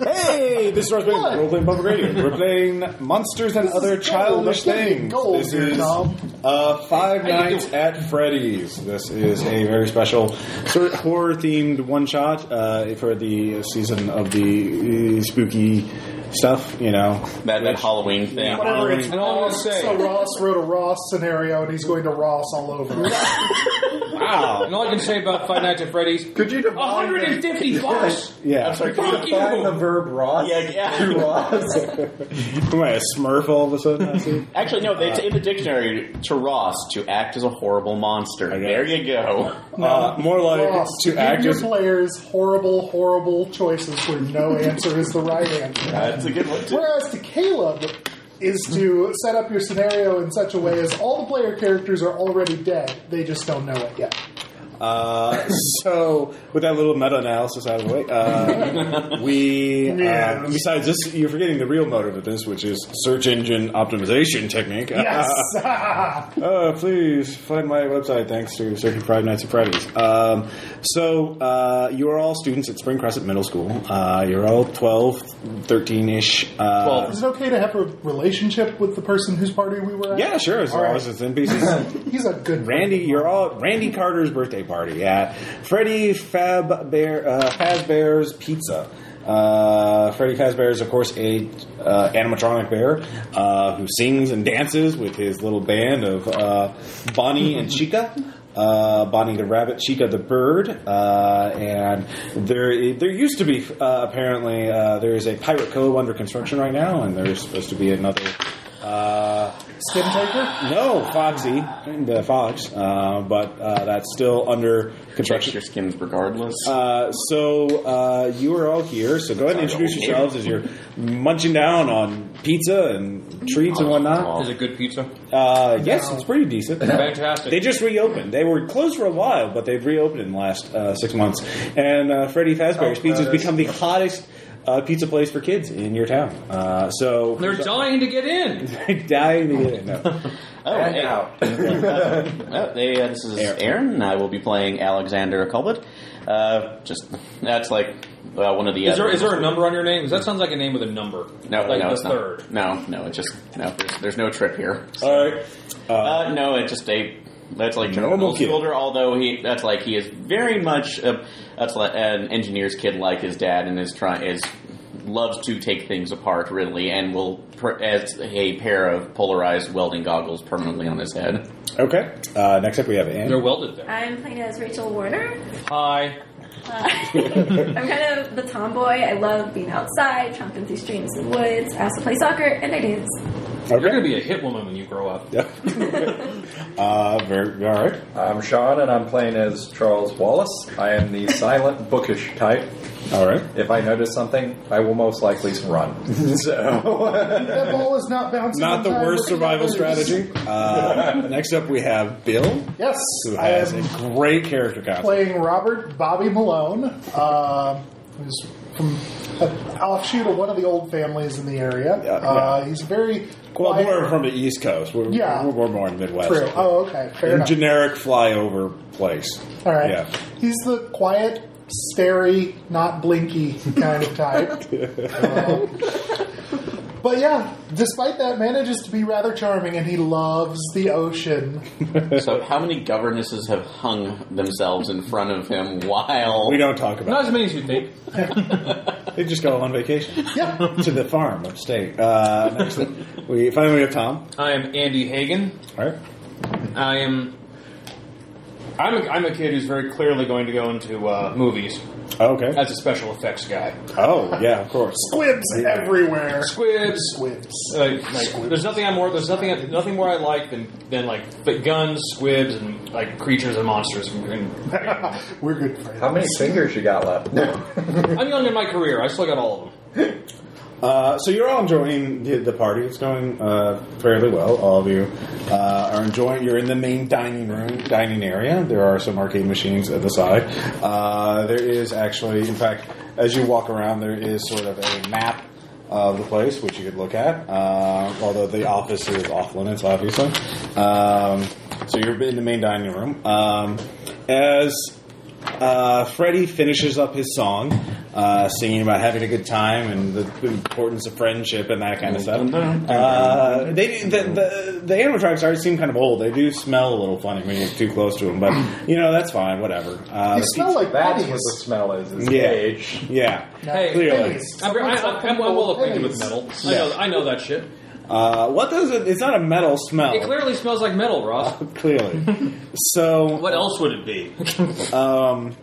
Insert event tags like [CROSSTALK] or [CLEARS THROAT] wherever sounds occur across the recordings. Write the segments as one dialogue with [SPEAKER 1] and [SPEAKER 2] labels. [SPEAKER 1] Hey, this is Ross Bailey,
[SPEAKER 2] What?
[SPEAKER 1] Roleplaying Public Radio. We're playing Monsters and Other
[SPEAKER 2] gold.
[SPEAKER 1] Childish
[SPEAKER 2] We're getting
[SPEAKER 1] Things.
[SPEAKER 2] gold
[SPEAKER 1] This
[SPEAKER 2] here,
[SPEAKER 1] is
[SPEAKER 2] Tom.
[SPEAKER 1] uh, Five Nights at Freddy's. This is a very special sort of horror themed one shot uh, for the season of the uh, spooky stuff, you know.
[SPEAKER 3] That, that Halloween thing.
[SPEAKER 2] Whatever it's
[SPEAKER 3] And all I'm gonna say,
[SPEAKER 2] So Ross wrote a Ross scenario, and he's going to Ross all over.
[SPEAKER 1] Wow.
[SPEAKER 4] And all I can say about Five Nights at Freddy's,
[SPEAKER 2] Could you define the,
[SPEAKER 4] 150 bucks.
[SPEAKER 1] Yeah.
[SPEAKER 4] Fuck
[SPEAKER 5] Define the
[SPEAKER 4] you.
[SPEAKER 5] verb Ross.
[SPEAKER 3] Yeah, yeah.
[SPEAKER 4] [LAUGHS]
[SPEAKER 5] To
[SPEAKER 1] [LAUGHS]
[SPEAKER 5] Ross.
[SPEAKER 1] Am I a smurf all of a sudden? I see.
[SPEAKER 3] Actually, no. They, in the dictionary, to Ross, to act as a horrible monster.
[SPEAKER 1] Okay.
[SPEAKER 3] There you
[SPEAKER 4] [LAUGHS]
[SPEAKER 3] go.
[SPEAKER 1] Uh, more like
[SPEAKER 2] Ross?
[SPEAKER 1] to act
[SPEAKER 2] give
[SPEAKER 1] as.
[SPEAKER 2] your players horrible, horrible choices where no answer is the right answer.
[SPEAKER 3] That's a good one. Too.
[SPEAKER 2] Whereas to Caleb is to set up your scenario in such a way as all the player characters are already dead. They just don't know
[SPEAKER 1] [LAUGHS]
[SPEAKER 2] it yet. [LAUGHS]
[SPEAKER 1] Uh, so, with that little meta analysis out of the way,
[SPEAKER 2] [LAUGHS]
[SPEAKER 1] uh, we.
[SPEAKER 2] Yes.
[SPEAKER 1] Uh, besides this, you're forgetting the real motive of this, which is search engine optimization technique.
[SPEAKER 2] Yes.
[SPEAKER 1] [LAUGHS] Uh, please find my website thanks to Circuit Pride Nights and Fridays. Um, so, uh, you are all students at Spring Crescent Middle School. Uh, you're all 12, 13 ish. Uh,
[SPEAKER 2] [LAUGHS] is it okay to have a relationship with the person whose party we were at?
[SPEAKER 1] Yeah, sure, as
[SPEAKER 2] All
[SPEAKER 1] long
[SPEAKER 2] right.
[SPEAKER 1] as it's in
[SPEAKER 2] [LAUGHS]
[SPEAKER 1] pieces.
[SPEAKER 2] He's a good
[SPEAKER 1] Randy, you're all at Randy Carter's birthday party at Freddy Fab Bear uh, Fazbear's Pizza. Uh, Freddy Fazbear is, of course, a uh, animatronic bear uh, who sings and dances with his little band of uh, Bonnie and Chica. Uh, Bonnie the rabbit, Chica the bird, uh, and there there used to be uh, apparently uh, there is a pirate cove under construction right now, and there's supposed to be another. Uh,
[SPEAKER 2] skin taker.
[SPEAKER 1] no, Foxy, the Fox, uh, but uh, that's still under
[SPEAKER 3] Check
[SPEAKER 1] construction.
[SPEAKER 3] your skins regardless.
[SPEAKER 1] Uh, so uh, you are all here. So go ahead and introduce yourselves as you're munching down on pizza and treats and whatnot.
[SPEAKER 4] Is it good pizza?
[SPEAKER 1] Uh, yes, it's pretty decent.
[SPEAKER 4] Fantastic.
[SPEAKER 1] They just reopened. They were closed for a while, but they've reopened in the last uh, six months. And uh, Freddy
[SPEAKER 4] Oh,
[SPEAKER 1] Fazbear's Pizza has become the hottest uh, pizza place for kids in your town. Uh, so
[SPEAKER 4] They're
[SPEAKER 1] [LAUGHS]
[SPEAKER 4] dying to get in.
[SPEAKER 1] dying to get
[SPEAKER 4] [LAUGHS]
[SPEAKER 1] it. No.
[SPEAKER 3] oh,
[SPEAKER 5] And
[SPEAKER 3] hey.
[SPEAKER 5] out.
[SPEAKER 3] [LAUGHS] Oh, hey, uh, this is
[SPEAKER 1] Aaron.
[SPEAKER 3] Aaron. and I will be playing Alexander Culbert. Uh, just that's like uh, one of the.
[SPEAKER 4] Is
[SPEAKER 3] other-
[SPEAKER 4] there is there a number on your name? 'Cause that sounds like a name with a number.
[SPEAKER 3] No,
[SPEAKER 4] like
[SPEAKER 3] no,
[SPEAKER 4] the
[SPEAKER 3] it's not.
[SPEAKER 4] third.
[SPEAKER 3] No, no, it's just no. There's, there's no trip here.
[SPEAKER 1] all right.
[SPEAKER 3] Uh, no, it's just a. That's like
[SPEAKER 1] Normal
[SPEAKER 3] normal
[SPEAKER 1] kid.
[SPEAKER 3] Fielder, although he that's like he is very much a, that's like an engineer's kid like his dad, and is trying is loves to take things apart really, and will pr- as a pair of polarized welding goggles permanently on
[SPEAKER 1] [LAUGHS]
[SPEAKER 3] his head.
[SPEAKER 1] Okay. Uh, next up, we have Anne.
[SPEAKER 4] They're welded there.
[SPEAKER 6] I'm playing as Rachel [LAUGHS] Warner.
[SPEAKER 4] Hi.
[SPEAKER 6] Uh, I'm kind of the tomboy. I love being outside, tromping through streams and woods. I also play soccer and I dance.
[SPEAKER 1] Okay.
[SPEAKER 4] You're gonna be a hit woman when you grow up.
[SPEAKER 1] Yep. uh, very, all right.
[SPEAKER 5] I'm Sean, and I'm playing as Charles Wallace. I am the silent, bookish type.
[SPEAKER 1] All right.
[SPEAKER 5] If I notice something, I will most likely run. so,
[SPEAKER 2] That ball is not
[SPEAKER 1] [LAUGHS]
[SPEAKER 2] bouncing.
[SPEAKER 1] Not
[SPEAKER 2] in
[SPEAKER 1] the
[SPEAKER 2] time
[SPEAKER 1] worst
[SPEAKER 2] with
[SPEAKER 1] survival
[SPEAKER 2] others.
[SPEAKER 1] strategy. Uh, next up, we have Bill,
[SPEAKER 2] Yes,
[SPEAKER 1] who
[SPEAKER 2] I
[SPEAKER 1] has
[SPEAKER 2] am
[SPEAKER 1] a great character concept.
[SPEAKER 2] playing Robert Bobby Malone, uh, who's from uh, an offshoot of one of the old families in the area.
[SPEAKER 1] Yeah,
[SPEAKER 2] Uh, he's very
[SPEAKER 1] Well,
[SPEAKER 2] quiet.
[SPEAKER 1] we're from the East Coast. We're,
[SPEAKER 2] Yeah.
[SPEAKER 1] we're, we're more in Midwest.
[SPEAKER 2] True. Oh, okay. Fair enough.
[SPEAKER 1] Generic flyover place.
[SPEAKER 2] All right.
[SPEAKER 1] Yeah.
[SPEAKER 2] He's the quiet, stary, not blinky kind
[SPEAKER 1] [LAUGHS]
[SPEAKER 2] of type. Uh, but yeah, despite that, manages to be rather charming, and he loves the ocean.
[SPEAKER 3] so, how many governesses have hung themselves in front of him while
[SPEAKER 1] We don't talk
[SPEAKER 4] Not
[SPEAKER 1] about
[SPEAKER 4] as many as you think.
[SPEAKER 1] it. They just go on
[SPEAKER 2] [LAUGHS]
[SPEAKER 1] vacation [LAUGHS]
[SPEAKER 2] Yeah.
[SPEAKER 1] to the farm upstate. Uh, next up, we finally we have Tom.
[SPEAKER 4] I am Andy Hagen.
[SPEAKER 1] All right.
[SPEAKER 4] I am. I'm a, I'm a kid who's very clearly going to go into uh, movies
[SPEAKER 1] Okay.
[SPEAKER 4] as a special effects guy.
[SPEAKER 1] Oh, yeah, of course.
[SPEAKER 2] Squibs everywhere.
[SPEAKER 4] Squibs.
[SPEAKER 2] Squibs.
[SPEAKER 1] Uh,
[SPEAKER 4] Like, Uh, like, there's nothing I more. There's nothing. I- Nothing more I like than than like but guns, squibs, and like creatures and monsters. And, and-
[SPEAKER 2] We're good friends.
[SPEAKER 5] how many fingers you got left?
[SPEAKER 4] I'm young in my career. I still got all of them.
[SPEAKER 1] Uh, so you're all enjoying the, the party. It's going uh, fairly well. All of you uh, are enjoying. You're in the main dining room, dining area. There are some arcade machines at the side. Uh, there is actually, in fact, as you walk around, there is sort of a map of the place which you could look at. Uh, although the office is off limits, obviously. Um, so you're in the main dining room. Um, as uh, Freddie finishes up his song. Uh, uh, singing about having a good time and the importance of friendship and that kind of stuff. Uh, they the, the the animatronics already seem kind of old. They do smell a little funny when you get too close to them, but you know that's fine. Whatever. Uh,
[SPEAKER 2] They
[SPEAKER 1] the
[SPEAKER 2] smell like
[SPEAKER 5] That's
[SPEAKER 2] pennies.
[SPEAKER 5] what the smell is. is
[SPEAKER 1] Yeah.
[SPEAKER 5] age.
[SPEAKER 1] pe- yeah.
[SPEAKER 4] Hey,
[SPEAKER 1] Clearly.
[SPEAKER 2] Pennies.
[SPEAKER 4] I'm, I, I, I'm well acquainted with metal. I know, I know that shit.
[SPEAKER 1] Uh, what does it? It's not a metal smell.
[SPEAKER 4] It clearly smells like metal,
[SPEAKER 1] [LAUGHS]
[SPEAKER 4] Ross.
[SPEAKER 1] clearly. so
[SPEAKER 4] What else would it be?
[SPEAKER 1] um,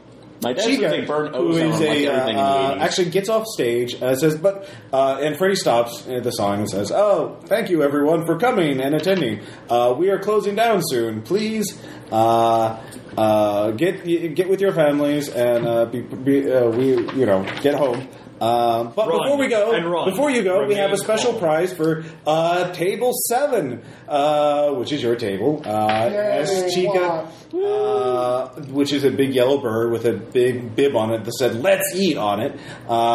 [SPEAKER 3] My dad says
[SPEAKER 1] Chica,
[SPEAKER 3] they burn
[SPEAKER 1] who
[SPEAKER 3] ozone
[SPEAKER 1] is
[SPEAKER 3] like
[SPEAKER 1] a,
[SPEAKER 3] everything
[SPEAKER 1] uh,
[SPEAKER 3] in the 80s.
[SPEAKER 1] actually gets off stage uh, says, but uh, and Freddie stops at the song and says, "Oh, thank you everyone for coming and attending. Uh, we are closing down soon. Please uh, uh, get get with your families and uh, be, be uh, we you know get home." Um, but
[SPEAKER 4] Run
[SPEAKER 1] before we
[SPEAKER 4] and
[SPEAKER 1] go,
[SPEAKER 4] run.
[SPEAKER 1] before you go, we have a
[SPEAKER 4] Remain
[SPEAKER 1] special
[SPEAKER 4] calm.
[SPEAKER 1] prize for uh, table seven, uh, which is your table. Uh,
[SPEAKER 2] Yay,
[SPEAKER 1] yes, Chica
[SPEAKER 2] wow.
[SPEAKER 1] uh, which is a big yellow bird with a big bib on it that said "Let's eat" on it.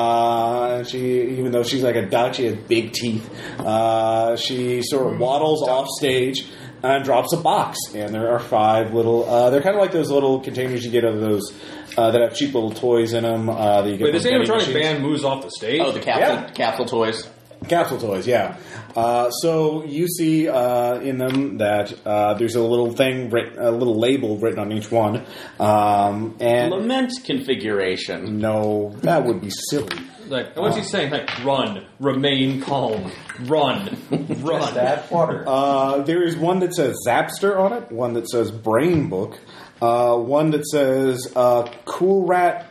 [SPEAKER 1] Uh, she, even though she's like a duck, she has big teeth. Uh, she sort of waddles off stage and drops a box, and there are five little. Uh, they're kind of like those little containers you get out of those uh, that have cheap little toys in them. Uh, that you get
[SPEAKER 4] Wait,
[SPEAKER 1] from
[SPEAKER 4] this
[SPEAKER 1] vending
[SPEAKER 4] animatronic
[SPEAKER 1] machines.
[SPEAKER 4] band moves off the stage.
[SPEAKER 3] oh, the capsule,
[SPEAKER 1] Yeah.
[SPEAKER 3] capsule toys.
[SPEAKER 1] Capsule toys, yeah. Uh, so you see uh, in them that uh, there's a little thing, writ- a little label written on each one, um, and
[SPEAKER 3] Lament configuration.
[SPEAKER 1] No, that would be silly.
[SPEAKER 4] Like, what's he saying? Like, run, remain calm, run, run.
[SPEAKER 5] That water.
[SPEAKER 1] Uh, there is one that says Zapster on it, one that says Brain Book, uh, one that says uh, Cool Rat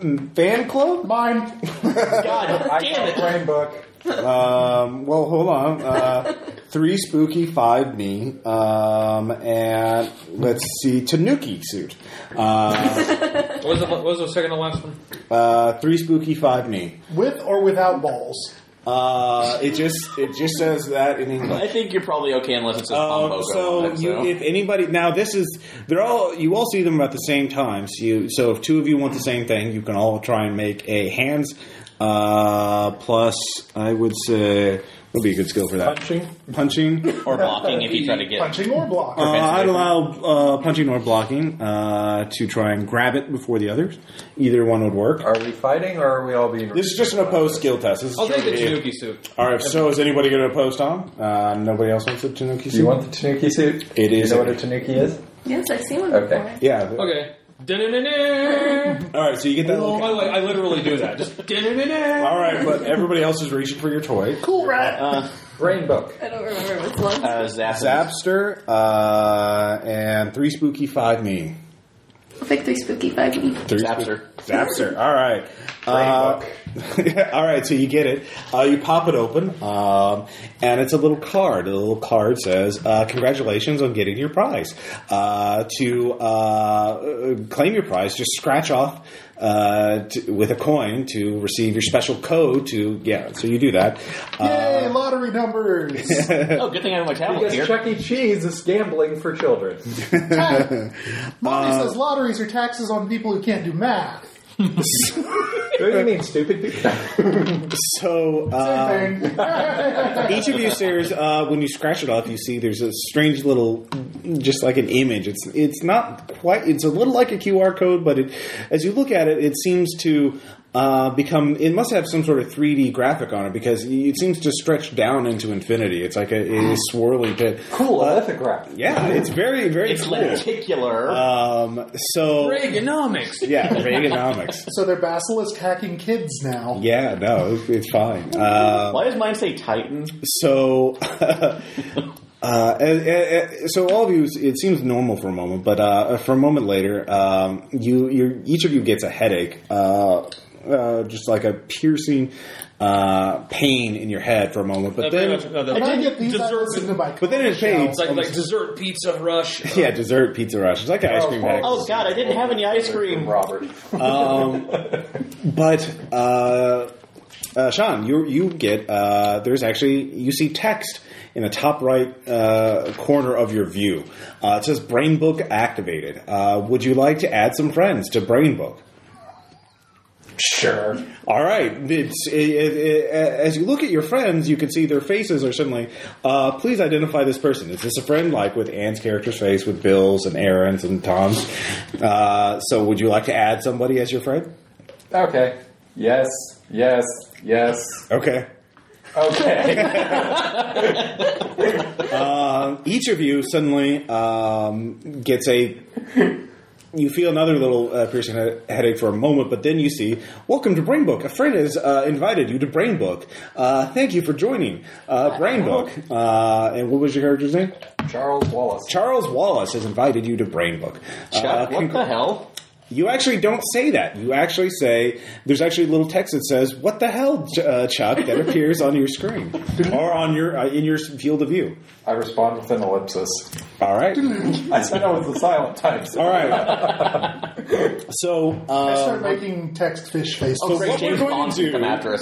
[SPEAKER 1] mm, Fan Club.
[SPEAKER 2] Mine.
[SPEAKER 5] I Damn it. Brain book.
[SPEAKER 1] Um, well, hold on. Uh, three Spooky, Five Me, um, and let's see, Tanuki Suit. Uh,
[SPEAKER 4] What was, the, what was the second to last one?
[SPEAKER 1] uh, three Spooky, Five Me.
[SPEAKER 2] With or without balls.
[SPEAKER 1] Uh, it just it just says that in English.
[SPEAKER 3] I think you're probably okay unless it's a
[SPEAKER 1] Um,
[SPEAKER 3] thumb logo.
[SPEAKER 1] so,
[SPEAKER 3] on it,
[SPEAKER 1] you, if anybody now this is they're all you all see them at the same time. So you so if two of you want the same thing, you can all try and make a hands uh, plus. I would say would be a good skill for that
[SPEAKER 5] Punching.
[SPEAKER 1] punching.
[SPEAKER 3] or blocking if you try to get.
[SPEAKER 2] Punching or block.
[SPEAKER 1] Uh, I'd
[SPEAKER 3] basically.
[SPEAKER 1] allow uh, punching or blocking uh, to try and grab it before the others. Either one would work.
[SPEAKER 5] Are we fighting or are we all being?
[SPEAKER 1] This is just an opposed skill test. This is
[SPEAKER 4] I'll
[SPEAKER 1] trying
[SPEAKER 4] take the
[SPEAKER 1] to be-
[SPEAKER 4] Tanuki suit.
[SPEAKER 1] All right. So is anybody going to oppose Tom? Uh, nobody else wants a Tanuki
[SPEAKER 5] Do you
[SPEAKER 1] suit?
[SPEAKER 5] want the tanuki suit?
[SPEAKER 1] It
[SPEAKER 5] Do
[SPEAKER 1] is
[SPEAKER 5] You know
[SPEAKER 1] a-
[SPEAKER 5] what a tanuki is?
[SPEAKER 6] Yes, I've seen one
[SPEAKER 5] Okay.
[SPEAKER 6] before.
[SPEAKER 1] yeah.
[SPEAKER 4] Okay. [LAUGHS] Da-da-da-da.
[SPEAKER 1] All right. So you get that.
[SPEAKER 4] Oh,
[SPEAKER 1] little-
[SPEAKER 4] by the way, I literally do that. Just [LAUGHS] da-da-da-da.
[SPEAKER 1] All right, but everybody else is reaching for your toy.
[SPEAKER 2] Cool rat.
[SPEAKER 5] Brain book.
[SPEAKER 6] I don't remember which one.
[SPEAKER 3] Uh, zap.
[SPEAKER 1] Zapster uh, and three spooky five me.
[SPEAKER 6] I'll pick three spooky five me.
[SPEAKER 1] Three
[SPEAKER 3] Zapster.
[SPEAKER 1] spook- Zapster. All right. Uh, [LAUGHS] all right. So you get it. Uh, you pop it open, um, and it's a little card. The little card says, uh, "Congratulations on getting your prize. Uh, to uh, uh, claim your prize, just scratch off." Uh, to, with a coin to receive your special code to yeah, so you do that. Uh,
[SPEAKER 2] Yay,
[SPEAKER 1] [LAUGHS]
[SPEAKER 2] lottery numbers.
[SPEAKER 3] Oh, good thing I have my tablet here.
[SPEAKER 5] Because Chuck E. Cheese is gambling for children.
[SPEAKER 2] Hey, Mommy says lotteries are taxes on people who can't do math.
[SPEAKER 5] Who do you mean, [LAUGHS] stupid people?
[SPEAKER 1] So uh,
[SPEAKER 2] Same thing.
[SPEAKER 1] each of you stares uh, when you scratch it off you see there's a strange little just like an image it's it's not quite it's a little like a qr code but it as you look at it it seems to uh, become it must have some sort of 3d graphic on it because it seems to stretch down into infinity it's like a it is swirling to
[SPEAKER 5] Cool, a lithograph.
[SPEAKER 1] yeah it's very very
[SPEAKER 3] It's
[SPEAKER 1] cool.
[SPEAKER 3] lenticular.
[SPEAKER 1] um so
[SPEAKER 4] Reaganomics.
[SPEAKER 1] yeah Reaganomics.
[SPEAKER 2] so they're basilisk hacking kids now.
[SPEAKER 1] yeah no it's, it's fine uh,
[SPEAKER 3] Why does mine say Titan?
[SPEAKER 1] so [LAUGHS] uh, and- and- and- so all of you it seems normal for a moment but uh, for a moment later um, you you each of you gets a headache uh, uh, just like a piercing uh, pain in your head for a moment but
[SPEAKER 4] Uh, pretty
[SPEAKER 1] then
[SPEAKER 4] much, uh, the-
[SPEAKER 2] When I get these, I
[SPEAKER 4] dessert-
[SPEAKER 2] listen to my
[SPEAKER 1] but then it fades
[SPEAKER 4] It's like, like dessert pizza [LAUGHS] rush.
[SPEAKER 1] [LAUGHS] yeah dessert pizza
[SPEAKER 4] uh,
[SPEAKER 1] rush it's like an ice cream headache
[SPEAKER 3] Oh God, I didn't have any ice cream.
[SPEAKER 5] Robert.
[SPEAKER 1] But uh, uh, Sean, you you get uh, there's actually you see text in the top right uh, corner of your view. Uh, it says Brain Book activated. Uh, would you like to add some friends to Brain Book?
[SPEAKER 5] Sure.
[SPEAKER 1] All right. It's, it, it, it, as you look at your friends, you can see their faces are suddenly. Uh, please identify this person. Is this a friend like with Anne's character's face, with Bill's and Aaron's and Tom's? Uh, so, would you like to add somebody as your friend?
[SPEAKER 5] Okay. Yes, yes, yes.
[SPEAKER 1] Okay.
[SPEAKER 5] Okay.
[SPEAKER 1] Um, each of you suddenly um, gets a. You feel another little uh, piercing he- headache for a moment, but then you see, "Welcome to Brain Book. A friend has uh, invited you to Brain Book. Uh, thank you for joining uh, Brain Book." Uh, and what was your character's name?
[SPEAKER 5] [LAUGHS] Charles Wallace.
[SPEAKER 1] Charles Wallace has invited you to Brain Book.
[SPEAKER 3] Chuck,
[SPEAKER 1] Uh,
[SPEAKER 3] what
[SPEAKER 1] congr-
[SPEAKER 3] the hell?
[SPEAKER 1] You actually don't say that. You actually say there's actually a little text that says "What the hell, Ch- uh, Chuck?" that appears on your
[SPEAKER 3] [LAUGHS]
[SPEAKER 1] screen or on your uh, in your s- field of view.
[SPEAKER 5] I respond with an ellipsis.
[SPEAKER 1] All
[SPEAKER 3] [LAUGHS]
[SPEAKER 1] right,
[SPEAKER 5] I said I was the silent [LAUGHS] type.
[SPEAKER 1] all right. So,
[SPEAKER 2] I
[SPEAKER 1] uh,
[SPEAKER 4] um,
[SPEAKER 2] start making text fish faces.
[SPEAKER 1] so
[SPEAKER 3] Great,
[SPEAKER 1] what we're
[SPEAKER 3] James
[SPEAKER 1] going
[SPEAKER 3] Bond's
[SPEAKER 1] to
[SPEAKER 3] gonna come
[SPEAKER 1] do
[SPEAKER 3] after us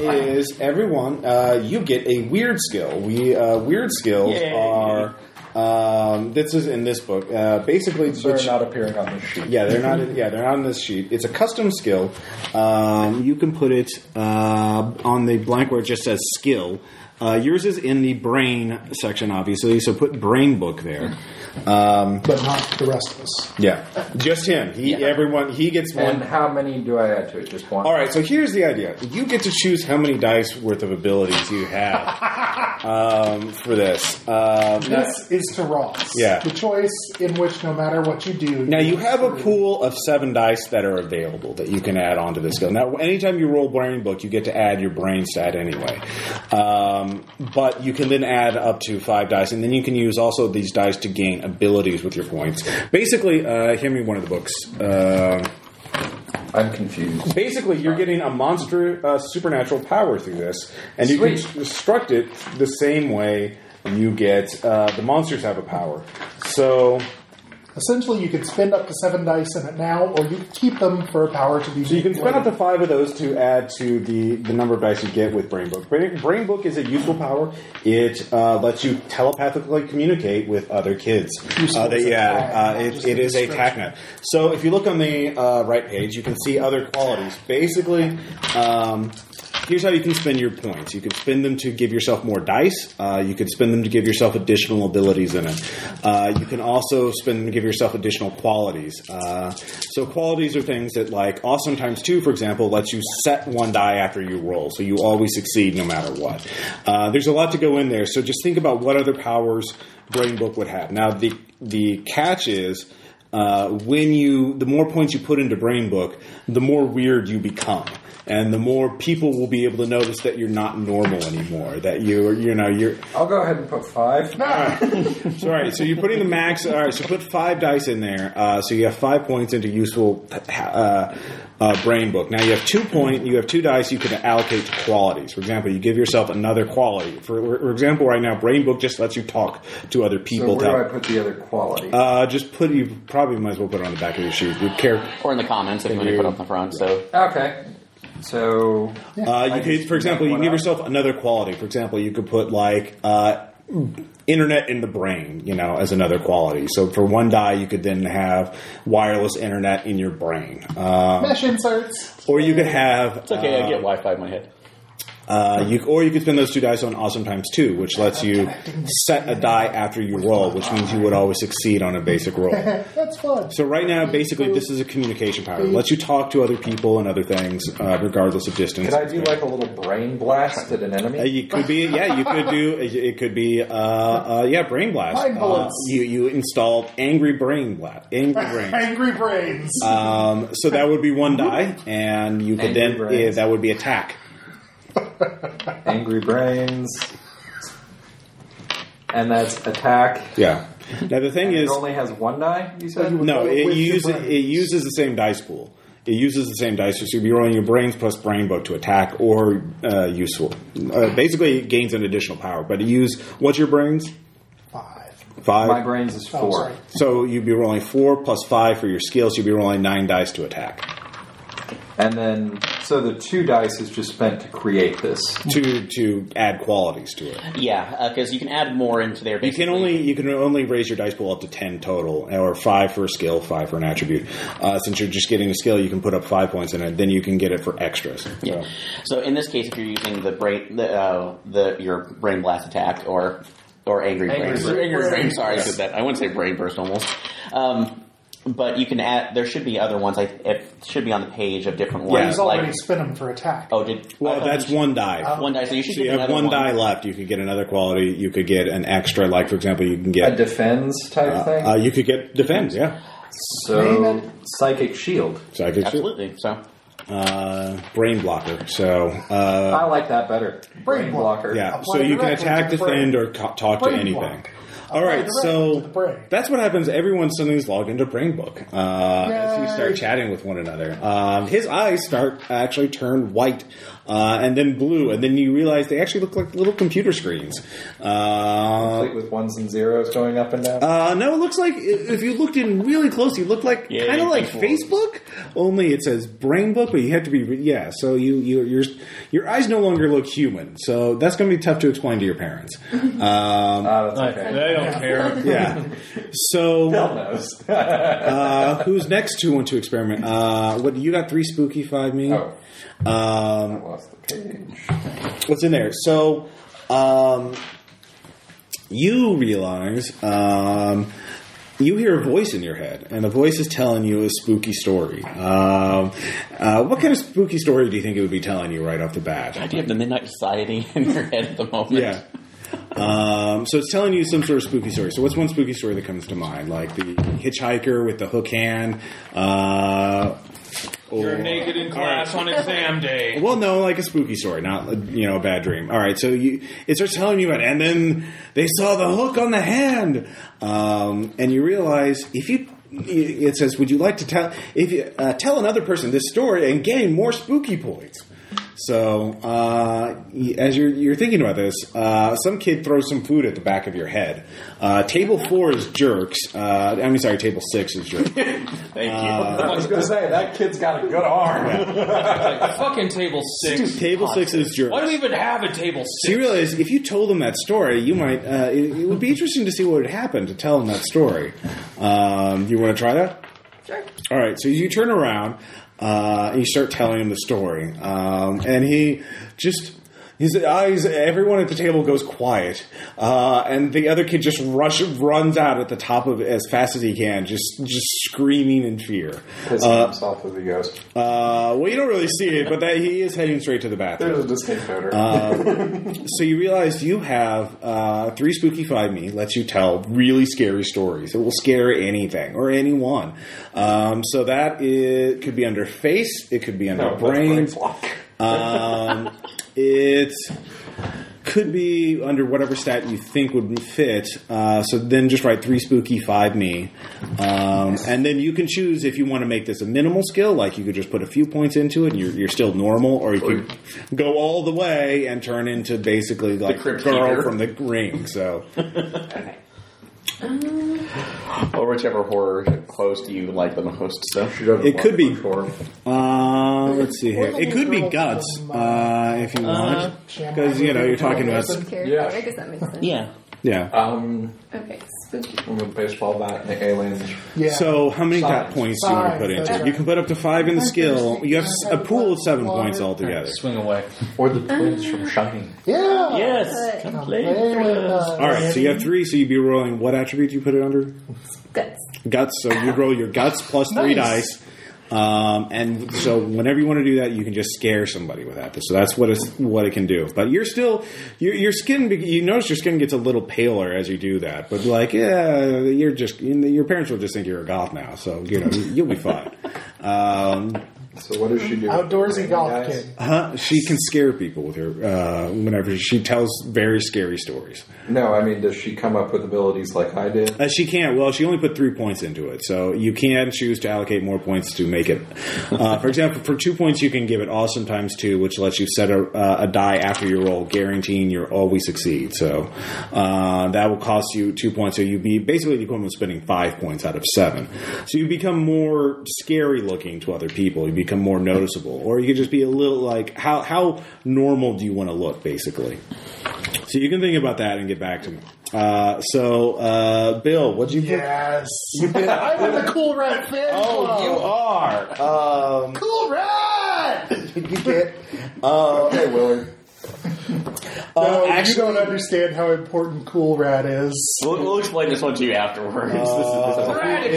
[SPEAKER 3] now.
[SPEAKER 1] is everyone uh, you get a weird skill. We uh, weird skills
[SPEAKER 3] Yay.
[SPEAKER 1] are um, this is in this book. Uh, basically,
[SPEAKER 5] They're
[SPEAKER 1] which-
[SPEAKER 5] not appearing on the sheet.
[SPEAKER 1] Yeah, they're not. Yeah, they're not on this sheet. It's a custom skill. Um, you can put it uh, on the blank where it just says skill. Uh, yours is in the brain section, obviously. So put brain book there. Um,
[SPEAKER 2] but not the rest of us.
[SPEAKER 1] yeah, just him. He,
[SPEAKER 3] Yeah.
[SPEAKER 1] everyone, he gets one.
[SPEAKER 5] And how many do I add to it? Just one.
[SPEAKER 1] All right, so here's the idea. You get to choose how many dice worth of abilities you have
[SPEAKER 5] [LAUGHS]
[SPEAKER 1] um, for this. Um, now-
[SPEAKER 2] This is to Ross.
[SPEAKER 1] Yeah.
[SPEAKER 2] The choice in which no matter what you do.
[SPEAKER 1] Now you have a pool of seven dice that are available that you can add onto this skill. Now, anytime you roll brain book, you get to add your brain stat anyway, um, but you can then add up to five dice, and then you can use also these dice to gain abilities with your points. Basically, uh, hand me one of the books. Um
[SPEAKER 5] I'm confused.
[SPEAKER 1] basically, you're getting a monster uh, supernatural power through this, and you can
[SPEAKER 5] Sweet.
[SPEAKER 1] construct it the same way you get uh, the monsters have a power. So.
[SPEAKER 2] Essentially, you could spend up to seven dice in it now, or you could keep them for a power to be.
[SPEAKER 1] So you can spend up to five of those to add to the, the number of dice you get with Brain Book. Brain, Brain Book is a useful power. It uh, lets you telepathically communicate with other kids. Uh, they- yeah, uh, it, it is a TACnet. So if you look on the uh, right page, you can see other qualities. Basically, um, here's how you can spend your points. You can spend them to give yourself more dice. Uh, you can spend them to give yourself additional abilities in it. Uh, you can also spend them to give yourself additional qualities. Uh, so qualities are things that, like awesome times two, for example, lets you set one die after you roll, so you always succeed no matter what. Uh, there's a lot to go in there, so just think about what other powers Brain Book would have. Now the the catch is uh, when you the more points you put into brain book the more weird you become and the more people will be able to notice that you're not normal anymore that you are you know you're
[SPEAKER 5] I'll go ahead and put five.
[SPEAKER 1] sorry so you're putting the max all right so put five dice in there uh, so you have five points into useful uh, uh, brain book now you have two point you have two dice you can allocate to qualities for example you give yourself another quality for, for example right now brain book just lets you talk to other
[SPEAKER 5] So
[SPEAKER 1] people
[SPEAKER 5] where do
[SPEAKER 1] Tell-
[SPEAKER 5] I put the other quality?
[SPEAKER 1] uh, just put you probably might as well put it on the back of your sheet your character
[SPEAKER 3] Or in the comments if you want to put it up in the front. So
[SPEAKER 5] okay. So
[SPEAKER 1] Uh,
[SPEAKER 5] I
[SPEAKER 1] you could,
[SPEAKER 5] just
[SPEAKER 1] for example, you
[SPEAKER 5] make one
[SPEAKER 1] can give
[SPEAKER 5] up.
[SPEAKER 1] yourself another quality. For example, you could put like uh, internet in the brain, you know, as another quality. So for one die, you could then have wireless internet in your brain, uh,
[SPEAKER 2] mesh inserts. [LAUGHS]
[SPEAKER 1] or you could have
[SPEAKER 3] it's okay,
[SPEAKER 1] uh,
[SPEAKER 3] I get Wi Fi in my head.
[SPEAKER 1] uh, you, or you could spend those two dice on awesome times two, which lets you set a die after you roll, which means you would always succeed on a basic roll.
[SPEAKER 2] That's fun.
[SPEAKER 1] So right now, basically, this is a communication power. It lets you talk to other people and other things, uh, regardless of distance.
[SPEAKER 5] could I do like a little brain blast at an
[SPEAKER 1] Uh,
[SPEAKER 5] enemy?
[SPEAKER 1] You could be, yeah, you could
[SPEAKER 2] [LAUGHS]
[SPEAKER 1] do, it could be, uh, uh, yeah, brain blast.
[SPEAKER 2] Mind
[SPEAKER 1] Uh,
[SPEAKER 2] bullets.
[SPEAKER 1] you, you install angry brain blast,
[SPEAKER 2] [LAUGHS]
[SPEAKER 1] angry brain.
[SPEAKER 2] Angry brains.
[SPEAKER 1] Um, so that would be
[SPEAKER 2] [LAUGHS]
[SPEAKER 1] one die, and you could
[SPEAKER 5] Angry
[SPEAKER 1] then,
[SPEAKER 5] brains.
[SPEAKER 1] yeah, that would be attack.
[SPEAKER 5] Angry brains. And that's attack.
[SPEAKER 1] Yeah. Now the thing
[SPEAKER 5] It
[SPEAKER 1] is,
[SPEAKER 5] only has one die, you said?
[SPEAKER 1] no, it,
[SPEAKER 2] With your
[SPEAKER 1] uses,
[SPEAKER 2] brains.
[SPEAKER 1] it uses the same dice pool. It uses the same dice, so you'd be rolling your brains plus brain book to attack or uh, useful. Uh, basically, it gains an additional power, but it use what's your brains?
[SPEAKER 2] Five.
[SPEAKER 1] Five.
[SPEAKER 5] My brains is
[SPEAKER 2] Oh,
[SPEAKER 5] four.
[SPEAKER 2] sorry.
[SPEAKER 1] So you'd be rolling four plus five for your skills. You'd be rolling nine dice to attack.
[SPEAKER 5] and then, so the two dice is just spent to create this.
[SPEAKER 1] to to add qualities to it.
[SPEAKER 3] Yeah, because you can add more into there.
[SPEAKER 1] You can only you can only raise your dice pool up to ten total, or five for a skill, five for an attribute. Uh, since you're just getting a skill, you can put up five points in it. Then you can get it for extras.
[SPEAKER 3] Yeah. So in this case, if you're using the brain, the, uh, the your brain blast attack or or angry,
[SPEAKER 5] Angry
[SPEAKER 3] brain,
[SPEAKER 5] brain.
[SPEAKER 3] sorry, I said that. I wouldn't say brain burst almost. Um, but you can add. There should be other ones. I it should be on the page of different
[SPEAKER 1] Yeah,
[SPEAKER 3] ones.
[SPEAKER 2] He's already
[SPEAKER 3] like
[SPEAKER 2] spin him for attack.
[SPEAKER 3] oh, did I
[SPEAKER 1] Well,
[SPEAKER 3] thought
[SPEAKER 1] that's
[SPEAKER 3] you
[SPEAKER 1] one die.
[SPEAKER 3] should- one die. So you should
[SPEAKER 1] so you
[SPEAKER 3] get
[SPEAKER 1] have
[SPEAKER 3] another
[SPEAKER 1] one, die left. You could get another quality. You could get an extra. Like for example, you can
[SPEAKER 5] A
[SPEAKER 1] get
[SPEAKER 5] defense type thing.
[SPEAKER 1] uh, uh, you could get defense. Yeah,
[SPEAKER 5] so
[SPEAKER 2] Name
[SPEAKER 5] psychic shield.
[SPEAKER 1] so I could
[SPEAKER 3] Absolutely. So
[SPEAKER 1] uh, brain blocker. So uh,
[SPEAKER 5] I like that better.
[SPEAKER 2] Brain block.
[SPEAKER 5] blocker.
[SPEAKER 1] yeah,
[SPEAKER 2] Apply
[SPEAKER 1] so you can
[SPEAKER 2] directly
[SPEAKER 1] attack,
[SPEAKER 2] to the brain.
[SPEAKER 1] defend, or co- talk to
[SPEAKER 2] Brain
[SPEAKER 1] anything.
[SPEAKER 2] block.
[SPEAKER 1] All right,
[SPEAKER 2] directly
[SPEAKER 1] so
[SPEAKER 2] to the brain.
[SPEAKER 1] that's what happens. Everyone suddenly is logged into Brain Book uh, as you start
[SPEAKER 2] Yay.
[SPEAKER 1] chatting with one another. Um, his eyes start actually turn white uh, and then blue, and then you realize they actually look like little computer screens. Uh,
[SPEAKER 5] Complete with ones and zeros going up and down.
[SPEAKER 1] uh, no, it looks like i- if you looked in really close, you look like
[SPEAKER 3] Yeah,
[SPEAKER 1] kind of
[SPEAKER 3] you
[SPEAKER 1] like
[SPEAKER 3] think
[SPEAKER 1] Facebook, only it says Brain Book, but you have to be re- yeah. So you you your your eyes no longer look human, so that's going to be tough to explain to your
[SPEAKER 2] [LAUGHS]
[SPEAKER 1] parents. Um,
[SPEAKER 5] Ah, that's
[SPEAKER 4] Like,
[SPEAKER 5] okay.
[SPEAKER 4] They don't care.
[SPEAKER 1] yeah. So [LAUGHS]
[SPEAKER 5] Hell knows.
[SPEAKER 1] uh, who's next to want to experiment? Uh, what you got? Three spooky, five me.
[SPEAKER 5] [LAUGHS] Oh.
[SPEAKER 1] Um,
[SPEAKER 5] Lost the page.
[SPEAKER 1] what's in there? So, um, you realize um, you hear a voice in your head, and the voice is telling you a spooky story. Um, uh, what kind of spooky story do you think it would be telling you right off the bat?
[SPEAKER 3] I do have the Midnight Society [LAUGHS] in your head at the moment.
[SPEAKER 1] Yeah. Um, so it's telling you some sort of spooky story. So what's one spooky story that comes to mind? Like the hitchhiker with the hook hand. Uh, or,
[SPEAKER 4] You're naked in class on
[SPEAKER 3] [LAUGHS]
[SPEAKER 4] exam day.
[SPEAKER 1] Well, no, like a spooky story, not you know a bad dream. All right, so you, it starts telling you about, and then they saw the hook on the hand, um, and you realize if you, it says, would you like to tell if you, uh, tell another person this story and gain more spooky points? So uh, y- as you're you're thinking about this, uh, some kid throws some food at the back of your head. Uh, table four is jerks. Uh, I mean, sorry, table six is jerks.
[SPEAKER 3] Thank you.
[SPEAKER 5] I was going to say, that kid's got a good arm.
[SPEAKER 4] Like, fucking table six.
[SPEAKER 1] table six is jerks.
[SPEAKER 4] Why do we even have a table
[SPEAKER 1] So you
[SPEAKER 4] six?
[SPEAKER 1] realize if you told them that story, you might. Uh, it, it would be interesting to see what would happen to tell them that story. Um, you want to try that?
[SPEAKER 6] Sure.
[SPEAKER 1] All right. So you turn around uh, and you start telling him the story, um, and he just. His eyes. Everyone at the table goes quiet, uh, and the other kid just rush runs out at the top of as fast as he can, just just screaming in fear.
[SPEAKER 5] Pissing
[SPEAKER 1] Uh,
[SPEAKER 5] himself as he goes.
[SPEAKER 1] uh, well, you don't really see it, but that he is heading straight to the bathroom.
[SPEAKER 5] There's a distinct odor.
[SPEAKER 1] uh, So you realize you have uh, three spooky five me lets you tell really scary stories. It will scare anything or anyone. Um, so that is, could be under face. It could be under
[SPEAKER 5] No, that's
[SPEAKER 1] brain.
[SPEAKER 5] brain block.
[SPEAKER 1] Um, it could be under whatever stat you think would fit. Uh, so then just write three spooky five me, um, and then you can choose if you want to make this a minimal skill. Like you could just put a few points into it, and you're, you're still normal, or you could go all the way and turn into basically like
[SPEAKER 3] Crypt
[SPEAKER 1] girl
[SPEAKER 3] Keeper.
[SPEAKER 1] from the ring. So
[SPEAKER 6] Okay.
[SPEAKER 3] or whichever horror is close to you like the most. So
[SPEAKER 1] it could be.
[SPEAKER 5] Or
[SPEAKER 1] Uh, let's see here. It could be guts uh, if you want, because you know you're talking to us.
[SPEAKER 5] Yeah.
[SPEAKER 6] I guess that makes sense.
[SPEAKER 3] yeah,
[SPEAKER 1] Yeah.
[SPEAKER 5] um,
[SPEAKER 6] Okay. Spooky.
[SPEAKER 5] with a baseball bat and the aliens.
[SPEAKER 2] Yeah.
[SPEAKER 1] So how many dot
[SPEAKER 5] Five.
[SPEAKER 1] points do you want to
[SPEAKER 2] Five,
[SPEAKER 1] put into it?
[SPEAKER 2] okay.
[SPEAKER 1] You can put up to five in the
[SPEAKER 2] I'm
[SPEAKER 1] skill.
[SPEAKER 2] thirsty.
[SPEAKER 1] You have
[SPEAKER 2] Can I
[SPEAKER 1] a
[SPEAKER 2] have a
[SPEAKER 1] pool of
[SPEAKER 2] glass
[SPEAKER 1] seven
[SPEAKER 2] of water?
[SPEAKER 1] points altogether.
[SPEAKER 4] Swing away.
[SPEAKER 5] Or the twins from Shining.
[SPEAKER 2] yeah.
[SPEAKER 3] Yes,
[SPEAKER 6] Come
[SPEAKER 3] come play
[SPEAKER 2] Play
[SPEAKER 3] with
[SPEAKER 2] with uh,
[SPEAKER 3] us.
[SPEAKER 2] us.
[SPEAKER 1] All right, so you have three. So you'd be rolling what attribute do you put it under?
[SPEAKER 6] Guts.
[SPEAKER 1] Guts. So you roll your guts plus three
[SPEAKER 2] Nice.
[SPEAKER 1] dice. Um, and so whenever you want to do that, you can just scare somebody with that. So that's what it's, what it can do. But you're still your your skin. be- You notice your skin gets a little paler as you do that. But like, yeah, you're just your parents will just think you're a goth now. So you know you'll be
[SPEAKER 2] [LAUGHS]
[SPEAKER 1] fine. Um,
[SPEAKER 5] So what does she do?
[SPEAKER 2] Outdoorsy
[SPEAKER 5] Raining
[SPEAKER 2] golf
[SPEAKER 5] guys?
[SPEAKER 2] kid.
[SPEAKER 1] [LAUGHS] Huh? She can scare people with her uh, whenever she tells very scary stories.
[SPEAKER 5] No, I mean, does she come up with abilities like I did?
[SPEAKER 1] Uh, she can't. Well, she only put three points into it, so you can choose to allocate more points to make it. Uh, for example, for two points, you can give it awesome times two, which lets you set a, uh, a die after your roll, guaranteeing you'll always succeed. So uh, that will cost you two points. So you'd be basically the equivalent of spending five points out of seven. So you become more scary looking to other people. You become more noticeable, or you could just be a little like how how normal do you want to look, basically. So you can think about that and get back to me. Uh, so, uh, Bill, what'd you?
[SPEAKER 2] Yes. [LAUGHS] I'm in the cool rat fan
[SPEAKER 1] Oh,
[SPEAKER 2] club.
[SPEAKER 1] are. Um,
[SPEAKER 2] Cool rat.
[SPEAKER 1] you get.
[SPEAKER 5] Okay, Willard.
[SPEAKER 2] No,
[SPEAKER 1] actually-
[SPEAKER 2] Uh, you don't understand how important Cool Rat is.
[SPEAKER 3] We'll, we'll explain this one to you afterwards.
[SPEAKER 1] Uh,
[SPEAKER 3] this is, this is a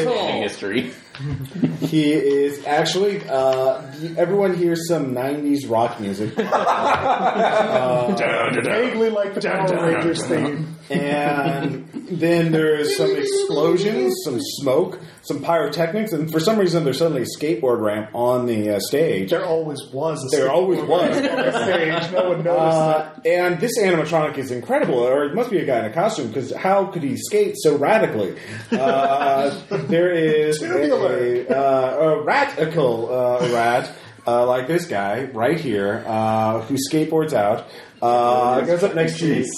[SPEAKER 4] Radical.
[SPEAKER 3] fascinating history. [LAUGHS]
[SPEAKER 1] He is actually. Uh, everyone hears some '90s rock music,
[SPEAKER 2] Vaguely like the Power Rangers theme.
[SPEAKER 1] and then there's some explosions, some smoke, some pyrotechnics, and for some reason there's suddenly a skateboard ramp on the uh, stage.
[SPEAKER 2] There always was a
[SPEAKER 1] There always was.
[SPEAKER 2] stage. [LAUGHS] No one noticed
[SPEAKER 1] Uh, and this animatronic is incredible, or it must be a guy in a costume, because how could he skate so radically?
[SPEAKER 2] [LAUGHS]
[SPEAKER 1] Uh, there is
[SPEAKER 2] Tubular.
[SPEAKER 1] a, uh, a radical uh, rat uh, like this guy right here uh, who skateboards out, uh, goes up next to you.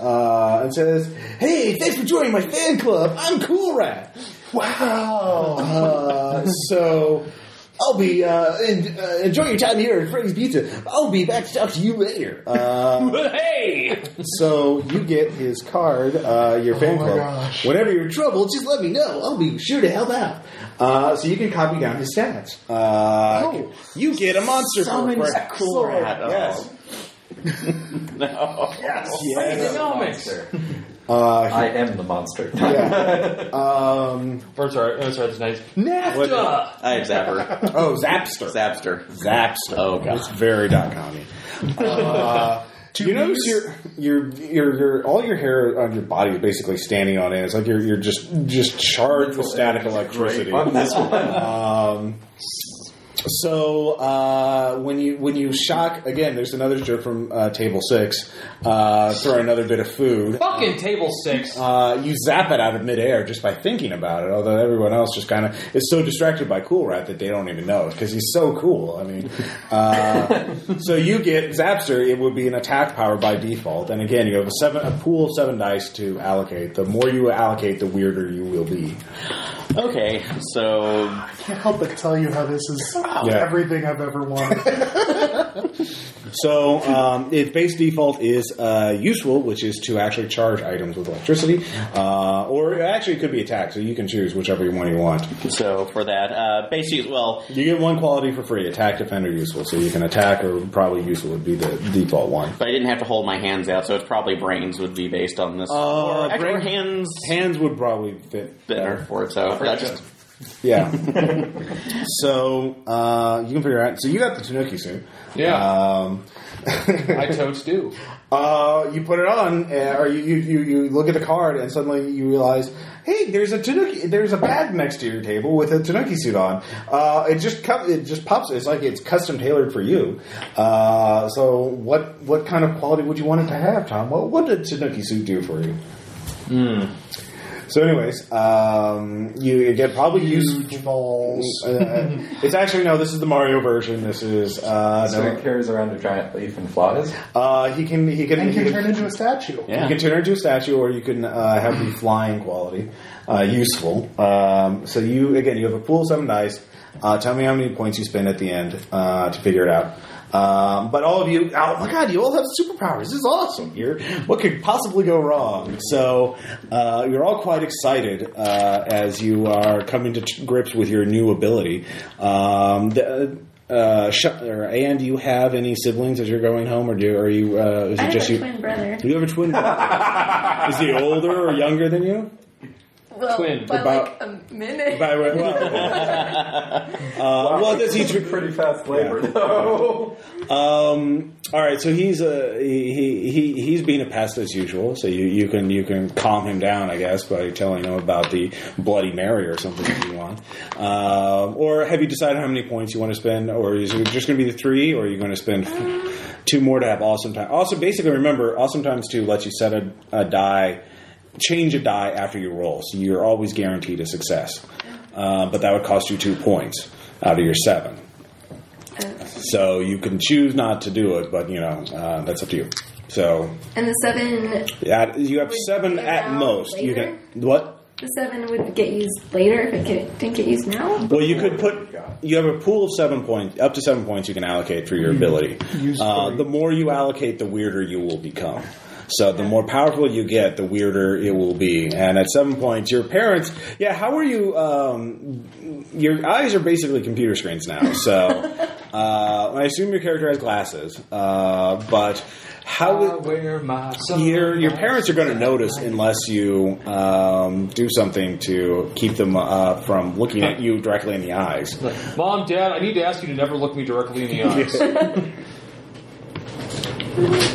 [SPEAKER 1] Uh, and says, "Hey, thanks for joining my fan club. I'm Cool Rat. Wow. Uh, so I'll be uh, en- uh, enjoy your time here at Freddy's Pizza. I'll be back to talk to you later. Uh,
[SPEAKER 4] But [LAUGHS] hey,
[SPEAKER 1] so you get his card, uh, your fan
[SPEAKER 2] my
[SPEAKER 1] club.
[SPEAKER 2] gosh.
[SPEAKER 1] Whenever you're in trouble, just let me know. I'll be sure to help out. Uh, so you can copy down his stats. Uh,
[SPEAKER 2] Oh.
[SPEAKER 1] you get a monster for,
[SPEAKER 3] Summons
[SPEAKER 1] for-
[SPEAKER 3] Cool Rat. Oh.
[SPEAKER 1] Yes.
[SPEAKER 3] No.
[SPEAKER 1] Yes.
[SPEAKER 4] economics.
[SPEAKER 1] Uh,
[SPEAKER 5] I am the [LAUGHS] monster.
[SPEAKER 1] yeah. Um,
[SPEAKER 4] Or sorry, oh, sorry, that's nice.
[SPEAKER 1] What-
[SPEAKER 4] NAFTA.
[SPEAKER 3] I have Zapper.
[SPEAKER 1] Oh, Zapster.
[SPEAKER 3] Zapster.
[SPEAKER 1] Zapster.
[SPEAKER 3] Oh, God.
[SPEAKER 1] It's very dot commy. Uh, you notice your, your your your all your hair on your body is basically standing on end. It's like you're you're just just charged with static electricity.
[SPEAKER 5] On this one.
[SPEAKER 1] So uh, when you when you shock again, there's another jerk from uh, table six. Uh, throw another bit of food.
[SPEAKER 4] Fucking table six.
[SPEAKER 1] Uh, you zap it out of midair just by thinking about it. Although everyone else just kind of is so distracted by Cool Rat that they don't even know because he's so cool. I mean, uh, so you get Zapster. It would be an attack power by default, and again, you have a seven a pool of seven dice to allocate. The more you allocate, the weirder you will be.
[SPEAKER 3] Okay, so
[SPEAKER 2] I can't help but tell you how this is
[SPEAKER 1] Yeah.
[SPEAKER 2] everything I've ever [LAUGHS] wanted.
[SPEAKER 1] So um, its base default is uh, useful, which is to actually charge items with electricity, uh, or actually it could be attack. So you can choose whichever one you want.
[SPEAKER 3] so for that, uh, basically, well,
[SPEAKER 1] You get one quality for free: attack, defender, useful. So you can attack, or probably useful would be the default one.
[SPEAKER 3] but I didn't have to hold my hands out, so it's probably brains would be based on this.
[SPEAKER 1] Uh,
[SPEAKER 3] or actually,
[SPEAKER 1] brain-
[SPEAKER 3] hands
[SPEAKER 1] Hands would probably fit
[SPEAKER 3] better for it. So I just
[SPEAKER 1] [LAUGHS] Yeah. so uh, you can figure out. So you got the Tanuki suit.
[SPEAKER 4] Yeah.
[SPEAKER 1] Um,
[SPEAKER 4] I totes do.
[SPEAKER 1] Uh, you put it on, uh, or you, you, you, you look at the card, and suddenly you realize, hey, there's a tanuki, there's a bag next to your table with a tanuki suit on. Uh, it just co- it just pops. It's like it's custom tailored for you. Uh, so what what kind of quality would you want it to have, Tom? What what did tanuki suit do for you? So, anyways, um, you again probably use balls. [LAUGHS] Uh, it's actually no. This is the Mario version. This is uh,
[SPEAKER 5] So it
[SPEAKER 1] no,
[SPEAKER 5] carries around a giant leaf and flies.
[SPEAKER 1] uh, he can he can
[SPEAKER 2] and
[SPEAKER 1] he
[SPEAKER 2] can
[SPEAKER 1] can-
[SPEAKER 2] turn into a statue.
[SPEAKER 3] Yeah.
[SPEAKER 1] you can turn her into a statue, or you can uh, have the flying quality, uh, useful. Um, so you again, you have a pool of seven dice. Uh, tell me how many points you spend at the end uh, to figure it out. Um, but all of you, oh my god, you all have superpowers! This is awesome. Here, what could possibly go wrong? So uh, you're all quite excited uh, as you are coming to t- grips with your new ability. Um, the, uh, sh- or, and you have any siblings as you're going home, or do are you? Uh, is
[SPEAKER 6] I
[SPEAKER 1] it
[SPEAKER 6] have
[SPEAKER 1] just
[SPEAKER 6] a
[SPEAKER 1] you?
[SPEAKER 6] twin brother.
[SPEAKER 1] Do you have a twin brother? Is he older or younger than you?
[SPEAKER 6] Well,
[SPEAKER 4] Twin.
[SPEAKER 6] by
[SPEAKER 1] About-
[SPEAKER 6] like a minute.
[SPEAKER 1] By well, uh, well, does he? tr-
[SPEAKER 5] pretty fast labor though.
[SPEAKER 1] Um, all right, so he's uh, he, he he he's being a pest as usual. So you, you can you can calm him down, I guess, by telling him about the Bloody Mary or something if you want. Um, or have you decided how many points you want to spend, or is it just going to be the three, or are you going to spend? Two more to have awesome time. Also, basically, remember, awesome times two lets you set a, a die change a die after you roll, so you're always guaranteed a success. Uh, but that would cost you two points out of your seven. So you can choose not to do it, but you know uh, that's up to you. So
[SPEAKER 6] and the seven,
[SPEAKER 1] yeah, you have
[SPEAKER 6] Would
[SPEAKER 1] seven
[SPEAKER 6] it
[SPEAKER 1] at
[SPEAKER 6] now
[SPEAKER 1] most. You
[SPEAKER 6] later?
[SPEAKER 1] can what?
[SPEAKER 6] the seven would get used later if it get, didn't get used now.
[SPEAKER 1] Well, you could put. You have a pool of seven points, up to seven points you can allocate for your ability. Uh, the more you allocate, the weirder you will become. So the more powerful you get, the weirder it will be. And at seven points, your parents.
[SPEAKER 6] [LAUGHS]
[SPEAKER 1] Yeah, how are you? Um, your eyes are basically computer screens now. So Uh, I assume your character has glasses, uh, but
[SPEAKER 6] Uh,
[SPEAKER 1] how would-
[SPEAKER 4] wear my
[SPEAKER 1] your your parents are going to notice unless you um, do something to keep them uh, from looking at you directly in the eyes.
[SPEAKER 4] Mom, Dad, I need to ask you to never look me directly in the eyes.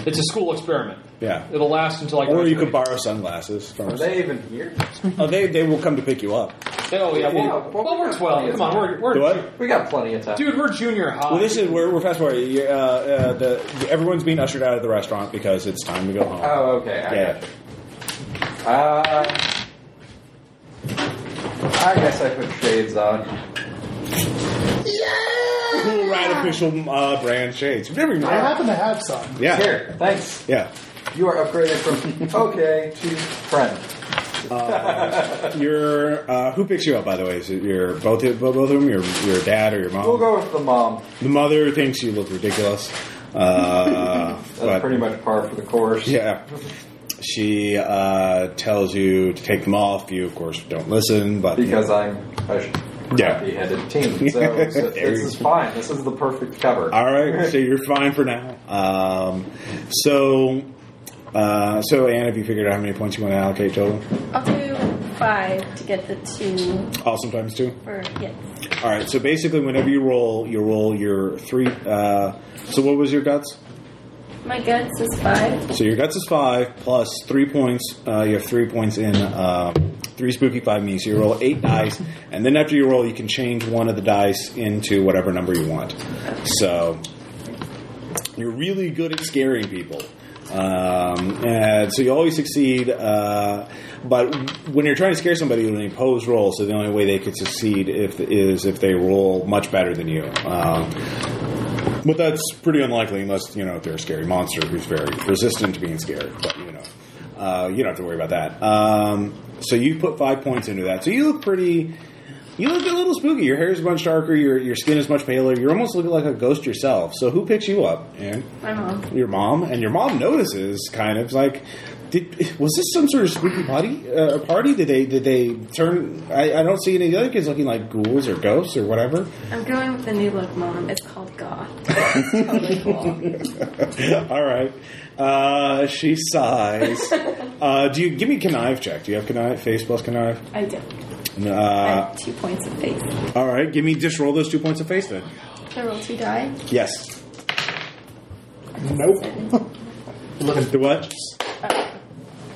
[SPEAKER 4] it's a school experiment.
[SPEAKER 1] Yeah.
[SPEAKER 4] It'll last until I.
[SPEAKER 1] Or you could
[SPEAKER 4] graduate.
[SPEAKER 1] borrow sunglasses from.
[SPEAKER 5] [LAUGHS] Are they even here?
[SPEAKER 1] Oh, they they will come to pick you up.
[SPEAKER 4] Oh yeah,
[SPEAKER 5] Yeah,
[SPEAKER 4] well,
[SPEAKER 5] well,
[SPEAKER 4] well, we're twelve. Come on, we're, we're
[SPEAKER 1] The what?
[SPEAKER 5] We got plenty of time.
[SPEAKER 4] dude, we're junior high.
[SPEAKER 1] Well, this is we're, we're fast forward. You- Uh, uh, the, everyone's being ushered out of the restaurant because it's time to go home.
[SPEAKER 5] Oh, okay. I
[SPEAKER 1] yeah.
[SPEAKER 5] got- Uh, I guess I put shades on.
[SPEAKER 1] Cool, rad official uh, brand shades. We've never even
[SPEAKER 2] I
[SPEAKER 1] heard-
[SPEAKER 2] happen to have some.
[SPEAKER 1] Yeah.
[SPEAKER 5] Here, thanks.
[SPEAKER 1] Yeah.
[SPEAKER 5] You are upgraded
[SPEAKER 1] [LAUGHS]
[SPEAKER 5] from okay to friend.
[SPEAKER 1] Your uh, who picks you up? By the way, is it your both both of them? Your your dad or your mom?
[SPEAKER 5] We'll go with the mom.
[SPEAKER 1] The mother thinks you look ridiculous. Uh,
[SPEAKER 5] [LAUGHS] That's
[SPEAKER 1] but,
[SPEAKER 5] pretty much par for the course.
[SPEAKER 1] Yeah. She uh, tells you to take them off. You, of course, don't listen. But
[SPEAKER 5] Because I'm a sh-
[SPEAKER 1] Yeah. [LAUGHS]
[SPEAKER 5] headed teen. So, so this is fine. This is the perfect cover.
[SPEAKER 1] All right, so you're fine for now. Um, so, uh, so Anne, have you figured out how many points you want to allocate total?
[SPEAKER 6] I'll do five to get the two
[SPEAKER 1] Awesome times two.
[SPEAKER 6] for yes.
[SPEAKER 1] All right, so basically, whenever you roll, you roll your three. Uh, so what was your guts?
[SPEAKER 6] My guts is five.
[SPEAKER 1] So your guts is five plus three points. Uh, you have three points in um, three spooky five me. So you roll eight dice, and then after you roll, you can change one of the dice into whatever number you want. So you're really good at scaring people. Um, and so you always succeed, uh, but when you're trying to scare somebody, you impose rolls. So the only way they could succeed if is if they roll much better than you. Um, but that's pretty unlikely unless, you know, they're a scary monster who's very resistant to being scared. But, you know, uh, you don't have to worry about that. Um, so you put five points into that. So you look pretty. You look a little spooky. Your hair is much darker. Your, your skin is much paler. You're almost looking like a ghost yourself. So who picks you up? And
[SPEAKER 6] My mom.
[SPEAKER 1] your mom. And your mom notices, kind of like, did, was this some sort of spooky party? Uh, party? Did they did they turn? I, I don't see any of the other kids looking like ghouls or ghosts or whatever.
[SPEAKER 6] I'm going with the new look, mom. It's called
[SPEAKER 1] [LAUGHS]
[SPEAKER 6] goth. It's totally cool.
[SPEAKER 1] All right. Uh, she sighs. Uh, do you give me connive check? Do you have connive? Face plus connive.
[SPEAKER 6] I do. I
[SPEAKER 1] Uh,
[SPEAKER 6] have two points of face.
[SPEAKER 1] all right. Give me just roll those two points of face then.
[SPEAKER 6] Can I roll two die?
[SPEAKER 1] Yes.
[SPEAKER 2] Nope.
[SPEAKER 1] The what?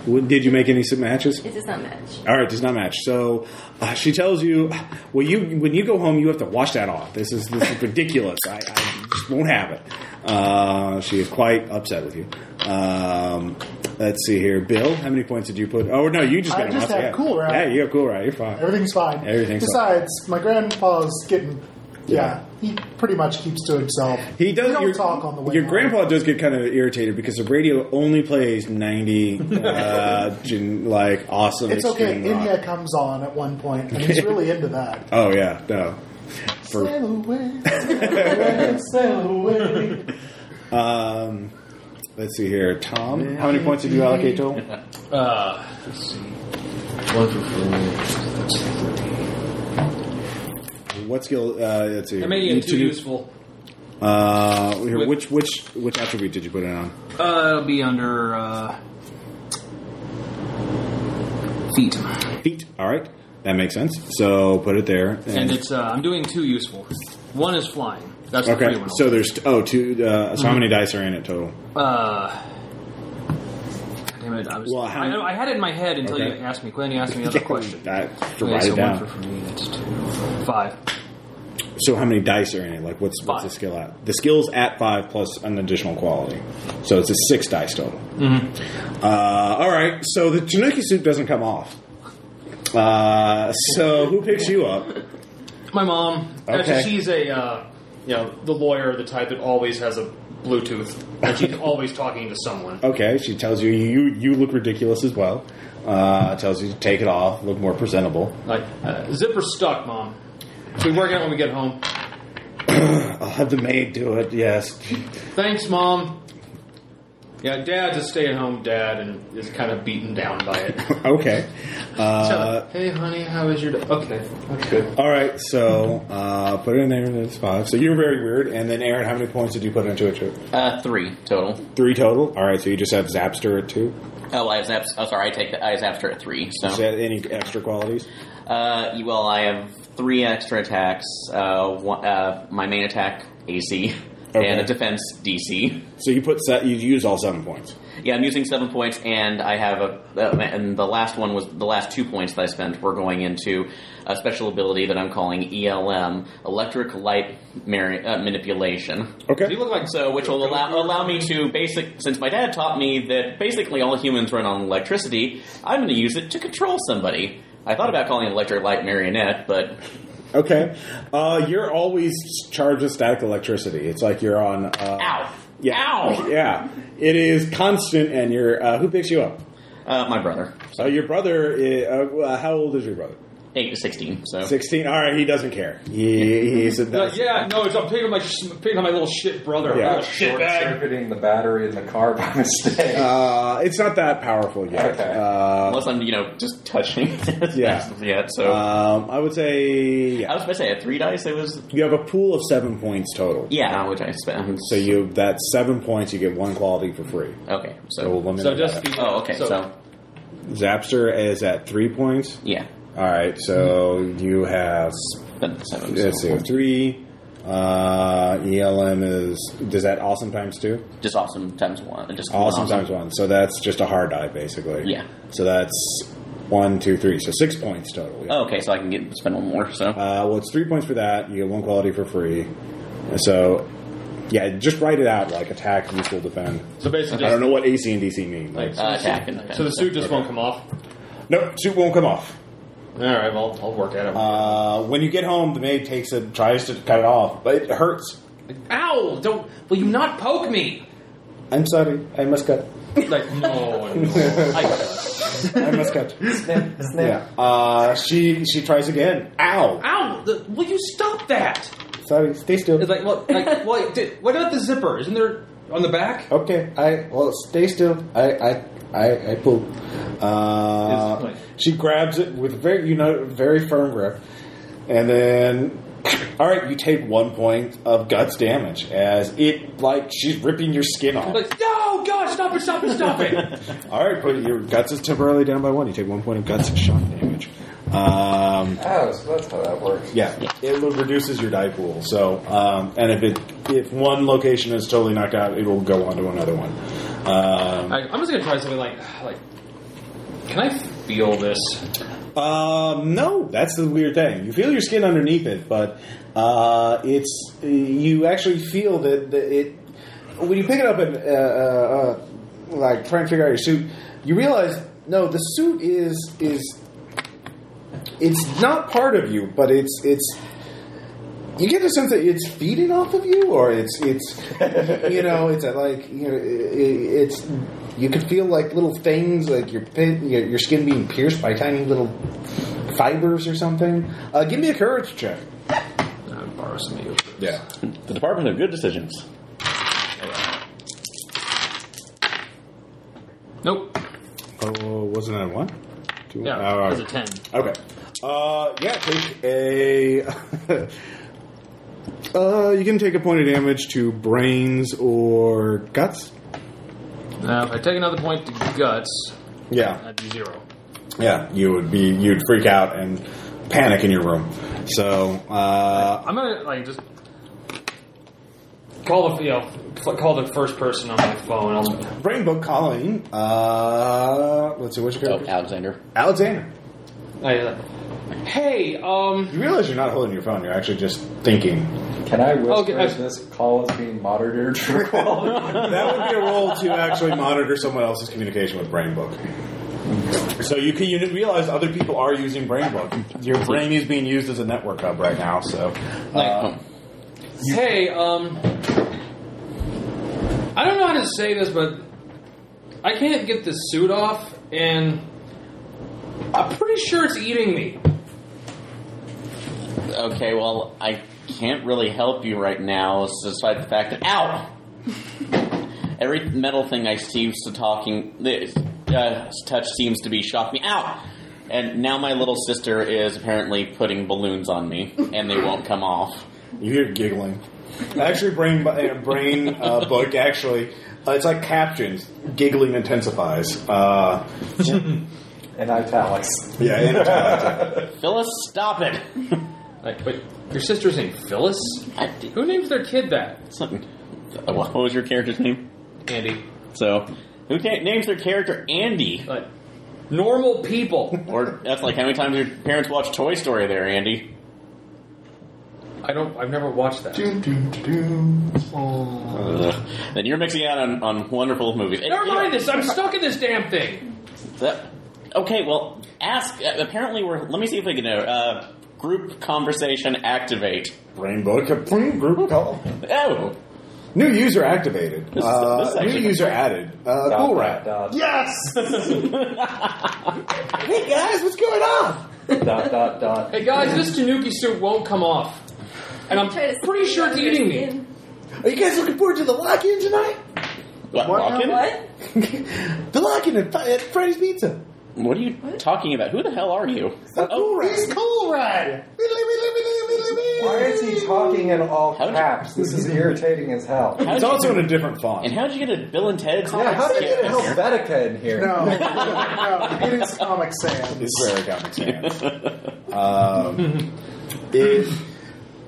[SPEAKER 1] What- Did you make any sub matches?
[SPEAKER 6] It does not match.
[SPEAKER 1] All right, does not match. So uh, she tells you, well, you when you go home, you have to wash that off. This is this is ridiculous. I, I just won't have it. Uh, she is quite upset with you. Um, let's see here, Bill. How many points did you put? Oh no, you just
[SPEAKER 2] I
[SPEAKER 1] got a
[SPEAKER 2] just
[SPEAKER 1] monster.
[SPEAKER 2] had
[SPEAKER 1] yeah.
[SPEAKER 2] cool round.
[SPEAKER 1] Yeah, you have cool right. You're fine.
[SPEAKER 2] Everything's fine.
[SPEAKER 1] Everything's
[SPEAKER 2] Besides, my grandpa's getting. Yeah, he pretty much keeps to himself.
[SPEAKER 1] He does.
[SPEAKER 2] We don't
[SPEAKER 1] your,
[SPEAKER 2] talk on the way.
[SPEAKER 1] Your
[SPEAKER 2] home.
[SPEAKER 1] grandpa does get kind of irritated because the radio only plays
[SPEAKER 2] [LAUGHS]
[SPEAKER 1] ninety, uh, gen, like awesome.
[SPEAKER 2] It's okay.
[SPEAKER 1] extreme rock.
[SPEAKER 2] India comes on at one point,
[SPEAKER 1] [LAUGHS]
[SPEAKER 2] and he's really into that.
[SPEAKER 1] Oh yeah, no. For,
[SPEAKER 2] Sail away, sail
[SPEAKER 1] [LAUGHS]
[SPEAKER 2] away, sail away.
[SPEAKER 1] um, let's see here, Tom. How many points did you allocate total?
[SPEAKER 4] Uh, let's see. One through four.
[SPEAKER 1] What skill? Uh, let's see.
[SPEAKER 4] I
[SPEAKER 1] here.
[SPEAKER 4] made
[SPEAKER 1] You
[SPEAKER 4] it too
[SPEAKER 1] two-
[SPEAKER 4] useful.
[SPEAKER 1] Uh, here,
[SPEAKER 4] With-
[SPEAKER 1] which which which attribute did you put it on?
[SPEAKER 4] Uh, it'll be under uh, feet,
[SPEAKER 1] Feet. All right, that makes sense. So put it there.
[SPEAKER 4] and it's uh, I'm doing two useful. One is flying. That's the
[SPEAKER 1] okay.
[SPEAKER 4] free one.
[SPEAKER 1] So there's oh two. Uh, so how
[SPEAKER 4] Mm-hmm.
[SPEAKER 1] many dice are in it total?
[SPEAKER 4] Uh, damn it! I, was,
[SPEAKER 1] Well, how-
[SPEAKER 4] I, know, I had it in my head until
[SPEAKER 1] Okay.
[SPEAKER 4] you asked me. Glenn, you asked
[SPEAKER 1] [LAUGHS]
[SPEAKER 4] me the other question.
[SPEAKER 1] I, to
[SPEAKER 4] Okay,
[SPEAKER 1] write
[SPEAKER 4] so
[SPEAKER 1] it
[SPEAKER 4] one
[SPEAKER 1] down.
[SPEAKER 4] for, for me. That's two. Five.
[SPEAKER 1] So how many dice are in it? Like what's what's
[SPEAKER 4] Five.
[SPEAKER 1] the skill at? The skill's at five plus an additional quality, so it's a six dice total.
[SPEAKER 4] Mm-hmm.
[SPEAKER 1] Uh, all right, so the Tanuki suit doesn't come off. Uh, so who picks you up?
[SPEAKER 4] My mom.
[SPEAKER 1] Okay.
[SPEAKER 4] actually, She's a uh, you know the lawyer, the type that always has a Bluetooth,
[SPEAKER 1] [LAUGHS]
[SPEAKER 4] and she's always talking to someone.
[SPEAKER 1] Okay, she tells you you you look ridiculous as well. Uh, tells you to take it off, look more presentable.
[SPEAKER 4] Like uh, zipper stuck, mom. We work out when we get home.
[SPEAKER 1] I'll have the maid do it. Yes,
[SPEAKER 4] Thanks, mom. Yeah, Dad's a stay-at-home dad and is kind of beaten down by it.
[SPEAKER 1] [LAUGHS] Okay. [LAUGHS] Uh,
[SPEAKER 4] So, hey, honey, how is your day? Okay, that's good.
[SPEAKER 1] All right, so uh, put it in there. and It's five. So you're very weird. And then Aaron, how many points did you put into it? Too?
[SPEAKER 3] Uh, three total.
[SPEAKER 1] Three total. All right, so you just have Zapster at two.
[SPEAKER 3] Oh, I have zaps. Oh, sorry, I take the, I have zaps at three. So,
[SPEAKER 1] Is that any extra qualities?
[SPEAKER 3] uh, you- well, I have three extra attacks. Uh, one, uh, my main attack AC
[SPEAKER 1] Okay.
[SPEAKER 3] and a defense DC.
[SPEAKER 1] So you put set. You used all seven points.
[SPEAKER 3] Yeah, I'm using seven points, and I have a. Uh, and the last one was the last two points that I spent were going into a special ability that I'm calling ELM, Electric Light Mari- uh, Manipulation.
[SPEAKER 4] Do you
[SPEAKER 1] Okay.
[SPEAKER 4] look like
[SPEAKER 3] So, which will allow allow me to basic. Since my dad taught me that basically all humans run on electricity, I'm going to use it to control somebody. I thought about calling it Electric Light Marionette, but
[SPEAKER 1] Okay. Uh, you're always charged with static electricity. It's like you're on. Uh,
[SPEAKER 3] ow,
[SPEAKER 1] Yeah.
[SPEAKER 3] ow,
[SPEAKER 1] Yeah. It is constant, and you're. Uh, who picks you up?
[SPEAKER 3] uh, my brother,
[SPEAKER 1] Uh, your brother. Is, uh, uh, how old is your brother?
[SPEAKER 3] eight to sixteen. So
[SPEAKER 1] Sixteen. All right. He doesn't care. He, he's a.
[SPEAKER 4] Uh, yeah, no, it's I'm picking up my sh- picking up my little shit brother.
[SPEAKER 1] Yeah.
[SPEAKER 4] Little Oh, shit bag.
[SPEAKER 5] Uh, circuiting the battery in the car by [LAUGHS] mistake.
[SPEAKER 1] Uh, it's not that powerful yet.
[SPEAKER 5] Okay.
[SPEAKER 1] Uh,
[SPEAKER 3] unless I'm you know just touching [LAUGHS] it,
[SPEAKER 1] Yeah.
[SPEAKER 3] yeah. So
[SPEAKER 1] Um, I would say
[SPEAKER 3] I
[SPEAKER 1] yeah.
[SPEAKER 3] was about to say at three dice it was
[SPEAKER 1] you have a pool of seven points total. Mm-hmm.
[SPEAKER 3] yeah, which I spent.
[SPEAKER 1] So you that's seven points. You get one quality for free.
[SPEAKER 3] okay,
[SPEAKER 1] So we'll
[SPEAKER 3] so
[SPEAKER 1] limit
[SPEAKER 4] So
[SPEAKER 1] that.
[SPEAKER 4] just be-
[SPEAKER 3] oh okay, so,
[SPEAKER 1] Zapster is at three points.
[SPEAKER 3] yeah,
[SPEAKER 1] All right, so you have
[SPEAKER 3] but seven.
[SPEAKER 1] let's see,
[SPEAKER 3] so,
[SPEAKER 1] three. Uh, ELM is does that awesome times two?
[SPEAKER 3] just awesome times one, just
[SPEAKER 1] Awesome,
[SPEAKER 3] one
[SPEAKER 1] times one. So that's just a hard die basically.
[SPEAKER 3] Yeah.
[SPEAKER 1] So that's one, two, three. So six points total. yeah.
[SPEAKER 3] Oh, okay, so I can get spend one more. So
[SPEAKER 1] Uh, well, it's three points for that. You get one quality for free. So, yeah, just write it out like attack, useful, defend.
[SPEAKER 4] So basically,
[SPEAKER 1] I
[SPEAKER 4] just,
[SPEAKER 1] don't know what AC and DC mean. Like,
[SPEAKER 3] uh, attack and
[SPEAKER 4] so the
[SPEAKER 3] defense.
[SPEAKER 4] suit just won't come off.
[SPEAKER 1] nope, suit won't come off.
[SPEAKER 4] All right, well, I'll work at it.
[SPEAKER 1] Uh, when you get home, the maid takes it, tries to cut it off, but it hurts.
[SPEAKER 4] Ow! Don't will you not poke me?
[SPEAKER 1] I'm sorry, I must cut.
[SPEAKER 4] Like no, no. I,
[SPEAKER 1] I must cut.
[SPEAKER 5] snip, snip.
[SPEAKER 1] yeah. Uh, she she tries again. Ow!
[SPEAKER 4] ow! The, will you stop that?
[SPEAKER 1] Sorry, stay still.
[SPEAKER 4] It's like what? Like what? Did, what about the zipper? Isn't there on the back?
[SPEAKER 1] Okay, I well stay still. I I I, I pull.
[SPEAKER 4] It's
[SPEAKER 1] Uh,
[SPEAKER 4] like-
[SPEAKER 1] she grabs it with very you know very firm grip, and then [COUGHS] all right, you take one point of guts damage as it like she's ripping your skin off.
[SPEAKER 4] Like no, God, stop it, stop it, stop it!
[SPEAKER 1] [LAUGHS]
[SPEAKER 4] [LAUGHS]
[SPEAKER 1] All right, but your guts is temporarily down by one. You take one point of guts shock damage. Um,
[SPEAKER 5] Oh, so that's how that works.
[SPEAKER 1] yeah, it will- reduces your die pool. So, um, and if it if one location is totally knocked out, it will go on to another one. Um,
[SPEAKER 4] I, I'm just gonna try something like like. Can I feel this?
[SPEAKER 1] Um, no, that's the weird thing. You feel your skin underneath it, but uh, it's you actually feel that, that it when you pick it up and uh, uh, uh, like try and figure out your suit. You realize no, the suit is is it's not part of you, but it's it's. You get the sense that it's feeding off of you, or it's it's you know it's like you know i- i- it's you can feel like little things like your pin, your, your skin being pierced by tiny little fibers or something. Uh, give me a courage check.
[SPEAKER 4] Uh, borrow some of you.
[SPEAKER 1] Yeah.
[SPEAKER 3] the Department of Good Decisions.
[SPEAKER 4] Nope.
[SPEAKER 1] Oh, wasn't that one? Two,
[SPEAKER 4] Yeah,
[SPEAKER 1] Oh, all
[SPEAKER 4] it was a
[SPEAKER 1] right.
[SPEAKER 4] ten.
[SPEAKER 1] Okay. Uh, yeah, take a. [LAUGHS] uh, you can take a point of damage to brains or guts.
[SPEAKER 4] Now, if I take another point to guts,
[SPEAKER 1] Yeah,
[SPEAKER 4] that'd be zero.
[SPEAKER 1] yeah. You would be. You'd freak out and panic in your room. So, uh,
[SPEAKER 4] I'm gonna like just call the you know f- call the first person on my phone. I'll,
[SPEAKER 1] brain book calling. Uh, let's see. What's your
[SPEAKER 3] Oh,
[SPEAKER 1] character?
[SPEAKER 3] Alexander.
[SPEAKER 1] Alexander.
[SPEAKER 7] Oh,
[SPEAKER 4] I, uh, hey, um,
[SPEAKER 1] You realize you're not holding your phone. You're actually just thinking.
[SPEAKER 5] Can I whisper
[SPEAKER 4] Okay, I-
[SPEAKER 5] is this call is being monitored for quality?
[SPEAKER 1] that would be a role to actually monitor someone else's communication with Brain Book. So you can you realize other people are using Brain Book. Your brain is being used as a network hub right now. So
[SPEAKER 4] like,
[SPEAKER 1] uh,
[SPEAKER 4] hey, um, I don't know how to say this, but I can't get this suit off, and I'm pretty sure it's eating me.
[SPEAKER 3] Okay, well, I can't really help you right now, despite the fact that ow. [LAUGHS] Every metal thing I seems to talking this, uh, touch seems to be shock me out. And now my little sister is apparently putting balloons on me, and they won't come off.
[SPEAKER 1] You hear giggling. Actually, brain uh, brain uh, book. Actually, uh, it's like captions. Giggling intensifies. Uh,
[SPEAKER 5] in italics. [LAUGHS]
[SPEAKER 1] yeah, in italics.
[SPEAKER 3] Phyllis, stop it!
[SPEAKER 7] Like, but your sister's name Phyllis?
[SPEAKER 3] I,
[SPEAKER 7] Who names their kid that?
[SPEAKER 3] something. What was your character's name?
[SPEAKER 7] Andy.
[SPEAKER 3] So, who ta- names their character Andy?
[SPEAKER 7] Like, normal people.
[SPEAKER 3] Or that's like how many times your parents watch Toy Story there, Andy?
[SPEAKER 7] I don't. I've never watched that.
[SPEAKER 2] Doom, doom, doom. Oh.
[SPEAKER 1] [LAUGHS]
[SPEAKER 3] Ugh. Then you're mixing out on, on wonderful movies. And,
[SPEAKER 7] Never
[SPEAKER 3] you know,
[SPEAKER 7] mind this. I'm stuck in this damn thing.
[SPEAKER 3] that- okay, well, ask. uh, Apparently, we're. Let me see if I can know. Uh, group conversation activate.
[SPEAKER 1] brain book. Boom, Group call.
[SPEAKER 3] Oh,
[SPEAKER 1] New user activated.
[SPEAKER 3] This is-
[SPEAKER 1] Uh,
[SPEAKER 3] this is
[SPEAKER 1] new
[SPEAKER 3] actually-
[SPEAKER 1] user added. Uh,
[SPEAKER 5] Dot,
[SPEAKER 1] cool
[SPEAKER 5] dot,
[SPEAKER 1] rat.
[SPEAKER 5] dot.
[SPEAKER 1] Yes. hey guys, what's going on?
[SPEAKER 5] dot dot dot.
[SPEAKER 7] Hey guys, this tanuki suit won't come off, and I'm
[SPEAKER 6] Try to
[SPEAKER 7] pretty
[SPEAKER 6] sneak
[SPEAKER 7] sure it's
[SPEAKER 6] under
[SPEAKER 7] eating
[SPEAKER 6] your
[SPEAKER 7] me.
[SPEAKER 6] skin.
[SPEAKER 1] Are you guys looking forward to the lock-in tonight?
[SPEAKER 3] what? Walken?
[SPEAKER 6] What?
[SPEAKER 1] the lock-in at, at Freddy's Pizza.
[SPEAKER 3] What are you talking about? Who the hell are you?
[SPEAKER 1] The cool rat.
[SPEAKER 2] He's cool, right?
[SPEAKER 5] Why is he talking in all
[SPEAKER 3] How'd you-
[SPEAKER 5] caps? This is irritating as hell.
[SPEAKER 3] How
[SPEAKER 1] It's
[SPEAKER 3] did
[SPEAKER 1] also
[SPEAKER 3] you,
[SPEAKER 1] in a different font.
[SPEAKER 3] and how'd you get a Bill and Ted's?
[SPEAKER 5] Yeah, how did you get
[SPEAKER 3] skit?
[SPEAKER 5] Helvetica in here?
[SPEAKER 2] No, no, it is Comic Sans.
[SPEAKER 1] is where I got my chance. um, it,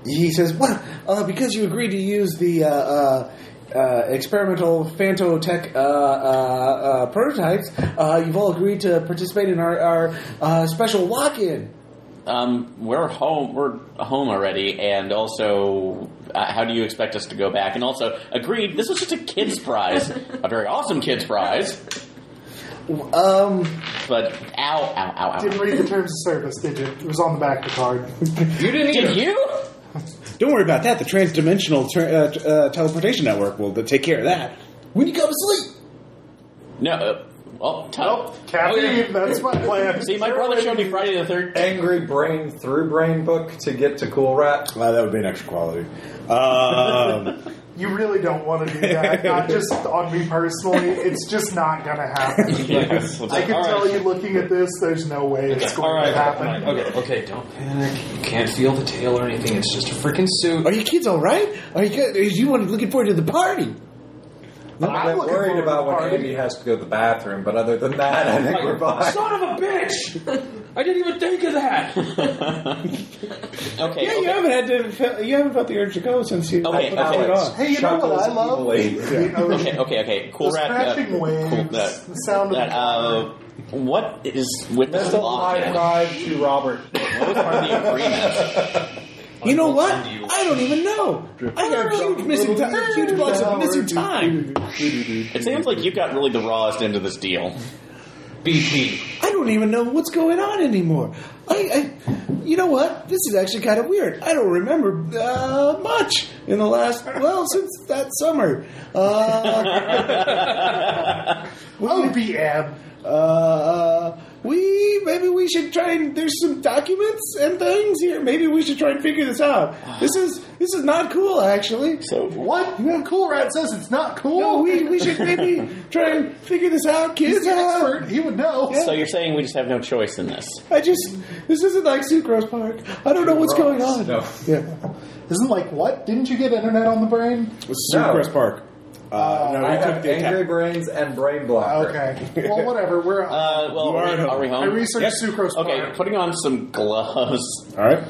[SPEAKER 1] he says, "Well, uh, because you agreed to use the uh, uh, uh, experimental Phantotech uh, uh, uh, prototypes, uh, you've all agreed to participate in our, our uh, special walk-in."
[SPEAKER 3] Um, we're home. We're home already, and also, uh, how do you expect us to go back? And also, agreed. This was just a kids' prize, a very awesome kids' prize.
[SPEAKER 1] Um,
[SPEAKER 3] But ow, ow, ow, ow!
[SPEAKER 2] Didn't read the terms of service, did you? It was on the back of the card.
[SPEAKER 7] You didn't
[SPEAKER 3] Did
[SPEAKER 7] either.
[SPEAKER 3] you?
[SPEAKER 1] don't worry about that. The transdimensional tra- uh, t- uh, teleportation network will take care of that. When you go to sleep.
[SPEAKER 3] No. Uh, well, tell.
[SPEAKER 2] Caffeine,
[SPEAKER 7] Oh, yeah.
[SPEAKER 2] that's my plan.
[SPEAKER 3] See, my brother showed me Friday
[SPEAKER 2] [LAUGHS]
[SPEAKER 3] the Thirteenth.
[SPEAKER 5] Angry brain through brain book to get to Cool Rat.
[SPEAKER 1] Wow, that would be an extra quality. Um,
[SPEAKER 2] You really don't want to do
[SPEAKER 1] [LAUGHS]
[SPEAKER 2] that. Not just on me personally. It's just not going to
[SPEAKER 4] [LAUGHS]
[SPEAKER 2] happen.
[SPEAKER 3] Yes.
[SPEAKER 2] I can
[SPEAKER 4] All
[SPEAKER 2] tell
[SPEAKER 4] right.
[SPEAKER 2] you looking at this, there's no way it's going
[SPEAKER 4] All right,
[SPEAKER 2] to happen.
[SPEAKER 4] okay, okay, don't panic. You can't feel the tail or anything. It's just a freaking suit.
[SPEAKER 1] Are you kids all right? Are you, are you looking forward to the party?
[SPEAKER 5] I'm a
[SPEAKER 2] I'm
[SPEAKER 5] bit
[SPEAKER 2] looking
[SPEAKER 5] worried
[SPEAKER 2] forward
[SPEAKER 5] about
[SPEAKER 2] to
[SPEAKER 5] when
[SPEAKER 2] party.
[SPEAKER 5] Andy has to go to the bathroom, but other than that, I think we're fine.
[SPEAKER 7] Son of a bitch! I didn't even think of that.
[SPEAKER 3] Okay.
[SPEAKER 1] Yeah,
[SPEAKER 3] okay.
[SPEAKER 1] you haven't had to. Felt, you haven't felt the urge to go since you.
[SPEAKER 3] Okay,
[SPEAKER 1] I put it
[SPEAKER 5] Alex.
[SPEAKER 1] on.
[SPEAKER 2] Hey, you know
[SPEAKER 5] Chuckles
[SPEAKER 2] what I love?
[SPEAKER 5] evilly.
[SPEAKER 2] You know,
[SPEAKER 3] Okay, okay, okay. Cool
[SPEAKER 2] the
[SPEAKER 3] rat. uh,
[SPEAKER 2] scratching waves,
[SPEAKER 3] cool, that-
[SPEAKER 2] the sound of
[SPEAKER 3] that,
[SPEAKER 2] the
[SPEAKER 3] uh, what is with this
[SPEAKER 5] Missile
[SPEAKER 3] lock?
[SPEAKER 5] high
[SPEAKER 3] What
[SPEAKER 5] five to Robert.
[SPEAKER 3] was part
[SPEAKER 2] [LAUGHS]
[SPEAKER 3] of the agreement?
[SPEAKER 1] You know what?
[SPEAKER 4] Under you.
[SPEAKER 1] I don't even know. I got huge missing time. Huge blocks of missing time.
[SPEAKER 3] It sounds like you got really the rawest end of this deal.
[SPEAKER 4] BP.
[SPEAKER 1] I don't even know what's going on anymore. I, I you know what? This is actually kind of weird. I don't remember uh, much in the last. Well, since that summer. Uh,
[SPEAKER 2] [LAUGHS]
[SPEAKER 1] well,
[SPEAKER 2] OBM.
[SPEAKER 1] uh, we maybe we should try and there's some documents and things here. Maybe we should try and figure this out. [LAUGHS] This is this is not cool, actually.
[SPEAKER 3] So
[SPEAKER 2] What? Cool Rat says it's not cool.
[SPEAKER 1] No, we we [LAUGHS] should maybe try and figure this out, kids. Uh,
[SPEAKER 2] He's an expert. He would know.
[SPEAKER 3] So you're saying we just have no choice in this?
[SPEAKER 1] I just this isn't like Sucrose Park. I don't know what's going on.
[SPEAKER 5] No.
[SPEAKER 1] Yeah,
[SPEAKER 2] Isn't like what? Didn't you get internet on the brain?
[SPEAKER 5] Sucrose
[SPEAKER 1] Park. Uh,
[SPEAKER 5] I have angry brains and brain blocker.
[SPEAKER 2] Okay. Well, whatever. [LAUGHS] We're.
[SPEAKER 3] Uh, well,
[SPEAKER 1] You are
[SPEAKER 3] are,
[SPEAKER 1] at
[SPEAKER 3] we,
[SPEAKER 1] home.
[SPEAKER 3] are we
[SPEAKER 2] I
[SPEAKER 3] home?
[SPEAKER 2] researched
[SPEAKER 1] yes.
[SPEAKER 2] sucrose.
[SPEAKER 3] okay,
[SPEAKER 2] powder.
[SPEAKER 3] putting on some gloves
[SPEAKER 1] All right.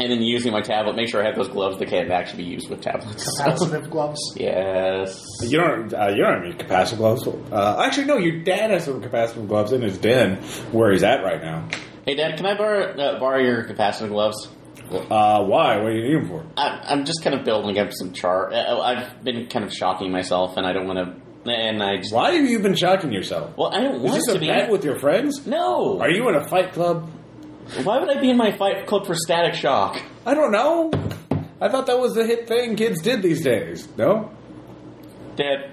[SPEAKER 3] and then using my tablet. Make sure I have those gloves that can actually be used with tablets.
[SPEAKER 2] Capacitive gloves.
[SPEAKER 3] yes.
[SPEAKER 1] You don't. Uh, you don't have any capacitive gloves. Uh, actually, no. Your dad has some capacitive gloves in his den where he's at right now.
[SPEAKER 3] Hey, Dad, can I borrow, uh, borrow your capacitive gloves?
[SPEAKER 1] Uh, why? What do you need them for?
[SPEAKER 3] I, I'm just kind of building up some char. Uh, I've been kind of shocking myself, and I don't want to. And I just.
[SPEAKER 1] Why have you been shocking yourself?
[SPEAKER 3] Well, I don't
[SPEAKER 1] Is
[SPEAKER 3] want
[SPEAKER 1] this a
[SPEAKER 3] to be.
[SPEAKER 1] bet with your friends?
[SPEAKER 3] no.
[SPEAKER 1] Are you in a fight club?
[SPEAKER 3] Why would I be in my fight club for static shock?
[SPEAKER 1] I don't know. I thought that was the hit thing kids did these days. No?
[SPEAKER 3] Dad.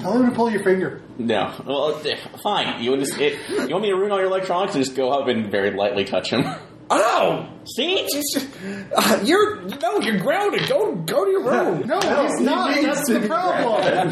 [SPEAKER 2] Tell her to pull your finger.
[SPEAKER 3] No. Well, d- fine. You want, to, it, you want me to ruin all your electronics and just go up and very lightly touch him?
[SPEAKER 1] Ow! See, just, [LAUGHS] uh, you're no, you're grounded. Go, go to your room.
[SPEAKER 2] No, he's not.
[SPEAKER 5] needs
[SPEAKER 2] That's
[SPEAKER 5] to
[SPEAKER 2] the
[SPEAKER 5] be
[SPEAKER 2] problem.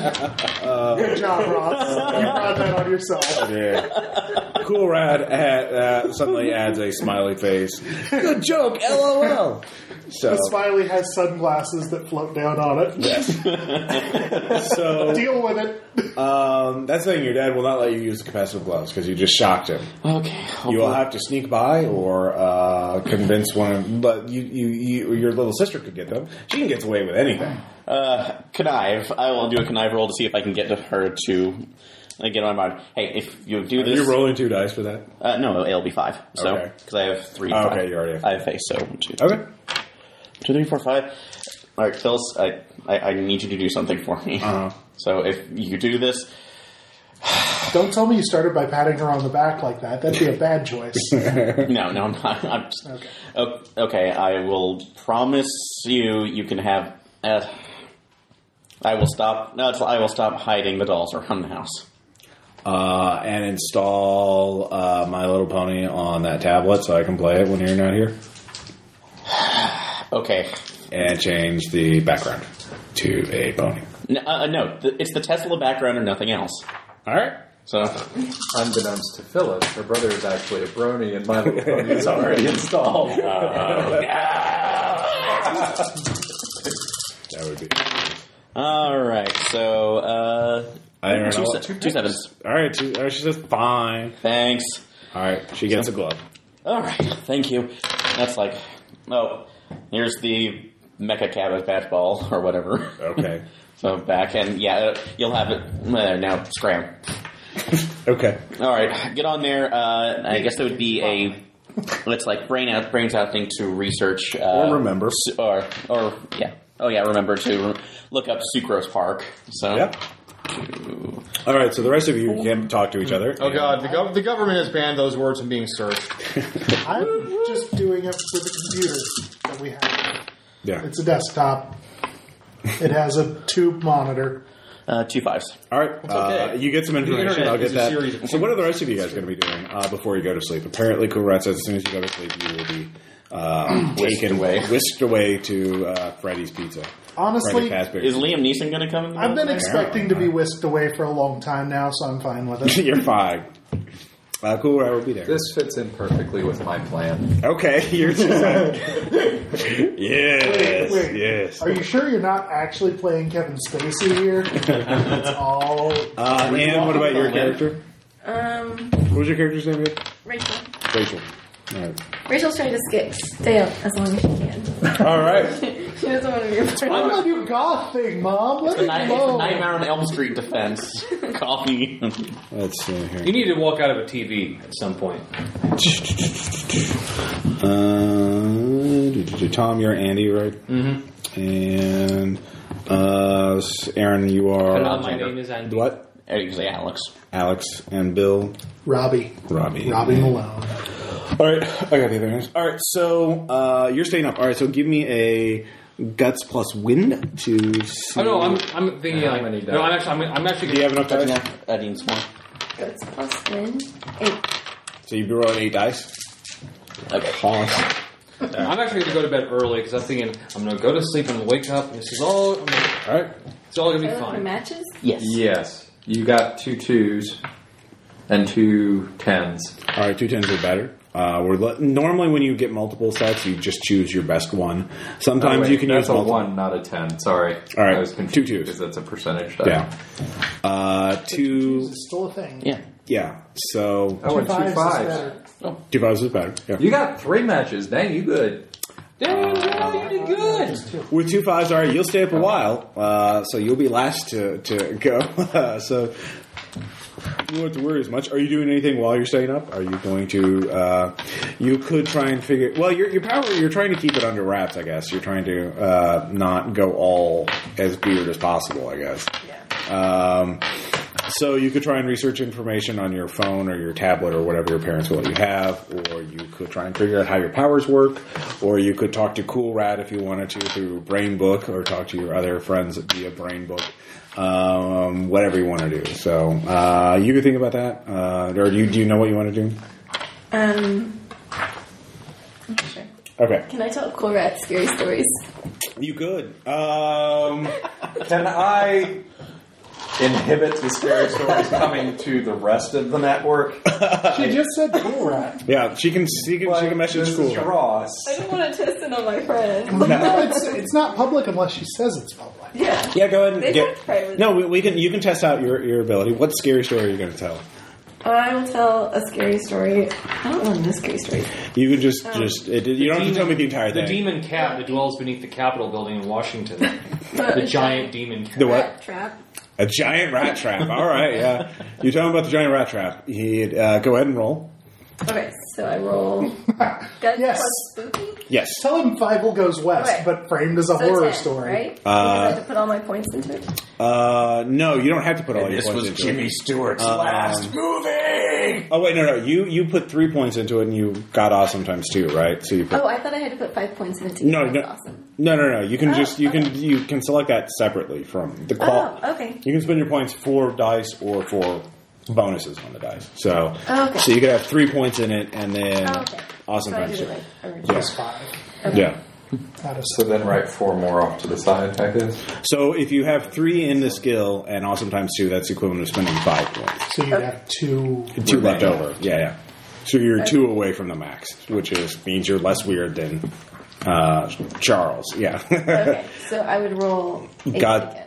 [SPEAKER 2] [LAUGHS] Uh, Good job, Ross. You brought that on yourself.
[SPEAKER 1] Yeah. [LAUGHS] Cool Rad at, uh, suddenly adds a smiley face. Good joke, lol. So,
[SPEAKER 2] The Smiley has sunglasses that float down on it.
[SPEAKER 1] so
[SPEAKER 2] Deal with it.
[SPEAKER 1] um, that's the thing. Your dad will not let you use the capacitive gloves because you just shocked him. You
[SPEAKER 3] Okay.
[SPEAKER 1] will
[SPEAKER 3] hopefully-
[SPEAKER 1] have to sneak by or uh, convince one. Of, but you, you, you, your little sister could get them. She can get away with anything.
[SPEAKER 3] Uh, connive. I will do a connive roll to see if I can get to her to uh, get on my mind. Hey, if you do
[SPEAKER 1] Are
[SPEAKER 3] this,
[SPEAKER 1] you rolling two dice for that?
[SPEAKER 3] uh, no, it'll be five. So
[SPEAKER 1] Okay.
[SPEAKER 3] because I have three.
[SPEAKER 1] Oh,
[SPEAKER 3] five.
[SPEAKER 1] okay, you already have
[SPEAKER 3] I have face. So one, two,
[SPEAKER 1] Okay.
[SPEAKER 3] two, three, four, five. All right, Phyllis, I, I, I need you to do something for me.
[SPEAKER 1] Uh-huh.
[SPEAKER 3] So if you do this,
[SPEAKER 2] [LAUGHS] Don't tell me you started by patting her on the back like that. That'd be a bad [LAUGHS] choice.
[SPEAKER 3] no, no, I'm not. I'm just,
[SPEAKER 2] Okay.
[SPEAKER 3] O- okay, I will promise you. You can have. Uh, I will stop. No, it's, I will stop hiding the dolls around the house.
[SPEAKER 1] Uh, and install uh, My Little Pony on that tablet so I can play it when you're not here.
[SPEAKER 3] Okay.
[SPEAKER 1] And change the background to a pony.
[SPEAKER 3] No, uh, no th- it's the Tesla background or nothing else.
[SPEAKER 1] All right.
[SPEAKER 3] So,
[SPEAKER 5] Unbeknownst to Phyllis, her brother is actually a brony, and my little pony
[SPEAKER 1] [LAUGHS]
[SPEAKER 5] is already installed.
[SPEAKER 1] That would be.
[SPEAKER 3] all right. So, uh,
[SPEAKER 1] I don't
[SPEAKER 3] two,
[SPEAKER 1] know.
[SPEAKER 3] se- two sevens.
[SPEAKER 1] All right. Two, all right, she says fine.
[SPEAKER 3] Thanks.
[SPEAKER 1] All right. She gets a glove.
[SPEAKER 3] All right. Thank you. That's like, oh, here's the mecha cabbage bat ball or whatever.
[SPEAKER 1] Okay.
[SPEAKER 3] so back and yeah, uh, you'll have it. Uh, now scram.
[SPEAKER 1] Okay.
[SPEAKER 3] All right, get on there. Uh, I guess it would be a it's like brain out, brains out thing to research uh,
[SPEAKER 1] Or remember.
[SPEAKER 3] su- or or yeah, oh yeah, remember to re- look up Sucrose Park. So
[SPEAKER 1] Yep. All right. So the rest of you can talk to each other.
[SPEAKER 7] Oh god, the, gov- the government has banned those words from being searched.
[SPEAKER 2] I'm just doing it for the computer that we have.
[SPEAKER 1] Yeah.
[SPEAKER 2] It's a desktop. It has a tube monitor.
[SPEAKER 3] uh, two fives.
[SPEAKER 1] All right. Uh,
[SPEAKER 7] okay.
[SPEAKER 1] you get some information.
[SPEAKER 7] internet
[SPEAKER 1] I'll get
[SPEAKER 7] is a
[SPEAKER 1] that.
[SPEAKER 7] series of
[SPEAKER 1] So what are the rest of you guys going to be doing uh, before you go to sleep? Apparently, Kurat says as soon as you go to sleep, you will be uh, taken
[SPEAKER 3] away.
[SPEAKER 1] whisked away to uh, Freddy's Pizza.
[SPEAKER 2] Honestly,
[SPEAKER 1] Freddy Fazbear's.
[SPEAKER 3] Is Liam Neeson going to come? in the
[SPEAKER 2] I've been
[SPEAKER 3] middle?
[SPEAKER 2] expecting to be whisked away for a long time now, so I'm fine with it.
[SPEAKER 1] [LAUGHS] You're fine. Uh, cool, I will be there.
[SPEAKER 5] This fits in perfectly with my plan.
[SPEAKER 1] Okay, [LAUGHS] you're just like, yes,
[SPEAKER 2] Wait,
[SPEAKER 1] yes.
[SPEAKER 2] Are you sure you're not actually playing Kevin Spacey
[SPEAKER 5] [LAUGHS]
[SPEAKER 2] here? It's all.
[SPEAKER 1] Uh, and what about your character?
[SPEAKER 6] Um,
[SPEAKER 1] What was your character's name? again?
[SPEAKER 6] Rachel.
[SPEAKER 1] Rachel. All right.
[SPEAKER 6] Rachel's trying to skip Dale as long as she can.
[SPEAKER 1] All right.
[SPEAKER 6] she doesn't want to be a part
[SPEAKER 2] What
[SPEAKER 6] of it.
[SPEAKER 2] about your goth thing, Mom? Let
[SPEAKER 3] It's a
[SPEAKER 2] me
[SPEAKER 3] night- it's a
[SPEAKER 2] alone.
[SPEAKER 3] nightmare on Elm Street defense. [LAUGHS] Coffee.
[SPEAKER 1] Let's see
[SPEAKER 4] You
[SPEAKER 1] here.
[SPEAKER 4] need to walk out of a TV at some point.
[SPEAKER 1] Uh, do, do, do, Tom, you're Andy, right? Mm-hmm. And uh, Aaron, you
[SPEAKER 4] Uh,
[SPEAKER 1] are
[SPEAKER 4] my name is Andy.
[SPEAKER 1] what?
[SPEAKER 3] Actually, Alex.
[SPEAKER 1] Alex and Bill,
[SPEAKER 2] Robbie.
[SPEAKER 1] Robbie.
[SPEAKER 2] Robbie Malone.
[SPEAKER 1] All right, I got the other news. All right, so uh, you're staying up. All right, so give me a guts plus wind to. See.
[SPEAKER 7] Oh no, I'm I'm thinking
[SPEAKER 5] How
[SPEAKER 7] like
[SPEAKER 5] many
[SPEAKER 7] no, I'm actually I'm, I'm
[SPEAKER 1] Do you
[SPEAKER 7] actually
[SPEAKER 1] have enough dice?
[SPEAKER 3] I need some more.
[SPEAKER 6] Goats plus win. Eight.
[SPEAKER 1] So you'd be rolling eight dice.
[SPEAKER 3] Okay.
[SPEAKER 7] I'm actually going to go to bed early because I'm thinking I'm going to go to sleep and wake up and this is all I'm gonna,
[SPEAKER 1] All right.
[SPEAKER 7] it's all going to
[SPEAKER 6] Are
[SPEAKER 7] be
[SPEAKER 6] those the
[SPEAKER 7] fine.
[SPEAKER 6] matches?
[SPEAKER 3] Yes.
[SPEAKER 5] Yes. You got two twos and two tens.
[SPEAKER 1] All right, two tens are better. Uh, we're let, normally when you get multiple sets, you just choose your best one. Sometimes
[SPEAKER 5] Oh, wait,
[SPEAKER 1] you can
[SPEAKER 5] that's
[SPEAKER 1] use
[SPEAKER 5] a
[SPEAKER 1] multiple.
[SPEAKER 5] one, not a ten. Sorry.
[SPEAKER 1] All right,
[SPEAKER 5] I was confused
[SPEAKER 1] two twos.
[SPEAKER 5] because that's a percentage. die.
[SPEAKER 1] Yeah. Uh, two.
[SPEAKER 2] It's still a thing.
[SPEAKER 3] Yeah.
[SPEAKER 1] Yeah. So
[SPEAKER 5] Oh, and two
[SPEAKER 2] Fives is
[SPEAKER 5] fives.
[SPEAKER 2] better.
[SPEAKER 1] two fives is better. Yeah.
[SPEAKER 5] You got three matches. Dang, you good.
[SPEAKER 1] With two fives, all right, you'll stay up a while, uh, so you'll be last to, to go. [LAUGHS] Uh, so you don't have to worry as much. Are you doing anything while you're staying up? Are you going to? Uh, you could try and figure. Well, your your power. You're trying to keep it under wraps, I guess. You're trying to uh, not go all as weird as possible, I guess.
[SPEAKER 6] Yeah.
[SPEAKER 1] Um, so you could try and research information on your phone or your tablet or whatever your parents will let you have, or you could try and figure out how your powers work, or you could talk to Cool Rat if you wanted to through Brain Book, or talk to your other friends via Brain Book. Um, whatever you want to do. So uh, you could think about that, uh, or do you, do you know what you want to do?
[SPEAKER 6] Um. I'm not sure.
[SPEAKER 1] Okay.
[SPEAKER 6] Can I tell cool rat scary stories?
[SPEAKER 1] You could. Um,
[SPEAKER 5] Can I inhibit the scary stories coming to the rest of the network?
[SPEAKER 2] She just said cool rat.
[SPEAKER 5] [LAUGHS]
[SPEAKER 1] yeah, she can. She can. she
[SPEAKER 5] Like,
[SPEAKER 1] can message
[SPEAKER 5] this
[SPEAKER 1] school.
[SPEAKER 5] is Ross.
[SPEAKER 6] I don't want to test it on my friend.
[SPEAKER 2] No, it's, it's not public unless she says it's public.
[SPEAKER 6] [LAUGHS] Yeah.
[SPEAKER 1] Yeah, go ahead.
[SPEAKER 6] They
[SPEAKER 1] And get,
[SPEAKER 6] have privacy.
[SPEAKER 1] no, we, we can. You can test out your, your ability. What scary story are you going to tell?
[SPEAKER 6] I will tell a scary story. I don't want to scary stories.
[SPEAKER 1] You can just
[SPEAKER 6] Oh.
[SPEAKER 1] just. It, you don't have to tell me the entire
[SPEAKER 7] The
[SPEAKER 1] thing.
[SPEAKER 7] demon cat that dwells beneath the Capitol building in Washington.
[SPEAKER 6] But [LAUGHS]
[SPEAKER 7] the giant demon cat.
[SPEAKER 1] The what?
[SPEAKER 6] Trap.
[SPEAKER 1] A giant rat
[SPEAKER 6] [LAUGHS]
[SPEAKER 1] trap. All right, yeah. You're talking about the giant rat trap. He uh, go ahead and roll.
[SPEAKER 6] Okay, so
[SPEAKER 2] [LAUGHS]
[SPEAKER 6] I roll. Guts
[SPEAKER 2] Yes.
[SPEAKER 6] plus spooky.
[SPEAKER 1] Yes.
[SPEAKER 2] Tell him Fievel goes west,
[SPEAKER 6] Right.
[SPEAKER 2] but framed as a
[SPEAKER 6] So
[SPEAKER 2] horror
[SPEAKER 6] 10,
[SPEAKER 2] story.
[SPEAKER 6] Right? Because I have to put all my points into it.
[SPEAKER 1] Uh, no, you don't have to put all your
[SPEAKER 3] This
[SPEAKER 1] points
[SPEAKER 3] was
[SPEAKER 1] into
[SPEAKER 3] Jimmy
[SPEAKER 1] it.
[SPEAKER 3] Stewart's
[SPEAKER 1] Um,
[SPEAKER 3] last movie.
[SPEAKER 1] Oh wait, no, no. You you put three points into it, and you got awesome times two, right? So you put.
[SPEAKER 6] Oh, I thought I had to put five points in it to get
[SPEAKER 1] No,
[SPEAKER 6] That's
[SPEAKER 1] no,
[SPEAKER 6] awesome.
[SPEAKER 1] no, no, no. You can
[SPEAKER 6] Oh,
[SPEAKER 1] just you can
[SPEAKER 6] okay.
[SPEAKER 1] you can select that separately from the qual.
[SPEAKER 6] Oh, okay.
[SPEAKER 1] You can spend your points for dice or for bonuses on the dice. So
[SPEAKER 6] Oh, okay.
[SPEAKER 1] so you could have three points in it, and then
[SPEAKER 6] Oh, okay.
[SPEAKER 1] awesome
[SPEAKER 6] so I
[SPEAKER 1] times
[SPEAKER 6] did
[SPEAKER 1] two.
[SPEAKER 6] it right. originally.
[SPEAKER 1] Yeah.
[SPEAKER 2] It's five
[SPEAKER 1] Yeah.
[SPEAKER 2] out of
[SPEAKER 5] So then write four more off to the side, I guess.
[SPEAKER 1] So if you have three in the skill and awesome times two, that's equivalent to spending five points.
[SPEAKER 2] So you'd have two.
[SPEAKER 1] Two
[SPEAKER 5] Remaining.
[SPEAKER 1] left over. Yeah, yeah. So you're two away from the max, which is means you're less weird than uh, Charles. Yeah. [LAUGHS]
[SPEAKER 6] Okay, so I would roll. Eight
[SPEAKER 1] God.
[SPEAKER 6] Again.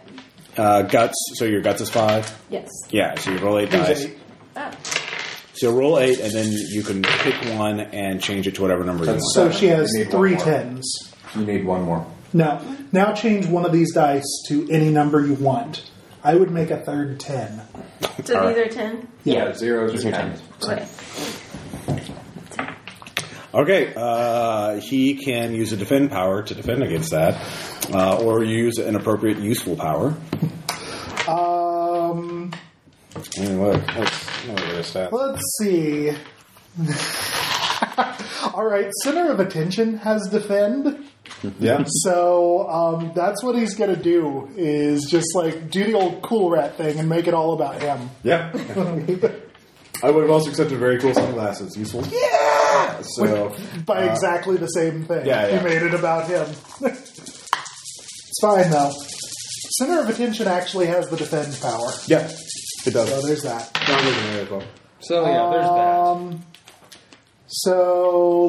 [SPEAKER 1] uh, guts. So your guts is five.
[SPEAKER 6] Yes.
[SPEAKER 1] Yeah. So you roll eight
[SPEAKER 2] Who's
[SPEAKER 1] dice.
[SPEAKER 2] eight?
[SPEAKER 6] Oh,
[SPEAKER 1] So roll eight, and then you can pick one and change it to whatever number you want.
[SPEAKER 2] So
[SPEAKER 5] That's-
[SPEAKER 2] she has
[SPEAKER 5] You need one
[SPEAKER 2] three
[SPEAKER 5] more.
[SPEAKER 2] tens.
[SPEAKER 5] You need one more.
[SPEAKER 2] Now, now change one of these dice to any number you want. I would make a third ten.
[SPEAKER 6] so
[SPEAKER 1] All right.
[SPEAKER 6] these are ten.
[SPEAKER 5] Yeah, zeros or
[SPEAKER 3] your
[SPEAKER 5] tens.
[SPEAKER 6] Okay. [LAUGHS]
[SPEAKER 1] Okay, uh, he can use a defend power to defend against that, uh, or use an appropriate useful power. oh,
[SPEAKER 2] Um,
[SPEAKER 1] I mean, look, let's look at this stat.
[SPEAKER 2] let's see. [LAUGHS] All right, center of attention has defend.
[SPEAKER 1] Yeah.
[SPEAKER 2] So um, that's what he's gonna do is just like do the old cool rat thing and make it all about him.
[SPEAKER 1] Yeah. I would have also accepted very cool sunglasses. Useful. Yeah. So
[SPEAKER 2] by exactly the same thing.
[SPEAKER 1] Uh, yeah, yeah.
[SPEAKER 2] He made it about him. [LAUGHS] it's fine though. Center of attention actually has the defend power.
[SPEAKER 1] yeah, it
[SPEAKER 2] So
[SPEAKER 1] does.
[SPEAKER 2] there's that.
[SPEAKER 7] So Oh, yeah, there's that.
[SPEAKER 2] Um, so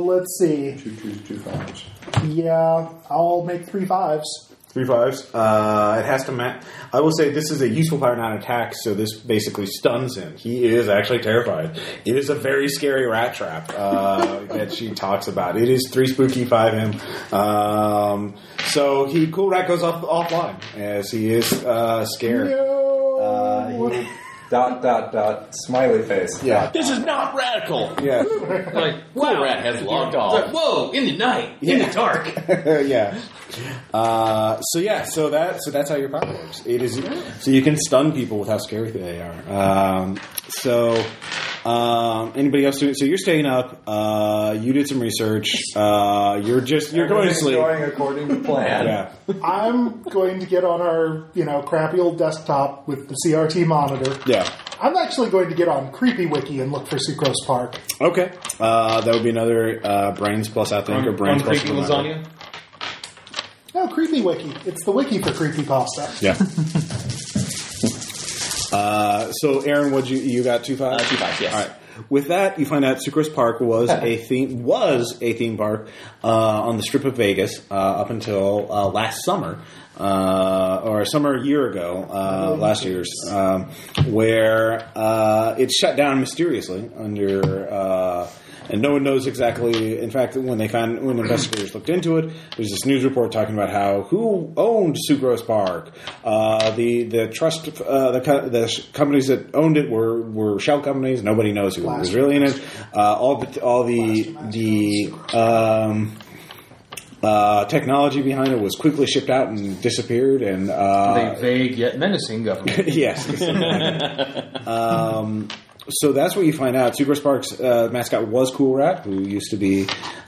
[SPEAKER 2] let's see.
[SPEAKER 5] Two twos, two fives.
[SPEAKER 2] Yeah, I'll make three fives.
[SPEAKER 5] [LAUGHS]
[SPEAKER 1] Three fives. Uh, it has to match. I will say this is a useful power, not an attack. So this basically stuns him. He is actually terrified. It is a very scary rat trap [LAUGHS] uh, that she talks about. It is three spooky five him. Um, so he cool rat goes off offline as he is uh, scared. Uh, he-
[SPEAKER 5] Dot, dot, dot, smiley face.
[SPEAKER 1] yeah.
[SPEAKER 3] This is not radical.
[SPEAKER 1] Yeah.
[SPEAKER 7] Like,
[SPEAKER 3] Cool
[SPEAKER 7] wow.
[SPEAKER 3] Rat has logged
[SPEAKER 7] Like,
[SPEAKER 3] off.
[SPEAKER 7] whoa, in the night, in the [LAUGHS] dark.
[SPEAKER 1] yeah. Uh, so yeah, so that so that's how your power works. It is so you can stun people with how scary they are. Um, so um, anybody else? Doing, so you're staying up. Uh, you did some research. Uh, you're just you're going to
[SPEAKER 5] Everything's
[SPEAKER 1] sleep.
[SPEAKER 5] going according to plan.
[SPEAKER 1] Yeah.
[SPEAKER 2] I'm going to get on our, you know, crappy old desktop with the CRT monitor.
[SPEAKER 1] Yeah.
[SPEAKER 2] I'm actually going to get on Creepy Wiki and look for Sucrose Park.
[SPEAKER 1] Okay. Uh, that would be another uh, brains plus I think or brains
[SPEAKER 7] One
[SPEAKER 1] plus
[SPEAKER 7] creepy
[SPEAKER 1] doesn't matter.
[SPEAKER 7] lasagna.
[SPEAKER 2] No, Creepy Wiki. It's the wiki for creepy pasta.
[SPEAKER 1] Yeah. [LAUGHS] uh, so, Aaron, what you you got two five?
[SPEAKER 3] Uh, two fives, yes.
[SPEAKER 1] All right. With that, you find out Sucrose Park
[SPEAKER 3] [LAUGHS]
[SPEAKER 1] was a theme was a theme park uh, on the Strip of Vegas uh, up until uh, last summer. Uh, or summer a year ago,
[SPEAKER 3] Oh,
[SPEAKER 1] uh, last year's, um, where uh, it shut down mysteriously under, uh, and no one knows exactly. In fact, when they found when investigators looked into it, there's this news report talking about how who owned Sucrose Park. Uh, the the trust uh, the co- the sh- companies that owned it were were shell companies. Nobody knows who was really in it. Uh, all the all the the um, uh, technology behind it was quickly shipped out and disappeared. And uh,
[SPEAKER 7] They vague yet menacing
[SPEAKER 1] [LAUGHS]
[SPEAKER 7] government. [LAUGHS]
[SPEAKER 1] yes. um, so that's what you find out. Super Sparks' uh, mascot was Cool Rat, who used to be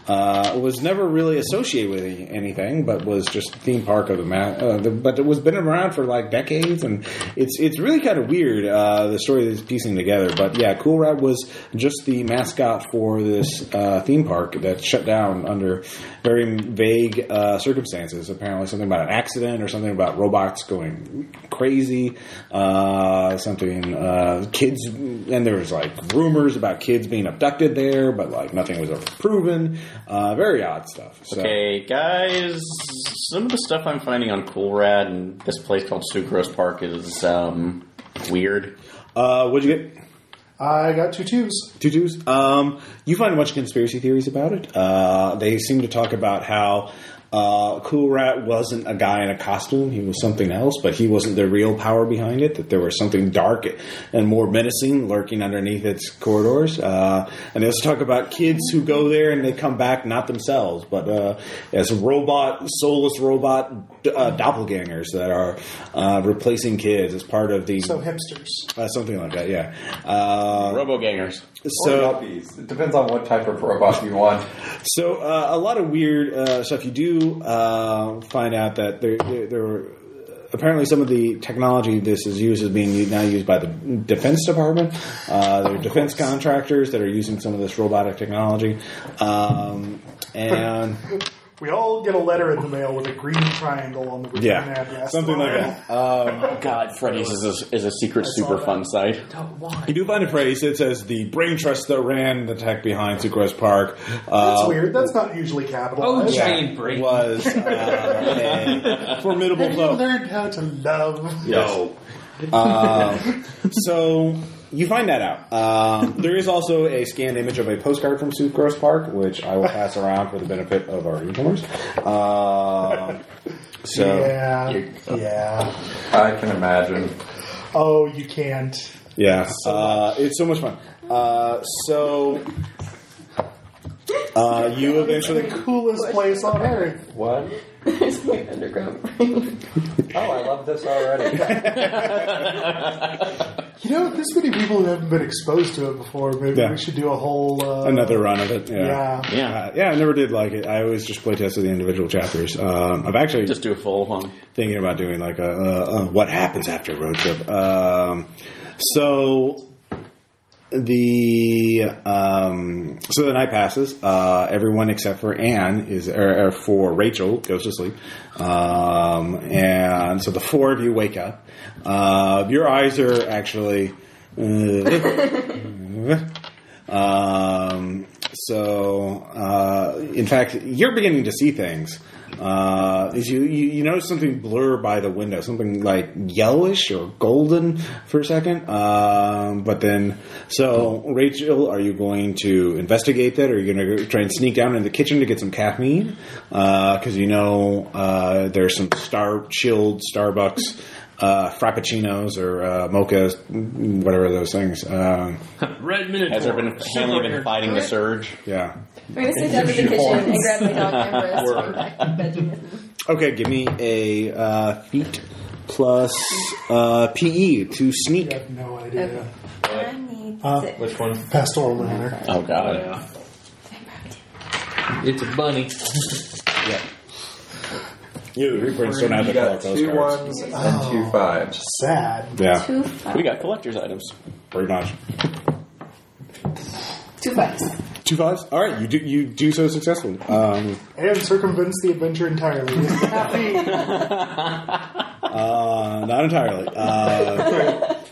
[SPEAKER 1] Uh, was never really associated with any- anything, but was just a theme park of the map. Uh, the, but it was been around for like decades, and it's it's really kind of weird uh, the story that's piecing together. But yeah, Cool Rat was just the mascot for this uh, theme park that shut down under very vague uh, circumstances. Apparently, something about an accident or something about robots going crazy. Uh, something uh, kids, and there was like rumors about kids being abducted there, but like nothing was ever proven. Uh, very odd stuff. So.
[SPEAKER 3] Okay, guys, some of the stuff I'm finding on Cool Rad and this place called Sucrose Park is um, weird.
[SPEAKER 1] Uh, what'd you get?
[SPEAKER 2] I got two twos.
[SPEAKER 1] tutus. Um, you find a bunch of conspiracy theories about it. Uh, they seem to talk about how uh, Cool Rat wasn't a guy in a costume; he was something else. But he wasn't the real power behind it. That there was something dark and more menacing lurking underneath its corridors. Uh, and they also talk about kids who go there and they come back not themselves, but uh, as robot, soulless robot d- uh, doppelgangers that are uh, replacing kids as part of the
[SPEAKER 2] So hipsters.
[SPEAKER 1] uh, something like that. Yeah. Uh,
[SPEAKER 3] Robo gangers.
[SPEAKER 1] so.
[SPEAKER 5] So it depends on what type of robot you want.
[SPEAKER 1] So uh, a lot of weird uh, stuff. You do uh, find out that there, there, there were apparently some of the technology this is used is being u- now used by the defense department. Uh, there are defense contractors that are using some of this robotic technology, um,
[SPEAKER 2] [LAUGHS]
[SPEAKER 1] and
[SPEAKER 2] We all get a letter in the mail with a green triangle on the return
[SPEAKER 1] yeah,
[SPEAKER 2] address.
[SPEAKER 1] something like that. Um,
[SPEAKER 3] God, Freddy's is a, is a secret
[SPEAKER 2] saw
[SPEAKER 3] super
[SPEAKER 2] that.
[SPEAKER 3] fun site.
[SPEAKER 1] you do find a phrase that says the brain trust that ran the tech behind Sucrose Park. Uh,
[SPEAKER 7] Um,
[SPEAKER 2] That's weird. That's not usually
[SPEAKER 7] Oh,
[SPEAKER 2] capitalized.
[SPEAKER 7] chain break.
[SPEAKER 1] Was
[SPEAKER 2] [LAUGHS]
[SPEAKER 1] uh, a formidable
[SPEAKER 2] Have you
[SPEAKER 1] foe.
[SPEAKER 2] learned how to love?
[SPEAKER 3] No.
[SPEAKER 1] Um, so you find that out. Um, there is also a scanned image of a postcard from Sucrose Park, which I will pass around for the benefit of our newcomers. Um, so
[SPEAKER 2] Yeah.
[SPEAKER 3] You-
[SPEAKER 2] Yeah.
[SPEAKER 5] I can imagine.
[SPEAKER 2] Oh, you can't.
[SPEAKER 1] yeah, uh, it's so much fun. Uh, so uh, you eventually.
[SPEAKER 2] Coolest place on earth.
[SPEAKER 5] What?
[SPEAKER 6] There's like underground.
[SPEAKER 1] [LAUGHS]
[SPEAKER 5] Oh, I love this already.
[SPEAKER 2] You know, this many people who haven't been exposed to it before. Maybe
[SPEAKER 1] Yeah.
[SPEAKER 2] we should do a whole uh,
[SPEAKER 1] Another run of it. Yeah.
[SPEAKER 2] Yeah.
[SPEAKER 3] Yeah.
[SPEAKER 1] Uh, yeah, I never did like it. I always just play tested the individual chapters. Um, I've actually
[SPEAKER 3] Just do a full one.
[SPEAKER 1] thinking about doing like a, a, a what happens after a road trip. Um, so the um, so the night passes. Uh, everyone except for Anne is or, or for Rachel goes to sleep, um, and so the four of you wake up. Uh, your eyes are actually. uh, [LAUGHS] Um, so, uh, in fact, you're beginning to see things. Uh, is you, you you notice something blur by the window, something like yellowish or golden for a second. Um, but then, so Rachel, are you going to investigate that, or are you going to try and sneak down in the kitchen to get some caffeine? Because you know uh, there's some star chilled Starbucks uh, frappuccinos or uh, mochas, whatever those things. Um,
[SPEAKER 7] Red minute.
[SPEAKER 3] Has there been family been fighting the surge?
[SPEAKER 1] yeah.
[SPEAKER 6] We're gonna sit down in the kitchen and grab my dog
[SPEAKER 1] [LAUGHS]
[SPEAKER 6] and for us to back to the bedroom with me.
[SPEAKER 1] Okay, give me a uh, feet plus uh, PE to sneak.
[SPEAKER 2] You have no idea.
[SPEAKER 6] Okay. I need
[SPEAKER 2] Huh?
[SPEAKER 6] six.
[SPEAKER 7] Which one?
[SPEAKER 2] Pastoral manner.
[SPEAKER 3] Oh God.
[SPEAKER 7] It's a bunny.
[SPEAKER 1] Yeah. You the reprints don't have
[SPEAKER 5] You
[SPEAKER 1] to call
[SPEAKER 5] got
[SPEAKER 1] those
[SPEAKER 5] two
[SPEAKER 1] cards.
[SPEAKER 5] ones and two fives.
[SPEAKER 2] Sad.
[SPEAKER 1] Yeah,
[SPEAKER 6] Two five.
[SPEAKER 3] We got collector's items.
[SPEAKER 1] pretty much.
[SPEAKER 6] Two bucks.
[SPEAKER 1] Two fives. All right, you do you do so successfully. Um,
[SPEAKER 2] And circumvents the adventure entirely.
[SPEAKER 1] [LAUGHS]
[SPEAKER 2] It's happy.
[SPEAKER 1] uh, not entirely. Uh,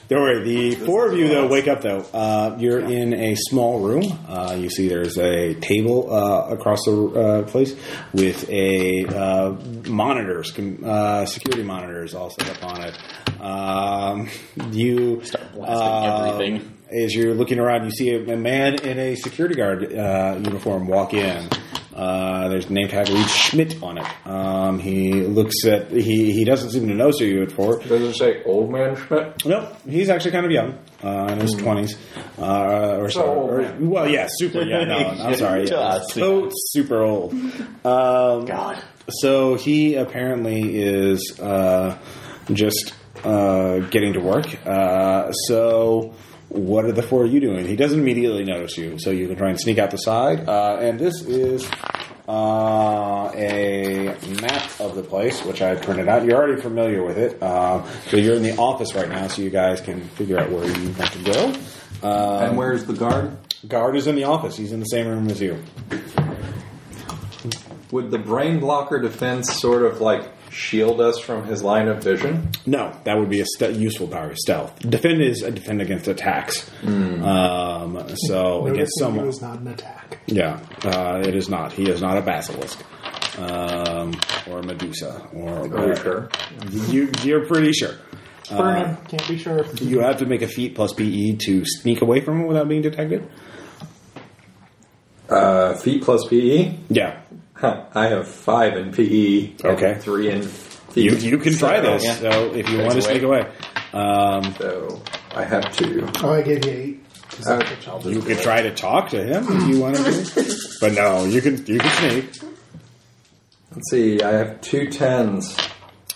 [SPEAKER 1] don't worry. The four of you though wake up though. Uh, you're in a small room. Uh, you see there's a table uh, across the uh, place with a uh, monitors, com- uh, security monitors all set up on it. Um, you
[SPEAKER 3] Start blasting
[SPEAKER 1] um,
[SPEAKER 3] everything.
[SPEAKER 1] as you're looking around, you see a, a man in a security guard uh, uniform walk in. Uh, there's a name tag Reed Schmidt on it. Um, he looks at he he doesn't seem to know so you at four.
[SPEAKER 5] Does it say old man Schmidt?
[SPEAKER 1] Nope, he's actually kind of young, uh, in his twenties uh, or so.
[SPEAKER 5] So old
[SPEAKER 1] or-
[SPEAKER 5] man.
[SPEAKER 1] well, yeah, super young. No,
[SPEAKER 5] [LAUGHS]
[SPEAKER 1] I'm sorry, yeah.
[SPEAKER 3] Just
[SPEAKER 1] so super old. Um,
[SPEAKER 3] God.
[SPEAKER 1] so he apparently is uh, just uh, getting to work. Uh, so What are the four of you doing? He doesn't immediately notice you, so you can try and sneak out the side. Uh, and this is uh, a map of the place, which I printed out. You're already familiar with it, uh, so you're in the office right now, so you guys can figure out where you want to go. Uh,
[SPEAKER 5] and where's the guard?
[SPEAKER 1] guard is in the office. He's in the same room as you.
[SPEAKER 5] Would the brain blocker defense sort of like shield us from his line of vision?
[SPEAKER 1] No, that would be a ste- useful power. Stealth. Defend is a defend against attacks.
[SPEAKER 5] Hmm.
[SPEAKER 1] Um, so against
[SPEAKER 2] Noticing
[SPEAKER 1] someone,
[SPEAKER 2] you is not an attack.
[SPEAKER 1] yeah, uh, it is not. He is not a basilisk um, or a Medusa or.
[SPEAKER 5] Are we sure?
[SPEAKER 1] You, you're pretty sure. Uh,
[SPEAKER 2] Burn him. Can't be sure.
[SPEAKER 1] You have to make a feat plus PE to sneak away from him without being detected.
[SPEAKER 5] Uh, feet plus PE?
[SPEAKER 1] Yeah,
[SPEAKER 5] Huh, I have five in PE. and
[SPEAKER 1] Okay.
[SPEAKER 5] Three in feet.
[SPEAKER 1] you you can try this.
[SPEAKER 5] Yeah.
[SPEAKER 1] So if you want to
[SPEAKER 3] away.
[SPEAKER 1] sneak away, um,
[SPEAKER 5] So I have two.
[SPEAKER 2] Oh, I gave you eight.
[SPEAKER 5] Uh,
[SPEAKER 1] you could try to talk to him if you want
[SPEAKER 5] [LAUGHS]
[SPEAKER 1] to. but no, you can you can sneak.
[SPEAKER 5] Let's see, I have two tens.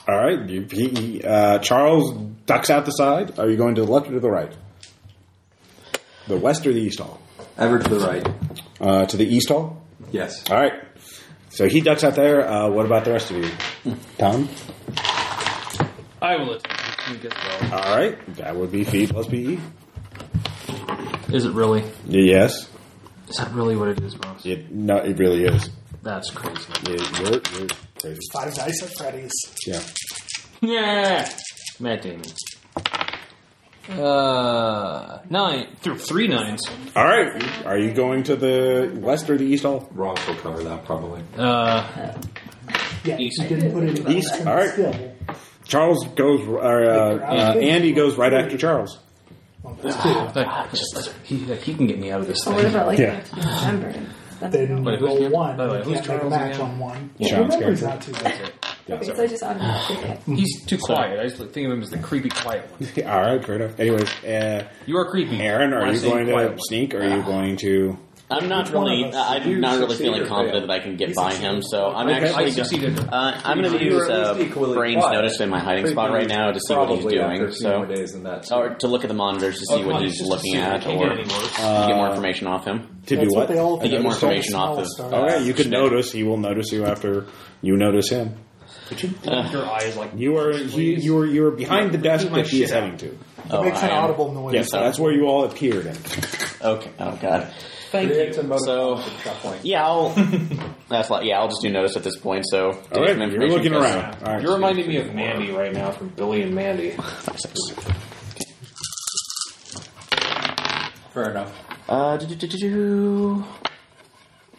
[SPEAKER 1] All right, you, he, he, uh, Charles ducks out the side. Are you going to the left or to the right? The west or the east hall?
[SPEAKER 5] Ever to the right.
[SPEAKER 1] Uh, to the east hall.
[SPEAKER 5] Yes.
[SPEAKER 1] All right. So he ducks out there. Uh, what about the rest of you, Tom?
[SPEAKER 7] I will attempt. You get well.
[SPEAKER 1] All right, that would be feet plus E. PE.
[SPEAKER 7] Is it really?
[SPEAKER 1] Yes,
[SPEAKER 7] Is that really what it is, Ross?
[SPEAKER 1] it no, it really is.
[SPEAKER 7] That's crazy.
[SPEAKER 1] It- you're- you're crazy.
[SPEAKER 2] Five dice at Freddy's.
[SPEAKER 1] Yeah.
[SPEAKER 7] Yeah. Matt Damon. Uh, nine. Through three nines.
[SPEAKER 1] All right. Are you going to the west or the east hall?
[SPEAKER 5] Ross will cover that probably.
[SPEAKER 7] Uh,
[SPEAKER 2] Yeah,
[SPEAKER 7] East.
[SPEAKER 2] you didn't put it in
[SPEAKER 1] East.
[SPEAKER 2] East.
[SPEAKER 1] All right. Charles goes. Uh, uh, Andy goes right after Charles. Ah,
[SPEAKER 7] but just, he, he can get me out of this
[SPEAKER 6] But Oh, what
[SPEAKER 7] thing.
[SPEAKER 6] about like
[SPEAKER 1] Yeah.
[SPEAKER 6] back to December? That's
[SPEAKER 2] Then
[SPEAKER 6] okay,
[SPEAKER 7] Wait, who's
[SPEAKER 2] roll
[SPEAKER 7] Jim?
[SPEAKER 2] one.
[SPEAKER 7] By the way,
[SPEAKER 2] You
[SPEAKER 7] who's
[SPEAKER 2] can't have a
[SPEAKER 7] Charles
[SPEAKER 2] match
[SPEAKER 7] again?
[SPEAKER 2] on one.
[SPEAKER 1] Yeah.
[SPEAKER 2] Your memory's not too bad.
[SPEAKER 1] Yeah,
[SPEAKER 6] so I just automatically hit.
[SPEAKER 7] He's too quiet. I just think of him as the creepy quiet one.
[SPEAKER 1] sorry. [LAUGHS] All right. Fair enough. Anyways, uh,
[SPEAKER 7] You are creepy.
[SPEAKER 1] Aaron,
[SPEAKER 7] When I
[SPEAKER 1] are you
[SPEAKER 7] say
[SPEAKER 1] going
[SPEAKER 7] quiet
[SPEAKER 1] to
[SPEAKER 7] one.
[SPEAKER 1] sneak? Or are you going to?
[SPEAKER 3] I'm not
[SPEAKER 5] one
[SPEAKER 3] really.
[SPEAKER 5] of us? You
[SPEAKER 3] I'm not really
[SPEAKER 5] succeed or
[SPEAKER 3] feeling confident
[SPEAKER 5] fail?
[SPEAKER 3] that I can get by him, so I'm
[SPEAKER 1] Okay.
[SPEAKER 7] I
[SPEAKER 3] actually.
[SPEAKER 7] succeeded.
[SPEAKER 3] Uh, I'm going
[SPEAKER 5] You
[SPEAKER 3] to use
[SPEAKER 5] were at
[SPEAKER 3] uh,
[SPEAKER 5] least equally
[SPEAKER 3] brains
[SPEAKER 5] quiet.
[SPEAKER 3] notice in my hiding spot right now to see what
[SPEAKER 5] probably
[SPEAKER 3] he's
[SPEAKER 5] after a
[SPEAKER 3] doing.
[SPEAKER 5] few
[SPEAKER 3] So,
[SPEAKER 5] more days than that.
[SPEAKER 3] or to look at the monitors to
[SPEAKER 7] Oh,
[SPEAKER 3] see
[SPEAKER 7] come
[SPEAKER 3] what
[SPEAKER 7] on,
[SPEAKER 3] he's
[SPEAKER 7] it's just
[SPEAKER 3] looking
[SPEAKER 7] a suit. It
[SPEAKER 3] at,
[SPEAKER 7] can't
[SPEAKER 3] or
[SPEAKER 7] get any worse.
[SPEAKER 3] to get more information off him.
[SPEAKER 1] To
[SPEAKER 2] That's
[SPEAKER 1] do
[SPEAKER 2] what
[SPEAKER 1] what?
[SPEAKER 2] they all
[SPEAKER 3] To get more
[SPEAKER 2] Those
[SPEAKER 3] information off of. oh,
[SPEAKER 2] dolls start.
[SPEAKER 1] all right. You can
[SPEAKER 3] Sure.
[SPEAKER 1] notice. He will notice you after you notice him. [LAUGHS]
[SPEAKER 7] Your eyes like
[SPEAKER 1] You are you, you are you are behind the desk
[SPEAKER 7] my
[SPEAKER 1] that he is
[SPEAKER 7] shit out.
[SPEAKER 1] heading to.
[SPEAKER 3] Oh,
[SPEAKER 2] Makes an
[SPEAKER 3] I am-
[SPEAKER 2] audible noise.
[SPEAKER 1] Yes, that's where you all appeared. In.
[SPEAKER 3] Okay. Oh God.
[SPEAKER 5] Thank you.
[SPEAKER 3] So- Yeah, I'll. that's like yeah. I'll just do notice at this point.
[SPEAKER 1] All
[SPEAKER 3] So get
[SPEAKER 1] right,
[SPEAKER 3] some
[SPEAKER 1] you're
[SPEAKER 3] information
[SPEAKER 1] looking
[SPEAKER 3] because-
[SPEAKER 1] around. All right.
[SPEAKER 7] You're reminding me of Mandy right now from Billy and
[SPEAKER 1] [LAUGHS]
[SPEAKER 7] Mandy.
[SPEAKER 5] Fair enough.
[SPEAKER 3] Uh, do, do, do, do, do.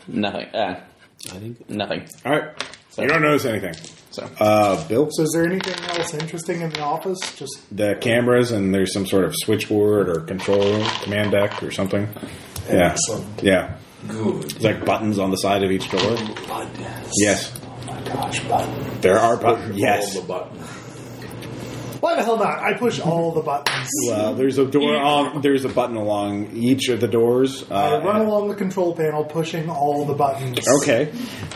[SPEAKER 3] Nothing. Uh, I think nothing.
[SPEAKER 1] All right. You don't notice anything.
[SPEAKER 3] So
[SPEAKER 1] Uh, Bill,
[SPEAKER 2] So is there anything else interesting in the office? Just
[SPEAKER 1] the cameras, and there's some sort of switchboard or control command deck or something. Yeah.
[SPEAKER 2] Excellent.
[SPEAKER 1] Yeah.
[SPEAKER 5] Good.
[SPEAKER 1] It's like buttons on the side of each door. Yes.
[SPEAKER 2] gosh, button.
[SPEAKER 1] There are Oh buttons. Yes.
[SPEAKER 5] Hold the button.
[SPEAKER 2] Why the hell not? I push all the buttons.
[SPEAKER 1] Well, there's a door on. There's a button along each of the doors. Uh,
[SPEAKER 2] I run
[SPEAKER 1] and-
[SPEAKER 2] along the control panel pushing all the buttons.
[SPEAKER 1] Okay.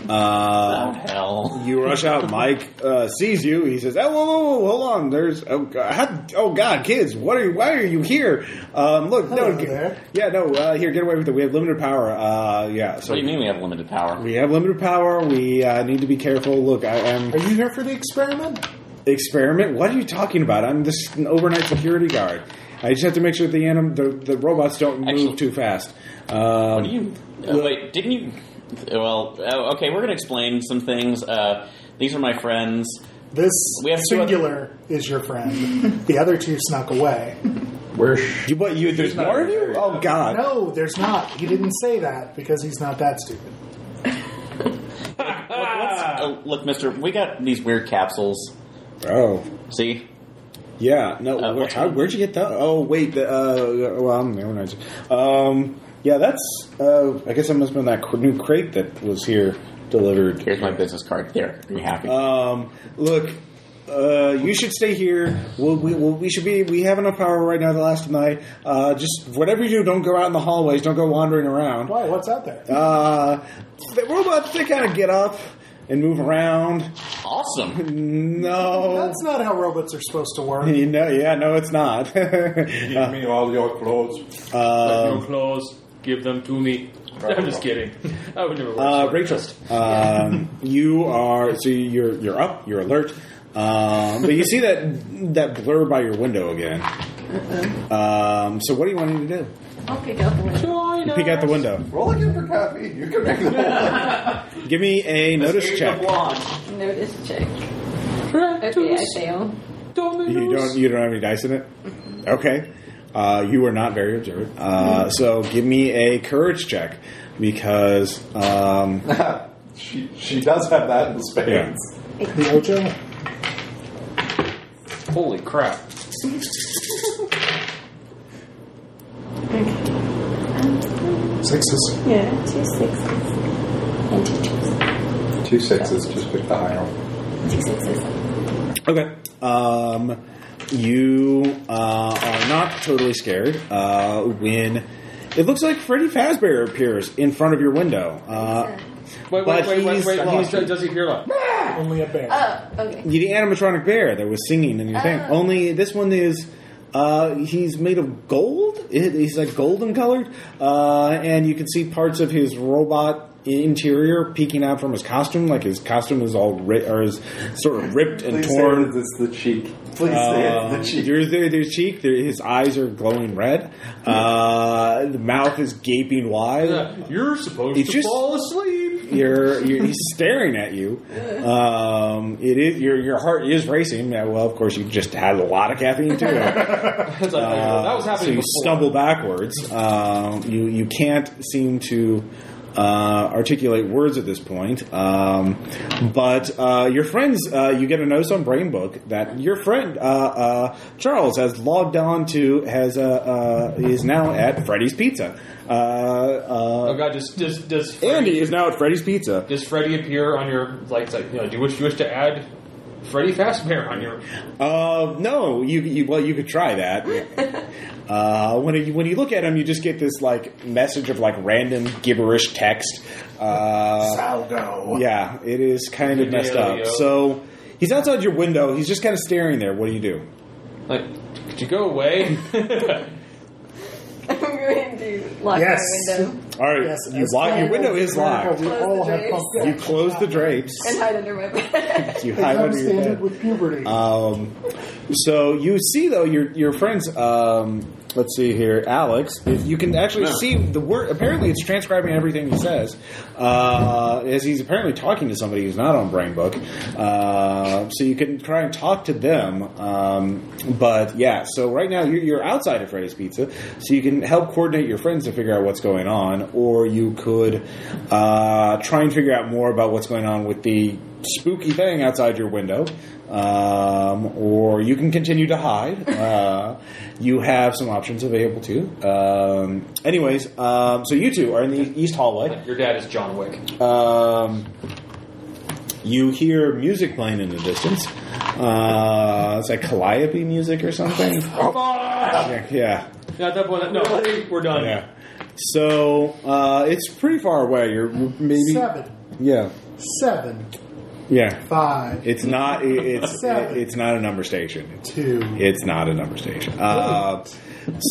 [SPEAKER 1] Uh,
[SPEAKER 3] hell.
[SPEAKER 1] you rush out. Mike uh, sees you. He says, "Oh, whoa, whoa, whoa, hold on. There's oh god, how- oh god, kids, what are you? Why are you here? Um, look,
[SPEAKER 2] Hello
[SPEAKER 1] no, g-
[SPEAKER 2] there.
[SPEAKER 1] yeah, no, uh, here, get away with it. We have limited power. Uh, yeah, so
[SPEAKER 3] What do you mean we have limited power?
[SPEAKER 1] we have limited power. We uh, need to be careful. Look, I am
[SPEAKER 2] Are you here for the experiment?
[SPEAKER 1] experiment. What are you talking about? I'm this overnight security guard. I just have to make sure the anim- the, the robots don't move
[SPEAKER 3] Actually-
[SPEAKER 1] too fast. Um,
[SPEAKER 3] What do you? Uh, wait, didn't you? Well, oh, okay. We're gonna explain some things. Uh, these are my friends.
[SPEAKER 2] This
[SPEAKER 3] We have two
[SPEAKER 2] singular is your friend. the other two snuck away.
[SPEAKER 5] Where sh-
[SPEAKER 1] You, what, you, there's
[SPEAKER 5] not
[SPEAKER 1] more of you?
[SPEAKER 5] very-
[SPEAKER 1] Oh, God.
[SPEAKER 2] No, there's not. He didn't say that because he's not that stupid.
[SPEAKER 3] Look, what's- oh, look, Mister, we got these weird capsules.
[SPEAKER 1] Oh,
[SPEAKER 3] See,
[SPEAKER 1] yeah. No,
[SPEAKER 3] Uh,
[SPEAKER 1] where,
[SPEAKER 3] which
[SPEAKER 1] how,
[SPEAKER 3] one?
[SPEAKER 1] where'd you get that? Oh, wait. The, uh, well, I'm never mind. Um, yeah, that's. Uh, I guess that must have been that cr- new crate that was here delivered.
[SPEAKER 3] here's my business card. There, are you happy?
[SPEAKER 1] Um, look, uh, you should stay here. We'll, we, we'll, we should be. We have enough power right now to last the night. Uh, just whatever you do, don't go out in the hallways. Don't go wandering around.
[SPEAKER 2] Why? What's out there?
[SPEAKER 1] Uh, the robots they kind of get up and move around. [LAUGHS]
[SPEAKER 3] awesome.
[SPEAKER 1] No.
[SPEAKER 2] That's not how robots are supposed to
[SPEAKER 1] [LAUGHS]
[SPEAKER 2] work.
[SPEAKER 1] You know, yeah, no, it's not. [LAUGHS]
[SPEAKER 5] Give me all your clothes.
[SPEAKER 1] Uh,
[SPEAKER 7] New clothes, give them to me. I'm just kidding. I would never.
[SPEAKER 1] Uh,
[SPEAKER 7] work.
[SPEAKER 1] Rachel, um, you are so you're you're up, you're alert, um, but you see that that blur by your window again. Um, so what do you want him to do?
[SPEAKER 6] I'll pick out the window.
[SPEAKER 1] You peek out the window.
[SPEAKER 5] Roll again for coffee. You can make the
[SPEAKER 1] Give me a notice check.
[SPEAKER 6] Notice check. Okay, I fail.
[SPEAKER 1] You don't you don't have any dice in it. Okay, uh, you are not very observant. Uh, so give me a courage check because [LAUGHS] um,
[SPEAKER 5] she, she does have that in
[SPEAKER 1] yeah.
[SPEAKER 5] spades.
[SPEAKER 2] The Ocho?
[SPEAKER 7] Holy crap!
[SPEAKER 6] Okay.
[SPEAKER 2] Sixes.
[SPEAKER 6] Yeah, two sixes and two twos.
[SPEAKER 5] Two sixes, just pick the higher one.
[SPEAKER 6] Two sixes.
[SPEAKER 1] Okay. Um, you uh, are not totally scared uh, when it looks like Freddy Fazbear appears in front of your window. Uh,
[SPEAKER 7] Wait, wait,
[SPEAKER 1] But
[SPEAKER 7] wait, wait,
[SPEAKER 1] he's-
[SPEAKER 7] wait!
[SPEAKER 1] he's-
[SPEAKER 7] He's, does he hear like?
[SPEAKER 2] Only a bear.
[SPEAKER 6] Oh, okay. [LAUGHS]
[SPEAKER 1] the animatronic bear that was singing in your thing.
[SPEAKER 6] Oh.
[SPEAKER 1] Only this one is. Uh, he's made of gold. It- He's like golden colored, uh, and you can see parts of his robot interior peeking out from his costume. Like his costume is all ri- or is sort of ripped and
[SPEAKER 5] Please
[SPEAKER 1] torn. Uh,
[SPEAKER 5] say that it's the cheek. Please say it's the cheek.
[SPEAKER 1] There's their, their cheek. Their, his eyes are glowing red. Uh, the mouth is gaping wide. [LAUGHS]
[SPEAKER 7] You're supposed
[SPEAKER 1] It's
[SPEAKER 7] to
[SPEAKER 1] just-
[SPEAKER 7] fall asleep.
[SPEAKER 1] You're, you're he's staring at you. Um, it is your your heart is racing. Yeah, well, of course, you just had a lot of caffeine
[SPEAKER 7] [LAUGHS]
[SPEAKER 1] too.
[SPEAKER 7] It's like,
[SPEAKER 1] Uh,
[SPEAKER 7] that was
[SPEAKER 1] so you
[SPEAKER 7] happening before.
[SPEAKER 1] stumble backwards. Um, you you can't seem to uh, articulate words at this point. Um, but uh, your friends, uh, you get a notice on Brain Book that your friend uh, uh, Charles has logged on to has uh, uh, is now at Freddy's Pizza. Uh,
[SPEAKER 7] Oh
[SPEAKER 1] uh,
[SPEAKER 7] god! Does does does Freddy,
[SPEAKER 1] Andy is now at Freddy's Pizza.
[SPEAKER 7] does Freddy appear on your like? it's like, you know, do you wish, you wish to add Freddy Fazbear on your?
[SPEAKER 1] Uh, no, you, you well, you could try that.
[SPEAKER 2] [LAUGHS]
[SPEAKER 1] uh, when you when you look at him, you just get this like message of like random gibberish text. Uh,
[SPEAKER 5] Saldo.
[SPEAKER 1] yeah, it is kind of messed up. So he's outside your window. He's just kind of staring there. What do you do?
[SPEAKER 7] Like, could you go away? [LAUGHS]
[SPEAKER 6] I'm going to lock
[SPEAKER 2] Yes.
[SPEAKER 6] my window
[SPEAKER 1] All right,
[SPEAKER 2] Yes.
[SPEAKER 1] you lock, your window is locked.
[SPEAKER 2] We
[SPEAKER 6] Close
[SPEAKER 2] all
[SPEAKER 6] the
[SPEAKER 2] have
[SPEAKER 6] drapes.
[SPEAKER 2] pumpkins.
[SPEAKER 1] You close the drapes.
[SPEAKER 6] and hide under my bed.
[SPEAKER 1] You
[SPEAKER 2] They
[SPEAKER 1] hide
[SPEAKER 2] come
[SPEAKER 1] under your
[SPEAKER 2] standard
[SPEAKER 1] bed.
[SPEAKER 2] with puberty.
[SPEAKER 1] Um, so you see though your your friends. Um, let's see here, Alex. If you can actually see the word. Apparently, it's transcribing everything he says, uh, as he's apparently talking to somebody who's not on Brain Book. Uh, so you can try and talk to them. Um, but yeah, so right now you're, you're outside of Freddy's Pizza, so you can help coordinate your friends to figure out what's going on, or you could uh, try and figure out more about what's going on with the spooky thing outside your window, um, or you can continue to hide.
[SPEAKER 2] [LAUGHS]
[SPEAKER 1] Uh, you have some options available too. Um, anyways, um, so you two are in the east hallway.
[SPEAKER 7] your dad is John Wick.
[SPEAKER 1] Um, you hear music playing in the distance. Uh, it's like calliope music or something. Yeah, yeah.
[SPEAKER 7] Not that one. No, we're done.
[SPEAKER 1] yeah. So uh, it's pretty far away. You're you're maybe
[SPEAKER 2] Seven.
[SPEAKER 1] yeah,
[SPEAKER 2] Seven.
[SPEAKER 1] yeah.
[SPEAKER 2] Five.
[SPEAKER 1] It's not. it- It's
[SPEAKER 2] Seven.
[SPEAKER 1] it's not a number station. It's
[SPEAKER 2] Two.
[SPEAKER 1] It's not a number station. Uh,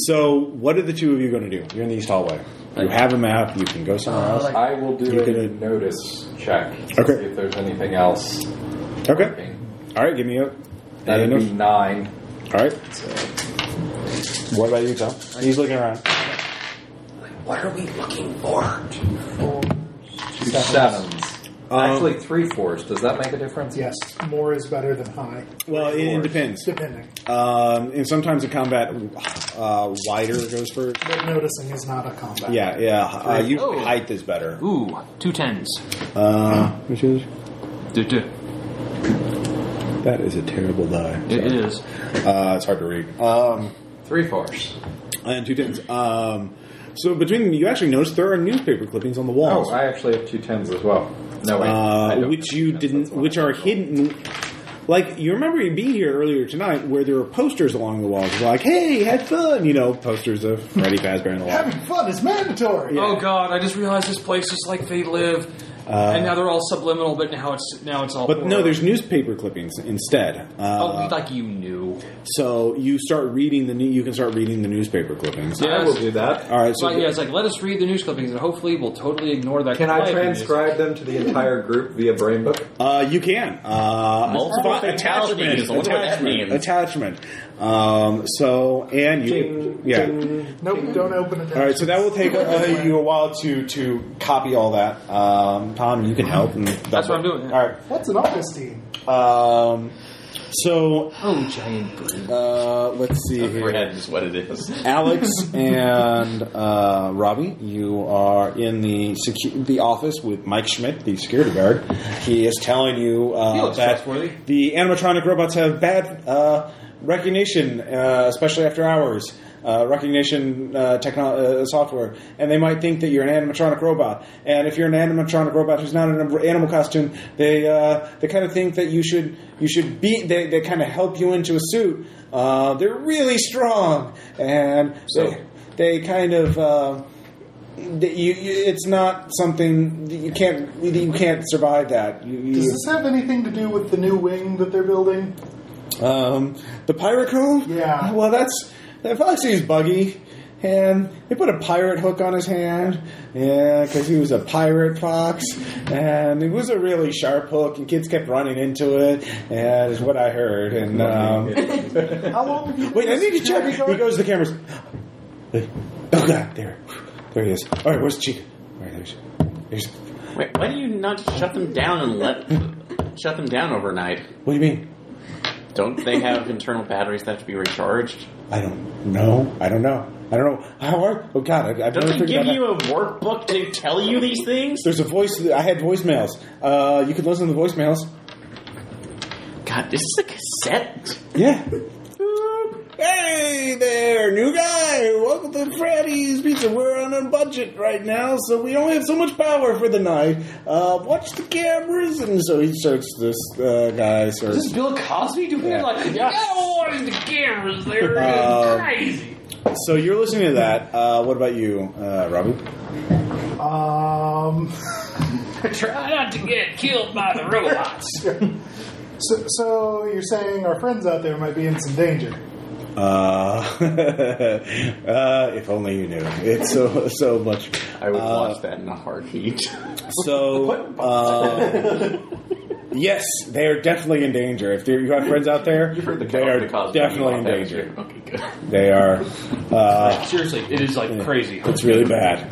[SPEAKER 1] so, what are the two of you going to do? You're in the east hallway. You have a map. You can go somewhere else.
[SPEAKER 8] Uh,
[SPEAKER 5] I will do
[SPEAKER 1] You
[SPEAKER 5] a
[SPEAKER 1] can-
[SPEAKER 5] notice check.
[SPEAKER 1] Okay.
[SPEAKER 5] See if there's anything else.
[SPEAKER 1] Okay. All right. Give me a.
[SPEAKER 5] That'd
[SPEAKER 1] a-
[SPEAKER 5] be nine.
[SPEAKER 1] All right. What about you, Tom? He's looking around.
[SPEAKER 5] What are we looking for? Two sevens.
[SPEAKER 7] Um,
[SPEAKER 5] Actually, three fours. Does that make a difference?
[SPEAKER 2] Yes. More is better than high.
[SPEAKER 1] Well, it, it depends.
[SPEAKER 2] Depending.
[SPEAKER 1] Um, and sometimes in combat, uh, wider goes first.
[SPEAKER 2] But noticing is not a combat.
[SPEAKER 1] Yeah, yeah. Uh, usually height is better.
[SPEAKER 8] Oh. Ooh, two tens.
[SPEAKER 1] Uh, which is
[SPEAKER 8] Duh, duh.
[SPEAKER 1] that is a terrible die.
[SPEAKER 8] It
[SPEAKER 1] Sorry.
[SPEAKER 8] is.
[SPEAKER 1] Uh, it's hard to read. Um,
[SPEAKER 5] Three fours.
[SPEAKER 1] and two tens. Um, so between them, you actually noticed there are newspaper clippings on the walls.
[SPEAKER 5] Oh, I actually have two tens as well. No, wait. I
[SPEAKER 1] uh,
[SPEAKER 5] don't.
[SPEAKER 1] which you
[SPEAKER 5] That's-
[SPEAKER 1] didn't,
[SPEAKER 5] that's why
[SPEAKER 1] which
[SPEAKER 5] I
[SPEAKER 1] are
[SPEAKER 5] don't.
[SPEAKER 1] hidden. Like you remember you being here earlier tonight, where there were posters along the walls, like "Hey, had fun," you know, posters of Freddy Fazbear on the wall.
[SPEAKER 2] Having fun is mandatory.
[SPEAKER 1] Yeah.
[SPEAKER 7] Oh god, I just realized this place is like they live.
[SPEAKER 1] Uh,
[SPEAKER 7] and now they're all subliminal, but now it's now it's all.
[SPEAKER 1] but no,
[SPEAKER 7] horror.
[SPEAKER 1] there's newspaper clippings instead.
[SPEAKER 7] Oh,
[SPEAKER 1] Uh,
[SPEAKER 7] like you knew.
[SPEAKER 1] so you start reading the new, you can start reading the newspaper clippings.
[SPEAKER 7] Yeah.
[SPEAKER 5] I will do that.
[SPEAKER 1] All right. So
[SPEAKER 7] So yeah, it's like let us read the news clippings, and hopefully we'll totally ignore that.
[SPEAKER 5] Can I
[SPEAKER 7] quiet news.
[SPEAKER 5] transcribe them to the entire group via brain book?
[SPEAKER 1] Uh, you can. Uh,
[SPEAKER 3] Multiple
[SPEAKER 1] fi-
[SPEAKER 3] fatalities. I wonder what that
[SPEAKER 1] attachment,
[SPEAKER 3] means.
[SPEAKER 1] attachment. Um, so, and you,
[SPEAKER 5] Ding,
[SPEAKER 1] yeah.
[SPEAKER 5] ding.
[SPEAKER 2] Nope, don't open it.
[SPEAKER 1] All right, so that will take uh, you a while to to copy all that. Um, Tom, you can help. And
[SPEAKER 7] That's what I'm doing, yeah.
[SPEAKER 1] All right.
[SPEAKER 2] What's an Augustine?
[SPEAKER 1] Um, so,
[SPEAKER 7] Oh, giant brain.
[SPEAKER 1] uh, let's see here.
[SPEAKER 3] Bread is what it is.
[SPEAKER 7] [LAUGHS]
[SPEAKER 1] Alex and uh, Robbie, you are in the secu- the office with Mike Schmidt, the security guard. He is telling you
[SPEAKER 7] He
[SPEAKER 1] uh,
[SPEAKER 7] looks
[SPEAKER 1] that
[SPEAKER 7] trustworthy.
[SPEAKER 1] the animatronic robots have bad uh, recognition, uh, especially after hours. Uh, recognition uh, techno- uh, software, and they might think that you're an animatronic robot. And if you're an animatronic robot who's not in an animal costume, they uh, they kind of think that you should you should be. They, they kind of help you into a suit. Uh, they're really strong, and
[SPEAKER 5] So-
[SPEAKER 1] they, they kind of. Uh, that you, you, it's not something that you can't you can't survive that. You, you,
[SPEAKER 2] Does this have anything to do with the new wing that they're building?
[SPEAKER 1] um, the pirate crew?
[SPEAKER 2] Yeah.
[SPEAKER 1] Well, that's that probably seems buggy, and they put a pirate hook on his hand, yeah, because he was a pirate fox, and it was a really sharp hook, and kids kept running into it, and is what I heard. And um,
[SPEAKER 2] How long have you been
[SPEAKER 1] Wait, I
[SPEAKER 2] a
[SPEAKER 1] need to check.
[SPEAKER 2] security guard?
[SPEAKER 1] He goes to the cameras. [GASPS] Oh god, there, there he is. All right, where's the chica? All right, there's, there's.
[SPEAKER 3] Wait, why do you not shut them down and let [LAUGHS] shut them down overnight?
[SPEAKER 1] What do you mean?
[SPEAKER 3] Don't they have [LAUGHS] internal batteries that have to be recharged?
[SPEAKER 1] I don't know. I don't know. I don't know. How are? Oh God, I, I've never
[SPEAKER 3] Don't they
[SPEAKER 1] figured
[SPEAKER 3] give
[SPEAKER 1] out
[SPEAKER 3] you a workbook to tell you these things?
[SPEAKER 1] There's a voice. I had voicemails. Uh, you could listen to the voicemails.
[SPEAKER 3] God, this is a cassette.
[SPEAKER 1] Yeah. Uh, Hey there, new guy. Welcome to Freddy's Pizza. We're on a budget right now, so we only have so much power for the night. Uh, watch the cameras, and so he starts this uh, guy. Starts.
[SPEAKER 7] Is Bill Cosby doing
[SPEAKER 1] Yeah.
[SPEAKER 7] it? Like, yeah, what is the cameras there?
[SPEAKER 1] Uh,
[SPEAKER 7] It's
[SPEAKER 4] [LAUGHS]
[SPEAKER 7] crazy.
[SPEAKER 1] So you're listening to that. Uh, what about you, uh, Robbie?
[SPEAKER 2] Um,
[SPEAKER 7] Try not to get killed by
[SPEAKER 1] [LAUGHS]
[SPEAKER 7] the robots.
[SPEAKER 2] so, so you're saying our friends out there might be in some danger.
[SPEAKER 1] Uh, [LAUGHS] uh, if only you knew. It's so so much.
[SPEAKER 3] I would
[SPEAKER 1] Uh,
[SPEAKER 3] watch that in a heartbeat. [LAUGHS]
[SPEAKER 1] So, uh, yes, they are definitely in danger. If you have friends out there,
[SPEAKER 3] heard the
[SPEAKER 1] they are
[SPEAKER 3] Cosby
[SPEAKER 1] definitely in
[SPEAKER 3] Law. That was
[SPEAKER 1] danger.
[SPEAKER 3] good. [LAUGHS] Okay, good.
[SPEAKER 1] They are. Uh,
[SPEAKER 7] Seriously, it is like crazy.
[SPEAKER 1] It's really bad.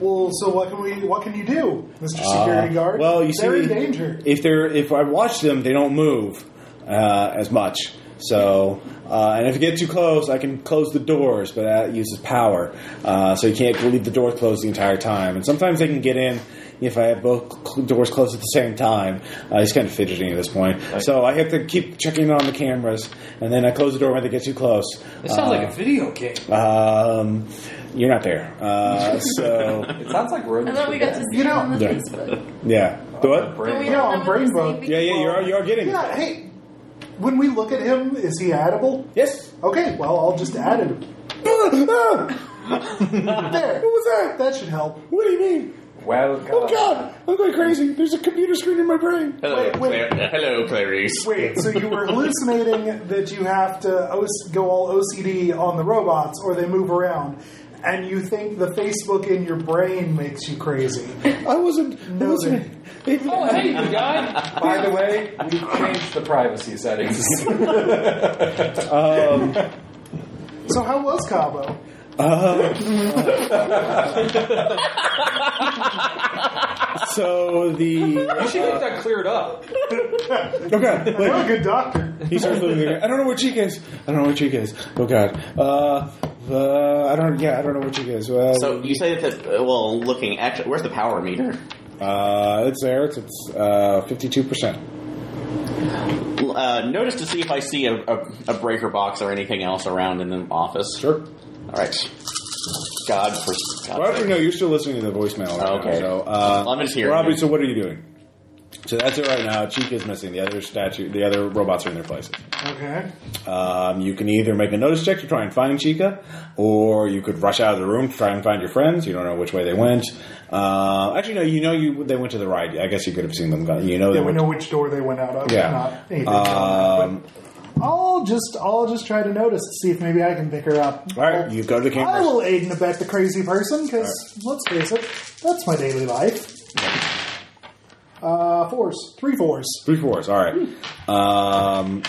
[SPEAKER 2] Well, so what can we? What can you do, Mr.
[SPEAKER 1] Uh,
[SPEAKER 2] Security Guard?
[SPEAKER 1] Well, you
[SPEAKER 2] they're
[SPEAKER 1] see,
[SPEAKER 2] in danger.
[SPEAKER 1] If they're if I watch them, they don't move uh, as much. So, uh, and if you get too close, I can close the doors, but that uses power. Uh, so you can't leave the door closed the entire time. And sometimes they can get in if I have both cl- doors closed at the same time. Uh, he's kind of fidgeting at this point. So I have to keep checking on the cameras, and then I close the door when they get too close.
[SPEAKER 7] It
[SPEAKER 1] uh,
[SPEAKER 7] sounds like a video game.
[SPEAKER 1] Um, you're not there. Uh, so,
[SPEAKER 5] It sounds like we're
[SPEAKER 6] And then we got to see
[SPEAKER 2] You
[SPEAKER 6] you
[SPEAKER 2] know-
[SPEAKER 6] on the
[SPEAKER 1] Yeah.
[SPEAKER 6] Facebook.
[SPEAKER 1] yeah. The what?
[SPEAKER 6] But we
[SPEAKER 5] brain
[SPEAKER 2] Yeah,
[SPEAKER 6] don't
[SPEAKER 2] on
[SPEAKER 6] know
[SPEAKER 2] Brain
[SPEAKER 6] his
[SPEAKER 2] Bug.
[SPEAKER 6] name
[SPEAKER 1] Yeah, yeah, you are,
[SPEAKER 6] because-
[SPEAKER 1] you are getting.
[SPEAKER 2] Yeah. Hey, when we look at him, is he addable?
[SPEAKER 1] Yes.
[SPEAKER 2] Okay. Well, I'll just
[SPEAKER 1] [LAUGHS]
[SPEAKER 2] add him.
[SPEAKER 1] Ah!
[SPEAKER 2] There.
[SPEAKER 1] What was that?
[SPEAKER 2] That should help.
[SPEAKER 1] What do you mean?
[SPEAKER 5] Well,
[SPEAKER 1] Oh God! I'm going crazy. There's a computer screen in my brain.
[SPEAKER 3] Hello,
[SPEAKER 2] Wait, wait.
[SPEAKER 3] Claire- hello, Clarice.
[SPEAKER 2] Wait. So you were hallucinating that you have to o- go all OCD on the robots, or they move around, and you think the Facebook in your brain makes you crazy.
[SPEAKER 1] I wasn't. I
[SPEAKER 2] No,
[SPEAKER 1] wasn't. It-
[SPEAKER 7] Oh, hey, you guys.
[SPEAKER 5] By the way,
[SPEAKER 7] [LAUGHS]
[SPEAKER 5] we changed the privacy settings.
[SPEAKER 1] um,
[SPEAKER 2] [LAUGHS] So how was Cabo?
[SPEAKER 1] [LAUGHS] so the
[SPEAKER 7] You should get that cleared up.
[SPEAKER 1] oh god,
[SPEAKER 2] You're a
[SPEAKER 1] like,
[SPEAKER 2] good doctor.
[SPEAKER 1] he starts moving. again. I don't know where Chica is. I don't know where Chica is. Oh god. Uh, uh, I don't. Yeah, I don't know where Chica is. Well,
[SPEAKER 3] So you say that, the, well, looking, actually, where's the power meter?
[SPEAKER 1] uh, it's there. It's it's fifty-two percent.
[SPEAKER 3] L- Uh, notice to see if I see a, a, a breaker box or anything else around in the office.
[SPEAKER 1] Sure.
[SPEAKER 3] All right. God for God.
[SPEAKER 1] Well, actually, no, you're still listening to the voicemail. Right
[SPEAKER 3] Oh, Okay.
[SPEAKER 1] Now, so, uh,
[SPEAKER 3] I'm just hearing
[SPEAKER 1] Robbie,
[SPEAKER 3] you.
[SPEAKER 1] so what are you doing? So that's it right now. Chica is missing. The other statue, the other robots are in their places.
[SPEAKER 2] Okay.
[SPEAKER 1] Um, you can either make a notice check to try and find Chica, or you could rush out of the room to try and find your friends. You don't know which way they went. Uh, actually, no, you know you they went to the right. I guess you could have seen them. go- You know they
[SPEAKER 2] Yeah, we
[SPEAKER 1] went.
[SPEAKER 2] know which door they went out of.
[SPEAKER 1] Yeah.
[SPEAKER 2] Not anything
[SPEAKER 1] Um,
[SPEAKER 2] I'll just I'll just try to notice to see if maybe I can pick her up. Oh,
[SPEAKER 1] all right, you go to the
[SPEAKER 2] I
[SPEAKER 1] camera.
[SPEAKER 2] will aid and abet the crazy person because let's face it, that's my daily life. Uh, fours, three fours.
[SPEAKER 1] Three fours. All right. Um,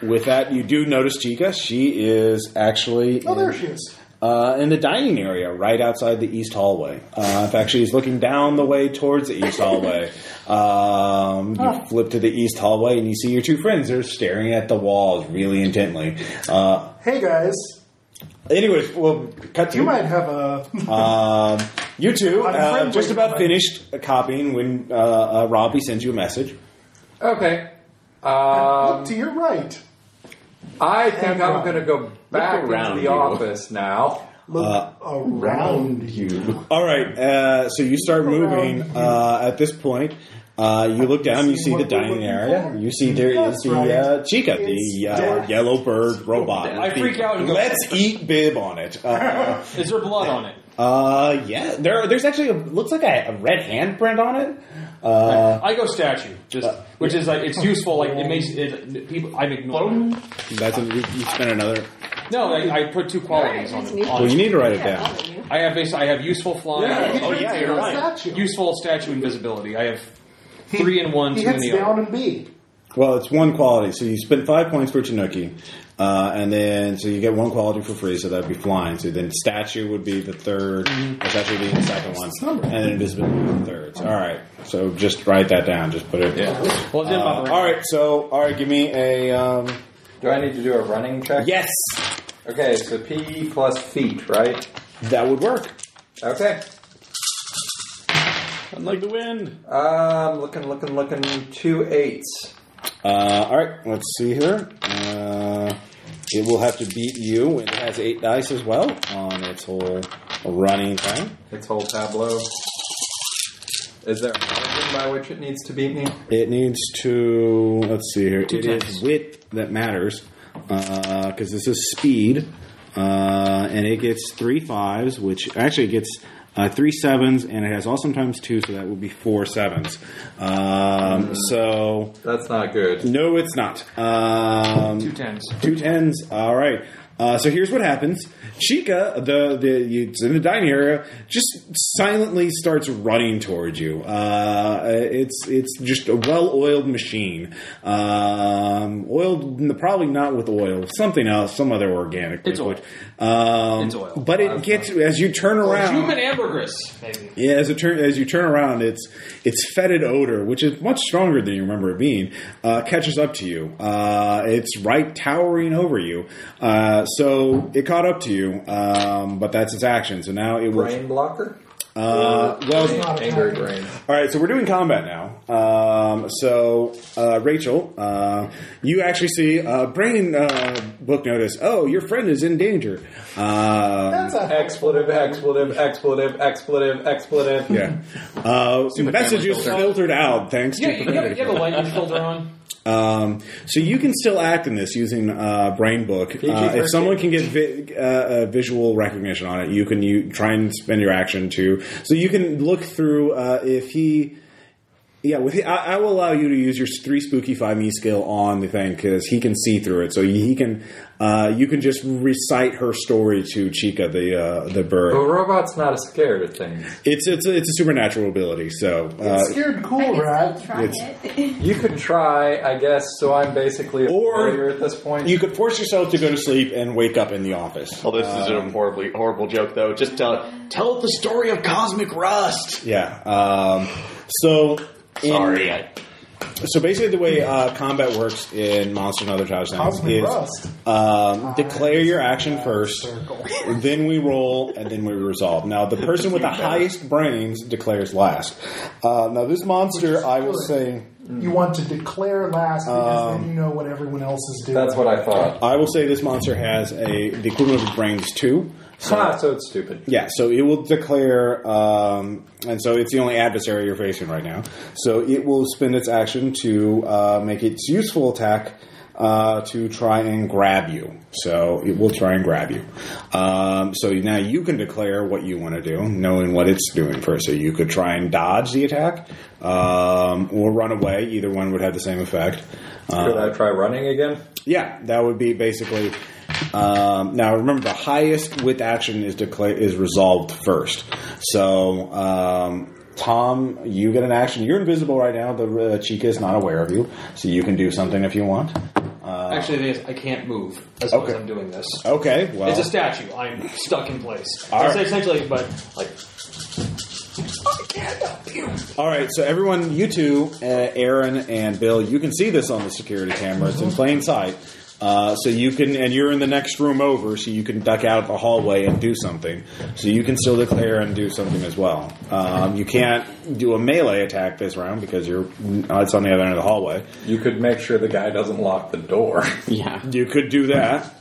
[SPEAKER 1] with that, you do notice Chica. She is actually.
[SPEAKER 2] Oh,
[SPEAKER 1] in-
[SPEAKER 2] there she is.
[SPEAKER 1] uh, in the dining area right outside the east hallway. Uh, in fact, she's looking down the way towards the east hallway. Um, you
[SPEAKER 2] Oh.
[SPEAKER 1] flip to the east hallway and you see your two friends. They're staring at the walls really intently. Uh,
[SPEAKER 2] Hey guys,
[SPEAKER 1] anyways, we'll cut to
[SPEAKER 2] you might have a. [LAUGHS]
[SPEAKER 1] Um, you two
[SPEAKER 2] I'm
[SPEAKER 1] uh,
[SPEAKER 2] friendly.
[SPEAKER 1] just about finished copying when uh, uh, Robbie sends you a message.
[SPEAKER 5] Okay.
[SPEAKER 2] Look
[SPEAKER 5] Um,
[SPEAKER 2] to your right.
[SPEAKER 5] I think I'm
[SPEAKER 2] Amron.
[SPEAKER 5] going to go back
[SPEAKER 3] around
[SPEAKER 5] into the
[SPEAKER 3] you.
[SPEAKER 5] office now.
[SPEAKER 2] Look
[SPEAKER 4] uh,
[SPEAKER 2] around you.
[SPEAKER 1] All right, uh, so you start moving. Uh, at this point, uh, you look down, you see the
[SPEAKER 2] What we're
[SPEAKER 1] dining
[SPEAKER 2] looking
[SPEAKER 1] area.
[SPEAKER 2] for.
[SPEAKER 1] You see there is
[SPEAKER 2] That's
[SPEAKER 1] the
[SPEAKER 2] right.
[SPEAKER 1] uh, Chica,
[SPEAKER 2] It's
[SPEAKER 1] the uh,
[SPEAKER 2] dead.
[SPEAKER 1] yellow bird robot.
[SPEAKER 4] I freak out and go-
[SPEAKER 1] Let's eat bib on it. Uh,
[SPEAKER 4] Is there blood on it?
[SPEAKER 1] uh, yeah, there. There's actually a, looks like a, a red handprint on it. Uh,
[SPEAKER 4] I go statue, just which is like it's useful. Like it makes it people. I'm ignoring. it.
[SPEAKER 1] that's a, you, you spent another.
[SPEAKER 4] No, I, I put two qualities
[SPEAKER 6] Alright,
[SPEAKER 4] on
[SPEAKER 6] nice
[SPEAKER 4] it.
[SPEAKER 6] to
[SPEAKER 1] Well,
[SPEAKER 4] On
[SPEAKER 1] you
[SPEAKER 4] it.
[SPEAKER 1] need to write it
[SPEAKER 6] Yeah,
[SPEAKER 1] down.
[SPEAKER 6] all of you.
[SPEAKER 4] I have basically I have useful flying.
[SPEAKER 2] He
[SPEAKER 4] Oh,
[SPEAKER 2] turns
[SPEAKER 1] yeah,
[SPEAKER 2] to
[SPEAKER 1] you're
[SPEAKER 2] a
[SPEAKER 1] right.
[SPEAKER 2] Statue.
[SPEAKER 4] Useful statue invisibility. I have three in one,
[SPEAKER 2] He
[SPEAKER 4] two in
[SPEAKER 2] hits
[SPEAKER 4] the
[SPEAKER 2] down
[SPEAKER 4] other.
[SPEAKER 2] and B.
[SPEAKER 1] Well, it's one quality. So you spend five points for Tanuki, uh, and then so you get one quality for free. So that'd be flying. So then statue would be the 3rd or statue would be the second one, and then invisibility would be the third. All right. So just write that down. Just put it. Yeah.
[SPEAKER 4] Well, it didn't bother me.
[SPEAKER 1] Uh, all right. So all right. Give me a um,
[SPEAKER 5] Do I need to do a running check?
[SPEAKER 1] yes.
[SPEAKER 5] Okay, so PE plus feet, right?
[SPEAKER 1] That would work.
[SPEAKER 5] Okay.
[SPEAKER 1] Unlike the wind.
[SPEAKER 5] Um, looking, looking, looking. Two eights.
[SPEAKER 1] Uh, all right. Let's see here. Uh, it will have to beat you. It has eight dice as well on its whole running thing.
[SPEAKER 5] Its whole tableau. Is there a margin by which it needs to beat me?
[SPEAKER 1] It needs to. Let's see here. It is
[SPEAKER 8] tens.
[SPEAKER 1] wit that matters because this is speed, uh, and it gets three fives, which actually it gets uh, three sevens, and it has awesome times two, so that would be four sevens. Um, so
[SPEAKER 5] That's not good.
[SPEAKER 1] no, it's not. Um,
[SPEAKER 8] Two tens.
[SPEAKER 1] Two tens. All right. Uh, so here's what happens. Chica, the the you- it's in the dining area, just silently starts running towards you. Uh, it's it's just a well-oiled machine, um, oiled n- probably not with oil, something else, some other organic.
[SPEAKER 8] It's
[SPEAKER 1] liquid. Um,
[SPEAKER 8] It's oil.
[SPEAKER 1] But it gets as you turn around.
[SPEAKER 4] Human ambergris, maybe.
[SPEAKER 1] Yeah, as it turn as you turn around, it's its fetid odor, which is much stronger than you remember it being, uh, catches up to you. Uh, it's right towering over you, uh, so it caught up to you. Um, but that's its action. So now it will.
[SPEAKER 5] Brain blocker?
[SPEAKER 1] Uh, well,
[SPEAKER 2] Not a
[SPEAKER 5] Angry
[SPEAKER 2] time.
[SPEAKER 5] brain.
[SPEAKER 1] all right, so we're doing combat now. Um, so, uh, Rachel, uh, you actually see uh, brain uh, book notice. Oh, your friend is in danger. Um,
[SPEAKER 2] That's a
[SPEAKER 5] Expletive, expletive, expletive, expletive, expletive.
[SPEAKER 1] yeah, uh, messages
[SPEAKER 4] filter.
[SPEAKER 1] filtered out thanks
[SPEAKER 4] Yeah,
[SPEAKER 1] to
[SPEAKER 4] you, you, have, you have a lightning filter on.
[SPEAKER 1] Um, so you can still act in this using uh, Brain Book. Uh, if someone can get vi- uh, uh, visual recognition on it, you can you try and spend your action to. So you can look through uh, if he. Yeah, with I, I will allow you to use your three spooky five me skill on the thing because he can see through it. So he can, uh, you can just recite her story to Chica the uh, the bird.
[SPEAKER 5] But a robot's not as scared of things.
[SPEAKER 1] It's it's a, it's a supernatural ability. So uh,
[SPEAKER 2] scared
[SPEAKER 6] I
[SPEAKER 2] cool
[SPEAKER 6] guess
[SPEAKER 2] rat.
[SPEAKER 6] I'll try it.
[SPEAKER 5] You can try, I guess, so I'm basically a
[SPEAKER 1] Or-
[SPEAKER 5] failure at this point.
[SPEAKER 1] you could force yourself to go to sleep and wake up in the office.
[SPEAKER 3] Well, this is
[SPEAKER 1] Um,
[SPEAKER 3] a horribly horrible joke, though. Just tell tell the story of cosmic rust.
[SPEAKER 1] Yeah. Um, so in-
[SPEAKER 3] Sorry, I,
[SPEAKER 1] so basically, the way uh, combat works in Monster and Other Childish Things
[SPEAKER 2] Cosmic
[SPEAKER 1] is
[SPEAKER 2] Rust.
[SPEAKER 1] Um, declare your action first,
[SPEAKER 2] circle.
[SPEAKER 1] then we roll, and then we resolve. Now, the
[SPEAKER 2] [LAUGHS]
[SPEAKER 1] person with the highest brains declares last. Uh, now, this monster, I will say,
[SPEAKER 2] You want to declare last because
[SPEAKER 4] Um,
[SPEAKER 2] then you know what everyone else is doing.
[SPEAKER 5] That's what I thought.
[SPEAKER 1] I will say this monster has a the equivalent of brains two.
[SPEAKER 5] Ha, Ah, so it's stupid.
[SPEAKER 1] Yeah, so it will declare, um, and so it's the only adversary you're facing right now. So it will spend its action to uh, make its useful attack uh, to try and grab you. So it will try and grab you. Um, so now you can declare what you want to do, knowing what it's doing first. So you could try and dodge the attack um, or run away. Either one would have the same effect. Uh,
[SPEAKER 5] Could I try running again?
[SPEAKER 1] yeah, that would be basically. Um, now remember, the highest with action is decla- is resolved first. So um, Tom, you get an action. You're invisible right now. The uh, Chica is not aware of you, so you can do something if you want.
[SPEAKER 7] Actually, it is. I can't move as long as
[SPEAKER 1] Okay.
[SPEAKER 7] I'm doing this.
[SPEAKER 1] Okay, well,
[SPEAKER 7] It's a statue. I'm stuck in place.
[SPEAKER 1] All
[SPEAKER 7] That's
[SPEAKER 1] right.
[SPEAKER 7] essentially, but like
[SPEAKER 1] all right. So everyone, you two, uh, Aaron and Bill, you can see this on the security camera. It's in plain sight. Uh, so you can, and you're in the next room over, so you can duck out the hallway and do something. So you can still declare and do something as well. Um, you can't do a melee attack this round because you're uh, it's on the other end of the hallway.
[SPEAKER 5] You could make sure the guy doesn't lock the door.
[SPEAKER 1] [LAUGHS]
[SPEAKER 3] Yeah.
[SPEAKER 1] You could do that.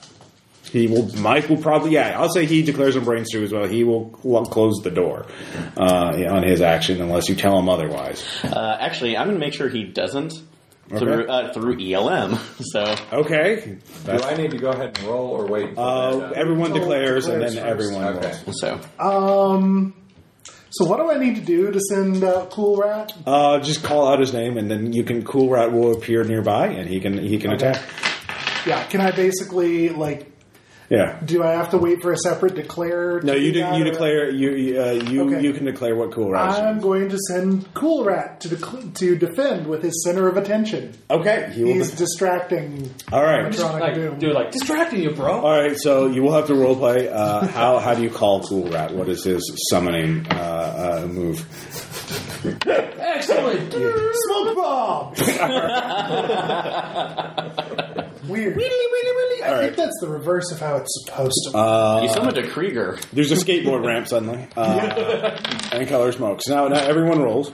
[SPEAKER 1] He will. Mike will probably. Yeah, I'll say he declares on brains too as well. He will cl- close the door uh, on his action unless you tell him otherwise.
[SPEAKER 3] Uh, actually, I'm going to make sure he doesn't
[SPEAKER 1] Okay.
[SPEAKER 3] through uh, through ELM. [LAUGHS] So
[SPEAKER 1] Okay.
[SPEAKER 5] Do I need to go ahead and roll or wait? until
[SPEAKER 1] Uh,
[SPEAKER 5] they're done?
[SPEAKER 1] everyone
[SPEAKER 2] Well,
[SPEAKER 1] declares, and
[SPEAKER 2] declares
[SPEAKER 1] then
[SPEAKER 2] first.
[SPEAKER 1] everyone.
[SPEAKER 5] Okay.
[SPEAKER 1] rolls.
[SPEAKER 3] so
[SPEAKER 2] Um, so what do I need to do to send uh, Cool Rat?
[SPEAKER 1] Uh, just call out his name, and then you can. Cool Rat will appear nearby, and he can he can attack.
[SPEAKER 2] Yeah, can I basically like?
[SPEAKER 1] Yeah.
[SPEAKER 2] Do I have to wait for a separate declare? to
[SPEAKER 1] No, you
[SPEAKER 2] do
[SPEAKER 1] de-
[SPEAKER 2] that,
[SPEAKER 1] you
[SPEAKER 2] or-
[SPEAKER 1] declare you uh, you
[SPEAKER 2] Okay.
[SPEAKER 1] you can declare what Cool Rat. is.
[SPEAKER 2] I'm going to send Cool Rat to dec- to defend with his center of attention.
[SPEAKER 1] okay. He will
[SPEAKER 2] He's distracting.
[SPEAKER 1] All right.
[SPEAKER 2] Electronic Doom.
[SPEAKER 7] like dude, like distracting you, bro.
[SPEAKER 1] All right, so you will have to roleplay. Uh, how how do you call Cool Rat? What is his summoning uh, uh, move?
[SPEAKER 7] [LAUGHS] Excellent.
[SPEAKER 2] Smoke bomb. Weird. I
[SPEAKER 1] All
[SPEAKER 2] think
[SPEAKER 1] right. Uh,
[SPEAKER 2] that's the reverse of how it's supposed to.
[SPEAKER 3] you summoned a Krieger.
[SPEAKER 1] There's a skateboard ramp suddenly, uh, and color smokes. Now, now everyone rolls.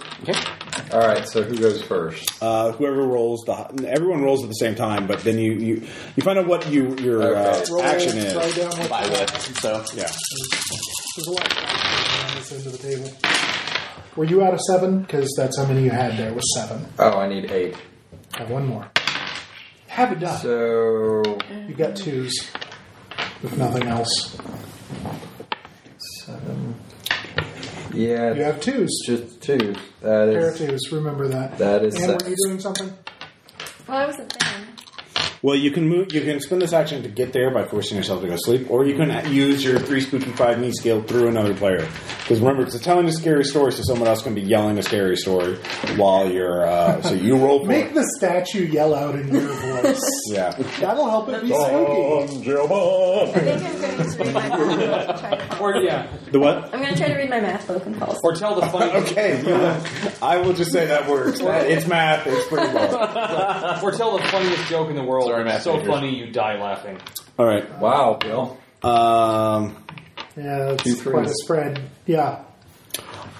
[SPEAKER 5] All right. So who goes first?
[SPEAKER 1] Uh, whoever rolls the hi- everyone rolls at the same time, but then you you, you find out what you your
[SPEAKER 5] Okay.
[SPEAKER 1] uh,
[SPEAKER 2] Roll,
[SPEAKER 1] action is.
[SPEAKER 2] try down what-
[SPEAKER 3] By what? So
[SPEAKER 1] Yeah.
[SPEAKER 2] There's a lot of on this end of the table. Were you out of seven? Because that's how many you had there was seven.
[SPEAKER 5] Oh, I need eight.
[SPEAKER 2] Have one more. Have it done.
[SPEAKER 5] So
[SPEAKER 2] You've got twos. If nothing else,
[SPEAKER 5] seven. Yeah.
[SPEAKER 2] you have twos.
[SPEAKER 5] Just two. That
[SPEAKER 2] Pair
[SPEAKER 5] is.
[SPEAKER 2] of twos. Remember that.
[SPEAKER 5] That is
[SPEAKER 2] And
[SPEAKER 5] sex.
[SPEAKER 2] were you doing something?
[SPEAKER 6] Well, I wasn't there.
[SPEAKER 1] Well, you can move. You can spend this action to get there by forcing yourself to go sleep, or you can use your three spooky five me skill through another player. Because remember, it's telling a scary story, so someone else can be yelling a scary story while you're. Uh, so you roll for
[SPEAKER 2] Make
[SPEAKER 1] it.
[SPEAKER 2] the statue yell out in your
[SPEAKER 5] [LAUGHS]
[SPEAKER 2] voice.
[SPEAKER 1] Yeah.
[SPEAKER 2] That'll help it be
[SPEAKER 5] Oh.
[SPEAKER 2] spooky.
[SPEAKER 6] I think I'm going to read my
[SPEAKER 1] [LAUGHS]
[SPEAKER 6] math book. Try to help.
[SPEAKER 7] Or yeah,
[SPEAKER 1] The what?
[SPEAKER 6] I'm going to try to read my math book and call.
[SPEAKER 7] or tell the funny.
[SPEAKER 1] [LAUGHS] Okay. you- I will just say that works. That- It's math. It's pretty well.
[SPEAKER 7] Or tell the funniest joke in the world.
[SPEAKER 3] Sorry, Matt
[SPEAKER 7] so
[SPEAKER 3] Fingers.
[SPEAKER 7] funny you die laughing.
[SPEAKER 1] All right.
[SPEAKER 5] Wow, Bill.
[SPEAKER 1] Um,
[SPEAKER 2] Yeah, that's
[SPEAKER 5] Two threes.
[SPEAKER 2] quite a spread. Yeah.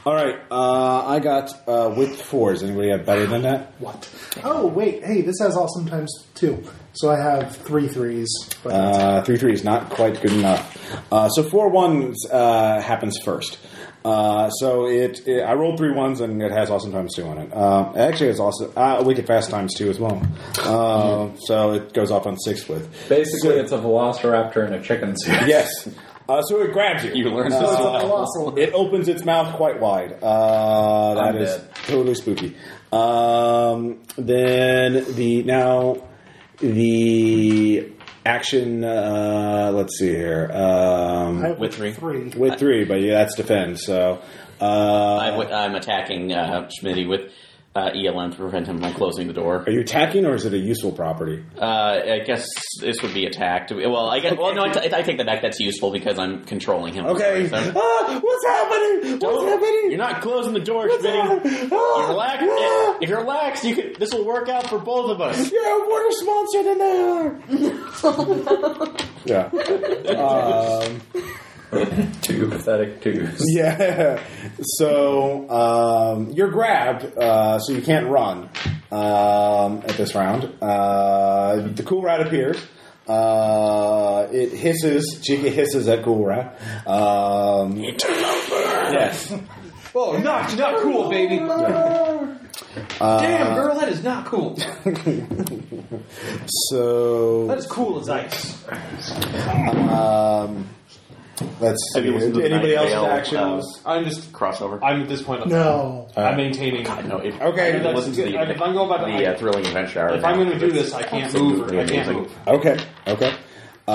[SPEAKER 1] all right. Uh, I got uh, with fours. Anybody have better than that?
[SPEAKER 2] What? Oh, wait. Hey, this has awesome times two. So I have three threes. But
[SPEAKER 1] Uh, three three is not quite good enough. Uh, so four ones uh, happens first. Uh, so it, it- I rolled three ones and it has awesome times two on it. Uh, actually, it's also uh, wicked fast times two as well. Uh, so it goes off on sixth with.
[SPEAKER 5] Basically, it's a velociraptor in a chicken suit.
[SPEAKER 1] Yes. Uh, so it grabs you.
[SPEAKER 3] You learn
[SPEAKER 2] so
[SPEAKER 1] Uh,
[SPEAKER 2] it's a colossal.
[SPEAKER 1] it opens its mouth quite wide. Uh, that
[SPEAKER 5] I'm
[SPEAKER 1] is
[SPEAKER 5] dead.
[SPEAKER 1] totally spooky. Um, then the now the action. Uh, let's see here.
[SPEAKER 2] I
[SPEAKER 1] Um,
[SPEAKER 2] have
[SPEAKER 3] with three.
[SPEAKER 2] Three.
[SPEAKER 1] with three, but yeah, that's defend. So
[SPEAKER 3] I'm,
[SPEAKER 1] uh,
[SPEAKER 3] wi- I'm attacking uh, Schmitty with uh, ELM to prevent him from closing the door.
[SPEAKER 1] are you attacking or is it a useful property?
[SPEAKER 3] Uh, I guess this would be attacked. Well, I guess. Well, no, I, t- I take that back. That's useful because I'm controlling him.
[SPEAKER 1] Okay.
[SPEAKER 3] So-
[SPEAKER 1] Ah, what's happening? What's happening?
[SPEAKER 3] [LAUGHS] You're not closing the door, Schmitty.
[SPEAKER 1] happening?
[SPEAKER 3] You
[SPEAKER 1] Ah,
[SPEAKER 3] relax.
[SPEAKER 1] ah,
[SPEAKER 3] If you relax, you could. This will work out for both of us.
[SPEAKER 1] You're a worse monster than they are. yeah. Um,
[SPEAKER 5] [LAUGHS] Two pathetic twos.
[SPEAKER 1] [LAUGHS] yeah. So um, you're grabbed, uh, so you can't run. um, at this round. Uh, the cool rat appears. Uh, it hisses. Jiggy hisses at cool rat. Um, Yes.
[SPEAKER 7] Oh, not not cool, baby. Damn, girl, that is not cool.
[SPEAKER 1] So
[SPEAKER 7] That is cool as ice.
[SPEAKER 1] um, let's see.
[SPEAKER 3] Have you listened to the
[SPEAKER 1] Anybody
[SPEAKER 3] Night
[SPEAKER 1] else's
[SPEAKER 3] Vale,
[SPEAKER 1] actions?
[SPEAKER 7] I'm just.
[SPEAKER 3] Crossover.
[SPEAKER 7] I'm at this point.
[SPEAKER 2] No.
[SPEAKER 1] Uh,
[SPEAKER 7] I'm maintaining.
[SPEAKER 3] I know. [LAUGHS] If,
[SPEAKER 1] Okay,
[SPEAKER 3] I didn't
[SPEAKER 1] that's
[SPEAKER 3] listen to the,
[SPEAKER 7] good. If I'm going by the-
[SPEAKER 3] the uh, thrilling adventure hour,
[SPEAKER 7] If I'm
[SPEAKER 3] now,
[SPEAKER 7] going to do
[SPEAKER 3] that's
[SPEAKER 7] this, I can't move.
[SPEAKER 3] absolutely
[SPEAKER 7] I can't
[SPEAKER 3] amazing.
[SPEAKER 7] move.
[SPEAKER 1] Okay. Okay. Uh,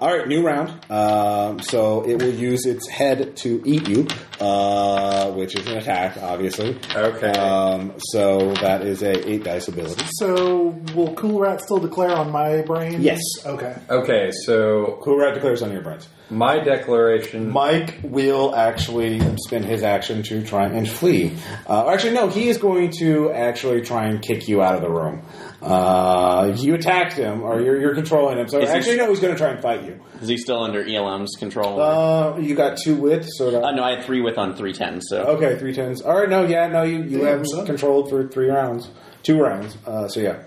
[SPEAKER 1] all right, new round. Um, so it will use its head to eat you, uh, which is an attack, obviously.
[SPEAKER 5] Okay.
[SPEAKER 1] Um, so that is a eight dice ability.
[SPEAKER 2] So will Cool Rat still declare on my brain?
[SPEAKER 1] Yes.
[SPEAKER 2] Okay.
[SPEAKER 5] Okay, so
[SPEAKER 1] Cool rat declares on your brains.
[SPEAKER 5] my declaration.
[SPEAKER 1] Mike will actually spend his action to try and flee. Uh, or actually, no, he is going to actually try and kick you out of the room. Uh, you attacked him, or you're, you're controlling him. So
[SPEAKER 3] Is he-
[SPEAKER 1] actually, no, he's going to try and fight you.
[SPEAKER 3] Is he still under ELM's control?
[SPEAKER 1] Uh, you got two wits, so that,
[SPEAKER 3] uh, no, I had three with on three ten. So
[SPEAKER 1] okay, three tens. All right, no, yeah, no, you you
[SPEAKER 2] Yeah,
[SPEAKER 1] have
[SPEAKER 2] so-
[SPEAKER 1] controlled for three rounds, two rounds. Uh, so yeah,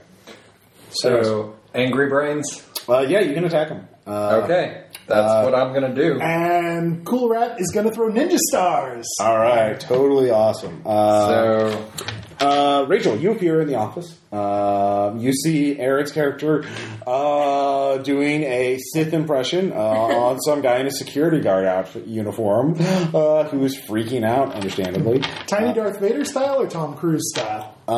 [SPEAKER 5] so angry brains.
[SPEAKER 1] uh, yeah, you can attack him. Uh,
[SPEAKER 5] Okay, that's what I'm gonna do.
[SPEAKER 2] And Cool Rat is going to throw Ninja Stars.
[SPEAKER 5] Uh,
[SPEAKER 1] All right, totally awesome. Uh,
[SPEAKER 5] So
[SPEAKER 1] Uh, Rachel, you appear in the office. Uh, you see Eric's character uh, doing a Sith impression uh,
[SPEAKER 3] [LAUGHS]
[SPEAKER 1] on some guy in a security guard outfit uniform uh, who is freaking out, understandably.
[SPEAKER 2] Tiny Darth Vader style or Tom Cruise style?
[SPEAKER 3] Ah.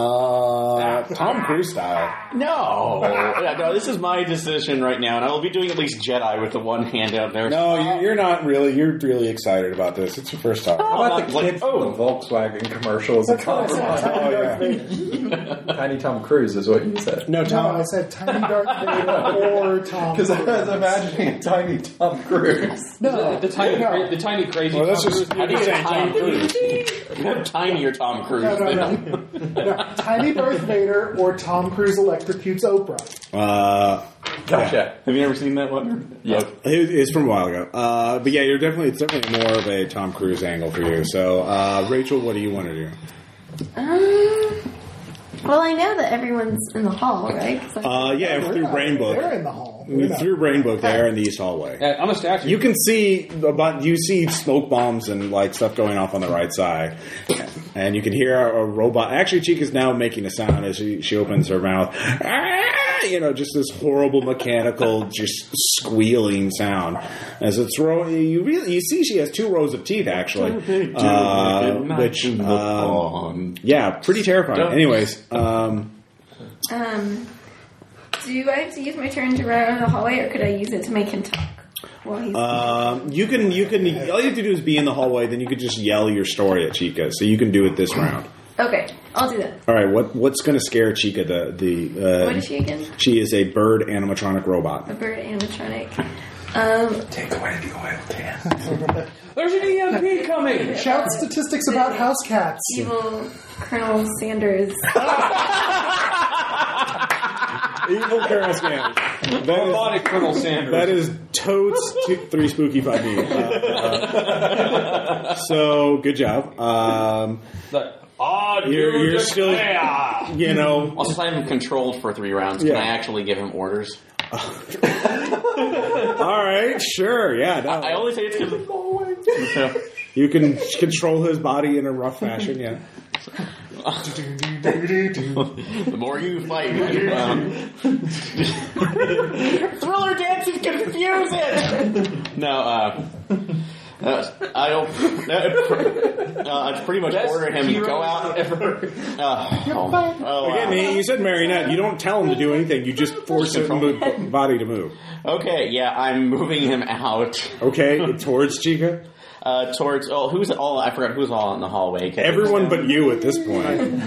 [SPEAKER 1] Uh, Tom Cruise style.
[SPEAKER 3] no, Yeah, no, this is my decision right now, and I will be doing at least Jedi with the one hand out there.
[SPEAKER 1] No, you- you're not really. You're really excited about this. It's your first time.
[SPEAKER 5] how about
[SPEAKER 3] I'm
[SPEAKER 5] the
[SPEAKER 3] not-
[SPEAKER 5] kid from the Volkswagen commercial as a compromise?
[SPEAKER 1] Oh, yeah.
[SPEAKER 5] Tiny Tom Cruise is what you said. [LAUGHS]
[SPEAKER 1] No,
[SPEAKER 2] No,
[SPEAKER 1] Tom.
[SPEAKER 2] I said Tiny Darth Vader or Tom
[SPEAKER 5] Because I was
[SPEAKER 2] Cruise.
[SPEAKER 5] imagining a tiny Tom Cruise.
[SPEAKER 2] No.
[SPEAKER 7] The tiny,
[SPEAKER 2] no.
[SPEAKER 7] cra- the tiny crazy.
[SPEAKER 1] Well, that's
[SPEAKER 7] Tom
[SPEAKER 1] just-
[SPEAKER 7] Cruise
[SPEAKER 3] How do you
[SPEAKER 7] movie.
[SPEAKER 3] say Tom Cruise?
[SPEAKER 6] [LAUGHS]
[SPEAKER 3] More [LAUGHS] tinier Tom Cruise.
[SPEAKER 2] No, no,
[SPEAKER 3] than-
[SPEAKER 2] no. no. Tiny Darth Vader or Tom Cruise electrocutes Oprah.
[SPEAKER 1] Uh,
[SPEAKER 5] Gotcha.
[SPEAKER 3] Have you ever seen that one?
[SPEAKER 5] Yeah.
[SPEAKER 1] It- It's from a while ago, uh, but yeah, you're definitely it's definitely more of a Tom Cruise angle for you. So, uh, Rachel, what do you want to do?
[SPEAKER 6] Um, well, I know that everyone's in the hall, right? So-
[SPEAKER 1] Uh, yeah,
[SPEAKER 2] We're
[SPEAKER 1] through
[SPEAKER 2] not-
[SPEAKER 1] Brain Book.
[SPEAKER 2] They're in the hall. We're
[SPEAKER 1] We
[SPEAKER 2] not-
[SPEAKER 1] threw Brain Book there in the east hallway.
[SPEAKER 7] Uh, I'm a statue.
[SPEAKER 1] You can see about you see smoke bombs and like stuff going off on the right side, and you can hear a, a robot. Actually, Chica's now making a sound as she, she opens her mouth. Ah! You know, just this horrible mechanical, just squealing sound as it's row. You really you see she has two rows of teeth actually, uh, which um, yeah, pretty terrifying. Anyways, um,
[SPEAKER 6] Um, do I have to use my turn to run out of the hallway, or could I use it to make him talk? While he's
[SPEAKER 1] Um, you can you can all you have to do is be in the hallway. Then you could just yell your story at Chica. So you can do it this round.
[SPEAKER 6] okay, I'll do that.
[SPEAKER 1] All right. What what's going to scare Chica? The the uh,
[SPEAKER 6] What is she again?
[SPEAKER 1] She is a bird animatronic [LAUGHS]
[SPEAKER 6] A
[SPEAKER 1] robot.
[SPEAKER 6] bird animatronic. Um,
[SPEAKER 5] Take away the oil can.
[SPEAKER 7] There's an
[SPEAKER 1] [LAUGHS]
[SPEAKER 7] EMP coming.
[SPEAKER 2] Shout statistics about house cats.
[SPEAKER 6] evil Colonel Sanders.
[SPEAKER 1] Evil Colonel Sanders. That
[SPEAKER 7] Robotic Colonel
[SPEAKER 1] is,
[SPEAKER 7] Sanders.
[SPEAKER 1] that is totes two, three spooky five me. Uh, uh, [LAUGHS] so good job. Um,
[SPEAKER 7] Like, ah,
[SPEAKER 1] You're-
[SPEAKER 7] you
[SPEAKER 1] you're still-
[SPEAKER 7] declare.
[SPEAKER 1] you know,
[SPEAKER 3] Also, since I have him controlled for three rounds,
[SPEAKER 1] Yeah.
[SPEAKER 3] can I actually give him orders?
[SPEAKER 1] all right, sure, yeah. No,
[SPEAKER 3] I only say it's because
[SPEAKER 1] you can control his body in a rough fashion. Yeah.
[SPEAKER 3] [LAUGHS] the more you fight, um, [LAUGHS] thriller dance is confusing. No, uh, uh, I'll uh, I'd pretty much order him to go out.
[SPEAKER 7] [LAUGHS]
[SPEAKER 3] Uh, oh, oh, wow.
[SPEAKER 1] Again, you- you said marionette. You don't tell him to do anything. You just force his
[SPEAKER 3] Control.
[SPEAKER 1] mo- body to move.
[SPEAKER 3] Okay, yeah, I'm moving him out
[SPEAKER 1] Okay, towards Chica.
[SPEAKER 3] uh, towards. Oh, who's all? I forgot who's all in the hallway. Okay.
[SPEAKER 1] Everyone but you at this point.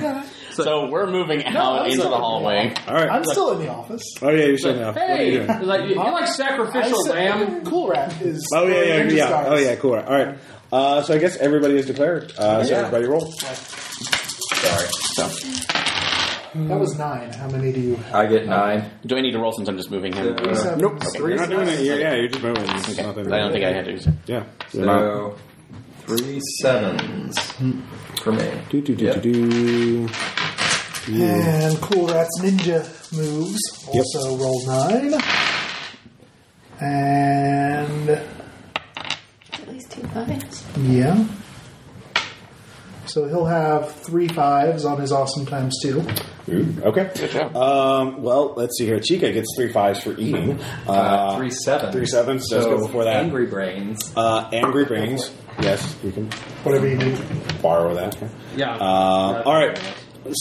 [SPEAKER 3] So we're moving out
[SPEAKER 2] I'm
[SPEAKER 3] into
[SPEAKER 2] sorry.
[SPEAKER 3] the hallway.
[SPEAKER 1] All right.
[SPEAKER 2] I'm still in the office.
[SPEAKER 1] Oh yeah, you're shutting off. What are
[SPEAKER 7] Hey,
[SPEAKER 1] you doing?
[SPEAKER 7] you're like, you're like sacrificial
[SPEAKER 2] I said-
[SPEAKER 7] lamb.
[SPEAKER 2] Cool Rat is.
[SPEAKER 1] Oh yeah, yeah,
[SPEAKER 2] Ninja
[SPEAKER 1] yeah.
[SPEAKER 2] Stars.
[SPEAKER 1] Oh yeah, cool. All right. Uh, so I guess everybody is declared. Uh, so
[SPEAKER 5] Yeah.
[SPEAKER 1] everybody roll.
[SPEAKER 5] Sorry.
[SPEAKER 2] That was nine. How many do you have?
[SPEAKER 5] I get nine.
[SPEAKER 3] Do I need to roll since I'm just moving him?
[SPEAKER 5] Uh,
[SPEAKER 2] Seven.
[SPEAKER 1] Nope.
[SPEAKER 5] Three
[SPEAKER 1] You're not doing it.
[SPEAKER 5] successes.
[SPEAKER 1] Yeah, yeah, you're just moving. It's
[SPEAKER 3] Okay.
[SPEAKER 1] nothing.
[SPEAKER 3] I don't think I had to.
[SPEAKER 1] Yeah. You're not-
[SPEAKER 5] So three sevens for me.
[SPEAKER 1] Do do do
[SPEAKER 5] Yep.
[SPEAKER 1] do do.
[SPEAKER 2] And Cool Rat's Ninja moves.
[SPEAKER 1] Yep.
[SPEAKER 2] Also roll nine. And
[SPEAKER 6] At least two fives.
[SPEAKER 2] yeah. So he'll have three fives on his awesome times two.
[SPEAKER 1] Ooh, okay. Um, well, let's see here. Chica gets three fives for eating. Uh,
[SPEAKER 5] Uh, three sevens.
[SPEAKER 1] Three sevens. So, let's go before that.
[SPEAKER 5] Angry Brains.
[SPEAKER 1] Uh, angry brains. Yes, you can
[SPEAKER 2] Whatever you need.
[SPEAKER 1] borrow that.
[SPEAKER 7] Yeah.
[SPEAKER 1] Uh, all right.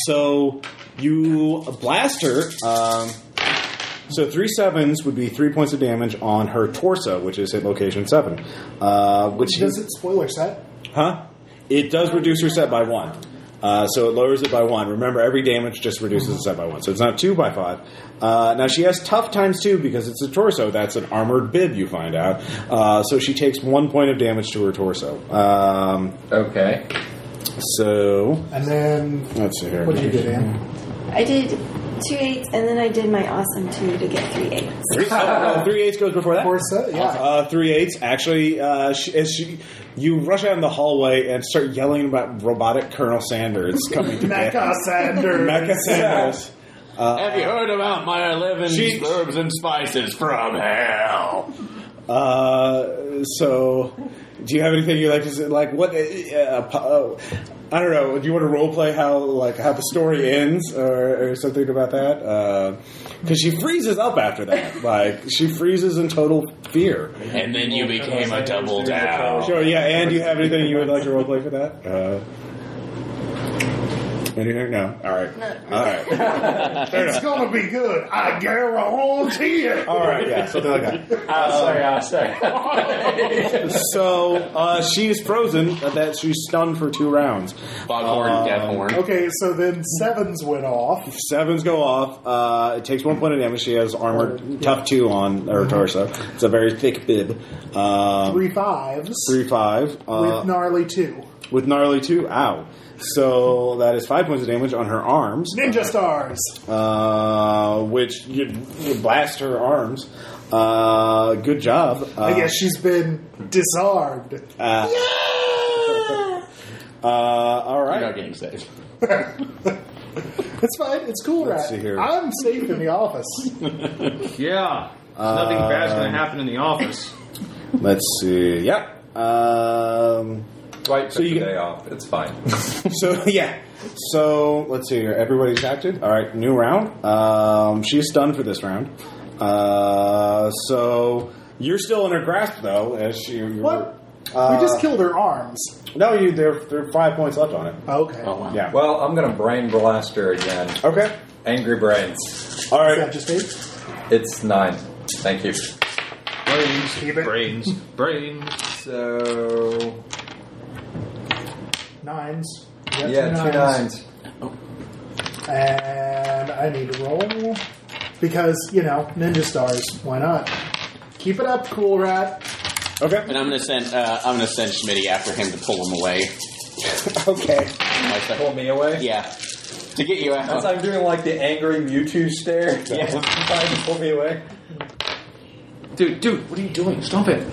[SPEAKER 1] So you blast her. Um, so three sevens would be three points of damage on her torso, which is hit location seven. Uh, which
[SPEAKER 2] Does
[SPEAKER 1] is
[SPEAKER 2] it spoiler set?
[SPEAKER 1] Huh? It does reduce your set by one. Uh, so it lowers it by one. Remember, every damage just reduces the set by one. So it's not two by five. Uh, now she has tough times two because it's a torso. That's an armored bib, you find out. Uh, so she takes one point of damage to her torso. Um,
[SPEAKER 5] Okay.
[SPEAKER 1] so
[SPEAKER 2] And then
[SPEAKER 1] let's see here.
[SPEAKER 2] what did you get,
[SPEAKER 1] Mm-hmm.
[SPEAKER 2] Ann?
[SPEAKER 6] I did two eights, and then I did my awesome two to get three eights.
[SPEAKER 2] [LAUGHS]
[SPEAKER 1] Three, oh, no, three eights goes before that.
[SPEAKER 2] Four set? Yeah.
[SPEAKER 1] Uh, three eights. Actually, uh, she, as she, you rush out in the hallway and start yelling about robotic Colonel Sanders coming
[SPEAKER 2] [LAUGHS]
[SPEAKER 1] to get
[SPEAKER 2] Mecha
[SPEAKER 1] [LAUGHS]
[SPEAKER 2] Sanders.
[SPEAKER 1] Mecha Sanders.
[SPEAKER 3] Have you heard about my 11
[SPEAKER 1] She-
[SPEAKER 3] herbs and spices from hell?
[SPEAKER 1] Uh, so, do you have anything you like to say? Like, what? Uh, uh, po- uh, I don't know. Do you want to role play how like how the story ends or, or something about that? Because she freezes up after that. Like, she freezes in total fear.
[SPEAKER 3] And then you became a double down.
[SPEAKER 1] Sure. Yeah. And do you have anything you would like to role play for that? Uh, anything? No. All right.
[SPEAKER 6] No.
[SPEAKER 1] All right.
[SPEAKER 2] It's gonna be good. I guarantee
[SPEAKER 1] [LAUGHS]
[SPEAKER 2] it.
[SPEAKER 1] All right. Yeah. Something like that.
[SPEAKER 3] Oh,
[SPEAKER 5] sorry, I'm sorry.
[SPEAKER 3] [LAUGHS]
[SPEAKER 1] So uh, she is frozen. uh, That she's stunned for two rounds.
[SPEAKER 3] Foghorn,
[SPEAKER 1] Um,
[SPEAKER 3] Deathhorn.
[SPEAKER 2] Okay, so then sevens went off.
[SPEAKER 1] Sevens go off. Uh, it takes one point of damage. She has armor Uh-huh. tough two on her torso. It's a very thick bib. Um,
[SPEAKER 2] Three fives
[SPEAKER 1] three five uh,
[SPEAKER 2] with gnarly two.
[SPEAKER 1] with gnarly two. Ow. So that is five points of damage on her arms,
[SPEAKER 2] Ninja stars.
[SPEAKER 1] uh, which you, you blast her arms. Uh, good job. Uh,
[SPEAKER 2] I guess she's been disarmed.
[SPEAKER 1] uh, [LAUGHS] uh, all
[SPEAKER 3] You're not
[SPEAKER 1] right.
[SPEAKER 3] getting saved.
[SPEAKER 2] It's fine. It's cool,
[SPEAKER 1] Let's
[SPEAKER 2] right?
[SPEAKER 1] see here.
[SPEAKER 2] I'm safe in the office.
[SPEAKER 1] [LAUGHS]
[SPEAKER 7] yeah. Nothing bad's going
[SPEAKER 1] Um,
[SPEAKER 7] to happen in the office.
[SPEAKER 1] Let's see. Yep. Um, [LAUGHS]
[SPEAKER 5] Dwight
[SPEAKER 1] So
[SPEAKER 5] took
[SPEAKER 1] you
[SPEAKER 5] the
[SPEAKER 1] get-
[SPEAKER 5] day off. It's fine. [LAUGHS]
[SPEAKER 1] So yeah. So let's see here. Everybody's acted. All right, new round. Um, she's stunned for this round. Uh, so you're still in her grasp though, as she.
[SPEAKER 2] What?
[SPEAKER 1] Uh,
[SPEAKER 2] we just killed her arms.
[SPEAKER 1] No, you. There, there are five points left on it.
[SPEAKER 2] Okay.
[SPEAKER 3] Oh,
[SPEAKER 1] Yeah.
[SPEAKER 5] Well, I'm going to brain blaster again.
[SPEAKER 1] Okay.
[SPEAKER 5] Angry Brains.
[SPEAKER 1] All
[SPEAKER 2] Is that
[SPEAKER 1] right.
[SPEAKER 2] just eight?
[SPEAKER 5] It's nine. Thank you.
[SPEAKER 7] Brains.
[SPEAKER 2] Keep it.
[SPEAKER 7] Brains. brains.
[SPEAKER 5] So
[SPEAKER 2] Nines. We got
[SPEAKER 5] yeah, two nines.
[SPEAKER 2] And I need to roll because you know ninja stars. Why not? Keep it up, cool rat. [LAUGHS]
[SPEAKER 1] Okay.
[SPEAKER 3] And I'm gonna send uh, I'm gonna send Schmitty after him to pull him away.
[SPEAKER 1] Okay.
[SPEAKER 3] Like the-
[SPEAKER 5] Pull me away.
[SPEAKER 3] yeah, to get you
[SPEAKER 5] As
[SPEAKER 3] out.
[SPEAKER 5] I'm doing like the angry Mewtwo
[SPEAKER 2] [LAUGHS]
[SPEAKER 5] stare. [LAUGHS] Yeah. Trying to pull me away.
[SPEAKER 8] Dude, dude, what are you doing? Stop it.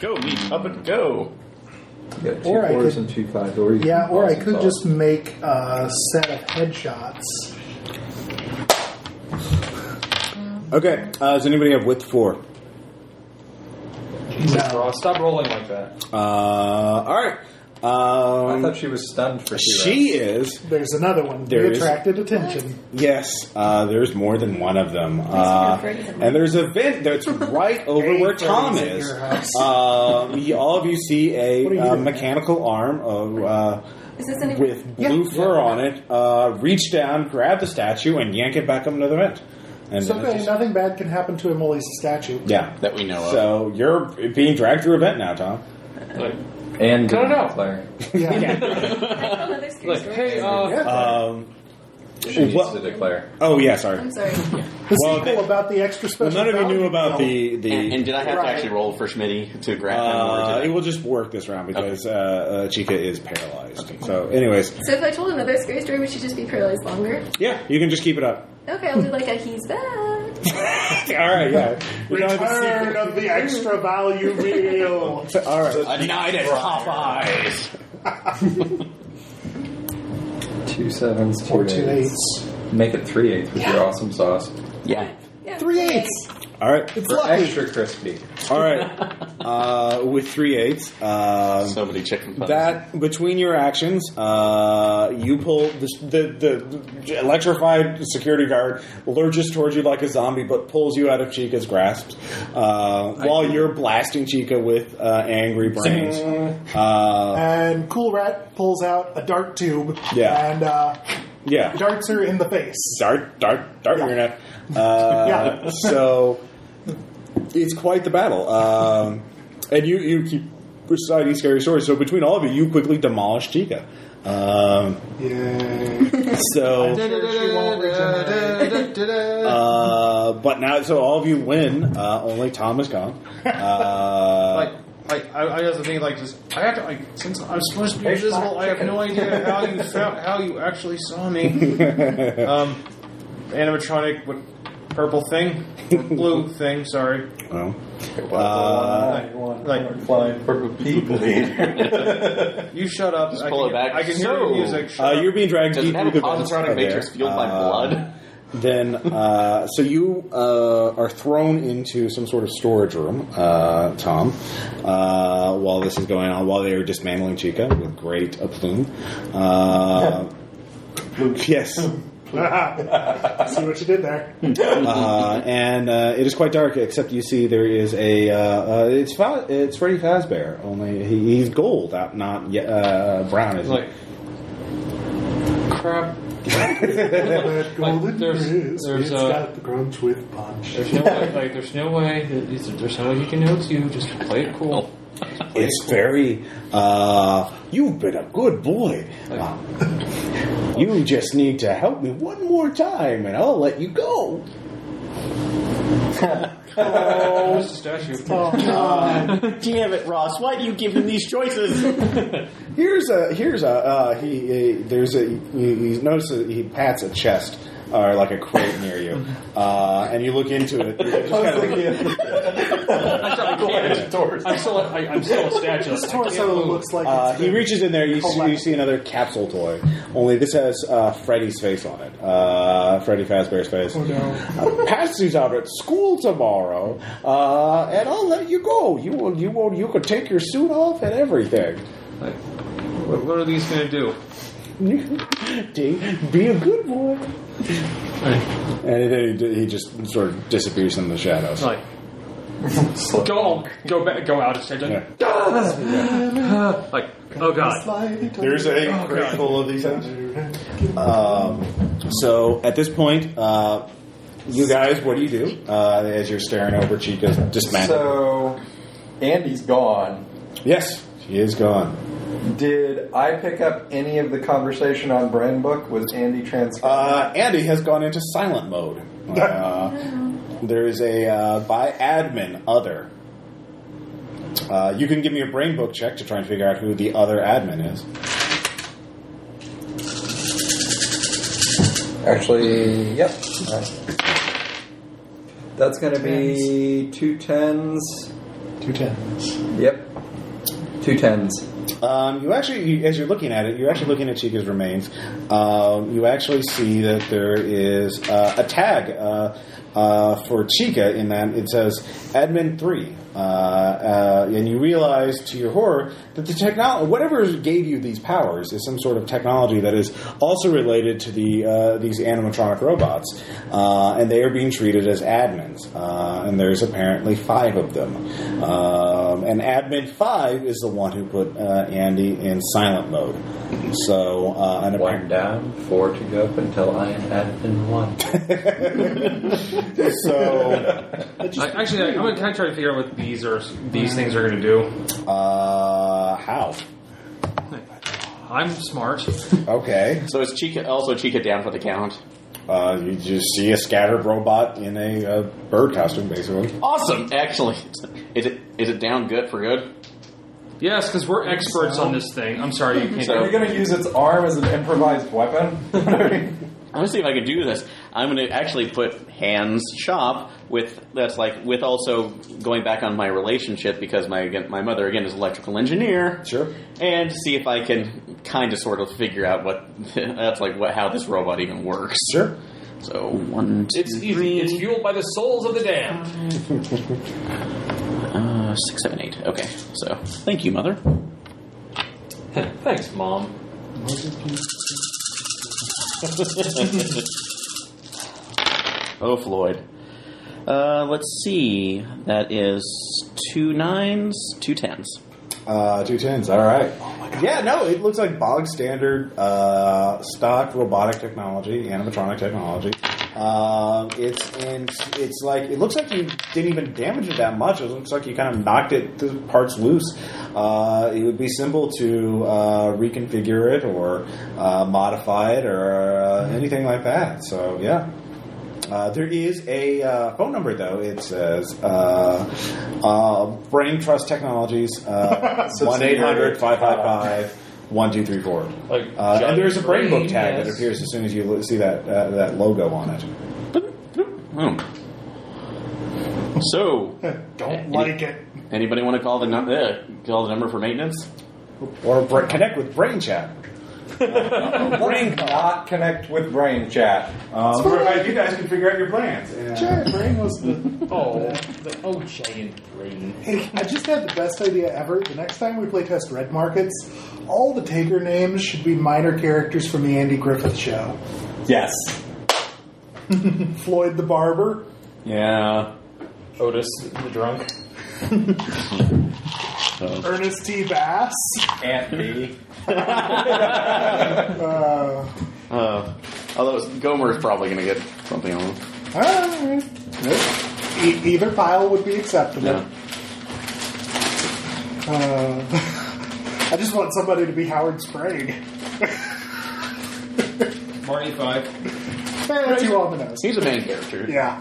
[SPEAKER 3] Go meet up and go.
[SPEAKER 5] Yeah, two
[SPEAKER 2] Or I
[SPEAKER 5] fours
[SPEAKER 2] could-
[SPEAKER 5] and two fives. Or you
[SPEAKER 2] Yeah,
[SPEAKER 5] can
[SPEAKER 2] or I
[SPEAKER 5] toss
[SPEAKER 2] could
[SPEAKER 5] and
[SPEAKER 2] just
[SPEAKER 5] toss.
[SPEAKER 2] make a set of headshots.
[SPEAKER 1] Okay. Uh, does anybody have width four?
[SPEAKER 2] No.
[SPEAKER 7] Bro, stop rolling like that.
[SPEAKER 1] Uh, all right. Um,
[SPEAKER 5] I thought she was stunned for two
[SPEAKER 1] she is.
[SPEAKER 2] There's another one.
[SPEAKER 1] There
[SPEAKER 2] we
[SPEAKER 1] is-
[SPEAKER 2] attracted attention.
[SPEAKER 1] Yes. Uh, there's more than one of them. Uh, and there's a vent that's right over
[SPEAKER 2] Hey,
[SPEAKER 1] where Tom
[SPEAKER 2] friends at
[SPEAKER 1] is.
[SPEAKER 2] your house.
[SPEAKER 1] Uh, you- all of you see
[SPEAKER 2] What are you
[SPEAKER 1] a uh,
[SPEAKER 2] doing?
[SPEAKER 1] mechanical arm of, uh,
[SPEAKER 6] Is this anyone?
[SPEAKER 1] with blue fur on it uh, reach down, grab the statue, and yank it back up into the vent. And
[SPEAKER 2] So
[SPEAKER 1] then it
[SPEAKER 2] okay,
[SPEAKER 1] just-
[SPEAKER 2] nothing bad can happen to him while he's a statue.
[SPEAKER 1] yeah.
[SPEAKER 3] That we know of.
[SPEAKER 1] So you're being dragged through a vent now, Tom.
[SPEAKER 5] rounds. And
[SPEAKER 7] No, no, no.
[SPEAKER 5] Claire.
[SPEAKER 2] [LAUGHS] Yeah.
[SPEAKER 6] I have another screen
[SPEAKER 7] Like,
[SPEAKER 6] story.
[SPEAKER 7] hey, uh,
[SPEAKER 1] Um,
[SPEAKER 5] She needs
[SPEAKER 1] What-
[SPEAKER 5] to declare.
[SPEAKER 1] oh yeah, sorry.
[SPEAKER 6] I'm sorry.
[SPEAKER 2] The
[SPEAKER 1] Well,
[SPEAKER 2] sequel
[SPEAKER 1] they-
[SPEAKER 2] about the extra special.
[SPEAKER 1] Well, none of you
[SPEAKER 2] value-
[SPEAKER 1] knew about
[SPEAKER 2] No.
[SPEAKER 1] the
[SPEAKER 3] And,
[SPEAKER 1] the.
[SPEAKER 3] and did I have
[SPEAKER 2] Right.
[SPEAKER 3] to actually roll for Schmitty to grab
[SPEAKER 1] Uh, it
[SPEAKER 3] him? Or
[SPEAKER 1] will just work this round because uh, uh, Chica is paralyzed. So, anyways,
[SPEAKER 6] So if I told another scary story, we should just be paralyzed longer.
[SPEAKER 1] yeah, you can just keep it up.
[SPEAKER 6] Okay, I'll do like a he's back.
[SPEAKER 1] All right, yeah. You don't have to see-
[SPEAKER 2] Return of the extra
[SPEAKER 1] [LAUGHS]
[SPEAKER 2] value meal.
[SPEAKER 1] Uh, All right.
[SPEAKER 3] did I? A night at Popeyes.
[SPEAKER 5] Two sevens, two,
[SPEAKER 2] Or two
[SPEAKER 5] eights.
[SPEAKER 2] eights.
[SPEAKER 5] Make it three eights with your awesome sauce.
[SPEAKER 3] Yeah.
[SPEAKER 6] Yeah.
[SPEAKER 2] Three eights.
[SPEAKER 1] All right,
[SPEAKER 2] It's
[SPEAKER 5] For
[SPEAKER 2] lucky.
[SPEAKER 5] extra crispy.
[SPEAKER 1] all right. Uh, with three eights, um,
[SPEAKER 3] So many chicken puns.
[SPEAKER 1] that between your actions, uh, you pull the, the the electrified security guard lurches towards you like a zombie, but pulls you out of Chica's grasp uh, while you're blasting Chica with uh, angry brains.
[SPEAKER 2] [LAUGHS]
[SPEAKER 1] Uh,
[SPEAKER 2] And Cool Rat pulls out a dart tube.
[SPEAKER 1] Yeah.
[SPEAKER 2] And uh,
[SPEAKER 1] yeah,
[SPEAKER 2] darts her in the face.
[SPEAKER 1] dart, dart, dart
[SPEAKER 2] Yeah.
[SPEAKER 1] your
[SPEAKER 2] [LAUGHS]
[SPEAKER 1] net. Uh,
[SPEAKER 2] Yeah.
[SPEAKER 1] So it's quite the battle. Um, and you, you keep reciting scary stories. So between all of you, you quickly demolish Chica. Um,
[SPEAKER 2] Yeah.
[SPEAKER 1] so,
[SPEAKER 2] I'm sure she won't regenerate.
[SPEAKER 1] uh, but now, so all of you win. Uh, only Tom is gone.
[SPEAKER 7] Like,
[SPEAKER 1] Uh,
[SPEAKER 7] like I, I just think like just I have to like since I'm supposed to be invisible, I have no idea
[SPEAKER 1] [LAUGHS]
[SPEAKER 7] how you felt, how you actually saw me. Um, animatronic with purple thing, or blue thing. Sorry.
[SPEAKER 1] well, uh,
[SPEAKER 7] Like, like
[SPEAKER 5] Flying purple people.
[SPEAKER 7] [LAUGHS] you shut up.
[SPEAKER 3] Just
[SPEAKER 7] I
[SPEAKER 3] pull
[SPEAKER 7] can,
[SPEAKER 3] it back.
[SPEAKER 7] I can hear the
[SPEAKER 3] So-
[SPEAKER 7] music. Shut
[SPEAKER 1] uh,
[SPEAKER 7] up.
[SPEAKER 1] you're being dragged
[SPEAKER 3] Does it
[SPEAKER 1] deep
[SPEAKER 3] have
[SPEAKER 1] through
[SPEAKER 3] a
[SPEAKER 1] the vents
[SPEAKER 3] positronic
[SPEAKER 1] over
[SPEAKER 3] matrix
[SPEAKER 1] there.
[SPEAKER 3] fueled by
[SPEAKER 1] Uh,
[SPEAKER 3] blood?
[SPEAKER 1] then uh, so you uh, are thrown into some sort of storage room, uh, Tom, uh, while this is going on, while they are dismantling Chica with great aplomb. Uh, yes.
[SPEAKER 2] See what you did
[SPEAKER 7] [LAUGHS]
[SPEAKER 2] there.
[SPEAKER 1] Uh, and uh, it is quite dark, except you see there is a. Uh, uh, it's Fa- it's Freddy Fazbear, only he, he's gold, out, not ye- uh, brown. Is
[SPEAKER 7] like crap.
[SPEAKER 2] But golden
[SPEAKER 7] there's-
[SPEAKER 2] there's,
[SPEAKER 7] there's,
[SPEAKER 2] it's
[SPEAKER 7] uh,
[SPEAKER 2] got the grunts with punch.
[SPEAKER 7] There's no way. Like there's no way. That, there's no way he can notice you. Just play it cool.
[SPEAKER 1] It's very. Uh, you've been a good boy. Uh, you just need to help me one more time, and I'll let you go.
[SPEAKER 7] Oh, it's a statue.
[SPEAKER 3] [LAUGHS] Uh, Damn it, Ross! Why do you give him these choices?
[SPEAKER 1] [LAUGHS] Here's a. Here's a. Uh, he, he. There's a. He, he notices he pats a chest or like a crate near you,
[SPEAKER 3] [LAUGHS]
[SPEAKER 1] uh, and you look into it. It's just
[SPEAKER 3] Oh,
[SPEAKER 1] kind of- [LAUGHS]
[SPEAKER 7] I'm still. I, I'm still a statue.
[SPEAKER 2] This torso looks like
[SPEAKER 1] Uh,
[SPEAKER 2] it's
[SPEAKER 1] he
[SPEAKER 2] been-
[SPEAKER 1] reaches in there. You see, you
[SPEAKER 2] Collect.
[SPEAKER 1] see another capsule toy, only this has uh, Freddy's face on it. Uh, Freddy Fazbear's face.
[SPEAKER 2] Oh, no.
[SPEAKER 1] Uh, Patsy's out at school tomorrow, uh, and I'll let you go. You will, you will, you could take your suit off and everything.
[SPEAKER 7] Like, what, what are these gonna do?
[SPEAKER 1] Dave, [LAUGHS] be a good boy. And then he, he just sort of disappears in the shadows.
[SPEAKER 3] [LAUGHS]
[SPEAKER 7] Like, go go back, go out of statue.
[SPEAKER 1] Yeah.
[SPEAKER 7] Like, oh god.
[SPEAKER 1] There's
[SPEAKER 2] Oh,
[SPEAKER 1] a crate full of these things. Um, so at this point, uh, you guys, what do you do uh, as you're staring over Chica's dismantled?
[SPEAKER 5] So, Andy's gone.
[SPEAKER 1] yes, she is gone.
[SPEAKER 5] Did I pick up any of the conversation on Brand Book? Was Andy transcribed?
[SPEAKER 1] Uh, Andy has gone into silent mode. Uh, there is a uh, by admin other. Uh, you can give me a brain book check to try and figure out who the other admin is.
[SPEAKER 5] Actually, yep. That's going to be two tens.
[SPEAKER 2] Two tens.
[SPEAKER 5] Yep. Two tens.
[SPEAKER 1] Um, you actually, you, as you're looking at it, you're actually looking at Chica's remains. Um, you actually see that there is uh, a tag uh, uh, for Chica in that it says Admin 3. Uh, uh, and you realize, to your horror, that the technology, whatever gave you these powers, is some sort of technology that is also related to the uh, these animatronic robots. Uh, and they are being treated as admins. Uh, and there's apparently five of them. Um, and admin 5 is the one who put uh, Andy in silent mode. So, uh, and apparently.
[SPEAKER 5] One down, four to go up until I am at in [LAUGHS] one.
[SPEAKER 1] So,
[SPEAKER 7] I, actually, I, I'm gonna kind of try to figure out what these are. These things are gonna do.
[SPEAKER 1] uh, how?
[SPEAKER 7] I'm smart.
[SPEAKER 1] Okay.
[SPEAKER 3] so is Chica also Chica down for the count?
[SPEAKER 1] Uh, you just see a scattered robot in a uh, bird costume, basically.
[SPEAKER 3] Awesome, actually. Is it is it down good for good?
[SPEAKER 7] Yes, because we're experts on this thing. I'm sorry, you can't.
[SPEAKER 3] So-
[SPEAKER 5] Are you going to use its arm as an improvised weapon?
[SPEAKER 3] I'm gonna see if I can do this. I'm going to actually put hands chop with that's like with also going back on my relationship because my again, my mother again is an electrical engineer.
[SPEAKER 1] Sure.
[SPEAKER 3] And see if I can kind of sort of figure out what [LAUGHS] that's like what how this robot even works.
[SPEAKER 1] Sure.
[SPEAKER 3] So one, two,
[SPEAKER 4] It's easy. It's fueled by the souls of the damned.
[SPEAKER 3] uh, six, seven, eight. Okay. So thank you, mother.
[SPEAKER 4] Thanks, Mom.
[SPEAKER 3] Oh, Floyd. Uh, let's see. That is two nines, two tens.
[SPEAKER 1] Uh, two tens. All right. Oh my god. Yeah, no, it looks like bog standard uh, stock robotic technology, animatronic technology. Um, it's in. It's like it looks like you didn't even damage it that much. It looks like you kind of knocked it to parts loose. Uh, it would be simple to uh, reconfigure it or uh, modify it or uh, anything like that. So yeah. Uh, there is a uh, phone number though. It says uh, uh, Brain Trust Technologies uh, [LAUGHS] one eight hundred five five five one two three four. Uh,
[SPEAKER 4] Like
[SPEAKER 1] And there's a brain book tag that
[SPEAKER 4] yes.
[SPEAKER 1] appears as soon as you lo- see that uh, that logo on it.
[SPEAKER 3] Hmm. So,
[SPEAKER 2] Don't like it.
[SPEAKER 3] anybody want to call the num- uh, call the number for maintenance?
[SPEAKER 1] Or br- connect with Brain [LAUGHS] Chat.
[SPEAKER 5] Brain not connect with brain chat. Um,
[SPEAKER 1] you guys can figure out your plans.
[SPEAKER 2] Sure, brain was the.
[SPEAKER 4] oh, the, oh, giant brain.
[SPEAKER 2] Hey, I just had the best idea ever. The next time we play test Red Markets, all the taker names should be minor characters from the Andy Griffith Show.
[SPEAKER 5] yes.
[SPEAKER 2] [LAUGHS] Floyd the Barber,
[SPEAKER 3] Yeah.
[SPEAKER 4] Otis the drunk.
[SPEAKER 2] Ernest T. Bass.
[SPEAKER 5] Aunt B.
[SPEAKER 2] Uh,
[SPEAKER 3] Uh, although Gomer is probably going to get something on. him.
[SPEAKER 2] I don't know. E- either pile would be acceptable.
[SPEAKER 3] Yeah.
[SPEAKER 2] Uh, [LAUGHS] I just want somebody to be Howard Sprague.
[SPEAKER 7] Marty five.
[SPEAKER 2] Eh, That's you on the nose.
[SPEAKER 3] He's a main character.
[SPEAKER 2] Yeah.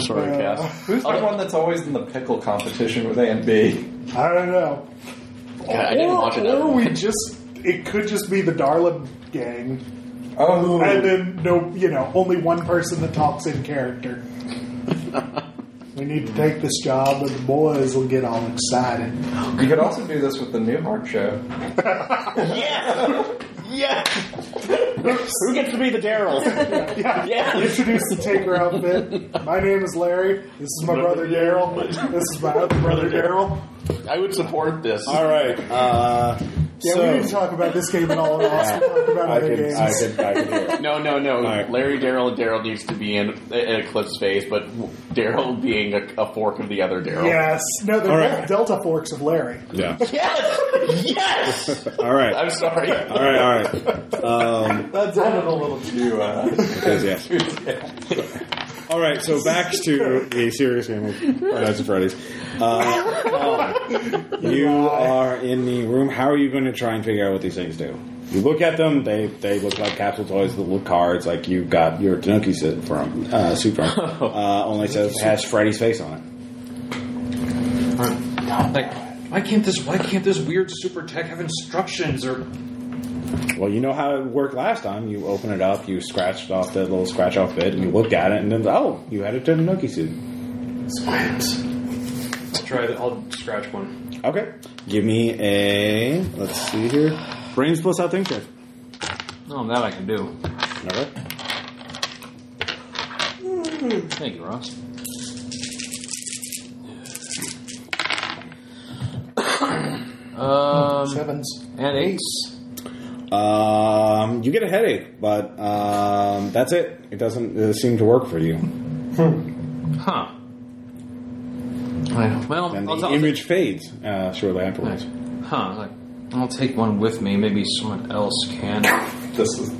[SPEAKER 3] Sort of
[SPEAKER 2] Uh,
[SPEAKER 3] cast.
[SPEAKER 5] Who's the one that's always in the pickle competition with Aunt B?
[SPEAKER 2] [LAUGHS] I don't know.
[SPEAKER 3] I didn't
[SPEAKER 2] or,
[SPEAKER 3] watch it that
[SPEAKER 2] Or
[SPEAKER 3] one.
[SPEAKER 2] we just. It could just be the Darla gang.
[SPEAKER 5] Oh,
[SPEAKER 2] And then, no, you know, only one person that talks in character. we need to take this job, and the boys will get all excited.
[SPEAKER 3] [LAUGHS]
[SPEAKER 5] you could also do this with the Newhart show.
[SPEAKER 3] [LAUGHS] Yeah. Who gets to be the Daryl?
[SPEAKER 2] Yeah.
[SPEAKER 3] Yeah.
[SPEAKER 2] [LAUGHS] Introduce the Taker outfit. My name is Larry. This is my brother Daryl. This is my other brother Daryl.
[SPEAKER 3] I would support this.
[SPEAKER 1] All right. Uh,
[SPEAKER 2] Yeah,
[SPEAKER 1] so
[SPEAKER 2] we didn't talk about this game at all. We also talked about
[SPEAKER 1] I
[SPEAKER 2] other
[SPEAKER 1] can,
[SPEAKER 2] games.
[SPEAKER 1] I can, I can hear
[SPEAKER 2] [LAUGHS]
[SPEAKER 1] it.
[SPEAKER 3] No, no, no.
[SPEAKER 1] right.
[SPEAKER 3] Larry, Daryl, and Daryl needs to be in, in Eclipse phase, but Daryl being a, a fork of the other Daryl.
[SPEAKER 2] Yes. No, they're
[SPEAKER 1] All
[SPEAKER 2] both
[SPEAKER 1] right.
[SPEAKER 2] Delta Forks of Larry.
[SPEAKER 1] Yeah.
[SPEAKER 3] Yes! Yes!
[SPEAKER 1] All right.
[SPEAKER 3] [LAUGHS] I'm sorry.
[SPEAKER 1] All right. All right. Um,
[SPEAKER 5] That's added a little to uh,
[SPEAKER 1] Because, yeah. All right, so back to the serious Oh, game of Nights at Freddy's. Uh, Colin, you are in the room. How are you going to try and figure out what these things do? You look at them; they they look like capsule toys, the little cards, like you got your Tanuki suit from uh, suit from. Uh, only says has Freddy's face on it.
[SPEAKER 4] Like, why can't this? Why can't this weird super tech have instructions or?
[SPEAKER 1] Well, you know how it worked last time. You open it up, you scratched off the little scratch off bit, and you looked at it, and then oh, you had a Tanuki suit.
[SPEAKER 4] Let's try. The, I'll scratch one.
[SPEAKER 1] Okay. Give me a. Let's see here. Brains plus out think check.
[SPEAKER 8] Oh, that I can do.
[SPEAKER 1] Okay.
[SPEAKER 8] Thank you, Ross. um,
[SPEAKER 2] Sevens.
[SPEAKER 8] and eights.
[SPEAKER 1] Um, you get a headache, but um, that's it. It doesn't uh, seem to work for you. And
[SPEAKER 8] Huh. I- Well, I'll,
[SPEAKER 1] the
[SPEAKER 8] I'll-
[SPEAKER 1] image fades uh, shortly afterwards.
[SPEAKER 8] Huh. Like, I'll take one with me. Maybe someone else can.
[SPEAKER 5] this is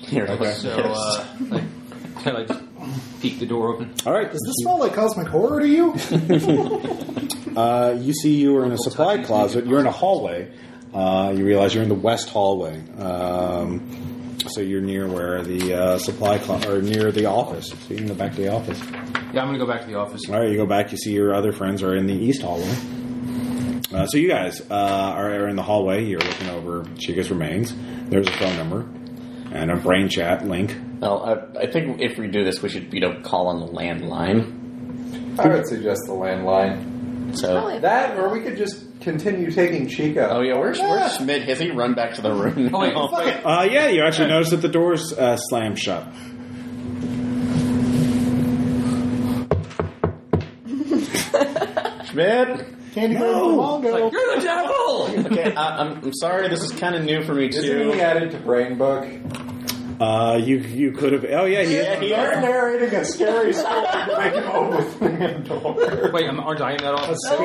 [SPEAKER 3] Here, let's-
[SPEAKER 8] So, uh,
[SPEAKER 4] [LAUGHS]
[SPEAKER 8] like, can I just peek the door open?
[SPEAKER 1] All right.
[SPEAKER 2] Does this smell like cosmic horror to you?
[SPEAKER 1] Uh, you see, you were in a supply closet. You're in a hallway. Uh, you realize you're in the west hallway. Um, so you're near where the uh, supply clo- or near the office. So you're in the back of the office.
[SPEAKER 8] Yeah, I'm gonna go back to the office.
[SPEAKER 1] All right, you go back. You see your other friends are in the east hallway. Uh, so you guys uh, are, are in the hallway. You're looking over Chica's remains. There's a phone number. and a brain chat link.
[SPEAKER 3] Well, I, I think if we do this, we should you know call on the landline.
[SPEAKER 5] I would suggest the landline.
[SPEAKER 3] So.
[SPEAKER 6] Probably-
[SPEAKER 5] That, or we could just continue taking Chico.
[SPEAKER 3] Oh yeah, where's where's Schmidt? Has he run back to the room?
[SPEAKER 4] Oh, wait,
[SPEAKER 3] now?
[SPEAKER 4] fuck it.
[SPEAKER 1] Uh, yeah, you actually notice that the doors uh, slam shut.
[SPEAKER 3] Schmidt.
[SPEAKER 2] Candy Bird no.
[SPEAKER 4] It's like, you're the devil!
[SPEAKER 3] Okay, I, I'm, I'm sorry. This is kind of new for me
[SPEAKER 5] Isn't he
[SPEAKER 3] too.
[SPEAKER 5] added to Brain Book?
[SPEAKER 1] Uh, you you could have. Oh yeah, he
[SPEAKER 3] Yeah, he
[SPEAKER 5] They're
[SPEAKER 3] is.
[SPEAKER 5] narrating a
[SPEAKER 3] [LAUGHS]
[SPEAKER 5] scary story to make him open the door.
[SPEAKER 4] Wait, I'm, aren't I in that office?
[SPEAKER 1] Uh,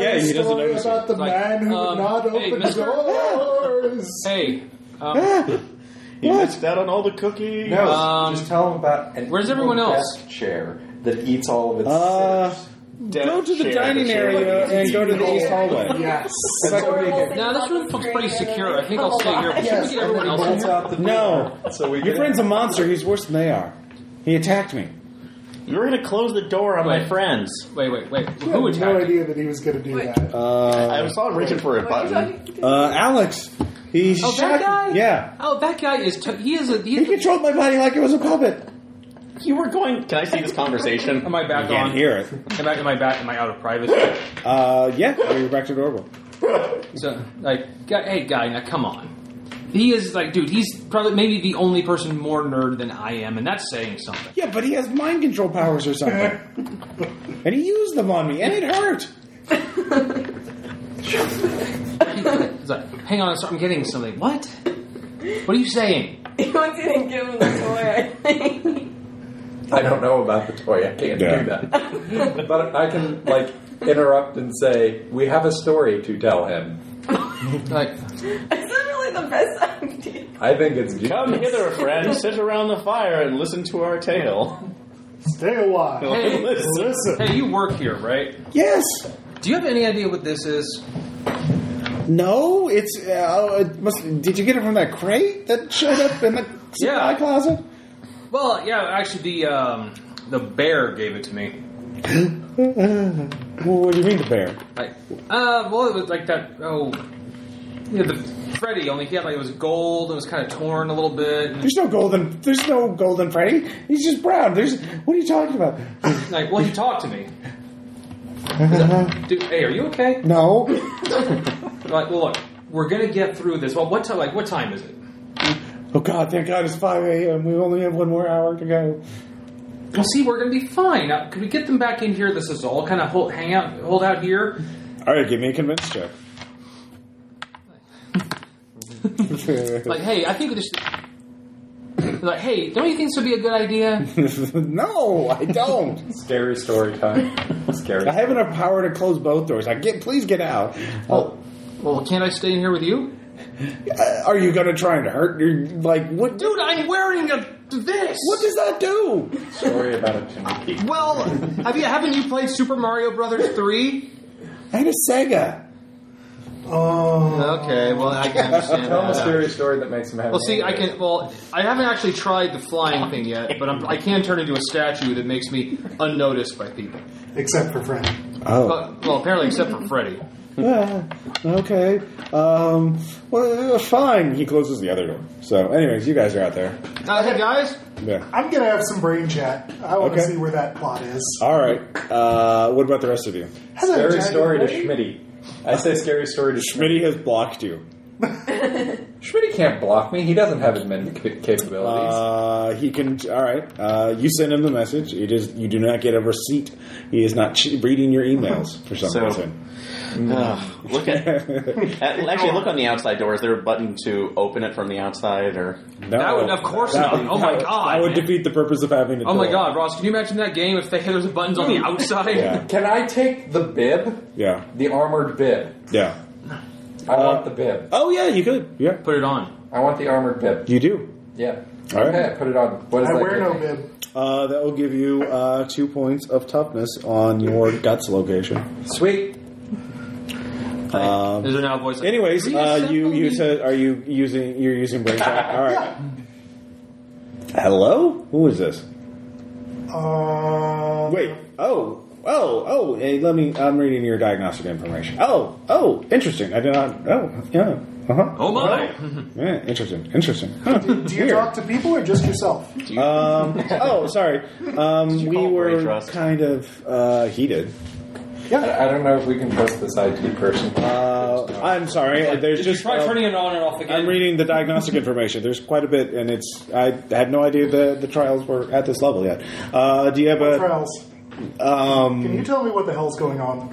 [SPEAKER 1] yeah, he doesn't
[SPEAKER 2] story
[SPEAKER 1] notice it.
[SPEAKER 2] about the
[SPEAKER 4] Like,
[SPEAKER 2] man who
[SPEAKER 4] um,
[SPEAKER 2] would not
[SPEAKER 4] hey,
[SPEAKER 2] open
[SPEAKER 4] mister? [LAUGHS]
[SPEAKER 2] doors.
[SPEAKER 4] Hey, um,
[SPEAKER 3] He missed out on all the cookies.
[SPEAKER 5] No,
[SPEAKER 4] Um,
[SPEAKER 5] just tell him about an
[SPEAKER 4] where's everyone
[SPEAKER 5] evil
[SPEAKER 4] else?
[SPEAKER 5] desk chair that eats all of its
[SPEAKER 1] Uh,
[SPEAKER 5] sinners.
[SPEAKER 1] Go to the
[SPEAKER 3] Chair,
[SPEAKER 1] dining
[SPEAKER 3] chair.
[SPEAKER 1] area and go to the
[SPEAKER 6] Evil.
[SPEAKER 1] east hallway.
[SPEAKER 2] yes.
[SPEAKER 4] no, this room looks pretty secure. I think I'll stay here. But should we
[SPEAKER 2] Yes,
[SPEAKER 4] get everyone
[SPEAKER 2] and
[SPEAKER 4] else in
[SPEAKER 5] Bolts
[SPEAKER 4] here?
[SPEAKER 5] out the
[SPEAKER 1] No,
[SPEAKER 5] door. So we
[SPEAKER 1] your
[SPEAKER 5] can-
[SPEAKER 1] friend's a monster. He's worse than they are. He attacked me.
[SPEAKER 3] You're gonna close the door on my
[SPEAKER 4] Wait.
[SPEAKER 3] friends.
[SPEAKER 4] Wait, wait, wait.
[SPEAKER 2] I had
[SPEAKER 4] Who
[SPEAKER 2] no
[SPEAKER 4] attacked?
[SPEAKER 2] idea that he was going to do
[SPEAKER 6] Wait.
[SPEAKER 2] that.
[SPEAKER 1] Uh,
[SPEAKER 3] I was all reaching for a button.
[SPEAKER 1] uh, Alex. He
[SPEAKER 4] Oh,
[SPEAKER 1] shot.
[SPEAKER 4] that guy?
[SPEAKER 1] Yeah,
[SPEAKER 4] Oh, that guy is. T- he is a. He
[SPEAKER 1] he
[SPEAKER 4] is
[SPEAKER 1] controlled my body like it was a puppet.
[SPEAKER 3] You were going. Can I see this conversation?
[SPEAKER 4] Am I back
[SPEAKER 1] Can't
[SPEAKER 4] on?
[SPEAKER 1] hear it.
[SPEAKER 4] Am I, am I back? Am I out of private?
[SPEAKER 1] Uh, yeah, you're back to normal.
[SPEAKER 4] So, like, guy, hey, guy, now come on. He is like, dude. He's probably maybe the only person more nerd than I am, and that's saying something.
[SPEAKER 1] Yeah, but he has mind control powers or something, and he used them on me, and it hurt.
[SPEAKER 4] It's like, hang on, I'm getting something. What? What are you saying?
[SPEAKER 6] [LAUGHS] He wants you to give him the toy, I think.
[SPEAKER 5] I don't know about the toy. I can't
[SPEAKER 1] Yeah.
[SPEAKER 5] do that. [LAUGHS] but I can like interrupt and say we have a story to tell him.
[SPEAKER 4] Like,
[SPEAKER 6] Is that really the best idea?
[SPEAKER 5] I think it's genius.
[SPEAKER 3] Come hither,
[SPEAKER 4] [LAUGHS]
[SPEAKER 3] friend. Sit around the fire and listen to our tale.
[SPEAKER 2] Stay a while.
[SPEAKER 3] [LAUGHS]
[SPEAKER 4] Hey.
[SPEAKER 3] Listen.
[SPEAKER 4] hey, you work here, right?
[SPEAKER 1] Yes.
[SPEAKER 4] Do you have any idea what this is?
[SPEAKER 1] No. It's. Uh, it must, did you get it from that crate that showed up in the supply
[SPEAKER 4] Yeah.
[SPEAKER 1] closet?
[SPEAKER 4] Well, yeah, actually, the um, the bear gave it to me.
[SPEAKER 1] Well, what do you mean the bear?
[SPEAKER 4] Like, uh, well, it was like that. Oh, yeah, the Freddy. Only he had like it was gold. and It was kind of torn a little bit. And,
[SPEAKER 1] There's no golden. There's no golden Freddy. He's just brown. There's. What are you talking about?
[SPEAKER 4] like, well, he talked to me. Dude, hey, are you okay?
[SPEAKER 1] No.
[SPEAKER 4] Like, well, look, we're gonna get through this. Well, what time? Like, what time is it?
[SPEAKER 1] Oh God! Thank God it's five a.m. We only have one more hour to go.
[SPEAKER 4] Well, see, we're gonna be fine. Now, could we get them back in here? This is all kind of hold, hang out, hold out here.
[SPEAKER 1] All right, give me a convince check.
[SPEAKER 4] Like, hey, I think this. Like, hey, don't you think this would be a good idea?
[SPEAKER 1] [LAUGHS] no, I don't.
[SPEAKER 5] Scary story
[SPEAKER 1] [LAUGHS]
[SPEAKER 5] time. Scary.
[SPEAKER 1] I have enough power to close both doors. I get. Please get out.
[SPEAKER 4] well, well, can't I stay in here with you,
[SPEAKER 1] Uh, are you gonna try and hurt? You're like what?
[SPEAKER 4] dude? I'm wearing a this.
[SPEAKER 1] What does that do?
[SPEAKER 5] story about a tanuki.
[SPEAKER 4] Well, have you haven't you played Super Mario Brothers three?
[SPEAKER 1] I had a Sega.
[SPEAKER 4] uh, Okay, well I
[SPEAKER 1] [LAUGHS]
[SPEAKER 4] can understand
[SPEAKER 5] Tell him a
[SPEAKER 4] that.
[SPEAKER 5] scary story that makes him happy.
[SPEAKER 4] Well, see, I can. Well, I haven't actually tried the flying thing yet, but I'm, I can turn into a statue that makes me unnoticed by people.
[SPEAKER 2] Except for Freddy.
[SPEAKER 1] Oh.
[SPEAKER 4] But, well, apparently, except for Freddy.
[SPEAKER 1] Ah, okay. Um. Well, uh, fine. He closes the other door. So, anyways, you guys are out there.
[SPEAKER 4] Uh, hey guys,
[SPEAKER 1] Yeah.
[SPEAKER 2] I'm going to have some brain chat. I want to
[SPEAKER 1] Okay.
[SPEAKER 2] see where that plot is.
[SPEAKER 1] All right. Uh, what about the rest of you?
[SPEAKER 2] Hello,
[SPEAKER 5] Scary
[SPEAKER 2] Jack
[SPEAKER 5] story to
[SPEAKER 2] Freddy.
[SPEAKER 5] Schmitty. I say scary story to Schmitty.
[SPEAKER 1] Schmitty has blocked you.
[SPEAKER 5] Schmitty can't block me. He doesn't have admin ca- capabilities.
[SPEAKER 1] Uh, he can. All right. Uh, you send him the message. It is. You do not get a receipt. He is not che- reading your emails for some
[SPEAKER 3] So-
[SPEAKER 1] reason.
[SPEAKER 3] Ugh, look at. uh, actually, look on the outside door. Is there a button to open it from the outside, or
[SPEAKER 1] No.
[SPEAKER 4] that would of course
[SPEAKER 1] That
[SPEAKER 4] not.
[SPEAKER 1] would-
[SPEAKER 4] Oh my
[SPEAKER 1] that would- That would
[SPEAKER 4] god.
[SPEAKER 1] defeat the purpose of having a
[SPEAKER 4] Oh my
[SPEAKER 1] door.
[SPEAKER 4] god, Ross, can you imagine that game if they [LAUGHS] had those buttons on the outside?
[SPEAKER 1] Yeah.
[SPEAKER 5] can I take the bib?
[SPEAKER 1] Yeah.
[SPEAKER 5] The armored bib.
[SPEAKER 1] Yeah.
[SPEAKER 5] I want the bib.
[SPEAKER 1] Oh yeah. You could. Yeah.
[SPEAKER 4] Put it on.
[SPEAKER 5] I want the armored bib.
[SPEAKER 1] You do.
[SPEAKER 5] Yeah.
[SPEAKER 1] All right.
[SPEAKER 5] Okay, I put it on. What does
[SPEAKER 2] I
[SPEAKER 5] that
[SPEAKER 2] wear
[SPEAKER 5] give
[SPEAKER 2] no
[SPEAKER 5] me?
[SPEAKER 2] bib.
[SPEAKER 1] Uh, that will give you uh, two points of toughness on your guts location.
[SPEAKER 5] Sweet.
[SPEAKER 1] Um,
[SPEAKER 4] Is there now a voice? Like,
[SPEAKER 1] anyways,
[SPEAKER 4] "Read
[SPEAKER 1] uh,
[SPEAKER 4] a
[SPEAKER 1] you you
[SPEAKER 4] simple
[SPEAKER 1] said are you using you're using brain [LAUGHS] chat? All right. Hello, who is this?
[SPEAKER 2] Um,
[SPEAKER 1] Wait. Oh. Oh, oh, hey, let me. I'm reading your diagnostic information. Oh, oh, interesting. I did not. Oh, yeah. Uh-huh.
[SPEAKER 8] Oh my!
[SPEAKER 1] Yeah, interesting. Interesting. Huh.
[SPEAKER 2] Do you
[SPEAKER 1] Weird.
[SPEAKER 2] talk to people or just yourself?
[SPEAKER 1] Um, oh, sorry. Um,
[SPEAKER 3] you
[SPEAKER 1] we
[SPEAKER 3] call it
[SPEAKER 1] were
[SPEAKER 3] brain trust?
[SPEAKER 1] kind of uh, heated.
[SPEAKER 5] I I don't know if we can trust this IT person.
[SPEAKER 1] Uh, I'm sorry. There's
[SPEAKER 8] Did
[SPEAKER 1] just
[SPEAKER 8] you try
[SPEAKER 1] uh,
[SPEAKER 8] turning it on and off again?
[SPEAKER 1] I'm reading the diagnostic information. There's quite a bit, and it's I had no idea the the trials were at this level yet. Uh, do you have a?
[SPEAKER 2] Trials.
[SPEAKER 1] Um,
[SPEAKER 2] Can you tell me what the hell's going on?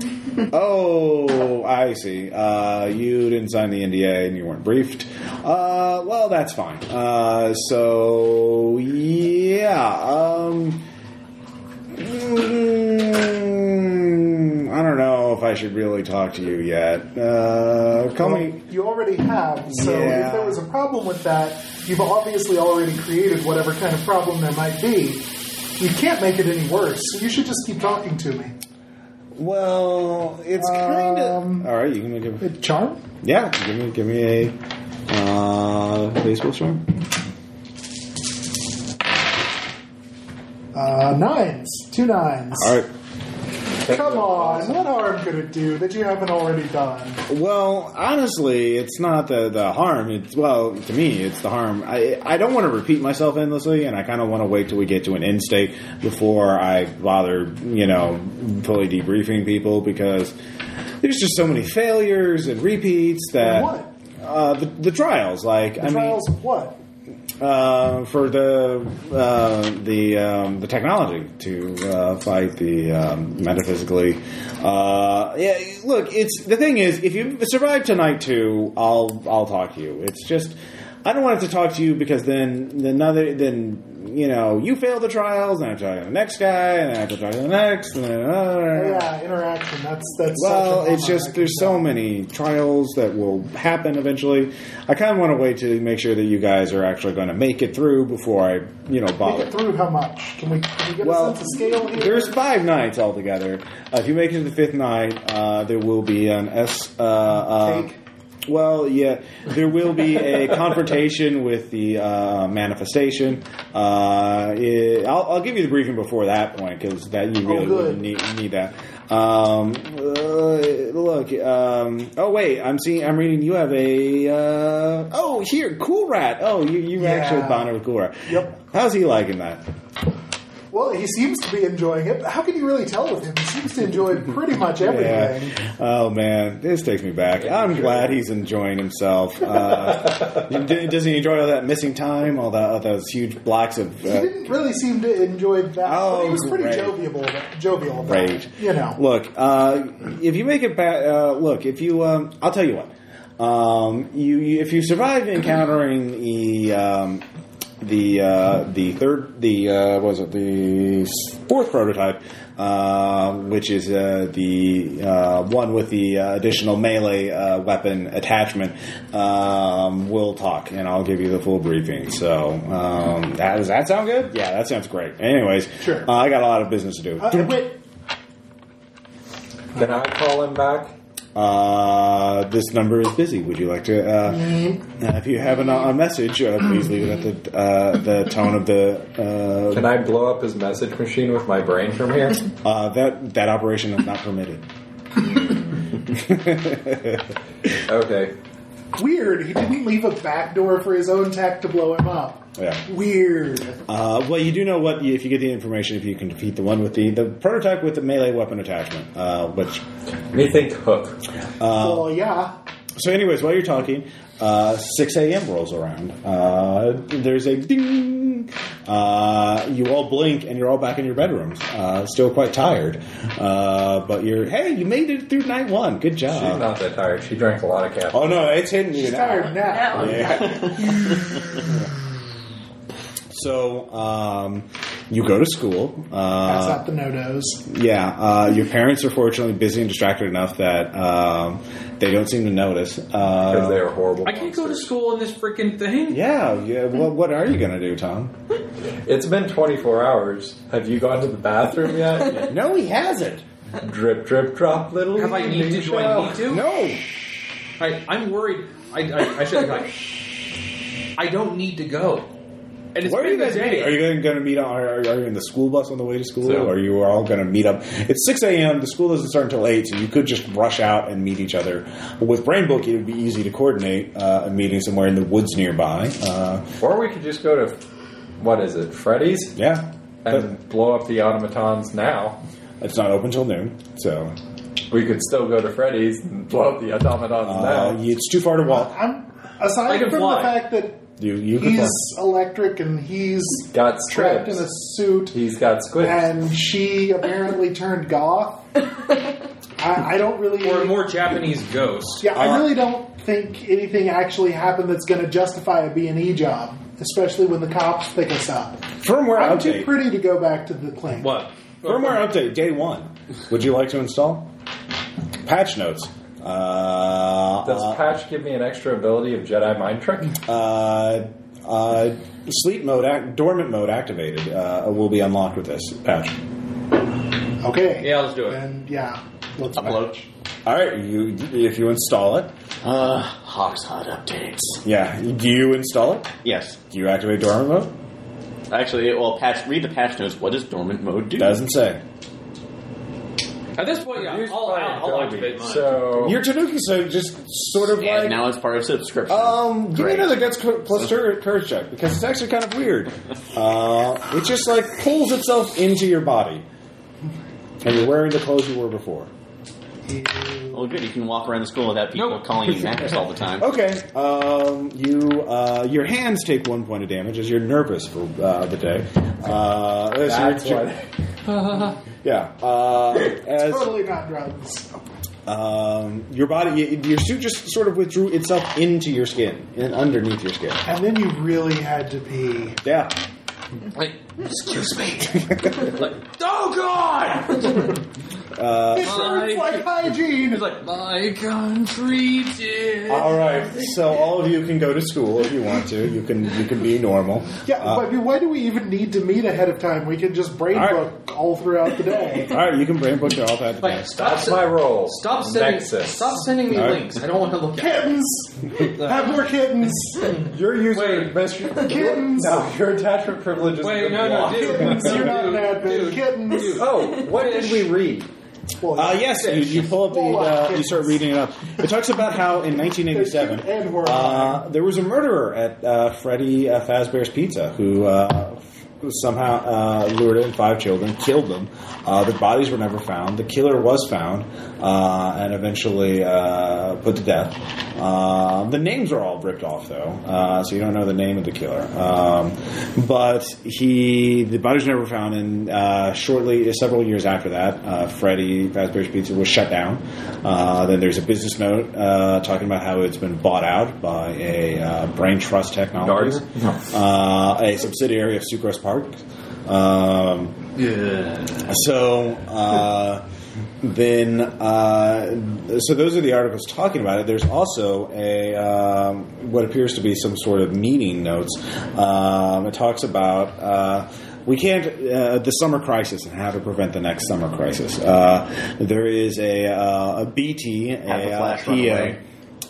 [SPEAKER 1] oh, I see. Uh, you didn't sign the NDA and you weren't briefed. Uh, well, that's fine. Uh, so yeah. Um, mm, I don't know if I should really talk to you yet. Uh, call me.
[SPEAKER 2] You already have, so
[SPEAKER 1] Yeah.
[SPEAKER 2] if there was a problem with that, you've obviously already created whatever kind of problem there might be. You can't make it any worse. You should just keep talking to me.
[SPEAKER 1] Well, it's kind of
[SPEAKER 2] Um,
[SPEAKER 1] all right. You can give
[SPEAKER 2] Uh, Charm?
[SPEAKER 1] yeah. Give me give me a uh, baseball storm.
[SPEAKER 2] Uh, nines. Two nines.
[SPEAKER 1] All right.
[SPEAKER 2] Come on, what harm could it do that you haven't already done?
[SPEAKER 1] Well, honestly, it's not the the harm. It's well to me, it's the harm. I I don't want to repeat myself endlessly, and I kind of want to wait till we get to an end state before I bother, you know, fully debriefing people because there's just so many failures and repeats that
[SPEAKER 2] What?
[SPEAKER 1] Uh, the, the trials, like I mean.
[SPEAKER 2] Trials of what?
[SPEAKER 1] uh, for the uh, the um, the technology to uh, fight the um, metaphysically. Uh, yeah, look, it's the thing is, if you survive tonight too, I'll I'll talk to you. It's just I don't want to talk to you because then then another then you know you fail the trials, and I have to talk to the next guy, and I have to talk to the next. And then,
[SPEAKER 2] Yeah, interaction. That's that's.
[SPEAKER 1] well,
[SPEAKER 2] such a
[SPEAKER 1] it's
[SPEAKER 2] bummer.
[SPEAKER 1] just there's so many trials that will happen eventually. I kind of want to wait to make sure that you guys are actually going to make it through before I, you know,
[SPEAKER 2] Make
[SPEAKER 1] bother.
[SPEAKER 2] it through how much? Can we, can we get
[SPEAKER 1] Well,
[SPEAKER 2] a sense of scale here?
[SPEAKER 1] there's five nights altogether. Uh, if you make it to the fifth night, uh, there will be an S. Uh, uh,
[SPEAKER 2] Cake?
[SPEAKER 1] Well, yeah, there will be
[SPEAKER 2] [LAUGHS]
[SPEAKER 1] a confrontation with the uh, manifestation. Uh, it, I'll, I'll give you the briefing before that point because that you really
[SPEAKER 2] Oh, good.
[SPEAKER 1] wouldn't need, need that. Um, uh, look. Um, oh wait, I'm seeing. I'm reading. You have a. Uh, oh here, Cool Rat. Oh, you you
[SPEAKER 2] Yeah.
[SPEAKER 1] actually bonded with Cool Rat.
[SPEAKER 2] Yep.
[SPEAKER 1] How's he liking that?
[SPEAKER 2] Well, he seems to be enjoying it. How can you really tell with him? He seems to enjoy pretty much
[SPEAKER 1] [LAUGHS]
[SPEAKER 2] everything.
[SPEAKER 1] Yeah. Oh man, this takes me back. I'm glad he's enjoying himself. Uh, [LAUGHS] d- does he enjoy all that missing time? All that all those huge blocks of
[SPEAKER 2] He
[SPEAKER 1] uh,
[SPEAKER 2] didn't really seem to enjoy that. but
[SPEAKER 1] Oh,
[SPEAKER 2] he was pretty
[SPEAKER 1] great.
[SPEAKER 2] jovial. Jovial. about it,
[SPEAKER 1] rage.
[SPEAKER 2] You know.
[SPEAKER 1] Look, uh, if you make it back, uh, look if you. Um, I'll tell you what. Um, you, you if you survive encountering the um, the uh, the third the uh, what was it the fourth prototype, uh, which is uh, the uh, one with the uh, additional melee uh, weapon attachment. Um, we'll talk, and I'll give you the full briefing. So um, that, does that sound good? Yeah, that sounds great. Anyways,
[SPEAKER 2] Sure.
[SPEAKER 1] uh, I got a lot of business to do.
[SPEAKER 2] Uh, wait,
[SPEAKER 5] Can I call him back?
[SPEAKER 1] Uh, this number is busy. Would you like to? Uh, uh, if you have an, a message, uh, please leave it at the uh, the tone of the
[SPEAKER 5] Can I blow up his message machine with my brain from [LAUGHS] here?
[SPEAKER 1] uh, uh, that that operation is not permitted. [LAUGHS]
[SPEAKER 5] Okay.
[SPEAKER 2] weird. He didn't leave a back door for his own tech to blow him up.
[SPEAKER 1] Yeah.
[SPEAKER 2] Weird.
[SPEAKER 1] Uh, well, you do know what if you get the information, if you can defeat the one with the the prototype with the melee weapon attachment, uh, which
[SPEAKER 5] Me think hook.
[SPEAKER 2] well, yeah.
[SPEAKER 1] So, anyways, while you're talking, uh, 6 a.m. rolls around. Uh, there's a ding. Uh, you all blink and you're all back in your bedrooms. Uh, still quite tired. Uh, but you're, hey, you made it through night one. Good
[SPEAKER 5] She's
[SPEAKER 1] job.
[SPEAKER 5] not that tired. She drank a lot of caffeine.
[SPEAKER 1] Oh, no, it's hitting you
[SPEAKER 2] He's
[SPEAKER 1] now.
[SPEAKER 2] tired now.
[SPEAKER 6] No.
[SPEAKER 1] [LAUGHS] Yeah. so, um, you go to school. Uh,
[SPEAKER 2] That's not the no dos.
[SPEAKER 1] yeah, uh, your parents are fortunately busy and distracted enough that um, they don't seem to notice.
[SPEAKER 5] Because
[SPEAKER 1] Uh,
[SPEAKER 5] they are horrible.
[SPEAKER 8] I can't go to school in this freaking thing.
[SPEAKER 1] yeah, yeah. What, what are you going to do, Tom?
[SPEAKER 5] It's been 24 hours. Have you gone to the
[SPEAKER 8] [LAUGHS]
[SPEAKER 5] bathroom yet?
[SPEAKER 1] No, he hasn't.
[SPEAKER 5] drip, drip, drop, little.
[SPEAKER 8] Have I need
[SPEAKER 5] league,
[SPEAKER 8] to? Do I
[SPEAKER 5] shall.
[SPEAKER 8] need to?
[SPEAKER 1] No.
[SPEAKER 8] I, I'm worried. I, I, I should. I, I don't need to go.
[SPEAKER 9] And it's
[SPEAKER 1] Where are you
[SPEAKER 9] been
[SPEAKER 1] guys
[SPEAKER 9] the
[SPEAKER 1] meeting?
[SPEAKER 9] day.
[SPEAKER 1] Are you guys going to meet on? Are, are you in the school bus on the way to school?
[SPEAKER 5] So-
[SPEAKER 1] or are you all going to meet up? It's six a.m. The school doesn't start until eight, so you could just rush out and meet each other. But with Brain Book, it would be easy to coordinate uh, a meeting somewhere in the woods nearby. Uh,
[SPEAKER 5] Or we could just go to, what is it, Freddy's?
[SPEAKER 1] yeah,
[SPEAKER 5] And blow up the automatons now.
[SPEAKER 1] but it's not open till noon, so
[SPEAKER 5] We could still go to Freddy's and blow up the automatons
[SPEAKER 1] uh,
[SPEAKER 5] now.
[SPEAKER 1] you- it's too far to walk.
[SPEAKER 2] I'm
[SPEAKER 8] I
[SPEAKER 2] aside
[SPEAKER 8] can
[SPEAKER 2] from
[SPEAKER 8] fly.
[SPEAKER 2] the fact that
[SPEAKER 1] You you could
[SPEAKER 2] he's
[SPEAKER 1] walk.
[SPEAKER 2] electric and he's
[SPEAKER 5] Got
[SPEAKER 2] trapped in
[SPEAKER 5] squibs.
[SPEAKER 2] a suit,
[SPEAKER 5] He's got squibs.
[SPEAKER 2] and she apparently turned
[SPEAKER 8] [LAUGHS]
[SPEAKER 2] goth. I, I don't really.
[SPEAKER 8] Or a more Japanese ghost.
[SPEAKER 2] Yeah,
[SPEAKER 1] Uh,
[SPEAKER 2] I really don't think anything actually happened that's going to justify a B&E job, especially when the cops pick us up.
[SPEAKER 1] Firmware
[SPEAKER 2] I'm too
[SPEAKER 1] update.
[SPEAKER 2] pretty to go back to the plane.
[SPEAKER 8] What?
[SPEAKER 1] Firmware update day one. Would you like to install patch notes? Uh,
[SPEAKER 5] Does
[SPEAKER 1] uh,
[SPEAKER 5] Patch give me an extra ability of Jedi Mind Trick?
[SPEAKER 1] uh, uh, sleep mode, act, dormant mode activated uh, will be unlocked with this patch.
[SPEAKER 2] Okay.
[SPEAKER 8] Yeah, let's do it.
[SPEAKER 2] And yeah, let's
[SPEAKER 3] Upload.
[SPEAKER 1] All right, you if you install it,
[SPEAKER 3] Uh, Hawks Hot updates.
[SPEAKER 1] yeah. Do you install it?
[SPEAKER 3] Yes.
[SPEAKER 1] Do you activate dormant mode?
[SPEAKER 3] Actually, well, patch. Read the patch notes. What does dormant mode do?
[SPEAKER 1] Doesn't say.
[SPEAKER 8] At this point, yeah, I'll, I'll, I'll activate mine.
[SPEAKER 5] So
[SPEAKER 1] Your Tanuki so just sort of
[SPEAKER 3] and
[SPEAKER 1] like
[SPEAKER 3] now it's part of subscription.
[SPEAKER 4] Oh.
[SPEAKER 1] Um, give
[SPEAKER 3] Great.
[SPEAKER 1] me another guts cou- plus tur- courage check because it's actually kind of weird. Uh, it just like pulls itself into your body, and you're wearing the clothes you were before.
[SPEAKER 3] well, good. You can walk around the school without people calling you Max all the
[SPEAKER 4] Oh.
[SPEAKER 3] time.
[SPEAKER 1] Okay, um, you uh, your hands take one point of damage as you're nervous for uh, the day. Uh, so
[SPEAKER 5] that's
[SPEAKER 1] you're-
[SPEAKER 5] what.
[SPEAKER 1] [LAUGHS] Yeah, uh, as
[SPEAKER 2] Totally not drugs.
[SPEAKER 1] um, your body, y- your suit just sort of withdrew itself into your skin and underneath your skin.
[SPEAKER 2] And then you really had to pee.
[SPEAKER 1] Yeah.
[SPEAKER 8] Like, excuse me. like, oh god!
[SPEAKER 1] Uh,
[SPEAKER 2] It hurts like hygiene.
[SPEAKER 8] He's like, my country did.
[SPEAKER 1] All right, so all of you can go to school if you want to. You can you can be normal.
[SPEAKER 2] Yeah,
[SPEAKER 1] Uh,
[SPEAKER 2] but I mean, why do we even need to meet ahead of time? We can just brain
[SPEAKER 1] All right.
[SPEAKER 2] book all throughout the day.
[SPEAKER 1] [LAUGHS] all right, you can brain book all that.
[SPEAKER 8] Like, stop,
[SPEAKER 5] That's
[SPEAKER 8] se-
[SPEAKER 5] my role.
[SPEAKER 8] stop sending,
[SPEAKER 5] Nexus.
[SPEAKER 8] stop sending me
[SPEAKER 1] All right.
[SPEAKER 8] links. I don't want to look at.
[SPEAKER 2] kittens! Have more kittens!
[SPEAKER 5] Your user admission.
[SPEAKER 2] Kittens!
[SPEAKER 5] No, your attachment privilege is.
[SPEAKER 8] Wait, no, no, dude.
[SPEAKER 2] Kittens, you're not an admin.
[SPEAKER 8] Dude.
[SPEAKER 2] Kittens!
[SPEAKER 5] Oh, what did we read?
[SPEAKER 2] Well,
[SPEAKER 1] Uh, yes, you, you pull up the, uh, you start reading it up. It talks about how in
[SPEAKER 2] And
[SPEAKER 1] 1987,
[SPEAKER 2] horrifying.
[SPEAKER 1] uh, there was a murderer at uh, Freddy uh, Fazbear's Pizza who uh, somehow uh, lured in five children, killed them. Uh, the bodies were never found. The killer was found uh, and eventually uh, put to death. Uh, the names are all ripped off, though, uh, so you don't know the name of the killer. Um, but he, the bodies were never found, and uh, shortly, several years after that, uh, Freddy Fazbear's Pizza was shut down. Uh, then there's a business note uh, talking about how it's been bought out by a uh, brain trust technology,
[SPEAKER 5] Darden?
[SPEAKER 1] uh, a subsidiary of Sucrose Park. Um, so uh, then, uh, so those are the articles talking about it. There's also a um, what appears to be some sort of meeting notes. Um, it talks about. Uh, we can't uh, the summer crisis and how to prevent the next summer crisis. Uh, there is a, uh, a BT, a,
[SPEAKER 3] Have the
[SPEAKER 1] uh,
[SPEAKER 3] flash
[SPEAKER 1] PA,
[SPEAKER 3] run away.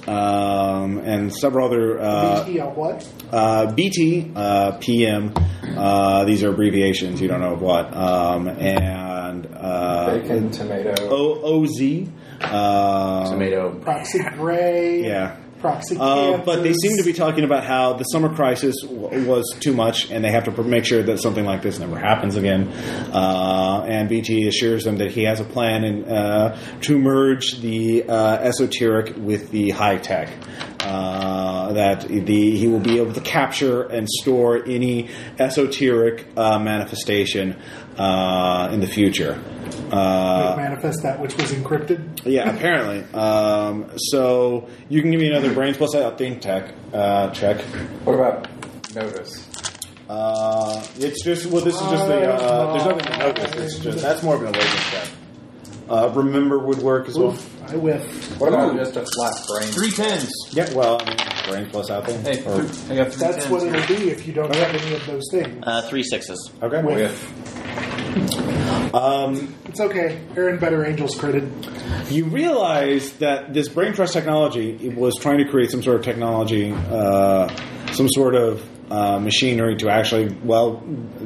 [SPEAKER 1] um, and several other uh,
[SPEAKER 2] BT on what?
[SPEAKER 1] uh, BT, uh, PM. Uh, these are abbreviations. You don't know of what. Um, and uh,
[SPEAKER 5] Bacon, tomato.
[SPEAKER 1] O O Z. Uh,
[SPEAKER 3] Tomato.
[SPEAKER 2] Proxy Gray.
[SPEAKER 1] Yeah.
[SPEAKER 2] Proxy
[SPEAKER 1] Uh,
[SPEAKER 2] Kansas.
[SPEAKER 1] but they seem to be talking about how the summer crisis w- was too much, and they have to pr- make sure that something like this never happens again. Uh, and BT assures them that he has a plan in, uh, to merge the uh, esoteric with the high tech. Uh, that the he will be able to capture and store any esoteric uh, manifestation uh, in the future. Uh,
[SPEAKER 2] manifest that which was encrypted.
[SPEAKER 1] yeah, apparently. Um, so you can give me another brains plus update tech uh, check.
[SPEAKER 5] What about notice?
[SPEAKER 1] Uh, it's just well, this is just the uh, there's nothing to notice. It's just that's more of an awareness check. Uh, remember would work as well.
[SPEAKER 2] Oof, I whiff.
[SPEAKER 5] What about just a flat brain?
[SPEAKER 8] Three tens.
[SPEAKER 1] Yeah, well, I mean, brains plus out there.
[SPEAKER 8] Hey,
[SPEAKER 1] Or-
[SPEAKER 8] three, I got three
[SPEAKER 2] That's
[SPEAKER 8] tens.
[SPEAKER 2] what it'll be if you don't have any of those things.
[SPEAKER 3] Uh, three sixes.
[SPEAKER 1] okay.
[SPEAKER 2] It's okay. Aaron Better Angels critted.
[SPEAKER 1] you realize that this brain trust technology it was trying to create some sort of technology, uh, some sort of
[SPEAKER 7] uh, machinery to actually, well,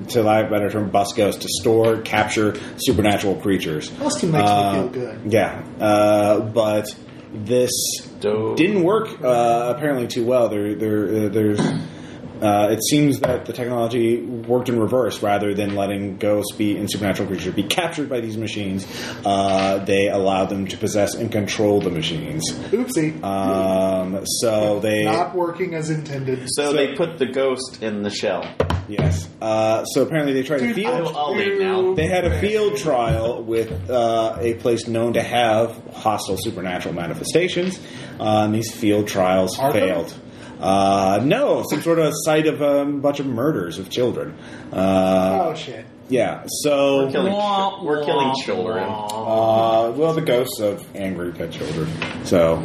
[SPEAKER 7] to lack of a better term, bus ghosts, to store, capture supernatural creatures.
[SPEAKER 2] Austin makes me
[SPEAKER 7] Uh,
[SPEAKER 2] feel good.
[SPEAKER 7] Yeah, uh, but this
[SPEAKER 3] Dope.
[SPEAKER 7] didn't work uh, apparently too well. There, there, uh, there's. Uh, it seems that the technology worked in reverse rather than letting ghosts be and supernatural creatures be captured by these machines. Uh, they allowed them to possess and control the machines.
[SPEAKER 2] Oopsie.
[SPEAKER 7] Um, so they
[SPEAKER 2] Not working as intended.
[SPEAKER 3] So they put the ghost in the shell.
[SPEAKER 7] yes. Uh, so apparently they tried to
[SPEAKER 2] Dude,
[SPEAKER 7] field.
[SPEAKER 3] I'll, I'll leave now.
[SPEAKER 7] They had a field trial with uh, a place known to have hostile supernatural manifestations. Uh, and these field trials
[SPEAKER 2] Arkham?
[SPEAKER 7] failed. Uh, no, some sort of site of a bunch of murders of children. Uh,
[SPEAKER 2] oh shit.
[SPEAKER 7] Yeah, so.
[SPEAKER 3] Killing,
[SPEAKER 4] Wah,
[SPEAKER 3] we're killing
[SPEAKER 4] wah,
[SPEAKER 3] children.
[SPEAKER 4] wah.
[SPEAKER 7] Uh, well, the ghosts of angry pet children. So.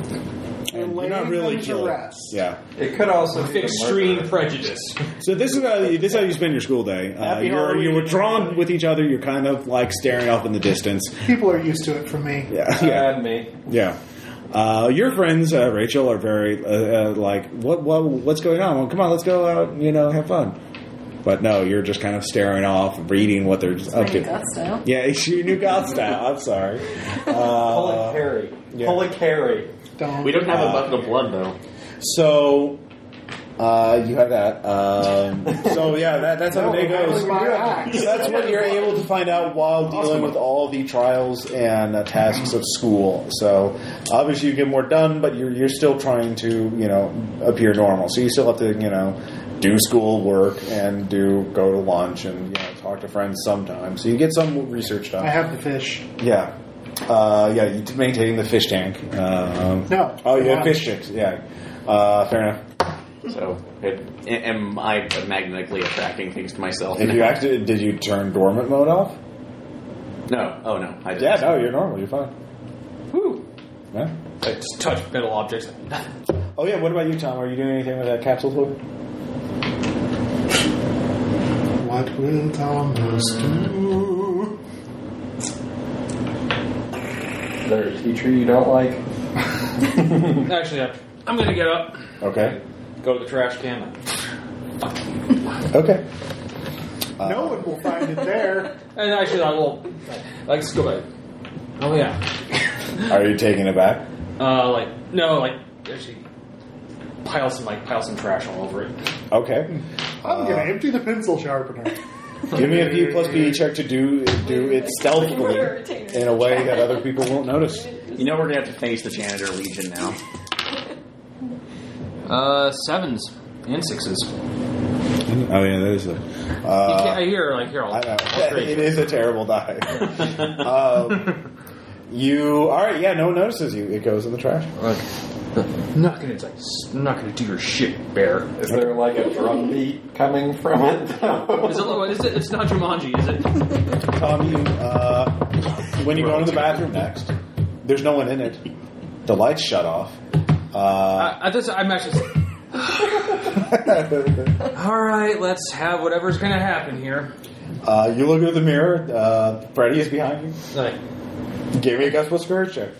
[SPEAKER 7] And you're
[SPEAKER 2] laying
[SPEAKER 7] not really
[SPEAKER 2] them to
[SPEAKER 7] killing.
[SPEAKER 2] rest.
[SPEAKER 7] Yeah.
[SPEAKER 5] It could also be the
[SPEAKER 4] Extreme
[SPEAKER 5] murderer.
[SPEAKER 4] prejudice.
[SPEAKER 7] So this is how you, this is how you spend your school day. Uh,
[SPEAKER 3] Happy
[SPEAKER 7] you're,
[SPEAKER 3] Halloween.
[SPEAKER 7] you're withdrawn with each other. You're kind of like staring off in the distance.
[SPEAKER 2] People are used to it from me.
[SPEAKER 7] Yeah,
[SPEAKER 3] Uh,
[SPEAKER 7] yeah.
[SPEAKER 5] Yeah, and me.
[SPEAKER 7] Yeah. Uh, your friends, uh, Rachel, are very uh, uh, like, what, what, what's going on? Well, come on, let's go out, you know, have fun. But no, you're just kind of staring off, reading what they're up
[SPEAKER 6] Like
[SPEAKER 7] to.
[SPEAKER 6] goth style.
[SPEAKER 7] Yeah, it's your new God style. I'm sorry.
[SPEAKER 5] Pull
[SPEAKER 7] Uh,
[SPEAKER 5] it, Harry.
[SPEAKER 7] yeah.
[SPEAKER 5] Pull it, Harry.
[SPEAKER 2] Don't.
[SPEAKER 3] We don't have a bucket of blood though.
[SPEAKER 7] so, uh, you have that. Um, so yeah, that, that's how
[SPEAKER 2] No,
[SPEAKER 7] the day
[SPEAKER 2] that
[SPEAKER 7] goes.
[SPEAKER 2] was my act.
[SPEAKER 7] So that's what you're able to find out while dealing with all the trials and uh, tasks of school. So obviously you get more done, but you're you're still trying to you know appear normal. So you still have to you know do school work and do go to lunch and you know, talk to friends sometimes. So you get some research
[SPEAKER 2] I
[SPEAKER 7] done.
[SPEAKER 2] have the fish.
[SPEAKER 7] Yeah. Uh, yeah, you maintaining the fish tank. Um,
[SPEAKER 2] No.
[SPEAKER 7] Oh, you have
[SPEAKER 2] Wow.
[SPEAKER 7] fish tanks. Yeah. Uh, fair enough.
[SPEAKER 3] So it, am I magnetically attracting things to myself?
[SPEAKER 7] If you
[SPEAKER 3] now?
[SPEAKER 7] acted, did you turn dormant mode off?
[SPEAKER 3] no. Oh no. I didn't.
[SPEAKER 7] Yeah, no, you're normal. You're fine.
[SPEAKER 3] Whew.
[SPEAKER 7] Yeah.
[SPEAKER 4] I just touch metal objects.
[SPEAKER 7] Oh yeah, what about you, Tom? Are you doing anything with that capsule toy?
[SPEAKER 2] What will Thomas do?
[SPEAKER 5] There, a teacher you don't like.
[SPEAKER 4] Actually, I- I'm gonna get up,
[SPEAKER 7] Okay.
[SPEAKER 4] go to the trash can.
[SPEAKER 7] Okay.
[SPEAKER 2] no one will find it there.
[SPEAKER 4] And actually, I will. Like, let's go back. Oh yeah.
[SPEAKER 7] Are you taking it back?
[SPEAKER 4] Uh, like no, like actually, pile some like pile some trash all over it.
[SPEAKER 7] Okay. Uh,
[SPEAKER 2] I'm gonna empty the pencil sharpener.
[SPEAKER 7] Give me a P plus B check to do do it stealthily in a way that other people won't notice.
[SPEAKER 3] You know we're gonna have to face the janitor legion now.
[SPEAKER 4] Uh, sevens and sixes.
[SPEAKER 7] Oh yeah, that is a.
[SPEAKER 4] you
[SPEAKER 7] Uh,
[SPEAKER 4] can't, I hear like here. I'll,
[SPEAKER 7] [LAUGHS] I know.
[SPEAKER 4] I'll trade
[SPEAKER 7] It
[SPEAKER 4] you.
[SPEAKER 7] is a terrible [LAUGHS] die. um, you all right? Yeah, no one notices you. It goes in the trash.
[SPEAKER 4] Like, I'm not gonna like, s- I'm not gonna do your shit, bear.
[SPEAKER 5] Is there like a drum beat coming from it? [LAUGHS]
[SPEAKER 4] Is it, what is it? It's not Jumanji, is it?
[SPEAKER 7] Tom, you, uh, when you go into the bathroom next, there's no one in it. The lights shut off. Uh,
[SPEAKER 4] I, I just, I'm actually.
[SPEAKER 7] [LAUGHS]
[SPEAKER 4] All right, let's have whatever's gonna happen here.
[SPEAKER 7] uh, you look at the mirror. Uh, Freddy is behind you.
[SPEAKER 4] Like,
[SPEAKER 7] Give me a gospel scourge check.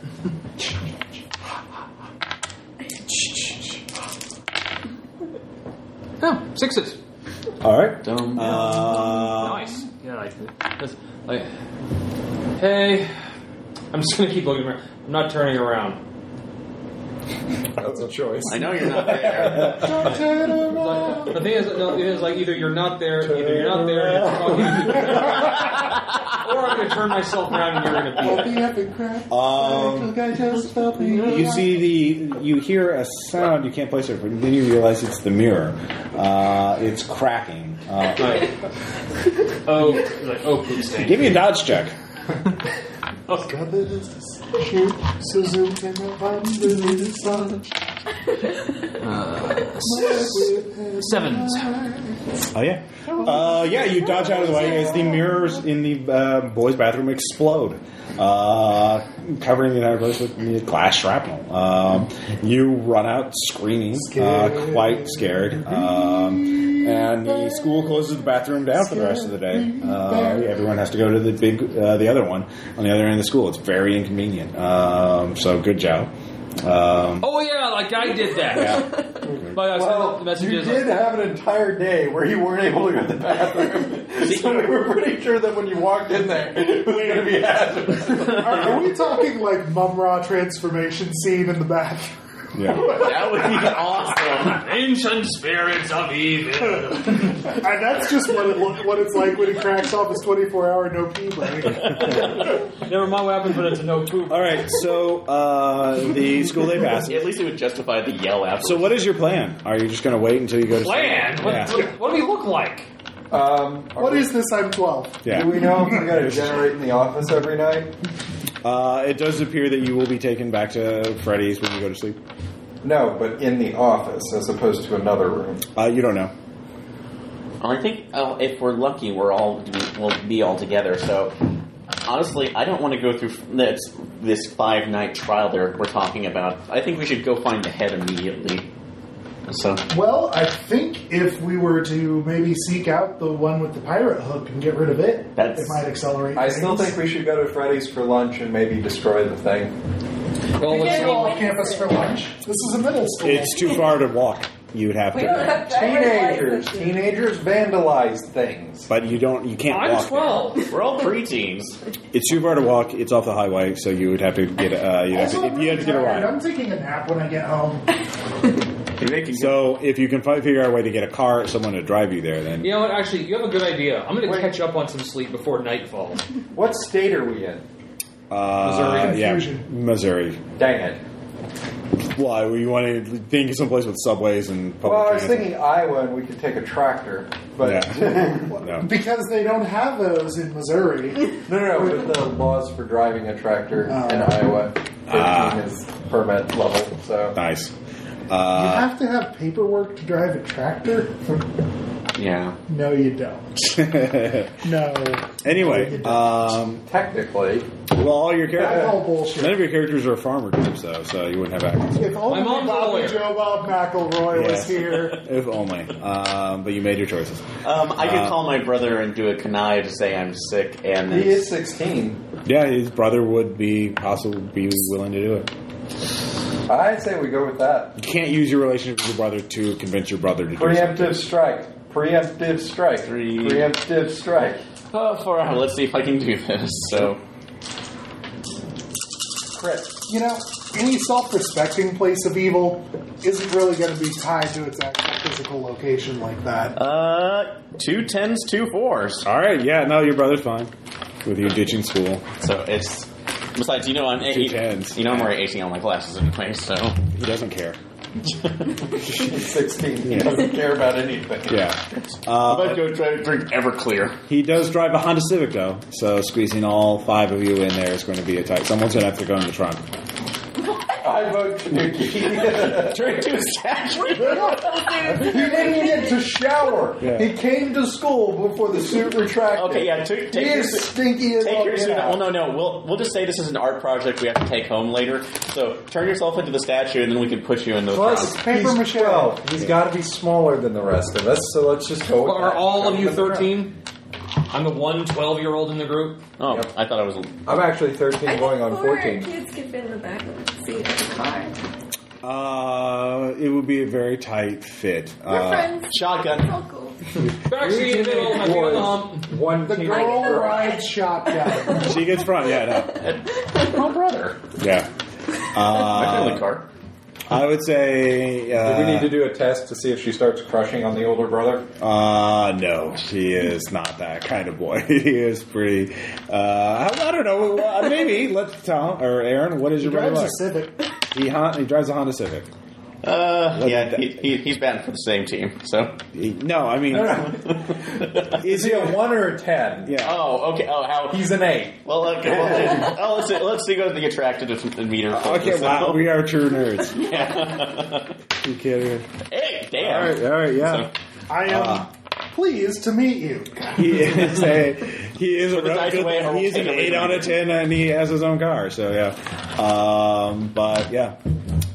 [SPEAKER 4] oh, sixes.
[SPEAKER 7] All right.
[SPEAKER 1] Um,
[SPEAKER 3] Dum.
[SPEAKER 7] Uh,
[SPEAKER 4] Nice. Yeah, like, that's- like, hey, I'm just gonna keep looking around. I'm not turning around.
[SPEAKER 5] That's a choice.
[SPEAKER 3] I know you're not there.
[SPEAKER 4] Like, the thing is, no, it is like either you're not there, either you're not there, and you're fucking- [LAUGHS] or I'm gonna turn myself around and you're gonna be.
[SPEAKER 2] I'll be up and crap.
[SPEAKER 7] [LAUGHS] um,
[SPEAKER 2] I just felt me.
[SPEAKER 7] you see the you hear a sound. You can't place it, but then you realize it's the mirror. Uh, it's cracking. Uh,
[SPEAKER 4] Like, oh, like, oh, poop stain.
[SPEAKER 7] give me a dodge check.
[SPEAKER 2] Shoot, Suzuki and the Bundle is on.
[SPEAKER 4] Sevens.
[SPEAKER 7] Oh yeah, uh, yeah. You dodge out of the way as the [LAUGHS] mirrors in the uh, boys' bathroom explode, uh, covering the entire place with glass shrapnel. Um, you run out screaming, uh, quite scared, um, and the school closes the bathroom down for the rest of the day. Uh, yeah, everyone has to go to the big, uh, the other one on the other end of the school. It's very inconvenient. Um, so good job. Um,
[SPEAKER 4] Oh yeah, like I did that.
[SPEAKER 7] yeah.
[SPEAKER 4] Like I sent the
[SPEAKER 5] Well, you
[SPEAKER 4] messages.
[SPEAKER 5] did have an entire day where you weren't able to go to the bathroom, so we were pretty sure that when you walked in there, it was going to be hazardous.
[SPEAKER 2] Are, are we talking like Mumra transformation scene in the bathroom?
[SPEAKER 7] yeah.
[SPEAKER 3] That would be awesome.
[SPEAKER 4] like, Ancient spirits of evil.
[SPEAKER 2] [LAUGHS] And that's just what it lo- what it's like when he cracks off his twenty four hour no pee break.
[SPEAKER 1] Never my weapon, but it's a no poop.
[SPEAKER 7] All right. So uh, the school day passes.
[SPEAKER 3] At least it would justify the yell after.
[SPEAKER 7] So what is your plan? Are you just going to wait until you go to
[SPEAKER 1] Plan? What,
[SPEAKER 7] Yeah.
[SPEAKER 1] what, what do we look like?
[SPEAKER 5] Um, are
[SPEAKER 2] What
[SPEAKER 5] we-
[SPEAKER 2] is this? I'm twelve.
[SPEAKER 7] Yeah.
[SPEAKER 5] Do we know if we're going to generate in the office every night?
[SPEAKER 7] Uh, it does appear that you will be taken back to Freddy's when you go to sleep.
[SPEAKER 5] No, but in the office as opposed to another room.
[SPEAKER 7] Uh, you don't know.
[SPEAKER 3] Well, I think uh, if we're lucky, we're all we'll be all together. So honestly, I don't want to go through this this five night trial there we're talking about. I think we should go find the head immediately. So
[SPEAKER 2] Well, I think if we were to maybe seek out the one with the pirate hook and get rid of it,
[SPEAKER 3] That's-
[SPEAKER 2] it might accelerate.
[SPEAKER 5] I still
[SPEAKER 2] things.
[SPEAKER 5] think we should go to Freddy's for lunch and maybe destroy the thing.
[SPEAKER 6] You're
[SPEAKER 2] Well, let's
[SPEAKER 6] gonna
[SPEAKER 2] go
[SPEAKER 6] be
[SPEAKER 2] off campus for lunch. This is a middle school.
[SPEAKER 7] It's too far to walk. You would have
[SPEAKER 6] We don't
[SPEAKER 7] to,
[SPEAKER 6] have
[SPEAKER 5] Teenagers,
[SPEAKER 6] licenses.
[SPEAKER 5] teenagers vandalize things.
[SPEAKER 7] but you don't. You can't
[SPEAKER 4] I'm
[SPEAKER 7] walk.
[SPEAKER 4] twelve.
[SPEAKER 3] we're all preteens.
[SPEAKER 7] It's too far to walk. It's off the highway, so you would have to get. Uh, you have
[SPEAKER 2] Also,
[SPEAKER 7] to,
[SPEAKER 2] I'm
[SPEAKER 7] you have to get a
[SPEAKER 2] really tired.
[SPEAKER 7] ride.
[SPEAKER 2] I'm taking a nap when I get home. [LAUGHS]
[SPEAKER 7] So if you can fi- figure out a way to get a car, someone to drive you there, then
[SPEAKER 4] You know what? Actually, you have a good idea. I'm going to
[SPEAKER 5] Wait.
[SPEAKER 4] catch up on some sleep before nightfall.
[SPEAKER 5] What state are we in?
[SPEAKER 7] uh,
[SPEAKER 2] Missouri.
[SPEAKER 7] yeah,
[SPEAKER 2] Confusion.
[SPEAKER 7] Missouri.
[SPEAKER 5] Dang it.
[SPEAKER 7] Why? You want to think of someplace with subways and public
[SPEAKER 5] Well, I was
[SPEAKER 7] transit.
[SPEAKER 5] thinking Iowa and we could take a tractor, but
[SPEAKER 7] No.
[SPEAKER 2] Because they don't have those in Missouri.
[SPEAKER 5] no, no, no. But the laws for driving a tractor in
[SPEAKER 2] Oh.
[SPEAKER 5] Iowa, 15
[SPEAKER 7] Ah.
[SPEAKER 5] is permit level. So
[SPEAKER 7] Nice.
[SPEAKER 2] you
[SPEAKER 7] Uh,
[SPEAKER 2] have to have paperwork to drive a tractor?
[SPEAKER 3] Yeah.
[SPEAKER 2] No, you don't.
[SPEAKER 7] [LAUGHS]
[SPEAKER 2] No.
[SPEAKER 7] anyway, um,
[SPEAKER 5] technically,
[SPEAKER 7] well, all your
[SPEAKER 2] That's
[SPEAKER 7] characters,
[SPEAKER 2] all bullshit.
[SPEAKER 7] none of your characters are farmer types, though, so you wouldn't have access.
[SPEAKER 2] If only
[SPEAKER 4] My mom's a
[SPEAKER 2] Bobby
[SPEAKER 4] lawyer.
[SPEAKER 2] Joe Bob McElroy was
[SPEAKER 7] Yeah.
[SPEAKER 2] here.
[SPEAKER 7] If only. Um, but you made your choices.
[SPEAKER 3] Um, I could
[SPEAKER 7] Uh,
[SPEAKER 3] call my brother and do a connive to say I'm sick, and
[SPEAKER 5] he
[SPEAKER 3] then
[SPEAKER 5] is 16.
[SPEAKER 7] Yeah, his brother would be possible be willing to do it.
[SPEAKER 5] I'd say we go with that.
[SPEAKER 7] You can't use your relationship with your brother to convince your brother to do it.
[SPEAKER 5] Preemptive strike. Preemptive strike.
[SPEAKER 3] Three.
[SPEAKER 5] Preemptive strike.
[SPEAKER 3] oh, for uh, let's see if I can do this. So
[SPEAKER 5] Crit.
[SPEAKER 2] You know, any self-respecting place of evil isn't really going to be tied to its actual physical location like that.
[SPEAKER 3] uh, two tens, two fours.
[SPEAKER 7] All right, yeah, no, your brother's fine with you ditching school.
[SPEAKER 3] So it's besides, you know, I'm
[SPEAKER 7] Two tens.
[SPEAKER 3] You know, I'm already acing on my glasses anyway. So
[SPEAKER 7] He doesn't care.
[SPEAKER 5] He's 16. He doesn't care about anything.
[SPEAKER 7] Yeah.
[SPEAKER 3] I'm about to go try to drink Everclear.
[SPEAKER 7] He does drive a Honda Civic, though, so squeezing all five of you in there is going to be a tight. Someone's going to have to go in the trunk.
[SPEAKER 5] I vote Kanuki.
[SPEAKER 3] [LAUGHS] Drink to statue.
[SPEAKER 5] [LAUGHS] he didn't get to shower.
[SPEAKER 7] Yeah.
[SPEAKER 5] He came to school before the suit retracted.
[SPEAKER 3] Okay, yeah, take- take
[SPEAKER 5] he
[SPEAKER 3] your
[SPEAKER 5] is
[SPEAKER 3] suit-
[SPEAKER 5] stinky as all
[SPEAKER 3] Take your
[SPEAKER 5] get
[SPEAKER 3] suit.
[SPEAKER 5] out.
[SPEAKER 3] Well, no, no. We'll we'll just say this is an art project we have to take home later. So turn yourself into the statue, and then we can put you into the
[SPEAKER 5] Plus,
[SPEAKER 3] front.
[SPEAKER 5] paper
[SPEAKER 2] Paper
[SPEAKER 5] he's
[SPEAKER 2] mache.
[SPEAKER 5] 12. He's got to be smaller than the rest of us, so let's just go with
[SPEAKER 4] Are
[SPEAKER 5] that.
[SPEAKER 4] all
[SPEAKER 5] Go
[SPEAKER 4] of you
[SPEAKER 5] with the front.
[SPEAKER 4] 13? I'm the one 12 year old in the group.
[SPEAKER 3] Oh,
[SPEAKER 5] Yep.
[SPEAKER 3] I thought I was. a-
[SPEAKER 5] I'm actually
[SPEAKER 6] I
[SPEAKER 5] 13
[SPEAKER 6] [LAUGHS] think
[SPEAKER 5] going on
[SPEAKER 6] four
[SPEAKER 5] 14.
[SPEAKER 6] Kids could fit in the back of the seat of the car.
[SPEAKER 7] Uh, it would be a very tight fit.
[SPEAKER 6] We're
[SPEAKER 7] Uh,
[SPEAKER 6] friends. It's
[SPEAKER 3] Shotgun.
[SPEAKER 6] all cool.
[SPEAKER 4] Backseat in the middle, my feet on the hump.
[SPEAKER 5] Boys, one
[SPEAKER 2] The
[SPEAKER 5] team.
[SPEAKER 2] girl
[SPEAKER 6] I-
[SPEAKER 2] rides
[SPEAKER 7] [LAUGHS]
[SPEAKER 2] shotgun.
[SPEAKER 7] she gets front, yeah, no.
[SPEAKER 5] my brother.
[SPEAKER 7] Yeah.
[SPEAKER 3] I feel in
[SPEAKER 7] Uh,
[SPEAKER 3] the car.
[SPEAKER 7] I would say. Uh,
[SPEAKER 5] do we need to do a test to see if she starts crushing on the older brother?
[SPEAKER 7] Uh, no, she is not that kind of boy. he is pretty. Uh, I, I don't know. well, Maybe let's tell or Aaron. What is your brother
[SPEAKER 2] drives a
[SPEAKER 7] like?
[SPEAKER 2] Civic.
[SPEAKER 7] He, hon- he drives a Honda Civic.
[SPEAKER 3] Uh,
[SPEAKER 7] Let's-
[SPEAKER 3] yeah, he, he, he's batting for the same team. So.
[SPEAKER 7] He- no, I mean,
[SPEAKER 5] Is he a 1 or a 10?
[SPEAKER 7] yeah.
[SPEAKER 3] Oh, okay. Oh, how
[SPEAKER 5] He's an 8.
[SPEAKER 3] well. Okay. Well, oh, let's see, let's see. Go to the attractive meter.
[SPEAKER 7] Okay,
[SPEAKER 3] So-
[SPEAKER 7] wow, we are
[SPEAKER 3] [LAUGHS]
[SPEAKER 7] true nerds. You kidding?
[SPEAKER 3] Hey,
[SPEAKER 7] All
[SPEAKER 3] damn.
[SPEAKER 7] right, all right, yeah.
[SPEAKER 2] I am
[SPEAKER 5] Uh,
[SPEAKER 2] pleased to meet you.
[SPEAKER 7] He is a he is a
[SPEAKER 3] the dice
[SPEAKER 7] real-
[SPEAKER 3] away or
[SPEAKER 7] he is an
[SPEAKER 3] take away
[SPEAKER 7] eight
[SPEAKER 3] the
[SPEAKER 7] out of
[SPEAKER 3] money.
[SPEAKER 7] ten, and he has his own car. So yeah, um, but yeah,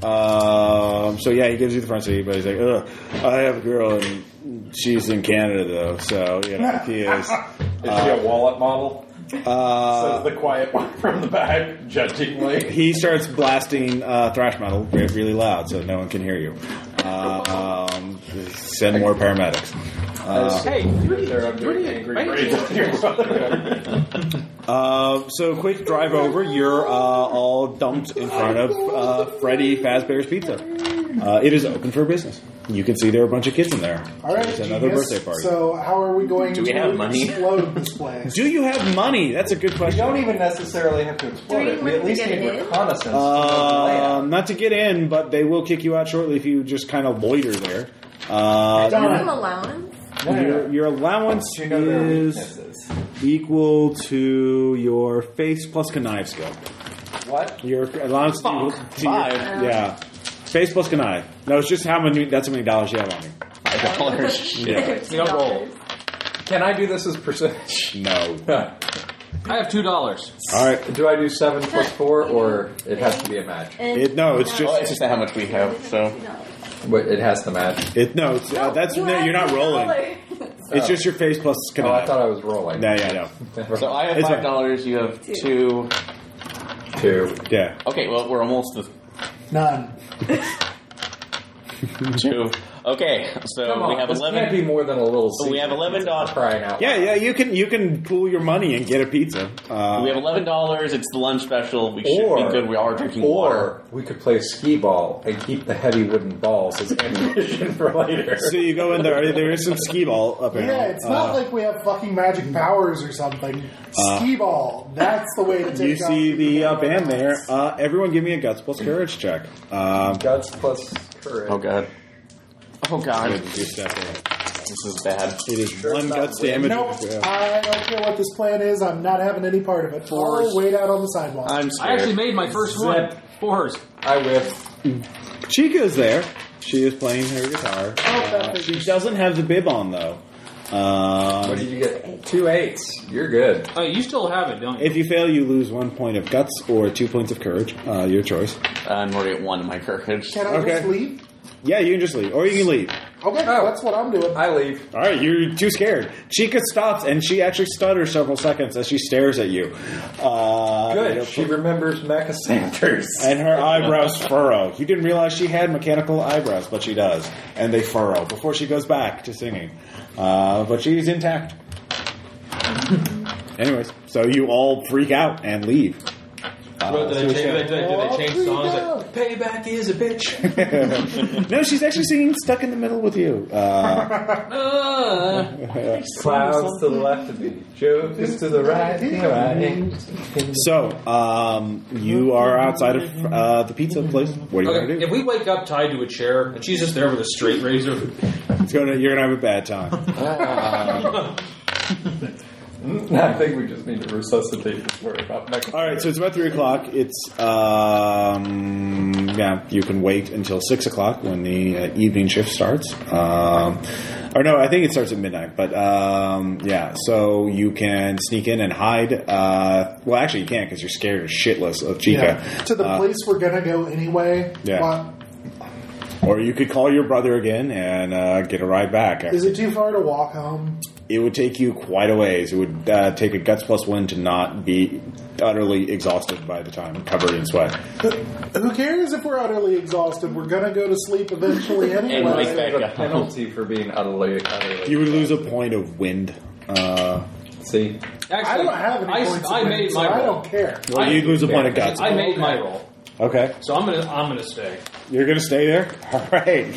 [SPEAKER 7] um, so yeah, he gives you the front seat, but he's like, Ugh, I have a girl, and she's in Canada though, so you know he is.
[SPEAKER 5] Is he a wallet model?
[SPEAKER 7] Uh,
[SPEAKER 10] Says the quiet one from the back, judgingly.
[SPEAKER 7] he starts blasting uh, thrash metal re- really loud so no one can hear you. Uh, um, send more paramedics. Uh,
[SPEAKER 4] Hey, you're
[SPEAKER 10] They're up doing angry raids on your brother.
[SPEAKER 7] uh, so quick drive over. You're uh, all dumped in front of uh, Freddy Fazbear's Pizza. Uh, it is open for business. You can see there are a bunch of kids in there.
[SPEAKER 2] All right,
[SPEAKER 7] it's another
[SPEAKER 2] genius.
[SPEAKER 7] birthday party.
[SPEAKER 2] So how are we going
[SPEAKER 3] Do we
[SPEAKER 2] to
[SPEAKER 3] have money?
[SPEAKER 2] explode this
[SPEAKER 7] [LAUGHS]
[SPEAKER 2] place?
[SPEAKER 7] Do you have money? That's a good
[SPEAKER 5] We
[SPEAKER 7] question.
[SPEAKER 5] don't even necessarily have to explode
[SPEAKER 6] Do we
[SPEAKER 5] it. We at
[SPEAKER 6] want
[SPEAKER 5] least
[SPEAKER 6] to get
[SPEAKER 5] need
[SPEAKER 6] in?
[SPEAKER 5] reconnaissance.
[SPEAKER 7] Uh, not to get in, but they will kick you out shortly if you just kind of loiter there. Uh,
[SPEAKER 2] Done.
[SPEAKER 6] Some allowance.
[SPEAKER 5] No, no, no.
[SPEAKER 7] Your, your allowance
[SPEAKER 5] you know their
[SPEAKER 7] is
[SPEAKER 5] weaknesses.
[SPEAKER 7] equal to your face plus connive skill.
[SPEAKER 5] What?
[SPEAKER 7] Your allowance is equal to your-
[SPEAKER 3] Five.
[SPEAKER 7] yeah, face plus connive. No, it's just how many. That's how many dollars you have on you.
[SPEAKER 3] Five dollars. Shit.
[SPEAKER 5] You don't roll. Can I do this as percentage? [LAUGHS]
[SPEAKER 7] No.
[SPEAKER 4] I have two dollars.
[SPEAKER 7] All right.
[SPEAKER 5] Do I do seven plus four, or it has to be a match?
[SPEAKER 6] And
[SPEAKER 7] It, no, it's
[SPEAKER 3] Well,
[SPEAKER 7] just
[SPEAKER 3] it's just how much we have, so.
[SPEAKER 5] Wait, It has to match.
[SPEAKER 7] it. No, it's, uh, that's no. You're not rolling. It's just your face plus
[SPEAKER 5] Oh, I
[SPEAKER 7] connive.
[SPEAKER 5] thought I was rolling.
[SPEAKER 7] no, yeah, no.
[SPEAKER 3] So I have
[SPEAKER 7] It's
[SPEAKER 3] five
[SPEAKER 7] fine.
[SPEAKER 3] dollars. You have two.
[SPEAKER 5] Two.
[SPEAKER 7] Yeah.
[SPEAKER 3] Okay, well we're almost the
[SPEAKER 2] None.
[SPEAKER 7] [LAUGHS]
[SPEAKER 3] two. Okay, so
[SPEAKER 5] Come on,
[SPEAKER 3] we have
[SPEAKER 5] this
[SPEAKER 3] eleven.
[SPEAKER 5] can't be more than a little.
[SPEAKER 3] So we have
[SPEAKER 5] secret.
[SPEAKER 3] eleven dollars.
[SPEAKER 5] Crying out.
[SPEAKER 7] Yeah, yeah. You can you can pool your money and get a pizza. Uh,
[SPEAKER 3] We have eleven dollars. It's the lunch special. We should
[SPEAKER 5] Or
[SPEAKER 3] be good. We are drinking water.
[SPEAKER 5] Or we could play skee ball and keep the heavy wooden balls as [LAUGHS] ammunition for later.
[SPEAKER 7] so you go in there. There is some skee ball up Uh,
[SPEAKER 2] Yeah, it's not like we have fucking magic powers or something. Ski ball. That's the way to take
[SPEAKER 7] Uh, You
[SPEAKER 2] off
[SPEAKER 7] see the uh, band
[SPEAKER 2] paramedics.
[SPEAKER 7] there. Uh, everyone, give me a guts plus courage check. Um,
[SPEAKER 5] Guts plus courage.
[SPEAKER 3] Oh god. Oh god.
[SPEAKER 7] you step in.
[SPEAKER 3] This is bad.
[SPEAKER 7] It is one
[SPEAKER 5] it's
[SPEAKER 7] guts
[SPEAKER 5] not
[SPEAKER 7] damage.
[SPEAKER 2] Nope.
[SPEAKER 7] Yeah.
[SPEAKER 2] I don't care what this plan is. I'm not having any part of it. Or wait out on the sidewalk.
[SPEAKER 3] I'm
[SPEAKER 4] I
[SPEAKER 3] scared.
[SPEAKER 4] actually made my first one. Fours.
[SPEAKER 5] I whiff.
[SPEAKER 7] Chica is there. She is playing her guitar. Uh, she doesn't have the bib on though.
[SPEAKER 5] What
[SPEAKER 7] Um,
[SPEAKER 5] did you get? Two eights. You're good.
[SPEAKER 4] Uh, you still have it, don't you?
[SPEAKER 7] if you fail, you lose one point of guts or two points of courage. Uh, your choice.
[SPEAKER 3] I'm already at one in my courage.
[SPEAKER 2] Can I just
[SPEAKER 7] okay.
[SPEAKER 2] leave?
[SPEAKER 7] Yeah, you can just leave, or you can leave.
[SPEAKER 2] Okay,
[SPEAKER 5] Oh.
[SPEAKER 2] that's what I'm doing.
[SPEAKER 5] I leave.
[SPEAKER 7] All right, you're too scared. Chica stops and she actually stutters several seconds as she stares at you. Uh,
[SPEAKER 5] Good. She remembers
[SPEAKER 2] [LAUGHS]
[SPEAKER 5] Mecha Sanders.
[SPEAKER 7] And her eyebrows furrow. You didn't realize she had mechanical eyebrows, but she does. And they furrow before she goes back to singing. Uh, but she's intact. Anyways, so you all freak out and leave.
[SPEAKER 11] Well, did, they change, did, they, did they change songs? Like, Payback is a bitch.
[SPEAKER 7] No, she's actually singing Stuck in the Middle with You. Uh,
[SPEAKER 4] Uh,
[SPEAKER 5] Clouds to the left of me. Joke is to the right. Here I am.
[SPEAKER 7] so, um, you are outside of uh, the pizza place. What are you going
[SPEAKER 4] okay,
[SPEAKER 7] to
[SPEAKER 4] if
[SPEAKER 7] do?
[SPEAKER 4] we wake up tied to a chair and she's just there with a straight razor,
[SPEAKER 7] It's gonna, you're going to have a bad time.
[SPEAKER 5] Uh, [LAUGHS] I think we just need to resuscitate this word about Mecha.
[SPEAKER 7] All right, so it's about 3 o'clock. It's, um, yeah, you can wait until 6 o'clock when the uh, evening shift starts. Um, or no, I think it starts at midnight, but um, yeah, so you can sneak in and hide. Uh, well, actually, you can't because you're scared as shitless of Chica.
[SPEAKER 2] To the
[SPEAKER 7] Uh,
[SPEAKER 2] place we're gonna go anyway.
[SPEAKER 7] Yeah.
[SPEAKER 2] Why-
[SPEAKER 7] Or you could call your brother again and uh, get a ride back.
[SPEAKER 2] is it too far to walk home?
[SPEAKER 7] It would take you quite a ways. It would uh, take a guts plus one to not be utterly exhausted by the time, covered in sweat.
[SPEAKER 2] Who cares if we're utterly exhausted? We're gonna go to sleep eventually
[SPEAKER 3] And
[SPEAKER 2] anyway.
[SPEAKER 3] wake back
[SPEAKER 5] There's a
[SPEAKER 3] up.
[SPEAKER 5] penalty for being utterly, utterly.
[SPEAKER 7] You would lose a point of wind. Uh,
[SPEAKER 5] See,
[SPEAKER 4] actually,
[SPEAKER 2] I don't have any
[SPEAKER 4] I,
[SPEAKER 2] points.
[SPEAKER 4] I
[SPEAKER 2] of
[SPEAKER 4] made
[SPEAKER 2] wit,
[SPEAKER 4] my
[SPEAKER 2] so I
[SPEAKER 4] roll.
[SPEAKER 2] don't care.
[SPEAKER 7] well,
[SPEAKER 4] I-
[SPEAKER 7] you'd lose a point of
[SPEAKER 5] yeah.
[SPEAKER 7] guts.
[SPEAKER 4] I made my roll,
[SPEAKER 7] Okay,
[SPEAKER 4] so I'm gonna I'm gonna stay.
[SPEAKER 7] you're gonna stay there. [LAUGHS] All right,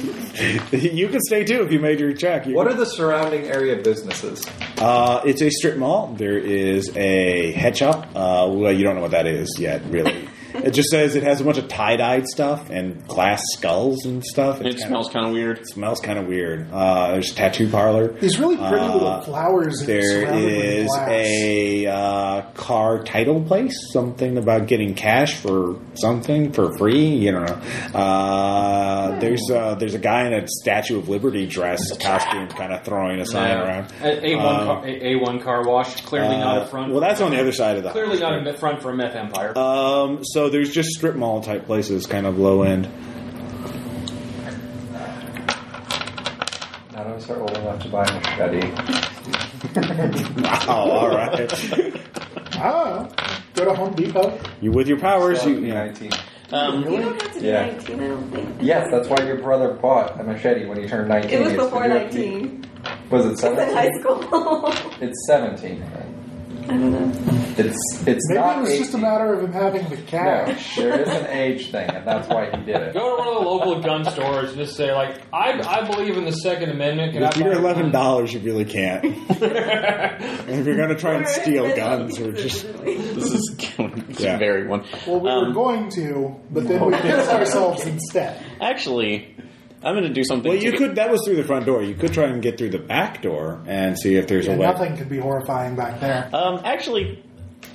[SPEAKER 7] you can stay too if you made your check. You
[SPEAKER 5] what are the surrounding area businesses?
[SPEAKER 7] Uh, it's a strip mall. There is a head shop. Uh, well, you don't know what that is yet, really. it just says it has a bunch of tie-dyed stuff and glass skulls and stuff.
[SPEAKER 3] It
[SPEAKER 7] kinda-
[SPEAKER 3] smells kind of weird. [LAUGHS]
[SPEAKER 7] smells kind of weird. Uh, there's a tattoo parlor.
[SPEAKER 2] These really pretty
[SPEAKER 7] Uh,
[SPEAKER 2] little flowers. that are
[SPEAKER 7] There
[SPEAKER 2] surrounded with
[SPEAKER 7] is
[SPEAKER 2] glass.
[SPEAKER 7] a uh, car title place, something about getting cash for something for free. You don't know.
[SPEAKER 2] Hmm.
[SPEAKER 7] Uh, there's uh, there's a guy in a Statue of Liberty dress costume, kind of throwing a sign around.
[SPEAKER 4] Uh, A one car a one car wash. Clearly not
[SPEAKER 7] Um, Uh,
[SPEAKER 4] a front.
[SPEAKER 7] Well, that's on the other side of the.
[SPEAKER 4] clearly
[SPEAKER 7] house,
[SPEAKER 4] not a
[SPEAKER 7] right?
[SPEAKER 4] me- front for a meth empire.
[SPEAKER 7] Um, so there's just strip mall type places, kind of low end.
[SPEAKER 5] Not I'm sorry old enough to buy a machete.
[SPEAKER 7] Oh, all right.
[SPEAKER 2] Ah, go to Home Depot.
[SPEAKER 7] [LAUGHS] You with your powers, you, you know,
[SPEAKER 5] 19.
[SPEAKER 3] Um,
[SPEAKER 6] You don't have to be
[SPEAKER 5] Yeah.
[SPEAKER 6] 19, I don't think.
[SPEAKER 5] Yes, that's why your brother bought a machete when he turned 19.
[SPEAKER 6] It was
[SPEAKER 5] It's to
[SPEAKER 6] before
[SPEAKER 5] do it-
[SPEAKER 6] 19.
[SPEAKER 5] Was it
[SPEAKER 6] It was in high
[SPEAKER 5] 17?
[SPEAKER 6] school.
[SPEAKER 5] It's 17. right?
[SPEAKER 6] I [LAUGHS] don't know.
[SPEAKER 5] It's it's
[SPEAKER 2] Maybe
[SPEAKER 5] not
[SPEAKER 2] it was just a
[SPEAKER 5] 18.
[SPEAKER 2] matter of him having the [LAUGHS]
[SPEAKER 5] No,
[SPEAKER 2] cash.
[SPEAKER 5] there is an age thing, and that's why he did it.
[SPEAKER 4] Go to one of the local gun stores and just say, like, I, I believe in the Second Amendment. Can I
[SPEAKER 7] if you're
[SPEAKER 4] buy a
[SPEAKER 7] eleven
[SPEAKER 4] gun?
[SPEAKER 7] dollars, you really can't.
[SPEAKER 4] [LAUGHS]
[SPEAKER 7] and if you're gonna try and steal guns, or just
[SPEAKER 3] this is killing me.
[SPEAKER 7] Yeah.
[SPEAKER 3] very one.
[SPEAKER 2] Well, we were
[SPEAKER 3] Um,
[SPEAKER 2] going to, but then we pissed ourselves
[SPEAKER 7] [LAUGHS]
[SPEAKER 2] instead.
[SPEAKER 3] actually, I'm going to do something.
[SPEAKER 7] well,
[SPEAKER 3] to
[SPEAKER 7] you
[SPEAKER 3] get-
[SPEAKER 7] could. That was through the front door. You could try and get through the back door and see if there's
[SPEAKER 2] Yeah,
[SPEAKER 7] a way.
[SPEAKER 2] nothing could be horrifying back there.
[SPEAKER 3] Um, actually,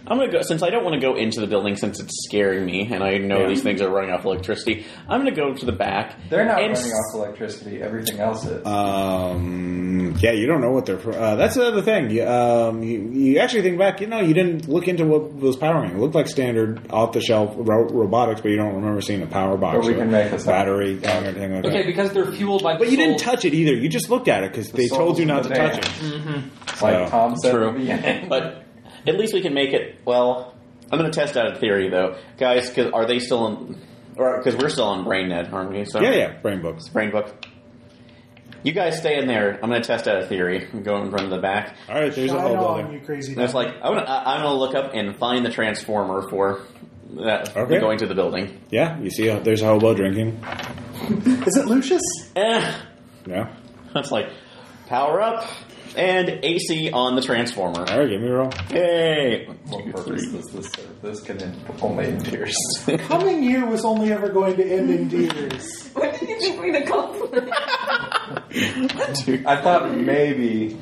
[SPEAKER 3] I'm gonna go since I don't want to go into the building since it's scaring me, and I know
[SPEAKER 7] Yeah.
[SPEAKER 3] these things are running off electricity. I'm gonna go to the back.
[SPEAKER 5] They're not
[SPEAKER 3] and
[SPEAKER 5] running off electricity. Everything else is.
[SPEAKER 7] Um, yeah, you don't know what they're. Uh, that's the other thing. You, um, you, you actually think back. You know, you didn't look into what was powering it. It looked like standard off the shelf ro- robotics, but you don't remember seeing a power box,
[SPEAKER 5] But we
[SPEAKER 7] or
[SPEAKER 5] can make this up.
[SPEAKER 7] battery, thing or anything like
[SPEAKER 12] Okay,
[SPEAKER 7] that.
[SPEAKER 12] because they're fueled by.
[SPEAKER 7] But you didn't
[SPEAKER 12] soul.
[SPEAKER 7] touch it either. You just looked at it because they
[SPEAKER 5] soul
[SPEAKER 7] told you
[SPEAKER 5] of
[SPEAKER 7] not
[SPEAKER 5] the
[SPEAKER 7] to
[SPEAKER 5] man.
[SPEAKER 7] touch it.
[SPEAKER 5] like
[SPEAKER 7] so-
[SPEAKER 5] Tom said
[SPEAKER 3] True.
[SPEAKER 5] at the [LAUGHS]
[SPEAKER 3] [LAUGHS]
[SPEAKER 5] beginning.
[SPEAKER 3] But at least we can make it. Well, I'm gonna test out a theory though, guys. Cause are they still in? Or because we're still on BrainNet, aren't we? So
[SPEAKER 7] Yeah, yeah, brain books.
[SPEAKER 3] Brain book. You guys stay in there. I'm gonna test out a theory. I'm going from the back.
[SPEAKER 7] All right, there's a
[SPEAKER 2] Shine
[SPEAKER 7] whole
[SPEAKER 2] on, you
[SPEAKER 7] building.
[SPEAKER 2] crazy.
[SPEAKER 3] And it's like I'm gonna, I- I'm gonna look up and find the transformer for that
[SPEAKER 7] Okay.
[SPEAKER 3] going to the building.
[SPEAKER 7] Yeah, you see, a, there's a hobo drinking.
[SPEAKER 2] Is it Lucius?
[SPEAKER 3] Eh.
[SPEAKER 7] Yeah.
[SPEAKER 3] That's like power up and AC on the transformer.
[SPEAKER 7] All right, give me a roll.
[SPEAKER 3] Yay!
[SPEAKER 5] what purpose does this serve? This can end only in [LAUGHS] tears.
[SPEAKER 2] Coming you was only ever going to end in tears.
[SPEAKER 6] What did you think we'd accomplish?
[SPEAKER 5] I thought maybe,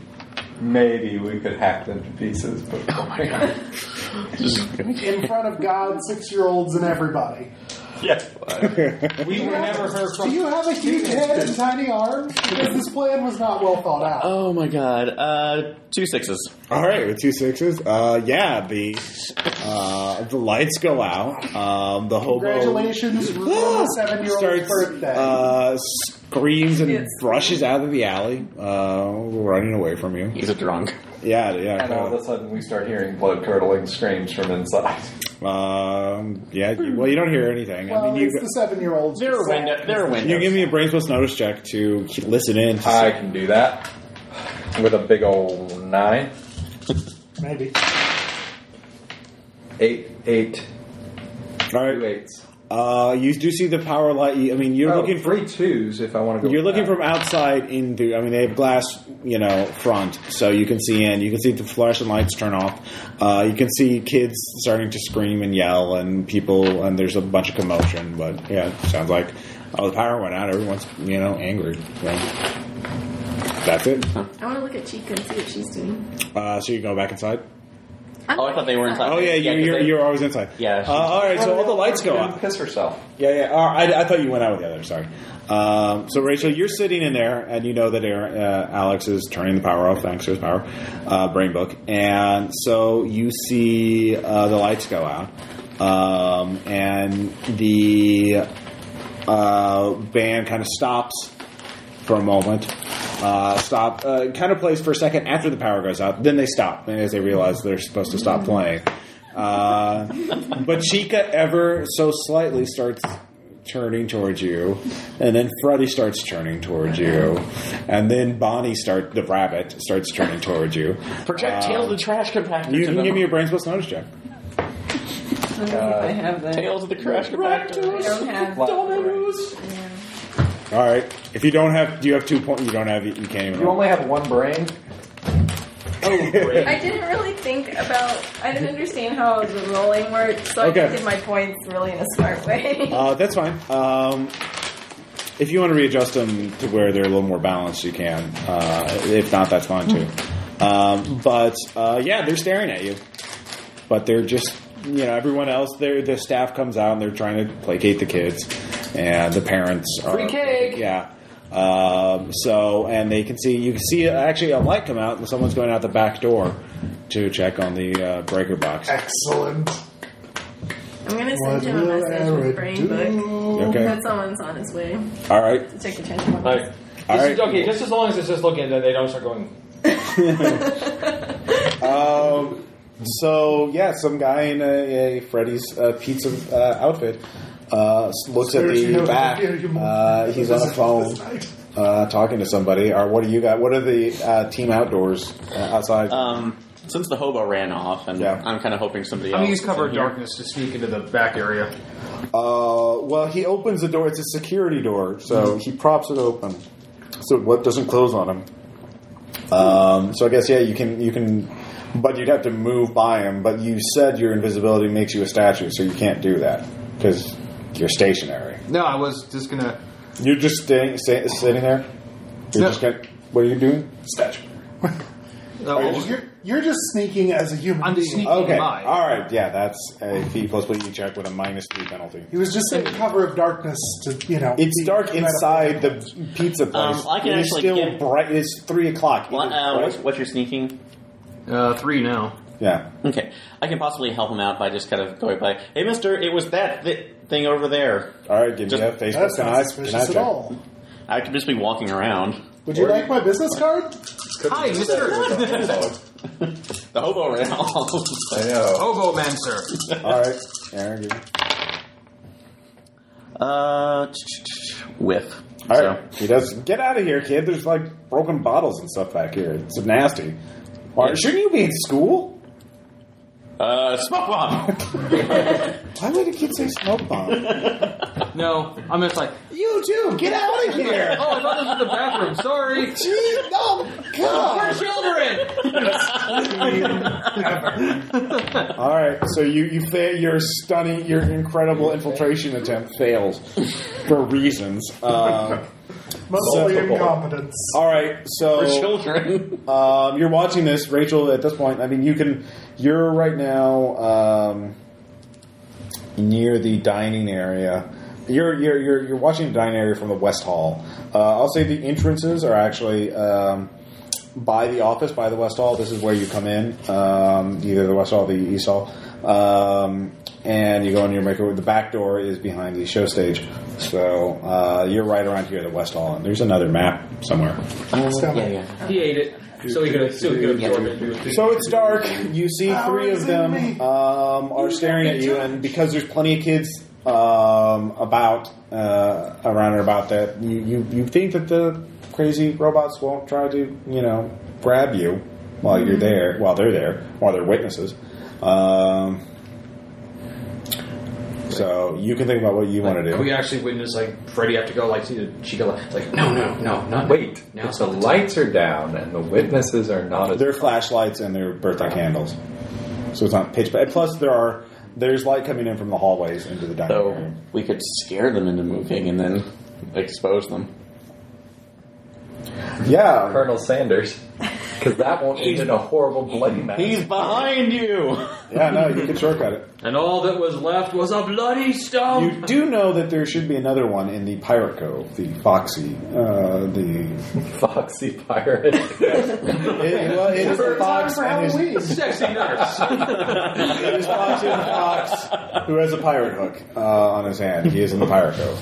[SPEAKER 5] maybe we could hack them to pieces. But oh my god!
[SPEAKER 2] In front of God, six year olds, and everybody.
[SPEAKER 7] [LAUGHS]
[SPEAKER 4] We were never heard
[SPEAKER 2] Do
[SPEAKER 4] from.
[SPEAKER 2] you have a huge head and tiny arms? Because this plan was not well thought out.
[SPEAKER 3] Oh my god. Uh, two sixes.
[SPEAKER 7] All right, with two sixes. Uh, yeah, the uh, the lights go out. Um, the hobo.
[SPEAKER 2] Congratulations, Ruth, seven year old's
[SPEAKER 7] starts
[SPEAKER 2] birthday.
[SPEAKER 7] uh, screams and
[SPEAKER 6] Yes.
[SPEAKER 7] rushes out of the alley, uh, running away from you.
[SPEAKER 3] He's a drunk.
[SPEAKER 7] Yeah, yeah,
[SPEAKER 5] And all of a sudden, we start hearing blood curdling screams from inside.
[SPEAKER 7] um, yeah. You, well, you don't hear anything.
[SPEAKER 2] well,
[SPEAKER 7] I mean,
[SPEAKER 2] it's
[SPEAKER 7] you
[SPEAKER 2] the seven year olds.
[SPEAKER 3] There are windows. There are
[SPEAKER 7] you
[SPEAKER 3] windows.
[SPEAKER 7] give me a brain plus notice check to ke- listen in.
[SPEAKER 5] [LAUGHS]
[SPEAKER 7] To
[SPEAKER 5] I can do that with a big old nine,
[SPEAKER 2] Maybe.
[SPEAKER 5] eight, eight,
[SPEAKER 7] all
[SPEAKER 5] two
[SPEAKER 7] right.
[SPEAKER 5] eights.
[SPEAKER 7] Uh, you do see the power light. I mean, you're
[SPEAKER 5] Oh,
[SPEAKER 7] looking for
[SPEAKER 5] three twos if I want to go.
[SPEAKER 7] You're
[SPEAKER 5] with
[SPEAKER 7] looking
[SPEAKER 5] that.
[SPEAKER 7] from outside in through. I mean, they have glass, you know, front, so you can see in. You can see the flashing lights turn off. Uh, you can see kids starting to scream and yell, and people, and there's a bunch of commotion. But yeah, it sounds like oh, the power went out. Everyone's you know angry. Yeah. That's it.
[SPEAKER 6] I want to look at Chica and see what she's doing.
[SPEAKER 7] Uh, so you go back inside.
[SPEAKER 3] Oh, I thought they were inside.
[SPEAKER 7] Oh yeah, you,
[SPEAKER 3] Yeah, 'cause
[SPEAKER 7] you're,
[SPEAKER 3] they-
[SPEAKER 7] you're always inside.
[SPEAKER 3] Yeah.
[SPEAKER 7] Uh, all right. So all the lights go
[SPEAKER 5] She
[SPEAKER 7] out.
[SPEAKER 5] didn't Piss herself.
[SPEAKER 7] Yeah, yeah. All right, I, I thought you went out with the other. Sorry. Um, so Rachel, you're sitting in there, and you know that Aaron, uh, Alex is turning the power off thanks to his power uh, brain book, and so you see uh, the lights go out, um, and the uh, band kind of stops for a moment. Uh, stop. Uh, kind of plays for a second after the power goes out. Then they stop as they realize they're supposed to stop playing. Uh, but Chica ever so slightly starts turning towards you, and then Freddy starts turning towards you, and then Bonnie start the rabbit starts turning towards you.
[SPEAKER 3] projectile the trash compactor.
[SPEAKER 7] You
[SPEAKER 3] to
[SPEAKER 7] can
[SPEAKER 3] them.
[SPEAKER 7] give me a brain plus notice check.
[SPEAKER 6] I don't know if I have that.
[SPEAKER 3] tail to the trash
[SPEAKER 6] I
[SPEAKER 3] compactor.
[SPEAKER 6] don't have
[SPEAKER 5] Flat
[SPEAKER 6] Yeah.
[SPEAKER 7] All right. If you don't have, do you have two points? You don't have. You can't even.
[SPEAKER 5] You
[SPEAKER 7] roll.
[SPEAKER 5] only have one brain.
[SPEAKER 6] I didn't really think about. I didn't understand how the rolling worked, so I
[SPEAKER 7] Okay.
[SPEAKER 6] did my points really in a smart
[SPEAKER 7] [LAUGHS]
[SPEAKER 6] way.
[SPEAKER 7] Uh, that's fine. Um, if you want to readjust them to where they're a little more balanced, you can. Uh, if not, that's fine too. Um, but uh, yeah, they're staring at you. But they're just, you know, everyone else. Their the staff comes out and they're trying to placate the kids, and the parents are free cake. Yeah. Um, so and they can see you can see uh, actually a light come out and someone's going out the back door to check on the uh, breaker box.
[SPEAKER 2] Oh, Excellent.
[SPEAKER 6] I'm gonna
[SPEAKER 2] What
[SPEAKER 6] send him a
[SPEAKER 2] will
[SPEAKER 6] message
[SPEAKER 2] Eric
[SPEAKER 6] with brain book.
[SPEAKER 2] do?
[SPEAKER 7] Okay.
[SPEAKER 6] That someone's on his way
[SPEAKER 7] All right.
[SPEAKER 6] to take the transformer.
[SPEAKER 4] Like, this
[SPEAKER 7] All
[SPEAKER 4] is-
[SPEAKER 7] right.
[SPEAKER 4] okay, just as long as it's just looking at it, they don't start going.
[SPEAKER 7] Um,
[SPEAKER 1] So yeah, some guy in a, a Freddy's uh, pizza uh, outfit uh, s- looks at
[SPEAKER 2] Seriously,
[SPEAKER 1] the
[SPEAKER 2] no,
[SPEAKER 1] back.
[SPEAKER 2] yeah, you-
[SPEAKER 1] Uh, he's on a phone uh, talking to somebody. Or what do you got? What are the uh, team outdoors uh, outside?
[SPEAKER 3] Um, since the hobo ran off, and
[SPEAKER 1] Yeah.
[SPEAKER 3] I'm kind of hoping somebody
[SPEAKER 4] I'm
[SPEAKER 3] else.
[SPEAKER 4] gonna use cover
[SPEAKER 3] is
[SPEAKER 4] of
[SPEAKER 3] in here.
[SPEAKER 4] darkness to sneak into the back area.
[SPEAKER 1] Uh, well, he opens the door. It's a security door, so he props it open. So what doesn't close on him? Um, so I guess yeah, you can you can, but you'd have to move by him. But you said your invisibility makes you a statue, so you can't do that because you're stationary.
[SPEAKER 4] No, I was just gonna.
[SPEAKER 1] You're just staying sta sitting there. You're
[SPEAKER 4] No.
[SPEAKER 1] just gonna, what are you doing? Statue.
[SPEAKER 4] Uh,
[SPEAKER 1] Are you
[SPEAKER 4] oh,
[SPEAKER 1] just-
[SPEAKER 2] You're, you're just sneaking as a human.
[SPEAKER 8] I'm just
[SPEAKER 2] being.
[SPEAKER 8] sneaking
[SPEAKER 1] Okay.
[SPEAKER 8] by.
[SPEAKER 1] All right. Yeah, that's a P plus what you check with a minus three penalty.
[SPEAKER 2] He was just in cover of darkness to, you know.
[SPEAKER 1] It's
[SPEAKER 2] be
[SPEAKER 1] dark
[SPEAKER 2] metaphor.
[SPEAKER 1] inside the pizza place.
[SPEAKER 3] Um, I can
[SPEAKER 1] It is
[SPEAKER 3] actually
[SPEAKER 1] still
[SPEAKER 3] get-
[SPEAKER 1] bright. It's three o'clock. It
[SPEAKER 3] What,
[SPEAKER 1] is
[SPEAKER 3] uh,
[SPEAKER 1] bright.
[SPEAKER 3] what's, what's your sneaking?
[SPEAKER 8] Uh, three now.
[SPEAKER 1] Yeah.
[SPEAKER 3] Okay, I can possibly help him out by just kind of going by. Hey, Mister, it was that thi- thing over there.
[SPEAKER 1] All right. Give
[SPEAKER 3] Just-
[SPEAKER 1] me a Facebook.
[SPEAKER 2] That's
[SPEAKER 1] can
[SPEAKER 2] not
[SPEAKER 1] I,
[SPEAKER 2] suspicious
[SPEAKER 1] can I
[SPEAKER 2] at
[SPEAKER 1] check?
[SPEAKER 2] all.
[SPEAKER 3] I could just be walking around.
[SPEAKER 2] Would you like my business card?
[SPEAKER 8] Hi, Mister
[SPEAKER 4] [LAUGHS]
[SPEAKER 3] The hobo ran [LAUGHS] off.
[SPEAKER 5] I know.
[SPEAKER 8] Hobo Man, sir.
[SPEAKER 1] All right. Aaron,
[SPEAKER 3] [LAUGHS]
[SPEAKER 1] give me.
[SPEAKER 3] uh, t- t- t- whiff.
[SPEAKER 1] All right. He does. Get out of here, kid. There's like broken bottles and stuff back here. It's nasty. Why-
[SPEAKER 3] Yeah.
[SPEAKER 1] Shouldn't you be in school?
[SPEAKER 3] So, uh, smoke bomb.
[SPEAKER 1] [LAUGHS] Why would a kid say smoke bomb?
[SPEAKER 8] No, I'm just like.
[SPEAKER 1] you too. Get out of here.
[SPEAKER 8] Oh, I thought this was the bathroom. Sorry.
[SPEAKER 1] Gee, no, God.
[SPEAKER 8] Children.
[SPEAKER 1] All right, so you you fail your stunning your incredible infiltration attempt fails for reasons. Uh,
[SPEAKER 2] Mostly
[SPEAKER 1] Multiple.
[SPEAKER 2] incompetence.
[SPEAKER 1] all right, so
[SPEAKER 3] [LAUGHS] children.
[SPEAKER 1] Um, you're watching this, Rachel. At this point, I mean, you can. You're right now um, near the dining area. You're, you're you're you're watching the dining area from the west hall. Uh, I'll say the entrances are actually um, by the office, by the west hall. This is where you come in, um, either the west hall, or the east hall, um, and you go in your maker. The back door is behind the show stage, so uh, you're right around here, the west hall. And there's another map somewhere.
[SPEAKER 2] So-
[SPEAKER 8] He ate it, so he could so he could absorb it.
[SPEAKER 1] So it's dark. You see
[SPEAKER 2] Power
[SPEAKER 1] three
[SPEAKER 2] is
[SPEAKER 1] of
[SPEAKER 2] in
[SPEAKER 1] them
[SPEAKER 2] me.
[SPEAKER 1] um, are staring at you, and because there's plenty of kids um, about uh, around and about that, you, you you think that the crazy robots won't try to you know grab you while you're there, while they're there, while they're witnesses. Um, so you can think about what you want to
[SPEAKER 4] we
[SPEAKER 1] do.
[SPEAKER 4] actually witnessed like Freddy have to go like see the Chica like, like no no no not
[SPEAKER 5] Wait,
[SPEAKER 4] now
[SPEAKER 5] if the lights are down and the witnesses are not as
[SPEAKER 1] Their flashlights and their birthday candles, so it's not pitch. But plus there are there's light coming in from the hallways into the dining
[SPEAKER 3] So
[SPEAKER 1] room.
[SPEAKER 3] we could scare them into moving and then expose them.
[SPEAKER 1] Yeah,
[SPEAKER 5] Colonel Sanders, because that won't end in a horrible bloody mess.
[SPEAKER 3] He's behind you.
[SPEAKER 1] Yeah, no, you can shortcut it.
[SPEAKER 8] And all that was left was a bloody
[SPEAKER 1] You
[SPEAKER 8] stump.
[SPEAKER 1] do know that there should be another one in the Pirate Cove, the Foxy, uh, the.
[SPEAKER 5] Foxy pirate.
[SPEAKER 1] It, well, it is the fox,
[SPEAKER 2] for
[SPEAKER 1] and
[SPEAKER 2] Halloween.
[SPEAKER 8] Sexy nurse.
[SPEAKER 1] it is Foxy and the Fox, who has a pirate hook uh, on his hand. He is in the Pirate Cove.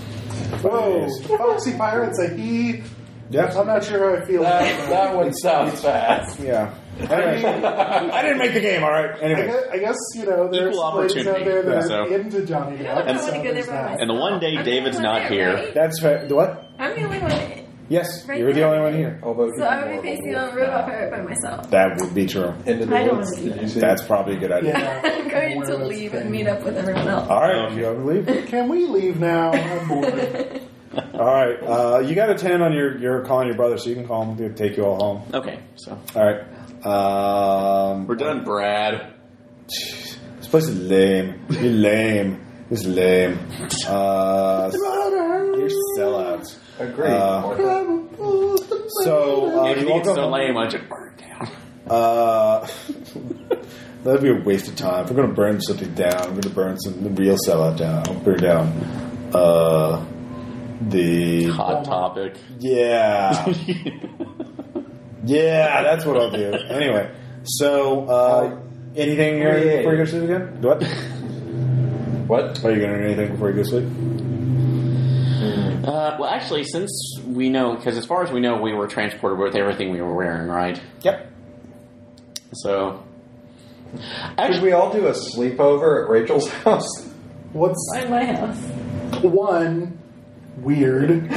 [SPEAKER 2] Whoa, Foxy Pirates, a he. I'm
[SPEAKER 1] Yep.
[SPEAKER 2] not sure how I feel.
[SPEAKER 6] [LAUGHS]
[SPEAKER 2] about
[SPEAKER 9] That,
[SPEAKER 2] that.
[SPEAKER 9] that one sounds fast.
[SPEAKER 1] Yeah. Anyway, [LAUGHS] I didn't make the game. All right.
[SPEAKER 2] I
[SPEAKER 1] Anyway.
[SPEAKER 2] guess, I guess you know there's
[SPEAKER 3] Equal
[SPEAKER 2] ladies out
[SPEAKER 3] opportunity,
[SPEAKER 2] there that
[SPEAKER 3] so.
[SPEAKER 2] are into Johnny
[SPEAKER 6] I don't
[SPEAKER 2] Depp.
[SPEAKER 6] really
[SPEAKER 2] so
[SPEAKER 6] want to go there
[SPEAKER 2] there's
[SPEAKER 6] by myself.
[SPEAKER 2] that.
[SPEAKER 3] And the one day
[SPEAKER 6] I'm the
[SPEAKER 3] David's
[SPEAKER 6] only
[SPEAKER 3] not
[SPEAKER 6] one there,
[SPEAKER 3] here.
[SPEAKER 6] right?
[SPEAKER 1] That's fair. The What?
[SPEAKER 6] I'm the only one.
[SPEAKER 1] Yes,
[SPEAKER 6] Right
[SPEAKER 1] you're the
[SPEAKER 6] now.
[SPEAKER 1] only one here.
[SPEAKER 5] [LAUGHS] Although
[SPEAKER 6] So I would be facing on a robot pirate by myself. [LAUGHS]
[SPEAKER 1] That would be true.
[SPEAKER 5] into the
[SPEAKER 6] I don't
[SPEAKER 5] woods.
[SPEAKER 6] wanna do
[SPEAKER 5] Did you see?
[SPEAKER 1] That's probably a good idea.
[SPEAKER 2] Yeah.
[SPEAKER 6] [LAUGHS] I'm going to
[SPEAKER 2] Weird
[SPEAKER 6] leave
[SPEAKER 2] thing.
[SPEAKER 6] and meet up with everyone else.
[SPEAKER 1] All right. You have to leave.
[SPEAKER 2] Can we leave now? I'm bored.
[SPEAKER 1] All right. Uh, you got a ten on your your calling your brother, so you can call him. He'll take you all home.
[SPEAKER 3] Okay, so
[SPEAKER 1] All right. Um,
[SPEAKER 3] we're done, Brad.
[SPEAKER 1] This place is lame. You're lame. It's lame. Uh, you're sellouts.
[SPEAKER 5] Agreed.
[SPEAKER 1] Uh,
[SPEAKER 5] Oh,
[SPEAKER 1] So uh,
[SPEAKER 3] If
[SPEAKER 1] you
[SPEAKER 3] you
[SPEAKER 1] walk
[SPEAKER 3] so
[SPEAKER 1] up.
[SPEAKER 3] lame, I just burn it down.
[SPEAKER 5] [LAUGHS]
[SPEAKER 1] Uh, [LAUGHS] that'd be a waste of time. If we're gonna burn something down, we're gonna burn some real sellout down. I'll burn down uh, the
[SPEAKER 3] Hot topic. [LAUGHS]
[SPEAKER 1] yeah [LAUGHS] yeah. That's what I'll do. Anyway, so uh, anything
[SPEAKER 5] yeah, yeah.
[SPEAKER 1] before you go to sleep again? What?
[SPEAKER 5] What?
[SPEAKER 1] Are you gonna do anything before you go to sleep?
[SPEAKER 3] Uh, well, actually, since we know, because as far as we know, we were transported with everything we were wearing, right?
[SPEAKER 1] Yep.
[SPEAKER 3] So
[SPEAKER 5] Should we all do a sleepover at Rachel's [LAUGHS] house?
[SPEAKER 2] What's
[SPEAKER 6] in my house.
[SPEAKER 2] one weird?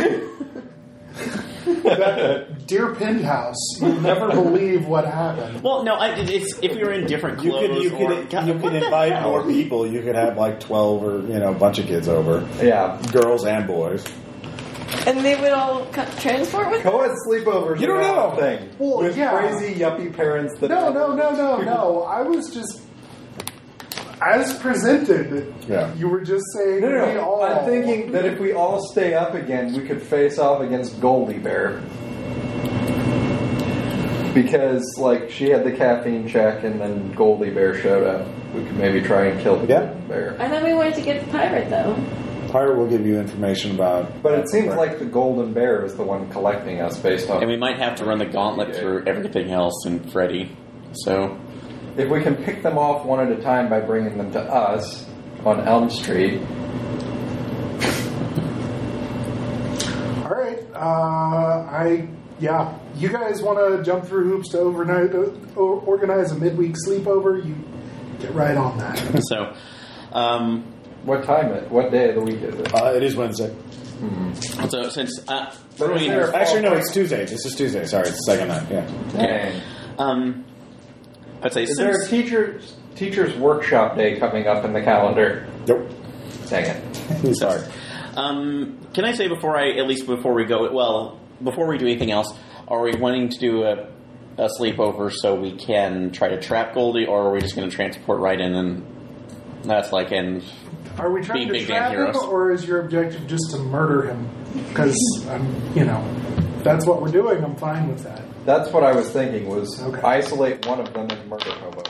[SPEAKER 2] that dear penthouse, you'll never believe what happened.
[SPEAKER 3] Well, no, I, it's if you're in different
[SPEAKER 1] You
[SPEAKER 3] clothes,
[SPEAKER 1] could you
[SPEAKER 3] or,
[SPEAKER 1] could
[SPEAKER 3] God,
[SPEAKER 1] you
[SPEAKER 3] what
[SPEAKER 1] could
[SPEAKER 3] the
[SPEAKER 1] invite
[SPEAKER 3] hell?
[SPEAKER 1] more people. You could have like twelve or you know a bunch of kids over,
[SPEAKER 5] Yeah.
[SPEAKER 1] girls and boys.
[SPEAKER 6] And they would all co- transport with
[SPEAKER 5] Co-ed sleepovers
[SPEAKER 1] You don't
[SPEAKER 5] are
[SPEAKER 1] know.
[SPEAKER 5] a thing.
[SPEAKER 2] Well,
[SPEAKER 5] with
[SPEAKER 2] yeah.
[SPEAKER 5] crazy yuppie parents that
[SPEAKER 2] No, no, no, no, no. I was just as presented.
[SPEAKER 1] Yeah.
[SPEAKER 2] You were just saying
[SPEAKER 5] No, no,
[SPEAKER 2] we
[SPEAKER 5] no.
[SPEAKER 2] all.
[SPEAKER 5] I'm thinking that if we all stay up again, we could face off against Goldie Bear. Because, like, she had the caffeine check and then Goldie Bear showed up. We could maybe try and kill the
[SPEAKER 1] Yeah.
[SPEAKER 5] Goldie Bear.
[SPEAKER 6] I thought we wanted to get the pirate though.
[SPEAKER 1] Pirate will give you information about.
[SPEAKER 5] But it seems like the Golden Bear is the one collecting us based on.
[SPEAKER 3] And we might have to run the gauntlet through everything else and Freddy.
[SPEAKER 5] [LAUGHS]
[SPEAKER 3] So
[SPEAKER 5] if we can pick them off one at a time by bringing them to us on Elm Street,
[SPEAKER 2] All right. Uh, I yeah. You guys want to jump through hoops to overnight uh, o- organize a midweek sleepover? You get right on that.
[SPEAKER 3] so, um,
[SPEAKER 5] what time it? What day of the week is it?
[SPEAKER 1] Uh, it is Wednesday.
[SPEAKER 3] so since uh,
[SPEAKER 5] But is
[SPEAKER 3] Ruin-
[SPEAKER 5] there a
[SPEAKER 1] Actually, no,
[SPEAKER 5] ballpark-
[SPEAKER 1] it's Tuesday. This is Tuesday. Sorry, it's the second night. Yeah.
[SPEAKER 5] Dang.
[SPEAKER 3] um, I'd say
[SPEAKER 5] Is there a
[SPEAKER 3] since
[SPEAKER 5] teachers teachers workshop day coming up in the calendar?
[SPEAKER 1] Nope.
[SPEAKER 5] Dang it!
[SPEAKER 1] Sorry.
[SPEAKER 3] um, can I say before I at least before we go well before we do anything else are we wanting to do a, a sleepover so we can try to trap Goldie or are we just going to transport right in and that's like and
[SPEAKER 2] Are we trying
[SPEAKER 3] Being
[SPEAKER 2] to
[SPEAKER 3] big band
[SPEAKER 2] trap him,
[SPEAKER 3] heroes.
[SPEAKER 2] or is your objective just to murder him? Because I'm, you know, that's what we're doing. I'm fine with that.
[SPEAKER 5] That's what I was thinking. Was
[SPEAKER 2] Okay.
[SPEAKER 5] isolate one of them and murder Hobo.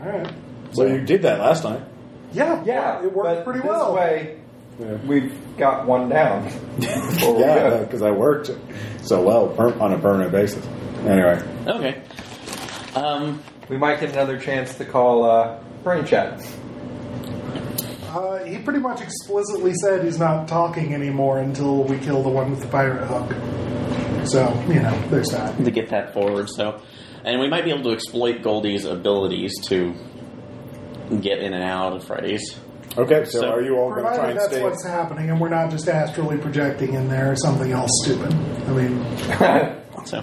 [SPEAKER 2] All right.
[SPEAKER 1] So you did that last night.
[SPEAKER 2] Yeah,
[SPEAKER 5] Yeah,
[SPEAKER 2] it
[SPEAKER 5] but
[SPEAKER 2] worked pretty
[SPEAKER 5] this
[SPEAKER 2] well.
[SPEAKER 5] Way
[SPEAKER 1] Yeah.
[SPEAKER 5] we've got
[SPEAKER 1] [LAUGHS]
[SPEAKER 5] one down. Or we
[SPEAKER 1] Oh, Yeah,
[SPEAKER 5] have.
[SPEAKER 1] because I worked so well per- on a permanent basis. Anyway,
[SPEAKER 3] okay um,
[SPEAKER 5] we might get another chance to call uh, brain chat. [LAUGHS]
[SPEAKER 2] Uh, he pretty much explicitly said he's not talking anymore until we kill the one with the pirate hook. So you know, there's that.
[SPEAKER 3] to get that forward so and we might be able to exploit Goldie's abilities to get in and out of Freddy's
[SPEAKER 1] okay. So,
[SPEAKER 3] So-
[SPEAKER 1] are you all going to try
[SPEAKER 2] Provided
[SPEAKER 1] and
[SPEAKER 2] that's
[SPEAKER 1] stay?
[SPEAKER 2] what's happening, and we're not just astrally projecting in there or something else stupid. I mean,
[SPEAKER 3] so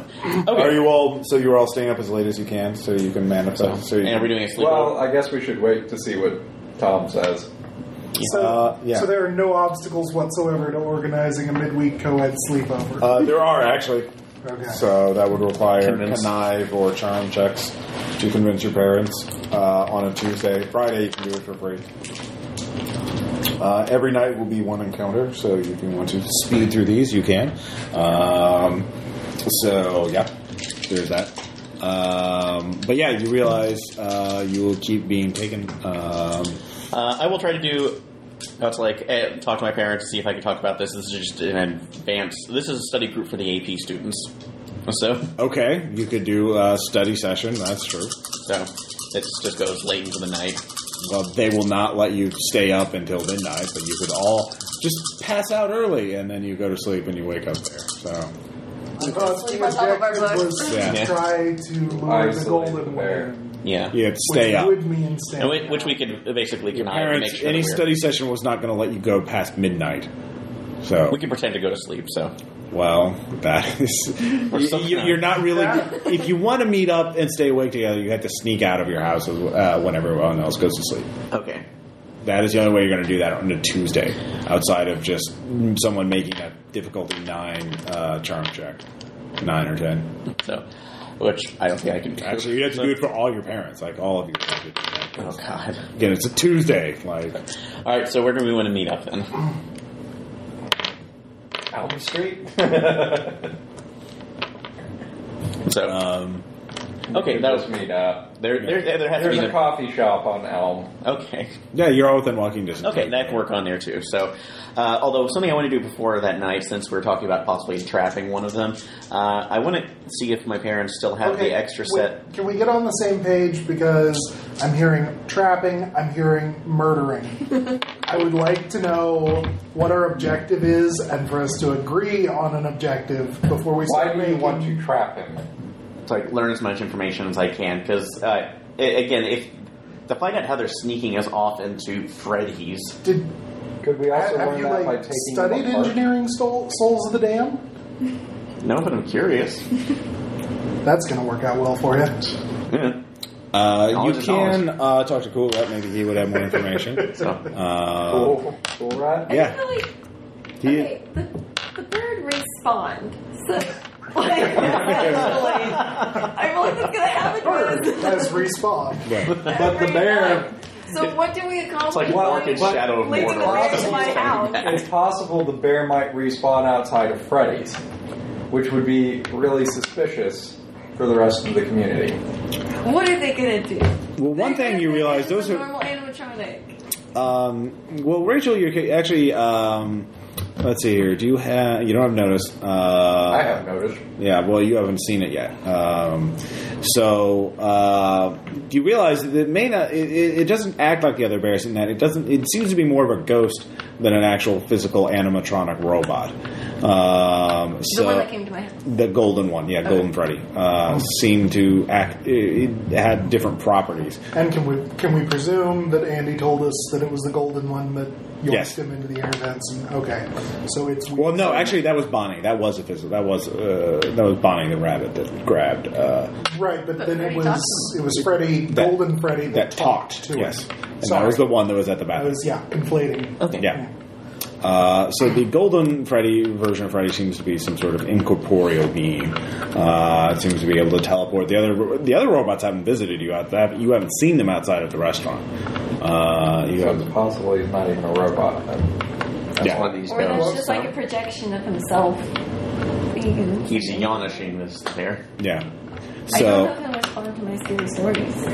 [SPEAKER 1] Are
[SPEAKER 3] okay
[SPEAKER 1] you all? So you're all staying up as late as you can, so you can manifest. So, you
[SPEAKER 3] and are we doing a sleepover
[SPEAKER 5] Well, I guess we should wait to see what Tom says.
[SPEAKER 2] so,
[SPEAKER 1] Uh, yeah.
[SPEAKER 2] so there are no obstacles whatsoever to organizing a midweek co-ed sleepover.
[SPEAKER 1] uh, there are actually.
[SPEAKER 2] okay.
[SPEAKER 1] So that would require
[SPEAKER 3] Convince.
[SPEAKER 1] connive or charm checks to convince your parents uh, on a Tuesday. Friday you can do it for free. Uh, every night will be one encounter, so if you want to speed through these, you can. Um, so yeah, there's that. Um, but yeah, you realize uh, you will keep being taken. Um,
[SPEAKER 3] Uh, I will try to do. That's like eh, talk to my parents to see if I can talk about this. This is just an advanced. This is a study group for the AP students. So,
[SPEAKER 1] okay, you could do a study session. That's true.
[SPEAKER 3] so it just goes late into the night.
[SPEAKER 1] Well, they will not let you stay up until midnight, but you could all just pass out early and then you go to sleep and you wake up there. So,
[SPEAKER 2] I thought the
[SPEAKER 6] Sleep on top of our
[SPEAKER 2] objective was
[SPEAKER 6] books.
[SPEAKER 2] to
[SPEAKER 1] Yeah.
[SPEAKER 2] try to lure the
[SPEAKER 5] Isolate the
[SPEAKER 2] golden
[SPEAKER 5] bear.
[SPEAKER 2] bear.
[SPEAKER 3] Yeah,
[SPEAKER 1] you had to stay
[SPEAKER 2] which
[SPEAKER 1] up.
[SPEAKER 2] would mean staying.
[SPEAKER 3] And we, which we
[SPEAKER 2] up.
[SPEAKER 3] could basically
[SPEAKER 1] Your
[SPEAKER 3] connive and
[SPEAKER 1] parents,
[SPEAKER 3] make sure
[SPEAKER 1] any
[SPEAKER 3] that we're-
[SPEAKER 1] study session was not going to let you go past midnight. So,
[SPEAKER 3] We can pretend to go to sleep. So,
[SPEAKER 1] well, that is.
[SPEAKER 3] [LAUGHS] Or
[SPEAKER 1] You,
[SPEAKER 3] something.
[SPEAKER 1] you- you're not really. if you want to meet up and stay awake together, you have to sneak out of your house as- uh, when everyone else goes to sleep.
[SPEAKER 3] okay.
[SPEAKER 1] That is the only way you're going to do that on a Tuesday, outside of just someone making a difficulty nine uh, charm check, nine or ten.
[SPEAKER 3] So, which I don't think I can do.
[SPEAKER 1] Actually, you have to do it for all your parents, like all of you. have to do that.
[SPEAKER 3] Oh God!
[SPEAKER 1] Again, it's a Tuesday. Like,
[SPEAKER 3] All right. So where do we want to meet up then?
[SPEAKER 5] Elm Street.
[SPEAKER 3] So
[SPEAKER 1] um,
[SPEAKER 3] okay, that was
[SPEAKER 5] Just meet up.
[SPEAKER 3] there. There, there, there has
[SPEAKER 5] There's
[SPEAKER 3] to be
[SPEAKER 5] uh, a
[SPEAKER 3] the,
[SPEAKER 5] coffee shop on Elm.
[SPEAKER 3] okay.
[SPEAKER 1] yeah, you're all within walking distance.
[SPEAKER 3] Okay, that can work on there too. So, uh, although something I want to do before that night, since we are talking about possibly trapping one of them, uh, I want to see if my parents still have
[SPEAKER 2] Okay,
[SPEAKER 3] the extra
[SPEAKER 2] wait,
[SPEAKER 3] set.
[SPEAKER 2] Can we get on the same page? Because I'm hearing trapping, I'm hearing
[SPEAKER 6] [LAUGHS]
[SPEAKER 2] murdering. I would like to know what our objective is, and for us to agree on an objective before we
[SPEAKER 5] Why
[SPEAKER 2] start
[SPEAKER 5] do you
[SPEAKER 2] making.
[SPEAKER 5] want to trap him?
[SPEAKER 3] So I learn as much information as I can because, uh, a- again, if to find out how they're sneaking us off into Freddy's.
[SPEAKER 2] Did
[SPEAKER 5] Could we also
[SPEAKER 2] have
[SPEAKER 5] learn
[SPEAKER 2] you
[SPEAKER 5] that by
[SPEAKER 2] like
[SPEAKER 5] taking
[SPEAKER 2] studied
[SPEAKER 5] them apart?
[SPEAKER 2] engineering soul, souls of the dam?
[SPEAKER 3] No, but I'm curious. [LAUGHS]
[SPEAKER 2] That's going to work out well for you.
[SPEAKER 3] Yeah.
[SPEAKER 7] Uh, you
[SPEAKER 3] Knowledge is knowledge.
[SPEAKER 7] can uh, talk to Cool Rat. Maybe he would have
[SPEAKER 3] [LAUGHS]
[SPEAKER 7] more information.
[SPEAKER 3] So,
[SPEAKER 7] Uh,
[SPEAKER 5] Cool, cool, Oh, right?
[SPEAKER 6] I
[SPEAKER 7] Yeah.
[SPEAKER 6] feel like
[SPEAKER 7] He-
[SPEAKER 6] okay, the, the bird respawned. So like, actually, I feel like it's gonna happen
[SPEAKER 2] Bird
[SPEAKER 6] to us.
[SPEAKER 2] has respawned.
[SPEAKER 7] Right.
[SPEAKER 6] But
[SPEAKER 5] the bear-
[SPEAKER 6] So what do we accomplish?
[SPEAKER 3] it's like
[SPEAKER 5] Well,
[SPEAKER 3] Mark and
[SPEAKER 5] but-
[SPEAKER 3] Shadow of
[SPEAKER 6] leaving the
[SPEAKER 3] Mordor.
[SPEAKER 6] bear in my house.
[SPEAKER 5] It's possible the bear might respawn outside of Freddy's, which would be really suspicious for the rest of the community.
[SPEAKER 6] What are they gonna do?
[SPEAKER 7] Well, one thing you realize those are
[SPEAKER 6] normal animatronic.
[SPEAKER 7] Um, well, Rachel, you're ca- actually. Um, let's see here. Do you have? You don't have notice. Uh,
[SPEAKER 5] I haven't noticed.
[SPEAKER 7] Yeah. Well, you haven't seen it yet. Um, so uh, you realize that it may not. It, it it doesn't act like the other bears in that it doesn't. It seems to be more of a ghost than an actual physical animatronic robot. Um,
[SPEAKER 6] The
[SPEAKER 7] so
[SPEAKER 6] one that came to my house.
[SPEAKER 7] the golden one, yeah, Golden Freddy, uh, seemed to act. It, it had different properties.
[SPEAKER 2] And can we can we presume that Andy told us that it was the golden one that yoked
[SPEAKER 7] Yes.
[SPEAKER 2] him into the air vents? And, okay, so it's
[SPEAKER 7] Well, no, actually, that was Bonnie. That was a physical. That was uh, that was Bonnie the rabbit that grabbed uh,
[SPEAKER 2] right, but,
[SPEAKER 6] But
[SPEAKER 2] then it
[SPEAKER 6] Freddy
[SPEAKER 2] was
[SPEAKER 6] talked to
[SPEAKER 2] it was Freddy
[SPEAKER 7] That-
[SPEAKER 2] Golden Freddy
[SPEAKER 7] that talked.
[SPEAKER 2] to
[SPEAKER 7] yes,
[SPEAKER 2] us.
[SPEAKER 7] and
[SPEAKER 2] Sorry.
[SPEAKER 7] that was the one that was at the
[SPEAKER 2] I
[SPEAKER 7] bathroom.
[SPEAKER 2] was yeah conflating.
[SPEAKER 3] Okay.
[SPEAKER 7] Yeah. Uh, so the golden Freddy version of Freddy seems to be some sort of incorporeal being. Uh, it seems to be able to teleport. The other the other robots haven't visited you out. That you haven't seen them outside of the restaurant. Uh, you
[SPEAKER 5] So
[SPEAKER 7] have
[SPEAKER 5] it's possible he's not even a robot. That's
[SPEAKER 7] Yeah.
[SPEAKER 5] one of these
[SPEAKER 6] Or that's
[SPEAKER 5] guys.
[SPEAKER 6] just like a projection of himself. Vegan.
[SPEAKER 3] He's yawning this there. [LAUGHS]
[SPEAKER 7] yeah.
[SPEAKER 6] I
[SPEAKER 7] So
[SPEAKER 6] don't know if he'll respond to my scary stories.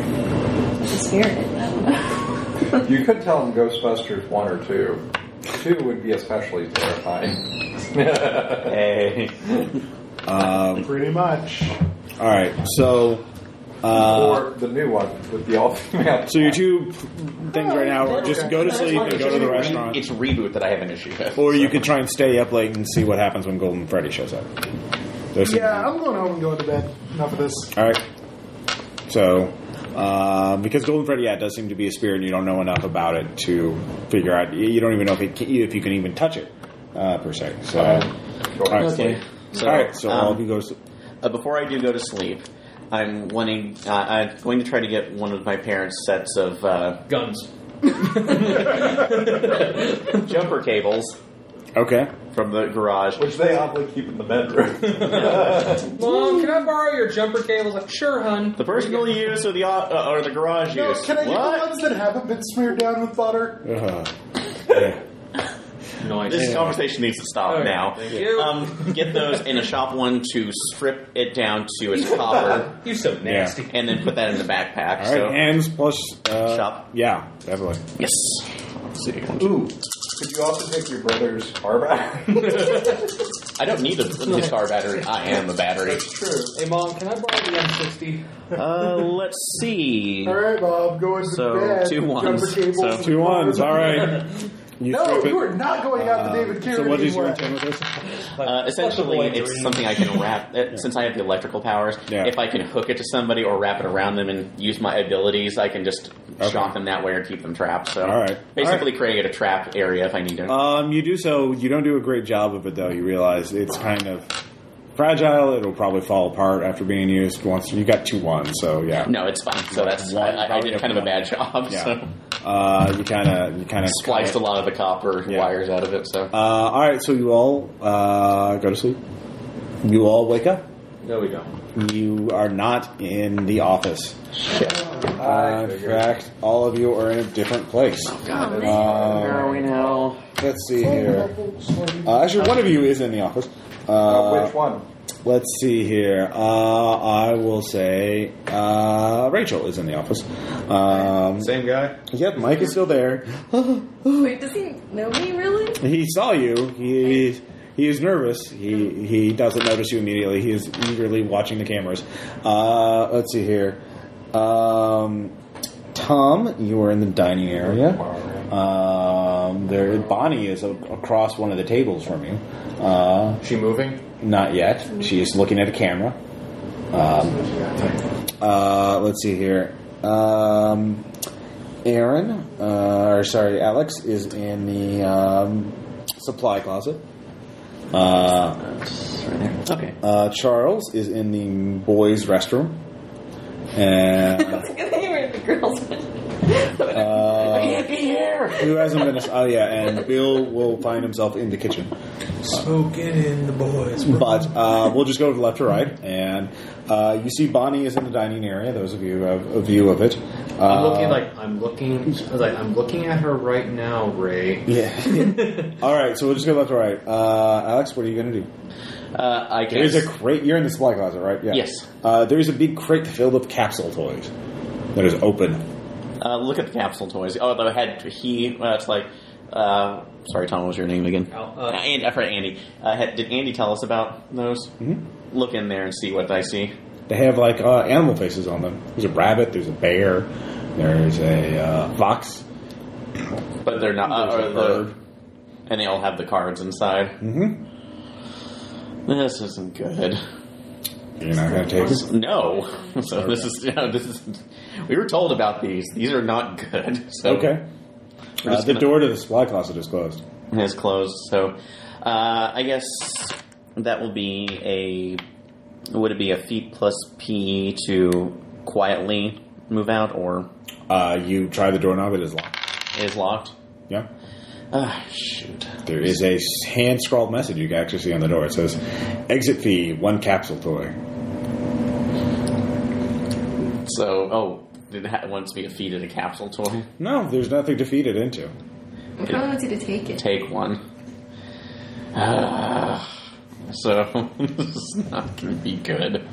[SPEAKER 6] It's a spirit. I don't know.
[SPEAKER 5] You could tell him Ghostbusters 1 or 2. 2 would be especially terrifying.
[SPEAKER 3] Hey.
[SPEAKER 2] Pretty much.
[SPEAKER 7] all right. So. Uh,
[SPEAKER 5] or the new one with the all female.
[SPEAKER 7] so your two things right now are just go to sleep and go to the restaurant.
[SPEAKER 3] It's reboot that I have an issue with.
[SPEAKER 7] Or you could try and stay up late and see what happens when Golden Freddy shows up. Those things-
[SPEAKER 2] Yeah, I'm going home and going to bed. Enough of this.
[SPEAKER 7] All right. So, uh, because Golden Freddy, yeah, does seem to be a spirit, and you don't know enough about it to figure out. You you don't even know if it can, if you can even touch it uh, per se. So, all right.
[SPEAKER 3] Okay. So,
[SPEAKER 7] all right. So all
[SPEAKER 3] um,
[SPEAKER 7] of you go. s-
[SPEAKER 3] uh, before I do go to sleep, I'm wanting. Uh, I'm going to try to get one of my parents' sets of uh,
[SPEAKER 1] Guns.
[SPEAKER 3] jumper cables
[SPEAKER 7] Okay.
[SPEAKER 3] from the garage.
[SPEAKER 5] Which they oddly keep in
[SPEAKER 3] [LAUGHS]
[SPEAKER 5] the bedroom.
[SPEAKER 4] Mom, can I borrow your jumper cables? Like, sure, hun.
[SPEAKER 3] The personal use or the uh, or the garage
[SPEAKER 2] No,
[SPEAKER 3] use?
[SPEAKER 2] can I get the
[SPEAKER 3] what?
[SPEAKER 2] ones that haven't been smeared down with butter?
[SPEAKER 7] Uh, yeah.
[SPEAKER 4] No idea.
[SPEAKER 3] This conversation needs to stop
[SPEAKER 4] All right,
[SPEAKER 3] now.
[SPEAKER 4] thank you.
[SPEAKER 3] Um, get those in a shop one to strip it down to its copper,
[SPEAKER 1] You're so nasty.
[SPEAKER 3] and then put that in the backpack.
[SPEAKER 7] All right.
[SPEAKER 3] so
[SPEAKER 7] Hands plus uh,
[SPEAKER 3] Shop.
[SPEAKER 7] Yeah, definitely.
[SPEAKER 3] yes, Let's see.
[SPEAKER 5] Ooh. Could you also take your brother's car back? [LAUGHS]
[SPEAKER 3] I don't need a, his car battery. I am a battery.
[SPEAKER 5] True.
[SPEAKER 4] Hey, Mom, can I borrow the M60?
[SPEAKER 3] Uh, let's
[SPEAKER 4] [LAUGHS]
[SPEAKER 3] see.
[SPEAKER 2] All right, Bob, going to
[SPEAKER 3] So,
[SPEAKER 2] bed.
[SPEAKER 3] two ones.
[SPEAKER 2] Jumper cables
[SPEAKER 3] So-
[SPEAKER 2] and
[SPEAKER 7] Two ones. All
[SPEAKER 3] [LAUGHS]
[SPEAKER 7] right. You
[SPEAKER 2] No,
[SPEAKER 7] strip it.
[SPEAKER 2] you are not going out to David Carradine.
[SPEAKER 7] so what is your
[SPEAKER 2] anyway.
[SPEAKER 7] intent with this?
[SPEAKER 3] Uh, essentially, it's something I
[SPEAKER 4] [LAUGHS]
[SPEAKER 3] can wrap. uh Since I have the electrical powers,
[SPEAKER 7] Yeah.
[SPEAKER 3] if I can hook it to somebody or wrap it around them and use my abilities, I can just
[SPEAKER 7] Okay.
[SPEAKER 3] shock them that way or keep them trapped. So,
[SPEAKER 7] All right.
[SPEAKER 3] basically, create a trap area if I need to.
[SPEAKER 7] Um, you do so. You don't do a great job of it, though. You realize it's kind of fragile. It'll probably fall apart after being used once. You got two ones, so yeah.
[SPEAKER 3] no, it's fine. So that's
[SPEAKER 7] One-
[SPEAKER 3] I, I- I did
[SPEAKER 7] probably
[SPEAKER 3] kind of a
[SPEAKER 7] one.
[SPEAKER 3] bad job. [LAUGHS]
[SPEAKER 7] Yeah.
[SPEAKER 3] So
[SPEAKER 7] Uh, you kind of you kind of
[SPEAKER 3] spliced a lot of the copper
[SPEAKER 7] Yeah.
[SPEAKER 3] wires out of it. So
[SPEAKER 7] Uh, all right, so you all uh, go to sleep. You all wake up.
[SPEAKER 5] No, we don't.
[SPEAKER 7] You are not in the office. Uh, in fact, all of you are in a different place.
[SPEAKER 6] [LAUGHS] Oh, man.
[SPEAKER 7] Uh,
[SPEAKER 3] are we now?
[SPEAKER 7] let's see here. Uh, actually, one of you is in the office.
[SPEAKER 3] Oh,
[SPEAKER 5] Uh,
[SPEAKER 7] Uh,
[SPEAKER 5] which one?
[SPEAKER 7] Let's see here. Uh, I will say uh, Rachel is in the office. Um,
[SPEAKER 13] Same guy.
[SPEAKER 7] yep, Mike is still there.
[SPEAKER 6] Wait, does he know me really?
[SPEAKER 7] He saw you. He he is nervous. He he doesn't notice you immediately. He is eagerly watching the cameras. Uh, let's see here. Um, Tom, you are in the dining area. Um, there, Bonnie is a, across one of the tables from you. Uh,
[SPEAKER 13] She moving?
[SPEAKER 7] Not yet. She's looking at a camera. Um, uh, let's see here. Um,
[SPEAKER 1] Aaron, uh, or sorry, Alex is in the um, supply closet. Uh,
[SPEAKER 3] right there. Okay.
[SPEAKER 1] uh, Charles is in the boys' restroom. And
[SPEAKER 6] Good thing you were the girls.
[SPEAKER 1] uh,
[SPEAKER 9] Can't be here.
[SPEAKER 1] who hasn't been? A, oh yeah, and Bill will find himself in the kitchen.
[SPEAKER 7] Smoking in the boys.
[SPEAKER 1] But uh, we'll just go to the left or right, and uh, you see Bonnie is in the dining area. Those of you who have a view of it. Uh,
[SPEAKER 4] I'm looking like I'm looking like I'm looking at her right now, Ray.
[SPEAKER 1] Yeah. All right, so we'll just go left to right. Uh, Alex, what are you going to do?
[SPEAKER 3] Uh, I
[SPEAKER 1] There
[SPEAKER 3] guess.
[SPEAKER 1] is a crate. You're in the supply closet, right? Yeah.
[SPEAKER 3] Yes.
[SPEAKER 1] Uh, there is a big crate filled with capsule toys that is open.
[SPEAKER 3] uh, look at the capsule toys. Oh, though I had he. Uh, it's like. Uh, sorry, Tom. What was your name again?
[SPEAKER 4] Al-
[SPEAKER 3] uh,
[SPEAKER 4] uh,
[SPEAKER 3] Andy, I forgot Andy. Uh, had, did Andy tell us about those? Mm-hmm. Look in there and see what I see.
[SPEAKER 1] They have like uh, animal faces on them. There's a rabbit. There's a bear. There's a uh, fox.
[SPEAKER 3] But they're not. Uh,
[SPEAKER 1] There's
[SPEAKER 3] or
[SPEAKER 1] a
[SPEAKER 3] the,
[SPEAKER 1] bird.
[SPEAKER 3] and they all have the cards inside.
[SPEAKER 1] Mm-hmm.
[SPEAKER 3] This isn't good.
[SPEAKER 1] You're not going to take this.
[SPEAKER 3] No. [LAUGHS] So this is no, this is. We were told about these. These are not good. [LAUGHS] So
[SPEAKER 1] Okay.
[SPEAKER 3] We're
[SPEAKER 1] Uh,
[SPEAKER 3] just
[SPEAKER 1] the
[SPEAKER 3] gonna-
[SPEAKER 1] door to the supply closet is closed.
[SPEAKER 3] Is closed. So uh, I guess that will be a. Would it be a feet plus P E to quietly move out, or
[SPEAKER 1] Uh, you try the doorknob. It is locked.
[SPEAKER 3] is locked?
[SPEAKER 1] Yeah.
[SPEAKER 3] Ah, shoot.
[SPEAKER 1] There is a hand scrawled message you can actually see on the door. It says, "Exit fee one capsule toy."
[SPEAKER 3] So oh, did that want to be a feet in a capsule toy?
[SPEAKER 1] No, there's nothing to feed it into.
[SPEAKER 6] I probably wants you to take it.
[SPEAKER 3] take one. Ah, so [LAUGHS] this is not going to be good.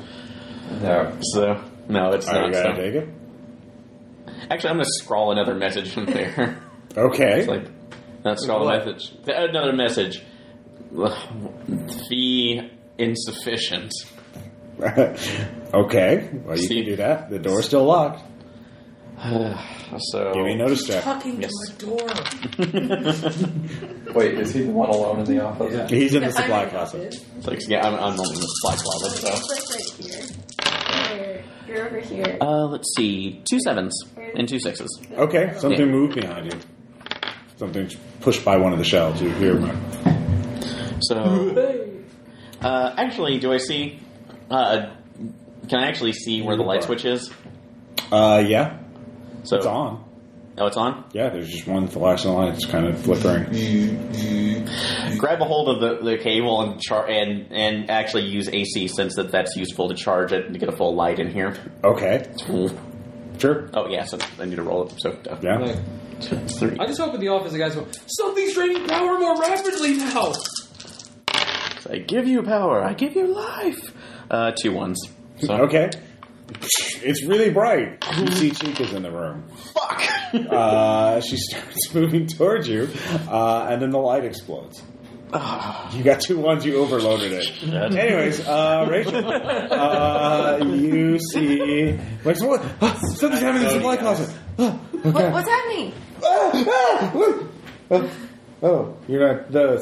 [SPEAKER 5] No.
[SPEAKER 3] So no, it's
[SPEAKER 1] Are you
[SPEAKER 3] not.
[SPEAKER 1] going
[SPEAKER 3] so-
[SPEAKER 1] to take it?
[SPEAKER 3] Actually, I'm going to scroll another message in there.
[SPEAKER 1] Okay.
[SPEAKER 3] it's like not scroll a message. Another message. [SIGHS] Fee insufficient.
[SPEAKER 1] okay. Well, you can do that. The door's still locked.
[SPEAKER 3] So
[SPEAKER 1] Give me a notice check.
[SPEAKER 7] Fucking
[SPEAKER 3] Yes.
[SPEAKER 7] door.
[SPEAKER 5] Wait, is he the one alone in the office?
[SPEAKER 1] He's in the
[SPEAKER 6] I'm
[SPEAKER 1] supply
[SPEAKER 6] in the
[SPEAKER 1] closet.
[SPEAKER 6] office.
[SPEAKER 3] it's like yeah, I'm, I'm only in the supply
[SPEAKER 6] Oh,
[SPEAKER 3] closet.
[SPEAKER 6] it's like
[SPEAKER 3] So
[SPEAKER 6] right here. You're, you're over here.
[SPEAKER 3] uh, let's see, two sevens and two sixes.
[SPEAKER 1] Okay. Something moved behind you. Something's pushed by one of the shelves. You hear my
[SPEAKER 3] So, uh, actually, do I see? Uh, can I actually see where the light switch is?
[SPEAKER 1] Uh, yeah.
[SPEAKER 3] So
[SPEAKER 1] It's on.
[SPEAKER 3] Oh, it's on.
[SPEAKER 1] Yeah, there's just one flashing light. It's kind of flickering.
[SPEAKER 3] Grab a hold of the, the cable and char- and and actually use AC since that that's useful to charge it and to get a full light in here. [LAUGHS]
[SPEAKER 1] Okay.
[SPEAKER 3] Oh
[SPEAKER 1] Sure.
[SPEAKER 3] yeah, so I need to roll it. So uh,
[SPEAKER 1] Yeah.
[SPEAKER 8] Like,
[SPEAKER 3] it's three.
[SPEAKER 8] I just hope in the office the guys go, something's draining power more rapidly now!
[SPEAKER 3] So I give you power. I give you life. Uh, two ones.
[SPEAKER 7] [LAUGHS]
[SPEAKER 3] So,
[SPEAKER 1] Okay. It's really bright. You see Chica's in the room.
[SPEAKER 3] Fuck.
[SPEAKER 1] Uh, she starts [LAUGHS] moving towards you, uh, and then the light explodes. You got two ones, you overloaded it. Anyways, uh, Rachel, uh, you see. Like, so what? [GASPS] Ah, something's happening in the supply closet. Ah,
[SPEAKER 6] What, what's happening?
[SPEAKER 1] ah, ah, what? Ah, oh, you're not the.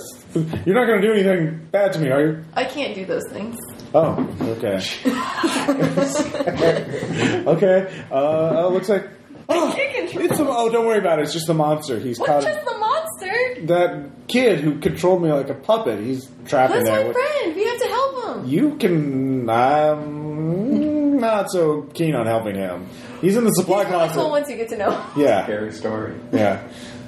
[SPEAKER 1] You're not going to do anything bad to me, are you?
[SPEAKER 6] I can't do those
[SPEAKER 1] [LAUGHS]
[SPEAKER 6] things.
[SPEAKER 1] Oh,
[SPEAKER 6] [LAUGHS]
[SPEAKER 1] okay. okay. Uh, it looks like. Oh, it's a, oh, don't worry about it. It's just a monster. He's
[SPEAKER 6] What's
[SPEAKER 1] caught.
[SPEAKER 6] just the monster?
[SPEAKER 1] that kid who controlled me like a puppet. He's trapped in
[SPEAKER 6] That's
[SPEAKER 1] there.
[SPEAKER 6] my friend. We have to help him.
[SPEAKER 1] You can. I'm not so keen on helping him. He's in the supply
[SPEAKER 6] He's really
[SPEAKER 1] closet.
[SPEAKER 6] cool once you get
[SPEAKER 1] [LAUGHS]
[SPEAKER 6] to know. him.
[SPEAKER 1] Yeah,
[SPEAKER 5] Scary story.
[SPEAKER 1] yeah.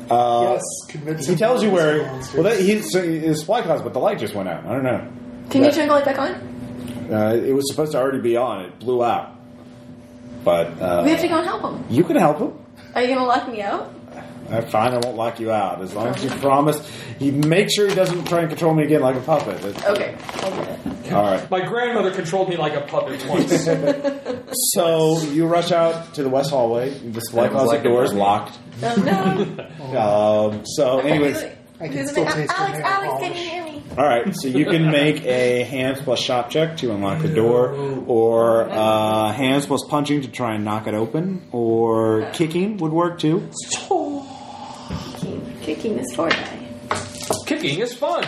[SPEAKER 1] Uh,
[SPEAKER 2] yes, convince
[SPEAKER 1] He
[SPEAKER 2] him
[SPEAKER 1] tells
[SPEAKER 2] to
[SPEAKER 1] you
[SPEAKER 2] use
[SPEAKER 1] where.
[SPEAKER 2] the monsters.
[SPEAKER 1] Well, that, he's so his supply closet, but the light just went out. I don't know.
[SPEAKER 6] Can
[SPEAKER 1] Yeah.
[SPEAKER 6] you turn the light back on?
[SPEAKER 1] Uh, it was supposed to already be on. It blew out. But
[SPEAKER 6] We have to
[SPEAKER 1] uh,
[SPEAKER 6] go and help him.
[SPEAKER 1] you can help him.
[SPEAKER 6] Are you gonna lock me out?
[SPEAKER 1] Uh, fine, I won't lock you out as long as you promise. You make sure he doesn't try and control me again like a puppet. That's-
[SPEAKER 6] Okay, I'll do it.
[SPEAKER 1] All right.
[SPEAKER 8] My grandmother controlled me like a puppet once.
[SPEAKER 1] So you rush out to the west hallway. The supply
[SPEAKER 5] And it was
[SPEAKER 1] closet
[SPEAKER 5] like a
[SPEAKER 1] door is
[SPEAKER 5] movie.
[SPEAKER 1] locked.
[SPEAKER 6] Oh
[SPEAKER 1] [LAUGHS]
[SPEAKER 6] no.
[SPEAKER 1] Um, so, anyways,
[SPEAKER 2] I can
[SPEAKER 6] Who's
[SPEAKER 2] still
[SPEAKER 6] gonna-
[SPEAKER 2] taste your
[SPEAKER 6] Alex,
[SPEAKER 2] nail
[SPEAKER 6] Alex, can
[SPEAKER 2] polish.
[SPEAKER 6] you hear me?
[SPEAKER 1] all right. So you can make a hands plus shop check to unlock the door, or uh, hands plus punching to try and knock it open, or kicking would work too.
[SPEAKER 6] Kicking, kicking this poor guy.
[SPEAKER 8] Kicking is fun.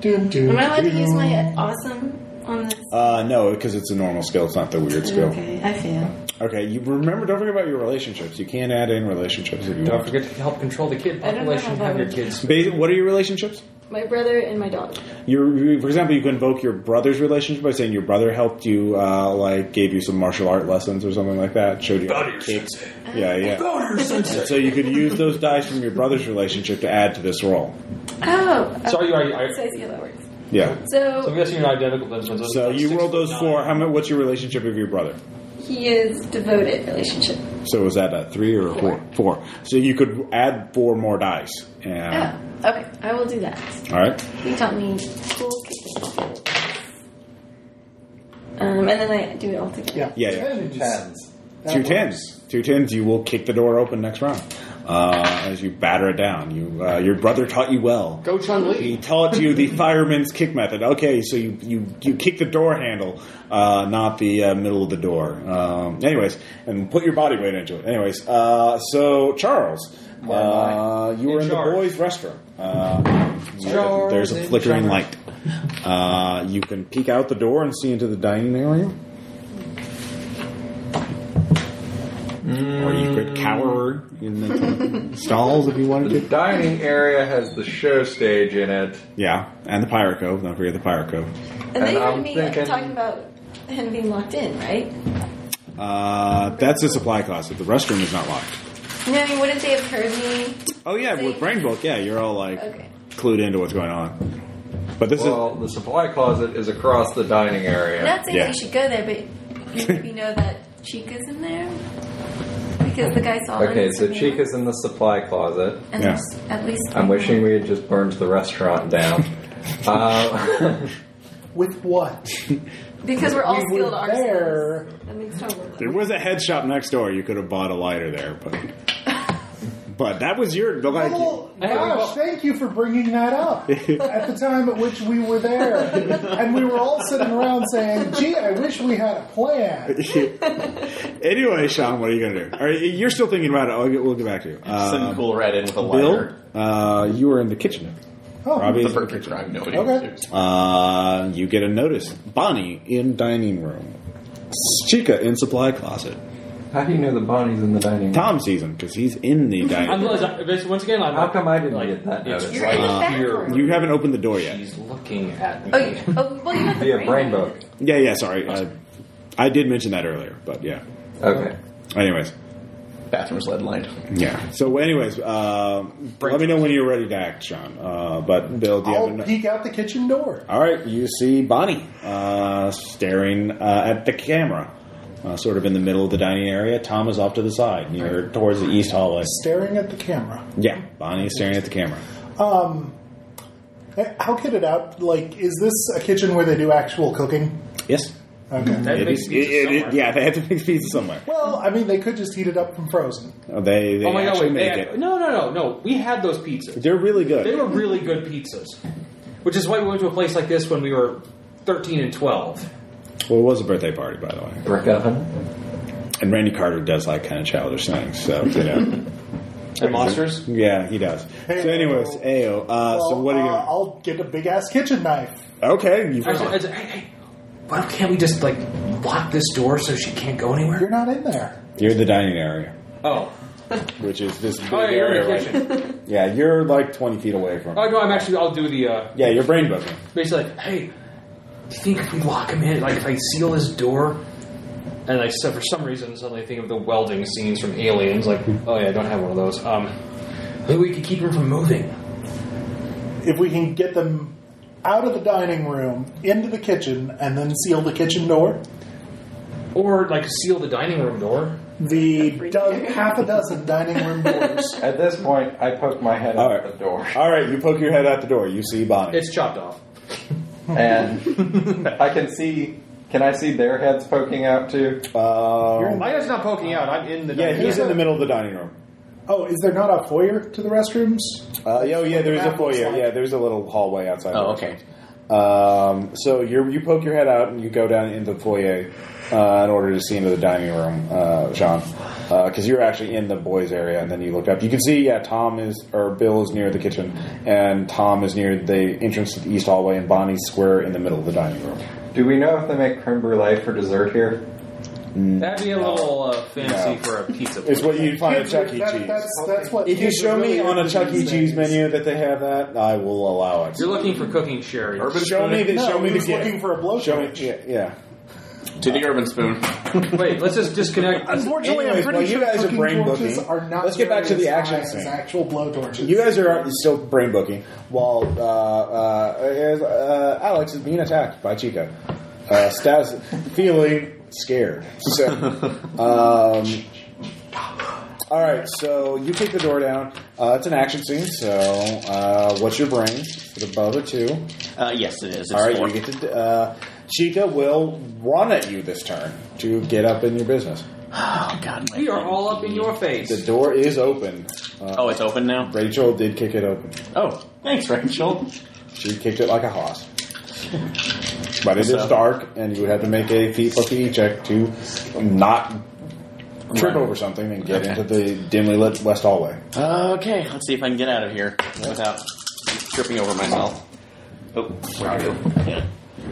[SPEAKER 2] Doom, doom,
[SPEAKER 6] Am I allowed to
[SPEAKER 2] doom.
[SPEAKER 6] use my awesome on this?
[SPEAKER 1] Uh, no, because it's a normal skill. It's not the weird skill.
[SPEAKER 6] Okay, I fail.
[SPEAKER 7] Okay, you remember. Don't forget about your relationships. You can add in relationships if you
[SPEAKER 5] Don't
[SPEAKER 7] want.
[SPEAKER 5] forget to help control the kid
[SPEAKER 6] I don't know how
[SPEAKER 5] population.
[SPEAKER 6] that
[SPEAKER 5] Have your
[SPEAKER 6] would-
[SPEAKER 5] kids.
[SPEAKER 7] Basi- What are your relationships?
[SPEAKER 6] My brother and my dog.
[SPEAKER 7] Your, you- for example, you can invoke your brother's relationship by saying your brother helped you, uh, like gave you some martial art lessons or something like that, showed you how to kick. Yeah, yeah. And so you could use those dice from your brother's relationship to add to this roll.
[SPEAKER 6] Oh. okay.
[SPEAKER 4] So are you- are you- are you-
[SPEAKER 6] So I see how that works.
[SPEAKER 7] Yeah.
[SPEAKER 4] So I'm
[SPEAKER 6] So
[SPEAKER 4] guessing you're identical. Then, so,
[SPEAKER 7] So
[SPEAKER 4] that's
[SPEAKER 7] you
[SPEAKER 4] six
[SPEAKER 7] rolled those
[SPEAKER 4] foot
[SPEAKER 7] four.
[SPEAKER 4] nine.
[SPEAKER 7] How much? What's your relationship with your brother?
[SPEAKER 6] he is devoted relationship.
[SPEAKER 7] So was that a three or a four? Four. So you could add four more dice. Yeah.
[SPEAKER 6] Oh, okay. I will do that.
[SPEAKER 7] All right.
[SPEAKER 6] You taught me cool kicking. Um, and then I do it all together.
[SPEAKER 2] Yeah.
[SPEAKER 7] Yeah, yeah.
[SPEAKER 5] Tens.
[SPEAKER 7] Two tens. Two tens. You will kick the door open next round uh, as you batter it down. You, uh, your brother taught you well.
[SPEAKER 1] Go Chun
[SPEAKER 7] He
[SPEAKER 1] Li.
[SPEAKER 7] taught you the fireman's kick method. Okay, so you you, you kick the door handle, uh, not the uh, middle of the door. Um, anyways, and put your body weight into it. Anyways, uh, so Charles, uh, you were in, the
[SPEAKER 5] charge.
[SPEAKER 7] boys' restroom. Uh,
[SPEAKER 5] Charles
[SPEAKER 7] there's a
[SPEAKER 5] in
[SPEAKER 7] flickering
[SPEAKER 5] charge.
[SPEAKER 7] light. Uh, you can peek out the door and see into the dining area. Or you
[SPEAKER 5] Mm.
[SPEAKER 7] could cower in the [LAUGHS] stalls if you wanted
[SPEAKER 5] The
[SPEAKER 7] to.
[SPEAKER 5] dining area has the show stage in it.
[SPEAKER 7] Yeah, and the Pyro Cove. Don't forget the Pyro Cove.
[SPEAKER 6] And then
[SPEAKER 5] And
[SPEAKER 6] you
[SPEAKER 5] I'm
[SPEAKER 6] heard me like,
[SPEAKER 5] thinking-
[SPEAKER 6] talking about him being locked in, right?
[SPEAKER 7] Uh, that's a supply closet. The restroom is not locked.
[SPEAKER 6] No, I mean, wouldn't they have heard me?
[SPEAKER 7] Oh yeah, with Brain Book, yeah, you're all like
[SPEAKER 6] Okay.
[SPEAKER 7] clued into what's going on. But this
[SPEAKER 5] Well, the supply closet is across the dining area.
[SPEAKER 6] Not saying
[SPEAKER 7] Yeah.
[SPEAKER 6] we should go there, but you
[SPEAKER 5] [LAUGHS]
[SPEAKER 6] maybe know that Chica's in there because the guy saw. him
[SPEAKER 5] Okay,
[SPEAKER 6] and
[SPEAKER 5] so
[SPEAKER 6] something
[SPEAKER 5] Chica's
[SPEAKER 6] else.
[SPEAKER 5] in the supply closet.
[SPEAKER 6] And
[SPEAKER 7] Yeah.
[SPEAKER 6] there's at least.
[SPEAKER 5] I'm wishing we had just burned the restaurant
[SPEAKER 7] [LAUGHS]
[SPEAKER 5] down. uh, [LAUGHS]
[SPEAKER 2] With what?
[SPEAKER 6] because we're all
[SPEAKER 2] We were
[SPEAKER 6] skilled artists.
[SPEAKER 2] there.
[SPEAKER 6] That makes total sense.
[SPEAKER 7] is there was a head shop next door. You could have bought a lighter there, but but that was your the like.
[SPEAKER 2] Well, gosh, thank you for bringing that up. at the time at which we were there, and we were all sitting around saying, "Gee, I wish we had a plan."
[SPEAKER 7] anyway, Sean, what are you gonna do? All right, you're still thinking about it. I'll get, we'll get back to you.
[SPEAKER 3] Send
[SPEAKER 7] Uh,
[SPEAKER 3] cool red in with a
[SPEAKER 7] Bill,
[SPEAKER 3] lighter.
[SPEAKER 7] uh, you were in the kitchen.
[SPEAKER 2] Oh,
[SPEAKER 7] Robbie,
[SPEAKER 3] The perfect crime. Nobody
[SPEAKER 2] Okay.
[SPEAKER 3] wants to.
[SPEAKER 7] Uh, you get a notice. Bonnie in dining room. Chica in supply closet.
[SPEAKER 5] how do you know the Bonnie's in the dining room?
[SPEAKER 7] Tom season because he's in the
[SPEAKER 4] I'm,
[SPEAKER 7] dining.
[SPEAKER 4] it's- once again, I'm
[SPEAKER 5] How come I didn't get that
[SPEAKER 4] it's
[SPEAKER 5] notice?
[SPEAKER 6] You're in the
[SPEAKER 4] right
[SPEAKER 6] back
[SPEAKER 4] here.
[SPEAKER 6] room.
[SPEAKER 7] you haven't opened the door yet.
[SPEAKER 4] He's looking at me.
[SPEAKER 6] Oh, you, oh, well, you have
[SPEAKER 5] Via brain book.
[SPEAKER 7] Yeah, yeah. Sorry, I, I did mention that earlier, but yeah.
[SPEAKER 5] Okay.
[SPEAKER 7] Anyways,
[SPEAKER 3] Bathroom's lead lined.
[SPEAKER 7] yeah. So, anyways, uh, let me know when you're ready to act, Sean. Uh, but Bill, do you
[SPEAKER 5] Oh,
[SPEAKER 2] I'll
[SPEAKER 7] have? An-
[SPEAKER 2] peek out the kitchen door.
[SPEAKER 7] All right, you see Bonnie uh, staring uh, at the camera. Uh, sort of in the middle of the dining area. Tom is off to the side, near towards the east hallway.
[SPEAKER 2] Staring at the camera.
[SPEAKER 7] Yeah, Bonnie is staring at the camera.
[SPEAKER 2] Eh, How could it out? Like, is this a kitchen where they do actual cooking?
[SPEAKER 7] Yes,
[SPEAKER 2] Okay.
[SPEAKER 7] it
[SPEAKER 4] makes
[SPEAKER 7] is.
[SPEAKER 4] pizza
[SPEAKER 7] it- it-
[SPEAKER 4] somewhere.
[SPEAKER 7] yeah, they have to make pizza somewhere.
[SPEAKER 2] Well, I mean, they could just heat it up from frozen.
[SPEAKER 7] Oh, They, they
[SPEAKER 4] Oh my god!
[SPEAKER 7] actually
[SPEAKER 4] Wait,
[SPEAKER 7] make
[SPEAKER 4] they-
[SPEAKER 7] it.
[SPEAKER 4] no, no, no, no. We had those pizzas.
[SPEAKER 7] They're really good.
[SPEAKER 4] They were really good pizzas, which is why we went to a place like this when we were 13 and 12.
[SPEAKER 7] well, it was a birthday party, by the way.
[SPEAKER 5] Brick oven?
[SPEAKER 7] And Randy Carter does like kind of childish things, so you know.
[SPEAKER 4] And monsters.
[SPEAKER 7] yeah, he does. So, anyways, Ayo. Uh, so
[SPEAKER 2] Well,
[SPEAKER 7] what are you?
[SPEAKER 2] uh,
[SPEAKER 7] Gonna,
[SPEAKER 2] I'll get a big ass kitchen knife.
[SPEAKER 7] okay, you.
[SPEAKER 14] Actually, it's- hey, hey, why can't we just like lock this door so she can't go anywhere?
[SPEAKER 2] You're not in there.
[SPEAKER 7] You're in the dining area,
[SPEAKER 14] Oh,
[SPEAKER 7] which is this big
[SPEAKER 14] oh yeah, you're in
[SPEAKER 7] area.
[SPEAKER 14] the
[SPEAKER 7] right-
[SPEAKER 14] kitchen.
[SPEAKER 7] Yeah, you're like 20 feet away from.
[SPEAKER 14] Oh no, I'm actually. I'll do the. Uh,
[SPEAKER 7] Yeah, you're brain booking.
[SPEAKER 14] basically, like, hey, do you think if we lock him in, like if I seal his door,
[SPEAKER 4] And like, so for some reason, suddenly I think of the welding scenes from Aliens. Like, oh yeah, I don't have one of those. Um,
[SPEAKER 14] maybe we could keep him from moving.
[SPEAKER 2] If we can get them out of the dining room, into the kitchen, and then seal the kitchen door,
[SPEAKER 4] or like seal the dining room door.
[SPEAKER 2] the do- [LAUGHS] half a dozen dining room doors.
[SPEAKER 5] At this point, I poke my head
[SPEAKER 7] All
[SPEAKER 5] out
[SPEAKER 7] right.
[SPEAKER 5] the door.
[SPEAKER 7] All right, you poke your head out the door. You see Bonnie.
[SPEAKER 4] It's chopped off.
[SPEAKER 7] [LAUGHS]
[SPEAKER 5] And I can see. Can I see their heads poking out too?
[SPEAKER 7] Um,
[SPEAKER 1] My head's not poking out. I'm in the
[SPEAKER 7] yeah,
[SPEAKER 1] dining
[SPEAKER 7] he's in
[SPEAKER 1] room.
[SPEAKER 7] the middle of the dining room.
[SPEAKER 2] Oh, is there not a foyer to the restrooms?
[SPEAKER 7] Uh, yeah, oh, yeah, there's a
[SPEAKER 2] That looks
[SPEAKER 7] foyer.
[SPEAKER 2] like-
[SPEAKER 7] Yeah, there's a little hallway outside.
[SPEAKER 3] Oh,
[SPEAKER 7] the
[SPEAKER 3] okay.
[SPEAKER 7] Um, so you you poke your head out and you go down into the foyer uh, in order to see into the dining room, uh, Sean, because you're actually in the boys' area. And then you look up. You can see, yeah, Tom is or Bill is near the kitchen, and Tom is near the entrance to the east hallway, and Bonnie's square in the middle of the dining room.
[SPEAKER 5] Do we know if they make creme brulee for dessert here?
[SPEAKER 4] That'd be a little uh, fancy for a pizza.
[SPEAKER 7] It's what you'd find at
[SPEAKER 2] Kids are-
[SPEAKER 7] Chuck E.
[SPEAKER 2] that-
[SPEAKER 7] Cheese.
[SPEAKER 2] That's, that's what
[SPEAKER 7] If you
[SPEAKER 2] kids
[SPEAKER 7] show
[SPEAKER 2] are
[SPEAKER 7] me
[SPEAKER 2] really
[SPEAKER 7] on a
[SPEAKER 2] into
[SPEAKER 7] Chuck E.
[SPEAKER 2] these
[SPEAKER 7] Cheese
[SPEAKER 2] days.
[SPEAKER 7] menu that they have that, I will allow it.
[SPEAKER 4] You're looking for cooking sherry.
[SPEAKER 7] show me the
[SPEAKER 2] No,
[SPEAKER 7] show me
[SPEAKER 2] he
[SPEAKER 7] the
[SPEAKER 2] was
[SPEAKER 7] gift.
[SPEAKER 2] looking for a blow
[SPEAKER 7] Show me, yeah, yeah.
[SPEAKER 3] To the Urban Spoon.
[SPEAKER 4] Wait, let's just disconnect.
[SPEAKER 2] Unfortunately,
[SPEAKER 7] Anyways,
[SPEAKER 2] I'm pretty
[SPEAKER 7] while you
[SPEAKER 2] sure
[SPEAKER 7] guys are
[SPEAKER 2] cooking
[SPEAKER 7] brain
[SPEAKER 2] torches
[SPEAKER 7] booking,
[SPEAKER 2] are not.
[SPEAKER 7] let's get back to
[SPEAKER 2] nearly
[SPEAKER 7] the
[SPEAKER 2] as
[SPEAKER 7] action
[SPEAKER 2] high as
[SPEAKER 7] scene.
[SPEAKER 2] Actual blow torches.
[SPEAKER 7] You guys are still brain booking while uh, uh, as, uh, Alex is being attacked by Chica. Uh, Stas feeling scared. [LAUGHS] So, um, all right, so you kick the door down. Uh, it's an action scene, so uh, what's your brain for the other two?
[SPEAKER 3] Uh, yes, it is. It's
[SPEAKER 7] All right,
[SPEAKER 3] four.
[SPEAKER 7] you get to. Uh, Chica will run at you this turn to get up in your business.
[SPEAKER 3] Oh, God. my
[SPEAKER 4] We are
[SPEAKER 3] God.
[SPEAKER 4] all up in your face.
[SPEAKER 7] The door is open. Uh,
[SPEAKER 3] Oh, it's open now?
[SPEAKER 7] Rachel did kick it open.
[SPEAKER 3] Oh, thanks, Rachel.
[SPEAKER 7] She kicked it like a hoss. But it is
[SPEAKER 3] So-
[SPEAKER 7] dark, and you would have to make a feet plus PE check to not trip over something and get
[SPEAKER 3] Okay.
[SPEAKER 7] into the dimly lit west hallway.
[SPEAKER 3] Uh, Okay, let's see if I can get out of here without tripping over myself. Oh, where do I go?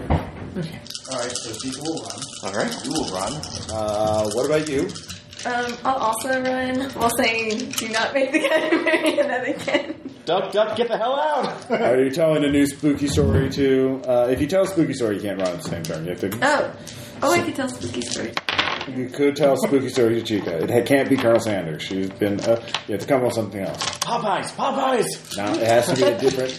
[SPEAKER 3] Yeah.
[SPEAKER 2] All right, so people will run.
[SPEAKER 3] All right. You will run.
[SPEAKER 7] Uh, what about you?
[SPEAKER 6] Um, I'll also run while saying, do not make the [LAUGHS] category and then again.
[SPEAKER 3] Duck, duck, get the hell out!
[SPEAKER 7] [LAUGHS] Are you telling a new spooky story to? Uh, if you tell a spooky story, you can't run at the same turn. You, have to,
[SPEAKER 6] Oh. Oh, I could tell spooky story.
[SPEAKER 7] you could tell a spooky story to Chica. It ha- can't be Colonel Sanders. She's been. Uh, you have to come up with something else.
[SPEAKER 3] Popeyes, Popeyes!
[SPEAKER 7] No, it has to be a different.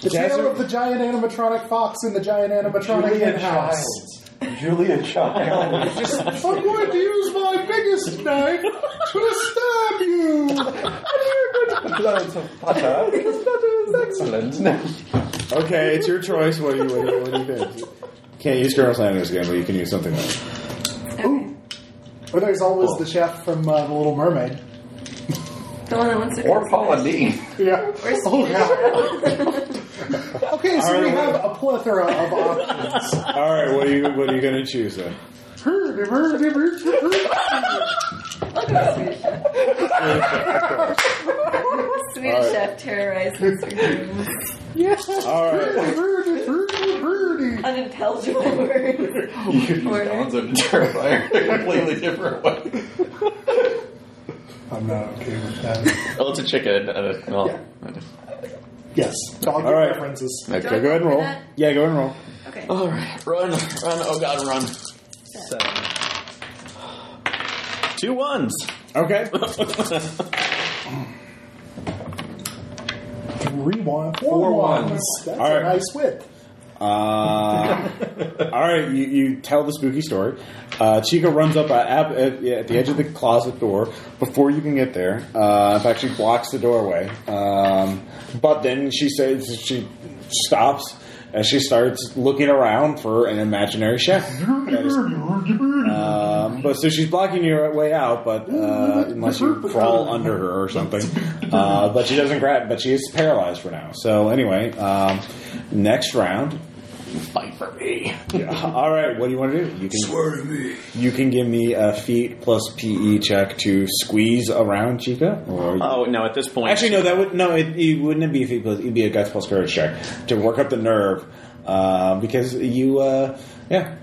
[SPEAKER 2] The
[SPEAKER 7] It has
[SPEAKER 2] tale
[SPEAKER 7] to-
[SPEAKER 2] of the giant animatronic fox and the giant animatronic
[SPEAKER 5] Julia
[SPEAKER 2] in house.
[SPEAKER 5] Julia Child.
[SPEAKER 2] I'm going to use my biggest knife to stab you.
[SPEAKER 5] Loads of butter. Because butter is excellent.
[SPEAKER 7] Okay, it's your choice. [LAUGHS] What do you what do you, what do you think? Can't use Colonel Sanders again, but you can use something else.
[SPEAKER 6] Okay.
[SPEAKER 2] Or there's always the chef from uh, The Little Mermaid.
[SPEAKER 6] The one that wants to
[SPEAKER 5] Or Paula Dean.
[SPEAKER 2] Yeah.
[SPEAKER 6] Or
[SPEAKER 2] [LAUGHS] Oh,
[SPEAKER 6] [LAUGHS]
[SPEAKER 2] yeah.
[SPEAKER 6] yeah.
[SPEAKER 2] Okay, so
[SPEAKER 7] All right,
[SPEAKER 2] we
[SPEAKER 7] well-
[SPEAKER 2] have a plethora of options.
[SPEAKER 7] All right, what are you what are you gonna choose then?
[SPEAKER 6] Swedish
[SPEAKER 7] All right.
[SPEAKER 6] chef
[SPEAKER 2] [LAUGHS]
[SPEAKER 6] terrorizes humans.
[SPEAKER 7] All right,
[SPEAKER 2] [LAUGHS]
[SPEAKER 6] Unintelligible [LAUGHS] words.
[SPEAKER 5] You could
[SPEAKER 6] Or-
[SPEAKER 5] use Don's and Terrifier in a completely different way.
[SPEAKER 2] I'm not okay with that.
[SPEAKER 3] Oh, it's a chicken. Uh, well,
[SPEAKER 2] Yes, dog
[SPEAKER 7] All right.
[SPEAKER 2] references.
[SPEAKER 7] okay,
[SPEAKER 6] Do I
[SPEAKER 7] go ahead and
[SPEAKER 6] roll for
[SPEAKER 7] roll.
[SPEAKER 6] that?
[SPEAKER 7] Yeah, go ahead and roll.
[SPEAKER 6] Okay.
[SPEAKER 3] All right, run, run! Oh God, run! Two ones.
[SPEAKER 7] Okay,
[SPEAKER 2] Three one-
[SPEAKER 5] Four
[SPEAKER 2] four ones.
[SPEAKER 5] ones.
[SPEAKER 2] That's
[SPEAKER 7] All
[SPEAKER 2] a
[SPEAKER 7] right.
[SPEAKER 2] nice whip.
[SPEAKER 7] uh, all right, you, you tell the spooky story. Uh, Chica runs up at, at, at the edge of the closet door before you can get there. Uh, in fact, she blocks the doorway, um, but then she says she stops. As she starts looking around for an imaginary chef that is Um, but so she's blocking your way out, but uh, unless you crawl under her or something. Uh, but she doesn't grab. But she is paralyzed for now. So anyway, um, next round.
[SPEAKER 3] Fight for me.
[SPEAKER 7] Yeah. All right. What do you want to do? You can swear to me. You can give me a feet plus PE check to squeeze around Chica. Or
[SPEAKER 3] Oh no! At this point,
[SPEAKER 7] actually, no. That would no. It, it wouldn't be a feet plus. It'd be a guts plus courage check to work up the nerve uh, because you. Uh, yeah.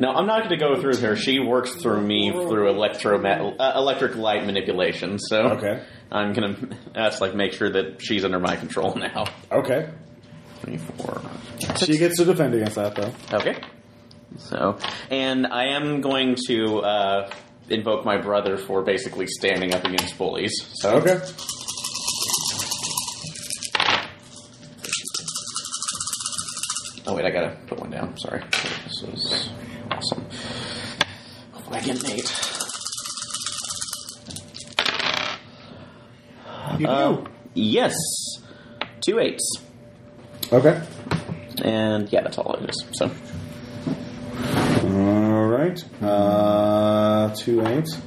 [SPEAKER 3] No, I'm not going to go through her. She works through me through electroma- uh, electric light manipulation. So
[SPEAKER 7] Okay.
[SPEAKER 3] I'm going to that's like make sure that she's under my control now.
[SPEAKER 7] Okay.
[SPEAKER 3] Three, four.
[SPEAKER 7] She gets to defend against that though.
[SPEAKER 3] Okay. So, and I am going to uh, invoke my brother for basically standing up against bullies. So
[SPEAKER 7] Okay.
[SPEAKER 3] Oh wait, I gotta put one down. Sorry. This is awesome. Hopefully I get an eight.
[SPEAKER 2] You do.
[SPEAKER 3] Uh, Yes. Two eights.
[SPEAKER 7] Okay.
[SPEAKER 3] And yeah, that's all it is. So
[SPEAKER 7] All right. Uh, two eights.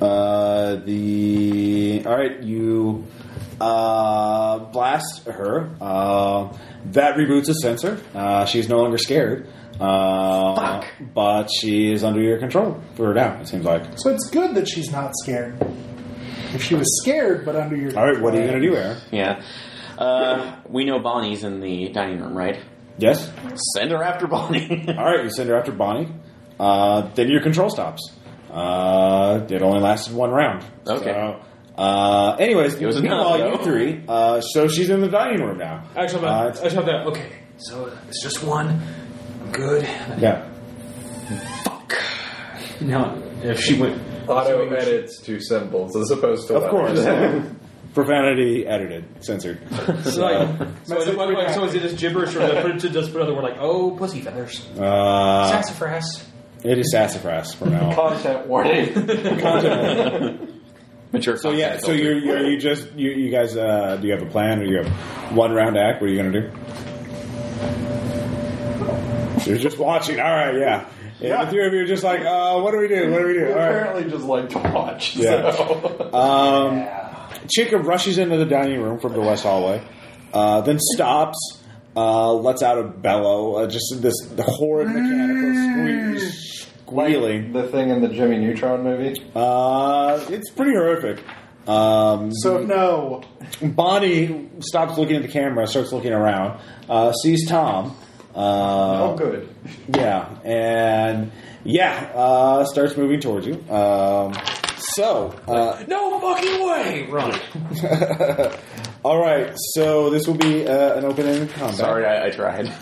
[SPEAKER 7] Uh, the all right. You uh, blast her. Uh, that reboots a sensor. Uh, she's no longer scared. Uh, But she is under your control for now. It seems like.
[SPEAKER 2] So it's good that she's not scared. If she was scared, but under your
[SPEAKER 7] All right. What are you gonna do, Aaron?
[SPEAKER 3] yeah. Uh, we know Bonnie's in the dining room, right?
[SPEAKER 7] Yes.
[SPEAKER 3] Send her after Bonnie. [LAUGHS]
[SPEAKER 7] All right. You send her after Bonnie. uh, then your control stops. Uh, it only lasted one round.
[SPEAKER 3] Okay.
[SPEAKER 7] So, uh, anyways, it
[SPEAKER 3] was
[SPEAKER 7] was
[SPEAKER 3] enough,
[SPEAKER 7] meanwhile, you
[SPEAKER 3] though.
[SPEAKER 7] three. Uh, so she's in the dining room now.
[SPEAKER 4] Actually, I'm
[SPEAKER 7] Uh,
[SPEAKER 4] not- actually, I'm not- okay. So it's just one. I'm good.
[SPEAKER 7] yeah.
[SPEAKER 4] Now, if she went, [LAUGHS]
[SPEAKER 5] Auto edits to symbols as opposed to
[SPEAKER 7] Of course. [LAUGHS]
[SPEAKER 5] letters. [LAUGHS]
[SPEAKER 7] Profanity edited, censored.
[SPEAKER 4] so, like, so, is it, wait, wait, so is it just gibberish, or [LAUGHS] did I put- did I just put another word like, oh, pussy feathers,
[SPEAKER 7] Uh,
[SPEAKER 4] sassafras?
[SPEAKER 7] it is sassafras from now on.
[SPEAKER 15] Content warning.
[SPEAKER 3] Mature.
[SPEAKER 7] So yeah, so
[SPEAKER 3] filter.
[SPEAKER 7] you're, you're you just you, you guys uh, do you have a plan or you have one round act? What are you gonna do? You're just watching. All right, yeah. yeah. The three of you are just like, uh, what do we do? What do we do? All right.
[SPEAKER 15] Apparently, just like to watch.
[SPEAKER 5] [LAUGHS]
[SPEAKER 7] Yeah.
[SPEAKER 15] So.
[SPEAKER 7] Um, Chica rushes into the dining room from the west hallway, uh, then stops, uh, lets out a bellow, uh, just this the horrid mechanical squeak, squealing.
[SPEAKER 5] The thing in the Jimmy Neutron movie.
[SPEAKER 7] Uh, it's pretty horrific. Um,
[SPEAKER 2] So no.
[SPEAKER 7] Bonnie stops looking at the camera, starts looking around, uh, sees Tom. Uh,
[SPEAKER 5] oh, good.
[SPEAKER 7] Yeah, and yeah, uh, starts moving towards you. Um, so, uh,
[SPEAKER 4] No fucking way! Run.
[SPEAKER 7] all right, so this will be uh, an open-ended combat.
[SPEAKER 3] sorry, I, I tried.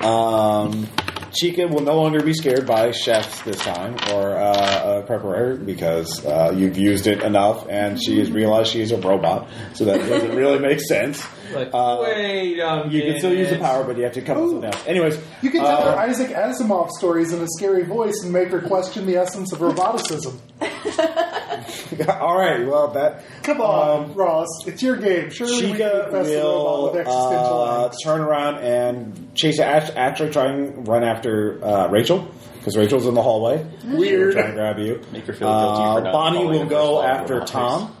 [SPEAKER 7] Um, [LAUGHS] Chica will no longer be scared by chefs this time or uh, uh, preparator because uh, you've used it enough, and she has realized she's a robot, so that doesn't really make sense.
[SPEAKER 4] Like,
[SPEAKER 7] Uh,
[SPEAKER 4] wait a
[SPEAKER 7] You can still use the
[SPEAKER 4] minute.
[SPEAKER 7] power, but you have to come up with something else. Anyways, [LAUGHS]
[SPEAKER 2] You can tell
[SPEAKER 7] uh,
[SPEAKER 2] her Isaac Asimov stories in a scary voice and make her question the essence of roboticism.
[SPEAKER 7] all right. Well, that um,
[SPEAKER 2] Come on, Ross. It's your game. Surely we can
[SPEAKER 7] Chica
[SPEAKER 2] infest the robot
[SPEAKER 7] will
[SPEAKER 2] with existential
[SPEAKER 7] uh,
[SPEAKER 2] angst.
[SPEAKER 7] turn around and chase. act- Actually, try and run after uh, Rachel because Rachel's in the hallway. Weird. Trying to grab you.
[SPEAKER 3] Make her feel guilty for not
[SPEAKER 7] Uh, Bonnie
[SPEAKER 3] following
[SPEAKER 7] will
[SPEAKER 3] the
[SPEAKER 7] go
[SPEAKER 3] first law of
[SPEAKER 7] after
[SPEAKER 3] robotics.
[SPEAKER 7] Tom.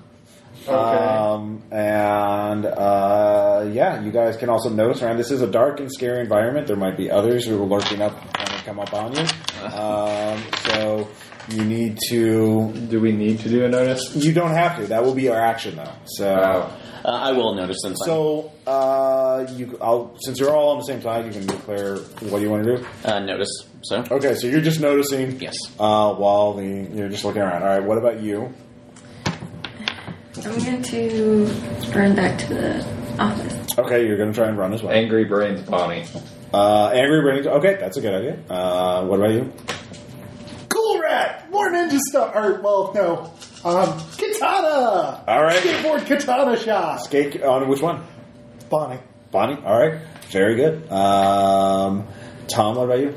[SPEAKER 5] Okay.
[SPEAKER 7] Um, and uh, yeah, you guys can also notice around. This is a dark and scary environment. There might be others who are lurking up and come up
[SPEAKER 3] [LAUGHS]
[SPEAKER 7] on you. Um, so you need to
[SPEAKER 5] Do we need to do a notice?
[SPEAKER 7] you don't have to. That will be our action, though. So,
[SPEAKER 3] Uh, I will notice since
[SPEAKER 7] so uh, you, I'll, since you're all on the same side, you can declare what you want to do.
[SPEAKER 3] I uh, notice. So
[SPEAKER 7] Okay, so you're just noticing.
[SPEAKER 3] yes,
[SPEAKER 7] Uh, while the you're just looking around. All right, what about you?
[SPEAKER 6] I'm going to run back to the office.
[SPEAKER 7] Okay, you're gonna try and run as well.
[SPEAKER 5] Angry Brains Bonnie.
[SPEAKER 7] Uh, angry brain. Okay, that's a good idea. Uh, what about you?
[SPEAKER 2] Cool rat! More ninja stuff! Or, well,
[SPEAKER 7] uh,
[SPEAKER 2] no. Um, katana!
[SPEAKER 7] All right,
[SPEAKER 2] Skateboard katana shot!
[SPEAKER 7] skate on which one?
[SPEAKER 2] Bonnie.
[SPEAKER 7] Bonnie. All right, very good. Um, Tom, what about you?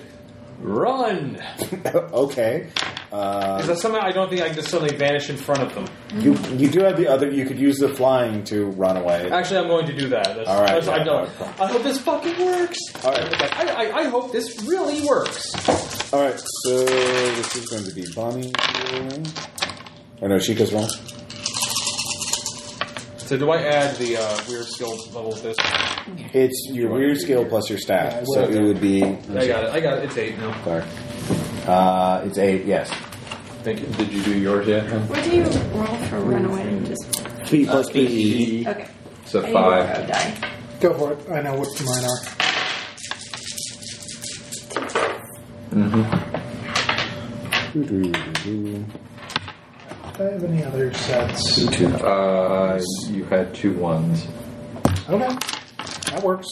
[SPEAKER 7] [LAUGHS]
[SPEAKER 4] Run.
[SPEAKER 7] okay. Uh,
[SPEAKER 4] Is that something I don't think I can just suddenly vanish in front of them?
[SPEAKER 7] you you do have the other. You could use the flying to run away.
[SPEAKER 4] Actually, I'm going to do that. That's,
[SPEAKER 7] All right,
[SPEAKER 4] that's- I
[SPEAKER 7] yeah,
[SPEAKER 4] know.
[SPEAKER 7] all right.
[SPEAKER 4] I hope this fucking works.
[SPEAKER 7] All right.
[SPEAKER 4] Like, I, I, I hope this really works.
[SPEAKER 7] All right, so this is going to be Bonnie. Oh no, Chica's wrong.
[SPEAKER 4] So do I add the uh, weird skill level with this?
[SPEAKER 7] It's your weird skill plus your staff, so
[SPEAKER 4] well,
[SPEAKER 7] it would be.
[SPEAKER 4] I got it. I got it. It's eight now.
[SPEAKER 7] Sorry. Uh, it's eight. Yes.
[SPEAKER 4] Thank you.
[SPEAKER 5] Did you do yours yet?
[SPEAKER 6] What do you roll for runaway? Just
[SPEAKER 7] P plus P.
[SPEAKER 6] okay.
[SPEAKER 5] So
[SPEAKER 6] I need
[SPEAKER 5] E, five.
[SPEAKER 6] to die.
[SPEAKER 2] Go for it. I know what mine are. Do I have any other sets?
[SPEAKER 5] Uh, you had two ones.
[SPEAKER 2] Okay. That works.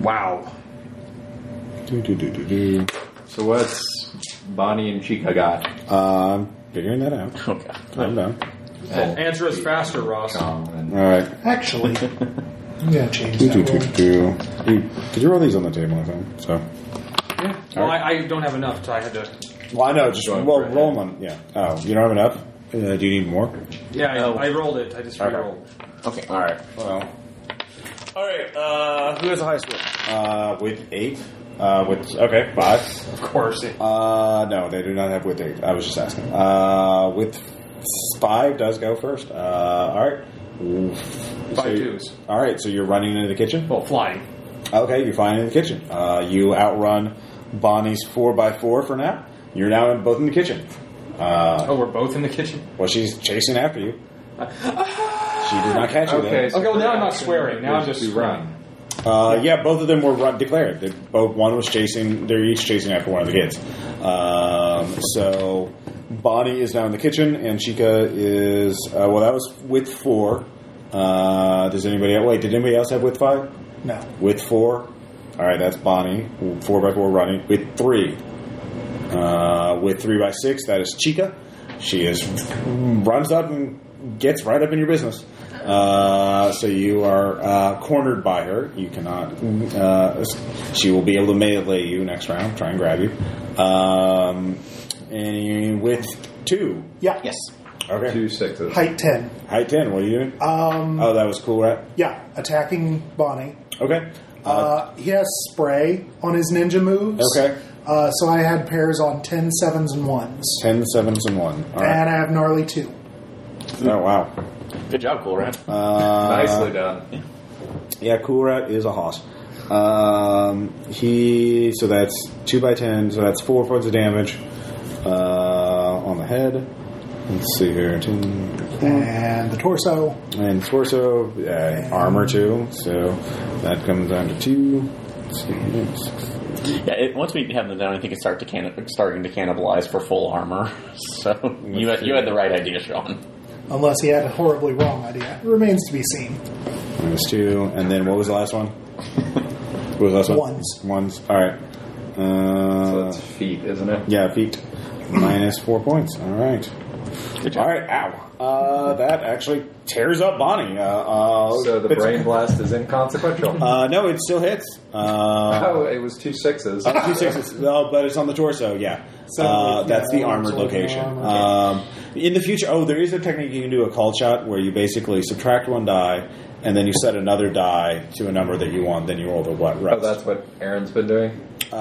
[SPEAKER 5] Wow.
[SPEAKER 7] Do, do, do, do, do.
[SPEAKER 5] So what's Bonnie and Chica got?
[SPEAKER 7] Uh, I'm figuring that out.
[SPEAKER 3] okay.
[SPEAKER 7] I'm done.
[SPEAKER 4] The answer is faster, Ross.
[SPEAKER 5] Tom Um, and
[SPEAKER 7] All right.
[SPEAKER 2] Actually, I'm going to change
[SPEAKER 7] Do, do,
[SPEAKER 2] that
[SPEAKER 7] do,
[SPEAKER 2] one.
[SPEAKER 7] do, do. You- Did you roll these on the table? I think so.
[SPEAKER 4] Well, I, I don't have enough. So I had to.
[SPEAKER 7] Well, I know. Just
[SPEAKER 5] Going
[SPEAKER 7] well,
[SPEAKER 5] for it,
[SPEAKER 7] roll them on. Yeah. Oh, you don't have enough. Uh, do you need more?
[SPEAKER 4] Yeah, I, I rolled it. I just
[SPEAKER 7] Okay.
[SPEAKER 4] re-rolled.
[SPEAKER 3] Okay.
[SPEAKER 7] All right. Well.
[SPEAKER 3] All right. Uh,
[SPEAKER 7] Who has the highest score? Uh, with eight. Uh, with okay, five.
[SPEAKER 4] Of course. It,
[SPEAKER 7] Uh, no, they do not have with eight. I was just asking. Uh, with five does go first. Uh, all right.
[SPEAKER 4] Five
[SPEAKER 7] you-
[SPEAKER 4] twos.
[SPEAKER 7] All right, so you're running into the kitchen.
[SPEAKER 4] well, flying.
[SPEAKER 7] Okay, you're flying into the kitchen. Uh, you outrun Bonnie's four by four for now. You're now in, both in the kitchen. Uh,
[SPEAKER 4] Oh, we're both in the kitchen.
[SPEAKER 7] well, she's chasing after you. She did not catch you
[SPEAKER 5] Okay.
[SPEAKER 7] then.
[SPEAKER 5] so
[SPEAKER 4] Okay, well, now I'm not
[SPEAKER 5] action
[SPEAKER 4] swearing. Now I'm
[SPEAKER 5] is
[SPEAKER 4] just
[SPEAKER 5] to run.
[SPEAKER 7] Uh, yeah, both of them were run, declared. They both one was chasing. They're each chasing after one of the kids. Um, so Bonnie is now in the kitchen, and Chica is uh, well. That was with four. Uh, does anybody wait? Did anybody else have with five?
[SPEAKER 2] No.
[SPEAKER 7] With four. All right, that's Bonnie. Four by four running with three. Uh, with three by six, that is Chica. She is runs up and gets right up in your business. Uh, so you are uh, cornered by her. You cannot. Uh, she will be able to melee you next round. Try and grab you. Um, and with two.
[SPEAKER 2] Yeah.
[SPEAKER 3] Yes.
[SPEAKER 7] Okay.
[SPEAKER 5] Two sixes.
[SPEAKER 2] Height 10.
[SPEAKER 7] Height ten. What are you doing?
[SPEAKER 2] Um,
[SPEAKER 7] Oh, that was cool, right?
[SPEAKER 2] yeah, attacking Bonnie.
[SPEAKER 7] Okay.
[SPEAKER 2] Uh, he has spray on his ninja moves.
[SPEAKER 7] Okay.
[SPEAKER 2] Uh, so I had pairs on 10 sevens and ones.
[SPEAKER 7] Ten sevens and one. All right.
[SPEAKER 2] And I have gnarly 2.
[SPEAKER 7] Oh wow.
[SPEAKER 3] Good job, Cool Rat.
[SPEAKER 7] Uh,
[SPEAKER 5] Nicely done.
[SPEAKER 7] Yeah, Cool Rat is a hoss. Um, he so that's two by ten, so that's four points of damage uh, on the head. Let's see here, 10,
[SPEAKER 2] And the torso.
[SPEAKER 7] and torso, uh, armor too. So that comes down to two. Let's see here, six.
[SPEAKER 3] Yeah, it, once we have them down, I think it's start to can, starting to cannibalize for full armor. [LAUGHS] So you had, you had the right idea, Sean.
[SPEAKER 2] Unless he had a horribly wrong idea. Remains to be seen.
[SPEAKER 7] Minus two, and then what was the last one? What was the last one?
[SPEAKER 2] Ones.
[SPEAKER 7] Ones. All right.
[SPEAKER 5] So
[SPEAKER 7] [LAUGHS] Uh,
[SPEAKER 5] that's feet, isn't it?
[SPEAKER 7] yeah, feet. Minus four points. All right. All right. Ow. Uh, that actually tears up Bonnie. Uh, uh,
[SPEAKER 5] So the
[SPEAKER 7] it's-
[SPEAKER 5] brain blast is inconsequential.
[SPEAKER 7] [LAUGHS] Uh, no, it still hits. Uh, [LAUGHS]
[SPEAKER 5] oh, it was two sixes.
[SPEAKER 7] uh, two sixes. No, but it's on the torso. Yeah, uh, that's the armored location. Um, in the future, oh, there is a technique you can do a call shot where you basically subtract one die and then you set another die to a number that you want. Then you roll the what?
[SPEAKER 5] Oh,
[SPEAKER 7] Rest.
[SPEAKER 5] that's what Aaron's been doing.
[SPEAKER 7] uh,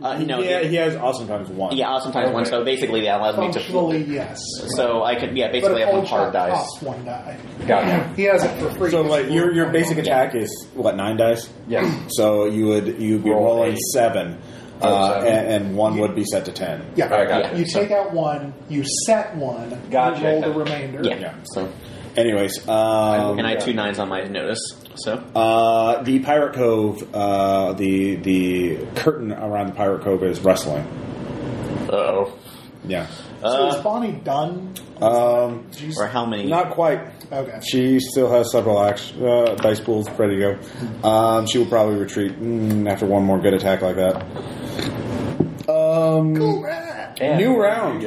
[SPEAKER 3] Uh, no,
[SPEAKER 7] yeah,
[SPEAKER 3] the-
[SPEAKER 7] he has awesome times one.
[SPEAKER 3] Yeah, awesome times one. So basically, that allows me to flip
[SPEAKER 2] Functionally,
[SPEAKER 3] it.
[SPEAKER 2] yes.
[SPEAKER 3] So I could, yeah,
[SPEAKER 2] But
[SPEAKER 3] basically
[SPEAKER 2] a
[SPEAKER 3] have one
[SPEAKER 2] cold
[SPEAKER 3] hard
[SPEAKER 2] shot
[SPEAKER 3] dice.
[SPEAKER 2] costs one die.
[SPEAKER 5] Got
[SPEAKER 2] He has it for free.
[SPEAKER 7] So like your your basic attack is what nine dice.
[SPEAKER 5] Yeah.
[SPEAKER 7] [CLEARS THROAT] So you would you would be
[SPEAKER 5] Roll
[SPEAKER 7] rolling
[SPEAKER 5] eight.
[SPEAKER 7] seven, uh,
[SPEAKER 5] seven.
[SPEAKER 7] And, and one would be set to ten.
[SPEAKER 2] Yeah.
[SPEAKER 5] I got
[SPEAKER 3] Yeah.
[SPEAKER 2] You take out one, you set one,
[SPEAKER 5] Gotcha.
[SPEAKER 2] you roll the remainder.
[SPEAKER 3] Yeah.
[SPEAKER 7] Yeah.
[SPEAKER 3] So
[SPEAKER 7] Anyways, um,
[SPEAKER 3] and I had two nines on my notice. So
[SPEAKER 7] Uh, the Pirate Cove, uh, the the curtain around the Pirate Cove is rustling.
[SPEAKER 3] oh,
[SPEAKER 7] Yeah.
[SPEAKER 2] So
[SPEAKER 3] Uh,
[SPEAKER 2] is Bonnie done?
[SPEAKER 7] Um,
[SPEAKER 2] Did you-
[SPEAKER 3] or how many?
[SPEAKER 7] not quite.
[SPEAKER 2] okay.
[SPEAKER 7] She still has several act- uh, dice pools ready to go. Um, she will probably retreat mm, after one more good attack like that. Um, New round.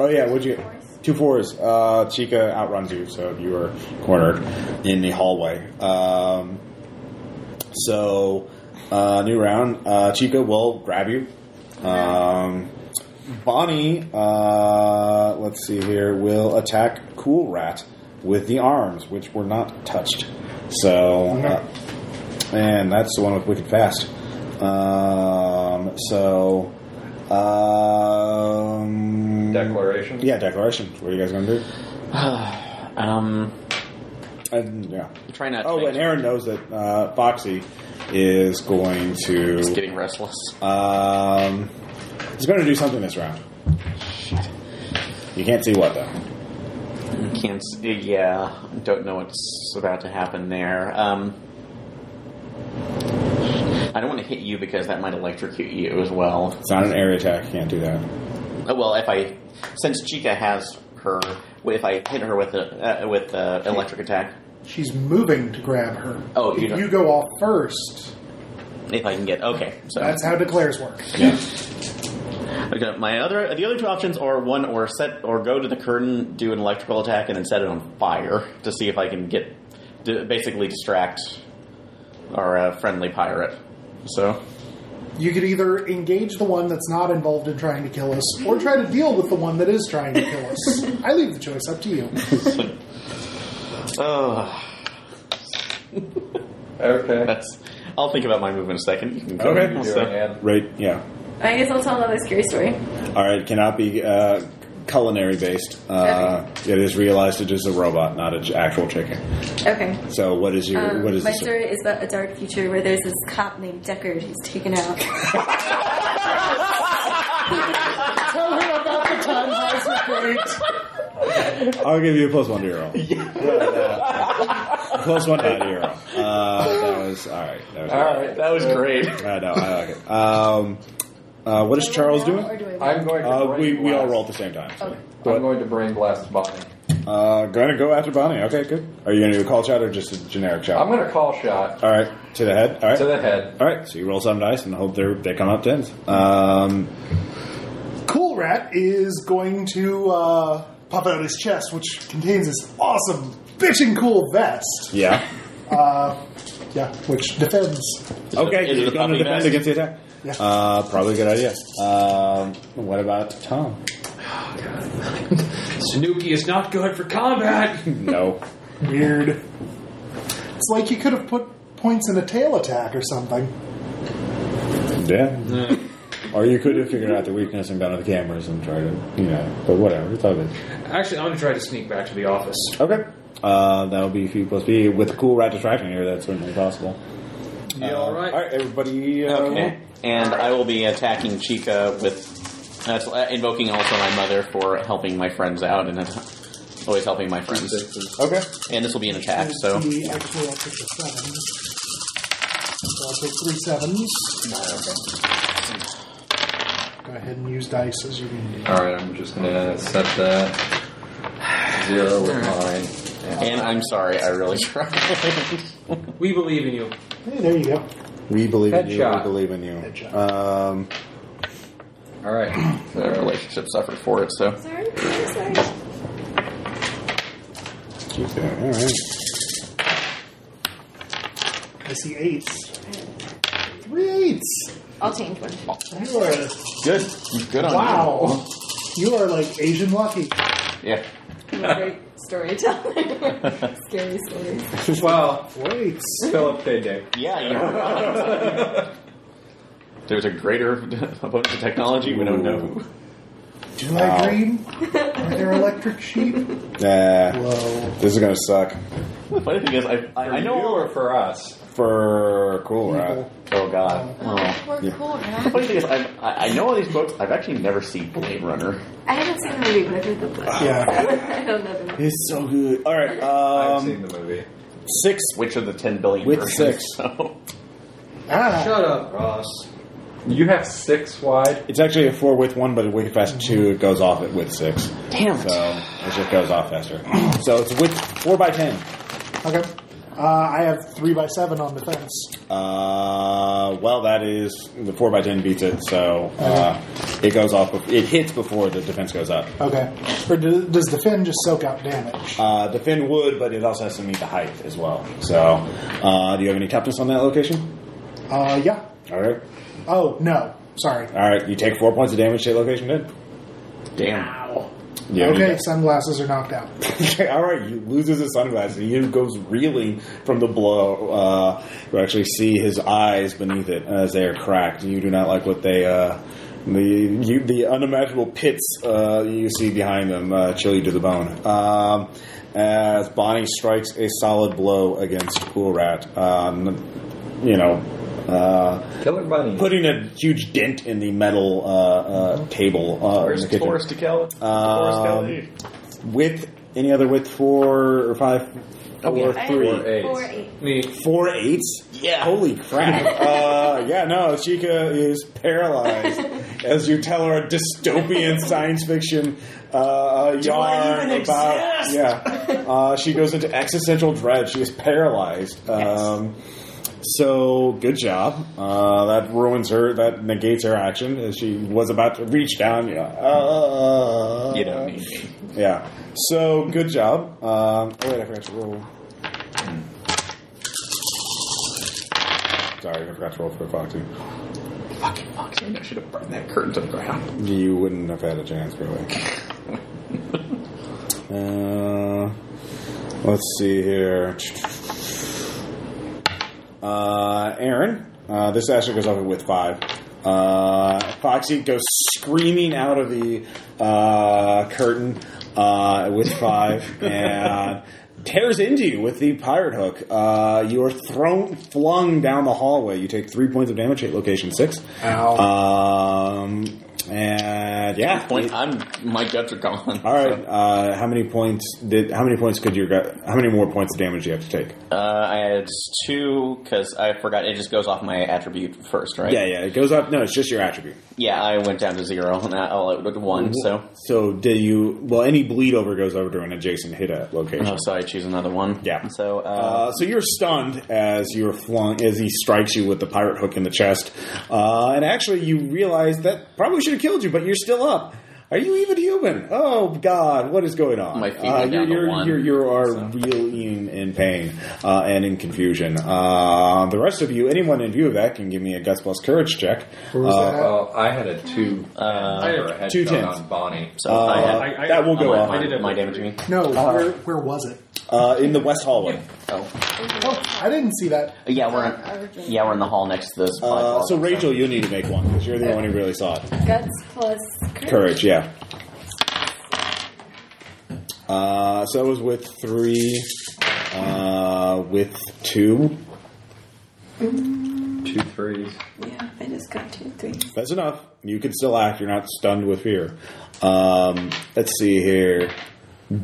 [SPEAKER 7] Oh yeah, what'd you? Two fours. Uh, Chica outruns you, so you are cornered in the hallway. Um, so uh, new round. Uh, Chica will grab you. Um, Bonnie, uh, let's see here, will attack Cool Rat with the arms, which were not touched. So, uh, and that's the one with Wicked Fast. Um, so, um,
[SPEAKER 5] Declaration.
[SPEAKER 7] yeah, declaration. What are you guys going to do?
[SPEAKER 3] Um,
[SPEAKER 7] And, yeah.
[SPEAKER 3] try not. To
[SPEAKER 7] Oh,
[SPEAKER 3] make-
[SPEAKER 7] and Aaron knows that uh, Foxy is going
[SPEAKER 3] It's
[SPEAKER 7] to.
[SPEAKER 3] getting restless.
[SPEAKER 7] Um, he's going to do something this round. You can't see what though.
[SPEAKER 3] Can't. s- Yeah, don't know what's about to happen there. Um, I don't want to hit you because that might electrocute you as well.
[SPEAKER 7] It's not an area attack. You can't do that.
[SPEAKER 3] Uh, Well, if I since Chica has her, if I hit her with a uh, with a electric attack,
[SPEAKER 2] She's moving to grab her.
[SPEAKER 3] Oh,
[SPEAKER 2] if
[SPEAKER 3] you don't-
[SPEAKER 2] you go off first.
[SPEAKER 3] if I can get okay. So
[SPEAKER 2] That's how declares work.
[SPEAKER 3] Okay, my other the other two options are one or set or go to the curtain, do an electrical attack, and then set it on fire to see if I can get to basically distract our uh, friendly pirate. So
[SPEAKER 2] You could either engage the one that's not involved in trying to kill us, or try to deal with the one that is trying to kill
[SPEAKER 3] [LAUGHS]
[SPEAKER 2] us. I leave the choice up to you.
[SPEAKER 3] oh,
[SPEAKER 5] Okay.
[SPEAKER 3] that's. I'll think about my move in a second. You can go.
[SPEAKER 7] Okay.
[SPEAKER 5] You're
[SPEAKER 3] [LAUGHS] So-
[SPEAKER 5] doing it.
[SPEAKER 7] Right? Yeah.
[SPEAKER 6] I guess I'll tell another scary story.
[SPEAKER 7] All right. Cannot be uh, culinary based. Uh, it is realized it is a robot, not an actual chicken.
[SPEAKER 6] Okay.
[SPEAKER 7] So what is your
[SPEAKER 6] Um,
[SPEAKER 7] what is
[SPEAKER 6] my
[SPEAKER 7] this?
[SPEAKER 6] story is about a dark future where there's this cop named Deckard who's taken out.
[SPEAKER 2] Tell her about the time I was
[SPEAKER 7] I'll give you a plus one to your
[SPEAKER 6] [LAUGHS]
[SPEAKER 7] roll. [LAUGHS] plus one die to your roll. Uh, that was all right. That was
[SPEAKER 16] All right,
[SPEAKER 3] That was great.
[SPEAKER 7] I know. I like it. Um, uh, what is
[SPEAKER 6] Do I
[SPEAKER 7] Charles
[SPEAKER 6] roll now,
[SPEAKER 7] doing?
[SPEAKER 6] Or do I roll?
[SPEAKER 5] I'm going to.
[SPEAKER 7] Uh,
[SPEAKER 5] brain
[SPEAKER 7] we, we all
[SPEAKER 5] blast-
[SPEAKER 7] roll at the same time. So.
[SPEAKER 6] Okay.
[SPEAKER 5] I'm going to brain blast Bonnie.
[SPEAKER 7] Uh, going to go after Bonnie. Okay, good. Are you going to do a call shot or just a generic shot?
[SPEAKER 5] I'm going to call shot
[SPEAKER 7] all right, to the head. All right.
[SPEAKER 5] to the head.
[SPEAKER 7] all right, so you roll some dice and hope they they come up tens. Um,
[SPEAKER 2] Cool Rat is going to uh, pop out his chest, which contains this awesome, bitchin' cool vest.
[SPEAKER 7] yeah.
[SPEAKER 2] Uh, yeah, which defends.
[SPEAKER 7] Okay,
[SPEAKER 3] Is it
[SPEAKER 7] you're
[SPEAKER 3] a
[SPEAKER 7] going
[SPEAKER 3] puppy
[SPEAKER 7] to defend
[SPEAKER 3] vest?
[SPEAKER 7] against the attack.
[SPEAKER 2] Yeah.
[SPEAKER 7] Uh, probably a good idea. Um, what about Tom?
[SPEAKER 4] Snooky is not good for combat.
[SPEAKER 7] No.
[SPEAKER 2] Weird. It's like you could have put points in a tail attack or something.
[SPEAKER 7] [LAUGHS] Yeah. Or you could have figured out the weakness and gone to the cameras and tried to, you know, but whatever. It's all good.
[SPEAKER 1] Actually, I'm going to try to sneak back to the office.
[SPEAKER 7] Okay. Uh, that'll be P plus B. With the cool rat distraction here, that's certainly possible.
[SPEAKER 1] Yeah, all right.
[SPEAKER 7] Uh, All right, everybody. Uh,
[SPEAKER 3] Okay. And I will be attacking Chica with that's uh, invoking also my mother for helping my friends out and that's always helping my friends.
[SPEAKER 7] Okay.
[SPEAKER 3] And this will be an attack, so
[SPEAKER 2] The actual I'll take the seven. So I'll take three sevens. Go ahead and use dice as you need.
[SPEAKER 5] All right, I'm just going to set that zero with mine.
[SPEAKER 3] and I'm sorry, I really [LAUGHS] tried.
[SPEAKER 4] We believe in you.
[SPEAKER 2] Hey, there you go.
[SPEAKER 7] We believe in you.
[SPEAKER 5] Headshot.
[SPEAKER 7] We believe in you.
[SPEAKER 2] Headshot.
[SPEAKER 7] Um,
[SPEAKER 5] All right, [CLEARS THROAT]
[SPEAKER 3] the relationship suffered for it, so
[SPEAKER 6] Sorry, sorry, sorry.
[SPEAKER 7] all right.
[SPEAKER 2] I see eights. Three eights.
[SPEAKER 6] I'll change
[SPEAKER 7] Oh.
[SPEAKER 6] one.
[SPEAKER 2] You are
[SPEAKER 3] good. Good on
[SPEAKER 2] wow. You are like Asian lucky.
[SPEAKER 3] you. Yeah.
[SPEAKER 6] I'm a great
[SPEAKER 7] [LAUGHS]
[SPEAKER 6] storyteller. Scary stories.
[SPEAKER 5] well,
[SPEAKER 2] Four eights.
[SPEAKER 5] Philip K. Dick.
[SPEAKER 3] Yeah, you were right. [LAUGHS] There's a greater [LAUGHS] opponent to technology, we don't know.
[SPEAKER 2] Do
[SPEAKER 7] Wow.
[SPEAKER 2] I dream? Are
[SPEAKER 7] [LAUGHS]
[SPEAKER 2] there electric sheep?
[SPEAKER 7] Nah,
[SPEAKER 2] Whoa.
[SPEAKER 7] this is gonna suck
[SPEAKER 3] The funny thing is, I, I, I
[SPEAKER 5] you
[SPEAKER 3] know.
[SPEAKER 5] or for us?
[SPEAKER 7] for cool rat.
[SPEAKER 3] Oh, God. Oh.
[SPEAKER 6] We're cool,
[SPEAKER 3] The
[SPEAKER 6] right?
[SPEAKER 3] funny thing is, I've, I, I know all these books, I've actually never seen Blade Runner.
[SPEAKER 6] I haven't seen the movie, but I've read the book. [LAUGHS]
[SPEAKER 2] Yeah.
[SPEAKER 6] I don't know the movie.
[SPEAKER 7] It's so good. All
[SPEAKER 5] I've
[SPEAKER 7] right. Um,
[SPEAKER 5] seen the movie.
[SPEAKER 7] six.
[SPEAKER 3] Which of the 10 billion
[SPEAKER 7] With
[SPEAKER 3] versions,
[SPEAKER 7] six.
[SPEAKER 3] [LAUGHS] So.
[SPEAKER 2] Ah,
[SPEAKER 4] Shut up, Ross.
[SPEAKER 5] You have six wide.
[SPEAKER 7] It's actually a four with one, but a wicked fast two. It goes off it with six.
[SPEAKER 3] Damn it.
[SPEAKER 7] So it just goes off faster. [CLEARS THROAT] So it's with four by ten.
[SPEAKER 2] okay. Uh, I have three by seven on defense.
[SPEAKER 7] Uh, well, that is the four by ten beats it, so uh, it goes off. It hits before the defense goes up.
[SPEAKER 2] Okay. Or do, does defend just soak out damage?
[SPEAKER 7] Uh, defend would, but it also has to meet the height as well. So, uh, do you have any toughness on that location?
[SPEAKER 2] Uh, yeah.
[SPEAKER 7] All right,
[SPEAKER 2] Oh no. Sorry.
[SPEAKER 7] all right. You take four points of damage to that location. Did
[SPEAKER 3] Damn.
[SPEAKER 7] Oh. Yeah,
[SPEAKER 2] Okay. Sunglasses are knocked out.
[SPEAKER 7] Okay, [LAUGHS] all right, he loses his sunglasses. He goes reeling from the blow. Uh, you actually see his eyes beneath it as they are cracked. You do not like what they, uh, the you, the unimaginable pits uh, you see behind them, uh, chill you to the bone. Um, as Bonnie strikes a solid blow against Cool Rat, um, you know. Uh,
[SPEAKER 5] Killer Bunny.
[SPEAKER 7] putting a huge dent in the metal uh, uh, table. Uh, in the kitchen.
[SPEAKER 3] Kelly?
[SPEAKER 7] Um, Width, any other width? Four or five? Four,
[SPEAKER 6] I have
[SPEAKER 7] three.
[SPEAKER 5] Four eights.
[SPEAKER 6] Four eight.
[SPEAKER 4] Me.
[SPEAKER 7] Four eights?
[SPEAKER 3] Yeah.
[SPEAKER 7] Holy crap. [LAUGHS] uh, yeah, no, Chica is paralyzed as you tell her a dystopian science fiction uh, yarn about. Yeah. Uh, she goes into existential dread. She is paralyzed. Um, So good job. Uh, that ruins her. That negates her action. as She was about to reach down. Yeah. Uh,
[SPEAKER 3] You don't need me.
[SPEAKER 7] yeah. So good job. Um, oh wait, I forgot to roll. Sorry, I forgot to roll for Foxy.
[SPEAKER 3] Fucking fuck, I should have burned that curtain to the ground.
[SPEAKER 7] You wouldn't have had a chance, really. uh, let's see here. Uh, Aaron, uh, this actually goes over with five. Uh, Foxy goes screaming out of the uh, curtain uh, with five and tears into you with the pirate hook. Uh, you are thrown, flung down the Uh, hallway. You take three points of damage at location six.
[SPEAKER 2] Ow.
[SPEAKER 7] Um, and
[SPEAKER 3] at
[SPEAKER 7] Yeah.
[SPEAKER 3] this point. I'm my guts are gone. [LAUGHS]
[SPEAKER 7] All right. Uh, how many points did? How many points could your? gu- How many more points of damage do you have to take?
[SPEAKER 3] Uh, I had two because I forgot. It just goes off my attribute first, right?
[SPEAKER 7] Yeah, yeah. It goes up. No, it's just your attribute.
[SPEAKER 3] Yeah, I went down to zero and I all out with one. So,
[SPEAKER 7] so do you? Well, any bleed over goes over to an adjacent hit at location.
[SPEAKER 3] oh, so I choose another one.
[SPEAKER 7] Yeah.
[SPEAKER 3] So, uh,
[SPEAKER 7] Uh, so you're stunned as you're flung as he strikes you with the pirate hook in the chest, uh, and actually you realize that probably should have killed you, but you're still up. Are you even human? Oh God, what is going on?
[SPEAKER 3] My feet
[SPEAKER 7] uh,
[SPEAKER 3] went
[SPEAKER 7] you're,
[SPEAKER 3] down to
[SPEAKER 7] you're,
[SPEAKER 3] one,
[SPEAKER 7] You're, you are
[SPEAKER 3] so.
[SPEAKER 7] really in, in pain uh, and in confusion. Uh, the rest of you, anyone in view of that, can give me a guts plus courage check.
[SPEAKER 2] Where was
[SPEAKER 7] Uh,
[SPEAKER 2] that?
[SPEAKER 5] Well, I had a two
[SPEAKER 3] uh,
[SPEAKER 5] for a headshot
[SPEAKER 7] two tens.
[SPEAKER 5] on Bonnie.
[SPEAKER 3] so I
[SPEAKER 7] uh,
[SPEAKER 3] had.
[SPEAKER 4] I- I-
[SPEAKER 7] that will go
[SPEAKER 3] I
[SPEAKER 7] up
[SPEAKER 3] my,
[SPEAKER 4] did have
[SPEAKER 3] my
[SPEAKER 4] a
[SPEAKER 3] damage
[SPEAKER 4] three.
[SPEAKER 3] me.
[SPEAKER 2] No, where, where was it?
[SPEAKER 7] uh, in the west hallway.
[SPEAKER 3] Oh,
[SPEAKER 2] Oh, I didn't see that.
[SPEAKER 3] yeah, we're in, yeah we're in the hall next to this.
[SPEAKER 7] Uh, so
[SPEAKER 3] Rachel.
[SPEAKER 7] Rachel, you'll need to make one because you're the only one who really saw it.
[SPEAKER 6] Guts plus courage.
[SPEAKER 7] Courage, yeah. Uh, so it was with three, uh, with two.
[SPEAKER 5] Two threes.
[SPEAKER 6] Yeah, I just got two, three.
[SPEAKER 7] That's enough. You can still act. You're not stunned with fear. Um, let's see here,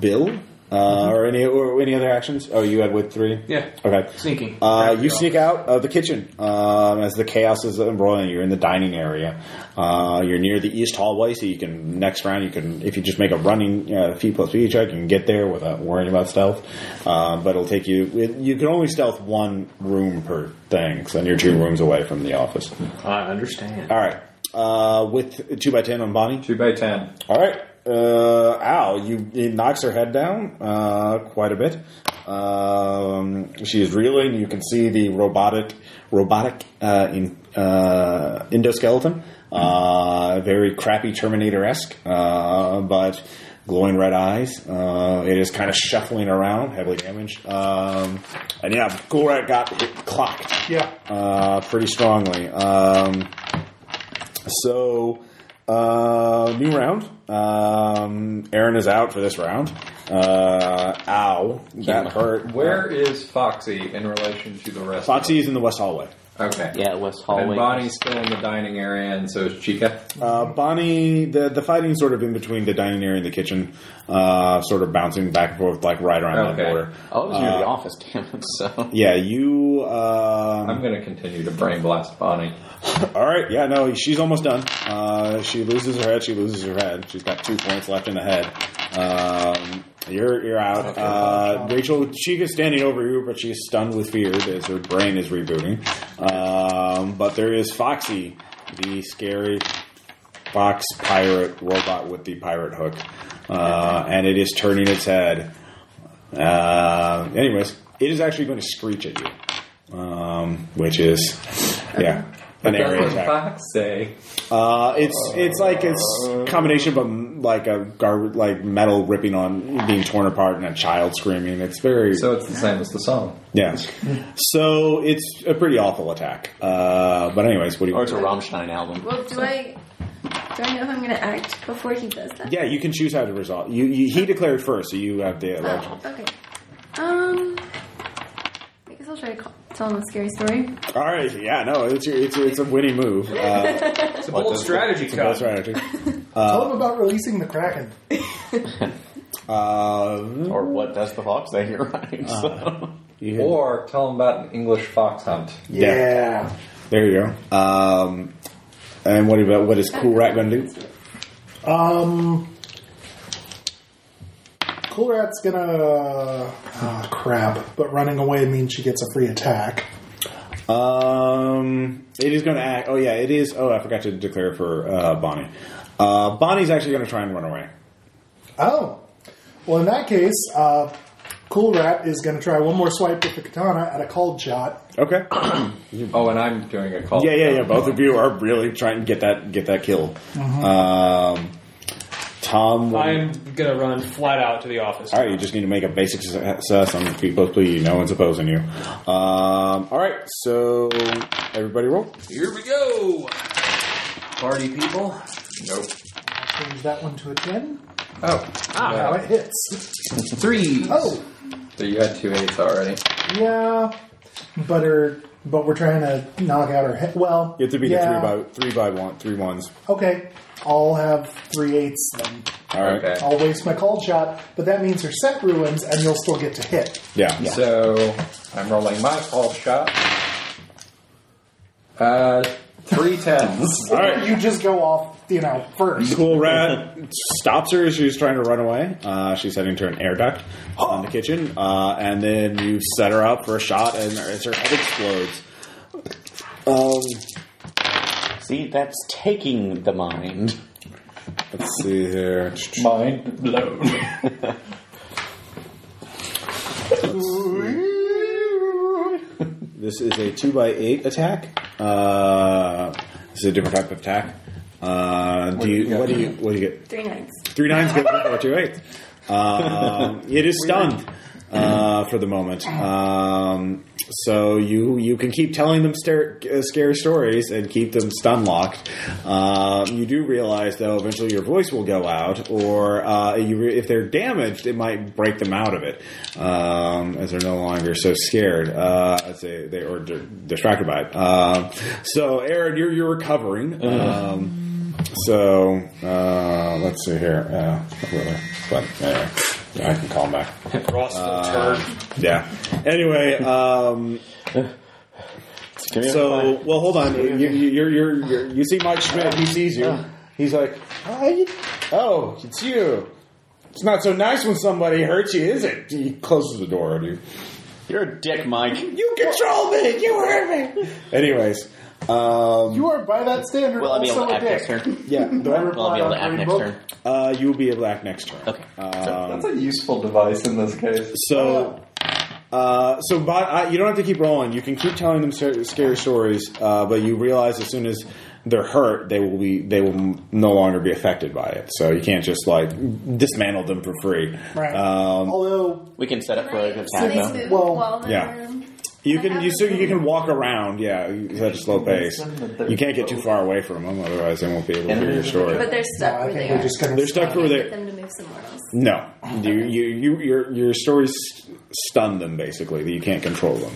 [SPEAKER 7] Bill, uh, or any or any other actions? Oh, you had with three.
[SPEAKER 17] Yeah.
[SPEAKER 7] Okay.
[SPEAKER 17] Sneaking.
[SPEAKER 7] Uh, you sneak out of the kitchen um, as the chaos is unrolling. You're in the dining area. Uh, you're near the east hallway, so you can next round. You can, if you just make a running uh, feet plus feet check, you can get there without worrying about stealth. Uh, but it'll take you. It, you can only stealth one room per thing, so you're two rooms away from the office.
[SPEAKER 4] I understand.
[SPEAKER 7] All right, uh, with two by ten on Bonnie.
[SPEAKER 5] Two by ten.
[SPEAKER 7] All right. Uh, ow, you, it knocks her head down uh, quite a bit. Um, she is reeling. You can see the robotic robotic uh, in, uh, endoskeleton. Uh, very crappy Terminator esque, uh, but glowing red eyes. Uh, it is kind of shuffling around, heavily damaged. Um, and yeah, Gorak got hit, clocked
[SPEAKER 2] Yeah.
[SPEAKER 7] uh, pretty strongly. Um, so, uh, new round. Um, Aaron is out for this round. Uh, ow, that hurt.
[SPEAKER 5] Where is Foxy in relation to the rest?
[SPEAKER 7] Foxy is in the west hallway.
[SPEAKER 5] Of them? Okay.
[SPEAKER 3] Yeah, West
[SPEAKER 5] And
[SPEAKER 3] hallway.
[SPEAKER 5] Bonnie's still in the dining area, and so is Chica.
[SPEAKER 7] Uh, Bonnie, the the fighting's sort of in between the dining area and the kitchen, uh, sort of bouncing back and forth, like right around that
[SPEAKER 5] Okay.
[SPEAKER 7] border.
[SPEAKER 3] Oh, it was near
[SPEAKER 7] Uh,
[SPEAKER 3] the office, damn it. So.
[SPEAKER 7] [LAUGHS] Yeah, you. Um,
[SPEAKER 5] I'm going to continue to brain blast Bonnie.
[SPEAKER 7] All right, yeah, no, she's almost done. Uh, she loses her head. She loses her head. She's got two points left in the head. Um, you're you're out. Uh, Rachel Chica's standing over you, but she's stunned with fear as her brain is rebooting. Um, but there is Foxy, the scary fox pirate robot with the pirate hook, uh, and it is turning its head. Uh, anyways, it is actually going to screech at you, um, which is yeah, an area
[SPEAKER 5] Doesn't
[SPEAKER 7] attack.
[SPEAKER 5] Foxy.
[SPEAKER 7] Uh, it's it's like it's combination of a, like a gar- like metal ripping on being torn apart and a child screaming. It's very
[SPEAKER 5] So it's the same as the song.
[SPEAKER 7] yeah. So it's a pretty awful attack. Uh, but anyways, what do you?
[SPEAKER 3] Or it's a Rammstein album.
[SPEAKER 6] Well, do I do I know if I'm gonna act before he does that?
[SPEAKER 7] yeah, you can choose how to resolve. You, you he declared first, so you have the election.
[SPEAKER 6] Oh, okay. Um, I guess I'll try to call, tell him a scary story.
[SPEAKER 7] All right, yeah, no, it's your, it's it's a winning move. Uh,
[SPEAKER 4] It's a bold strategy,
[SPEAKER 7] that's
[SPEAKER 4] cut.
[SPEAKER 7] right.
[SPEAKER 2] Tell him about releasing the Kraken.
[SPEAKER 7] Uh,
[SPEAKER 3] Or what does the fox say? [LAUGHS] You're right. So.
[SPEAKER 7] Uh-huh. you hit-
[SPEAKER 5] Or tell them about an English fox hunt.
[SPEAKER 7] Yeah. there you go. Um, and what about what is Cool Rat going to do?
[SPEAKER 2] Um, Cool Rat's gonna. ah, crap. But running away means she gets a free attack.
[SPEAKER 7] Um, it is going to act. Oh yeah, it is. Oh, I forgot to declare for uh, Bonnie. Uh, Bonnie's actually going to try and run away.
[SPEAKER 2] Oh. Well, in that case, uh, Cool Rat is gonna try one more swipe with the katana at a cold shot.
[SPEAKER 7] Okay.
[SPEAKER 5] Oh, and I'm doing a call.
[SPEAKER 7] [COUGHS] Yeah, yeah, yeah. Both of you are really trying to get that get that kill. Um, Tom.
[SPEAKER 4] I'm gonna run flat out to the office.
[SPEAKER 7] All right, you just need to make a basic uh, success on people, please. No one's opposing you. Um, all right, so everybody roll.
[SPEAKER 17] Here we go. Party people.
[SPEAKER 5] Nope.
[SPEAKER 2] Change that one to a 10.
[SPEAKER 5] Oh.
[SPEAKER 2] Now it hits.
[SPEAKER 17] Three.
[SPEAKER 2] Oh.
[SPEAKER 5] So you had two eights already.
[SPEAKER 2] Yeah. But her but we're trying to knock out her head. Well,
[SPEAKER 7] You have to beat
[SPEAKER 2] yeah.
[SPEAKER 7] a three by three by one three ones.
[SPEAKER 2] Okay, I'll have three eights then.
[SPEAKER 7] All right.
[SPEAKER 5] Okay.
[SPEAKER 2] I'll waste my cold shot, but that means her set ruins, and you'll still get to hit.
[SPEAKER 7] Yeah.
[SPEAKER 5] So I'm rolling my fall shot. Uh, three [LAUGHS] tens.
[SPEAKER 7] All right.
[SPEAKER 2] You just go off, you know, first.
[SPEAKER 7] Cool rat stops her as she's trying to run away. Uh, she's heading to an air duct on the kitchen, uh, and then you set her up for a shot, and as her head explodes. Um,
[SPEAKER 3] See, that's taking the mind.
[SPEAKER 7] let's see here.
[SPEAKER 18] Mind blown.
[SPEAKER 7] This is a two by eight attack. Uh, this is a different type of attack. Uh, do you, what do you what do you get?
[SPEAKER 6] Three nines.
[SPEAKER 7] Three nines goes before two eights. Um, it is stunned uh, for the moment. Um, so you you can keep telling them stare, uh, scary stories and keep them stun locked. Um, you do realize though eventually your voice will go out, or uh, you re- if they're damaged, it might break them out of it um, as they're no longer so scared uh, as they they are di- distracted by it. Um so Aaron, you're you're recovering. Um, so uh, let's see here. Uh, really. but anyway, yeah, I can call him back.
[SPEAKER 4] Ross
[SPEAKER 7] Uh, Yeah. Anyway, um, so well, hold on. You, you, you're, you're, you're, you see Mike Schmidt. He sees you. He's like, "Hi. "Oh, it's you." It's not so nice when somebody hurts you, is it? He closes the door on you.
[SPEAKER 3] You're a dick, Mike.
[SPEAKER 7] You control me. You hurt me. Anyways, um,
[SPEAKER 2] You are, by that standard,
[SPEAKER 3] Will I be able
[SPEAKER 2] also
[SPEAKER 3] to
[SPEAKER 2] a
[SPEAKER 3] act
[SPEAKER 2] dick.
[SPEAKER 3] next turn?
[SPEAKER 1] [LAUGHS]
[SPEAKER 7] yeah,
[SPEAKER 2] Do I
[SPEAKER 3] Will I
[SPEAKER 2] reply
[SPEAKER 3] be able
[SPEAKER 2] on
[SPEAKER 3] to act
[SPEAKER 2] Green
[SPEAKER 3] next
[SPEAKER 2] Book?
[SPEAKER 3] turn?
[SPEAKER 7] uh, you will be able to act next turn.
[SPEAKER 3] Okay.
[SPEAKER 7] Um,
[SPEAKER 18] That's a useful device in this case.
[SPEAKER 7] So,
[SPEAKER 2] Oh.
[SPEAKER 7] uh, so but uh, you don't have to keep rolling. You can keep telling them scar- scary stories, uh, but you realize as soon as they're hurt, they will be they will m- no longer be affected by it. So you can't just like dismantle them for free.
[SPEAKER 2] Right.
[SPEAKER 7] Um,
[SPEAKER 2] Although,
[SPEAKER 3] We can set up for a good
[SPEAKER 6] So they
[SPEAKER 3] time, though.
[SPEAKER 6] moved
[SPEAKER 2] Well,
[SPEAKER 6] walnut
[SPEAKER 7] yeah.
[SPEAKER 6] room.
[SPEAKER 7] you can you so you can walk around. Yeah, at a slow pace. You can't get too far away from them, otherwise they won't be able to hear your
[SPEAKER 6] But
[SPEAKER 7] story.
[SPEAKER 6] they're
[SPEAKER 2] no,
[SPEAKER 6] stuck
[SPEAKER 2] I
[SPEAKER 6] where
[SPEAKER 2] think
[SPEAKER 6] they
[SPEAKER 2] we're
[SPEAKER 6] are.
[SPEAKER 2] just going
[SPEAKER 7] They're stuck where
[SPEAKER 6] Get
[SPEAKER 7] they.
[SPEAKER 6] them to move somewhere else.
[SPEAKER 7] No, you you, you your your stories stun them basically. You can't control them.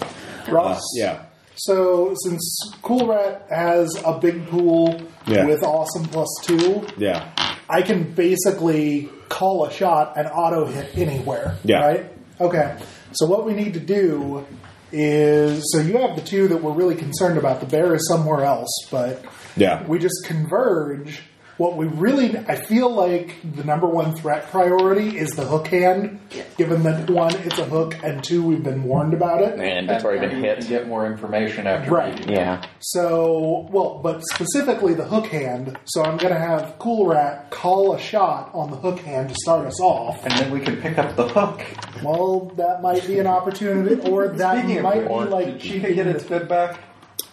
[SPEAKER 2] Ross?
[SPEAKER 7] Yeah.
[SPEAKER 2] So, since Cool Rat has a big pool
[SPEAKER 7] Yeah.
[SPEAKER 2] with awesome plus two,
[SPEAKER 7] Yeah.
[SPEAKER 2] I can basically call a shot and auto hit anywhere.
[SPEAKER 7] Yeah.
[SPEAKER 2] Right? Okay. So what we need to do is so you have the two that we're really concerned about. The bear is somewhere else, but
[SPEAKER 7] Yeah.
[SPEAKER 2] we just converge. What we really I feel like the number one threat priority is the hook hand, given that one, it's a hook, and two, we've been warned about it.
[SPEAKER 3] And it's already been
[SPEAKER 5] You can
[SPEAKER 3] hit.
[SPEAKER 5] Get more information after.
[SPEAKER 2] Right.
[SPEAKER 3] Yeah.
[SPEAKER 2] So, well, but specifically the hook hand. So I'm going to have Cool Rat call a shot on the hook hand to start us off.
[SPEAKER 5] And then we can pick up the hook.
[SPEAKER 2] Well, that might be an opportunity, or that
[SPEAKER 5] Speaking of
[SPEAKER 2] might
[SPEAKER 5] which,
[SPEAKER 2] be like
[SPEAKER 5] did she get its bid back?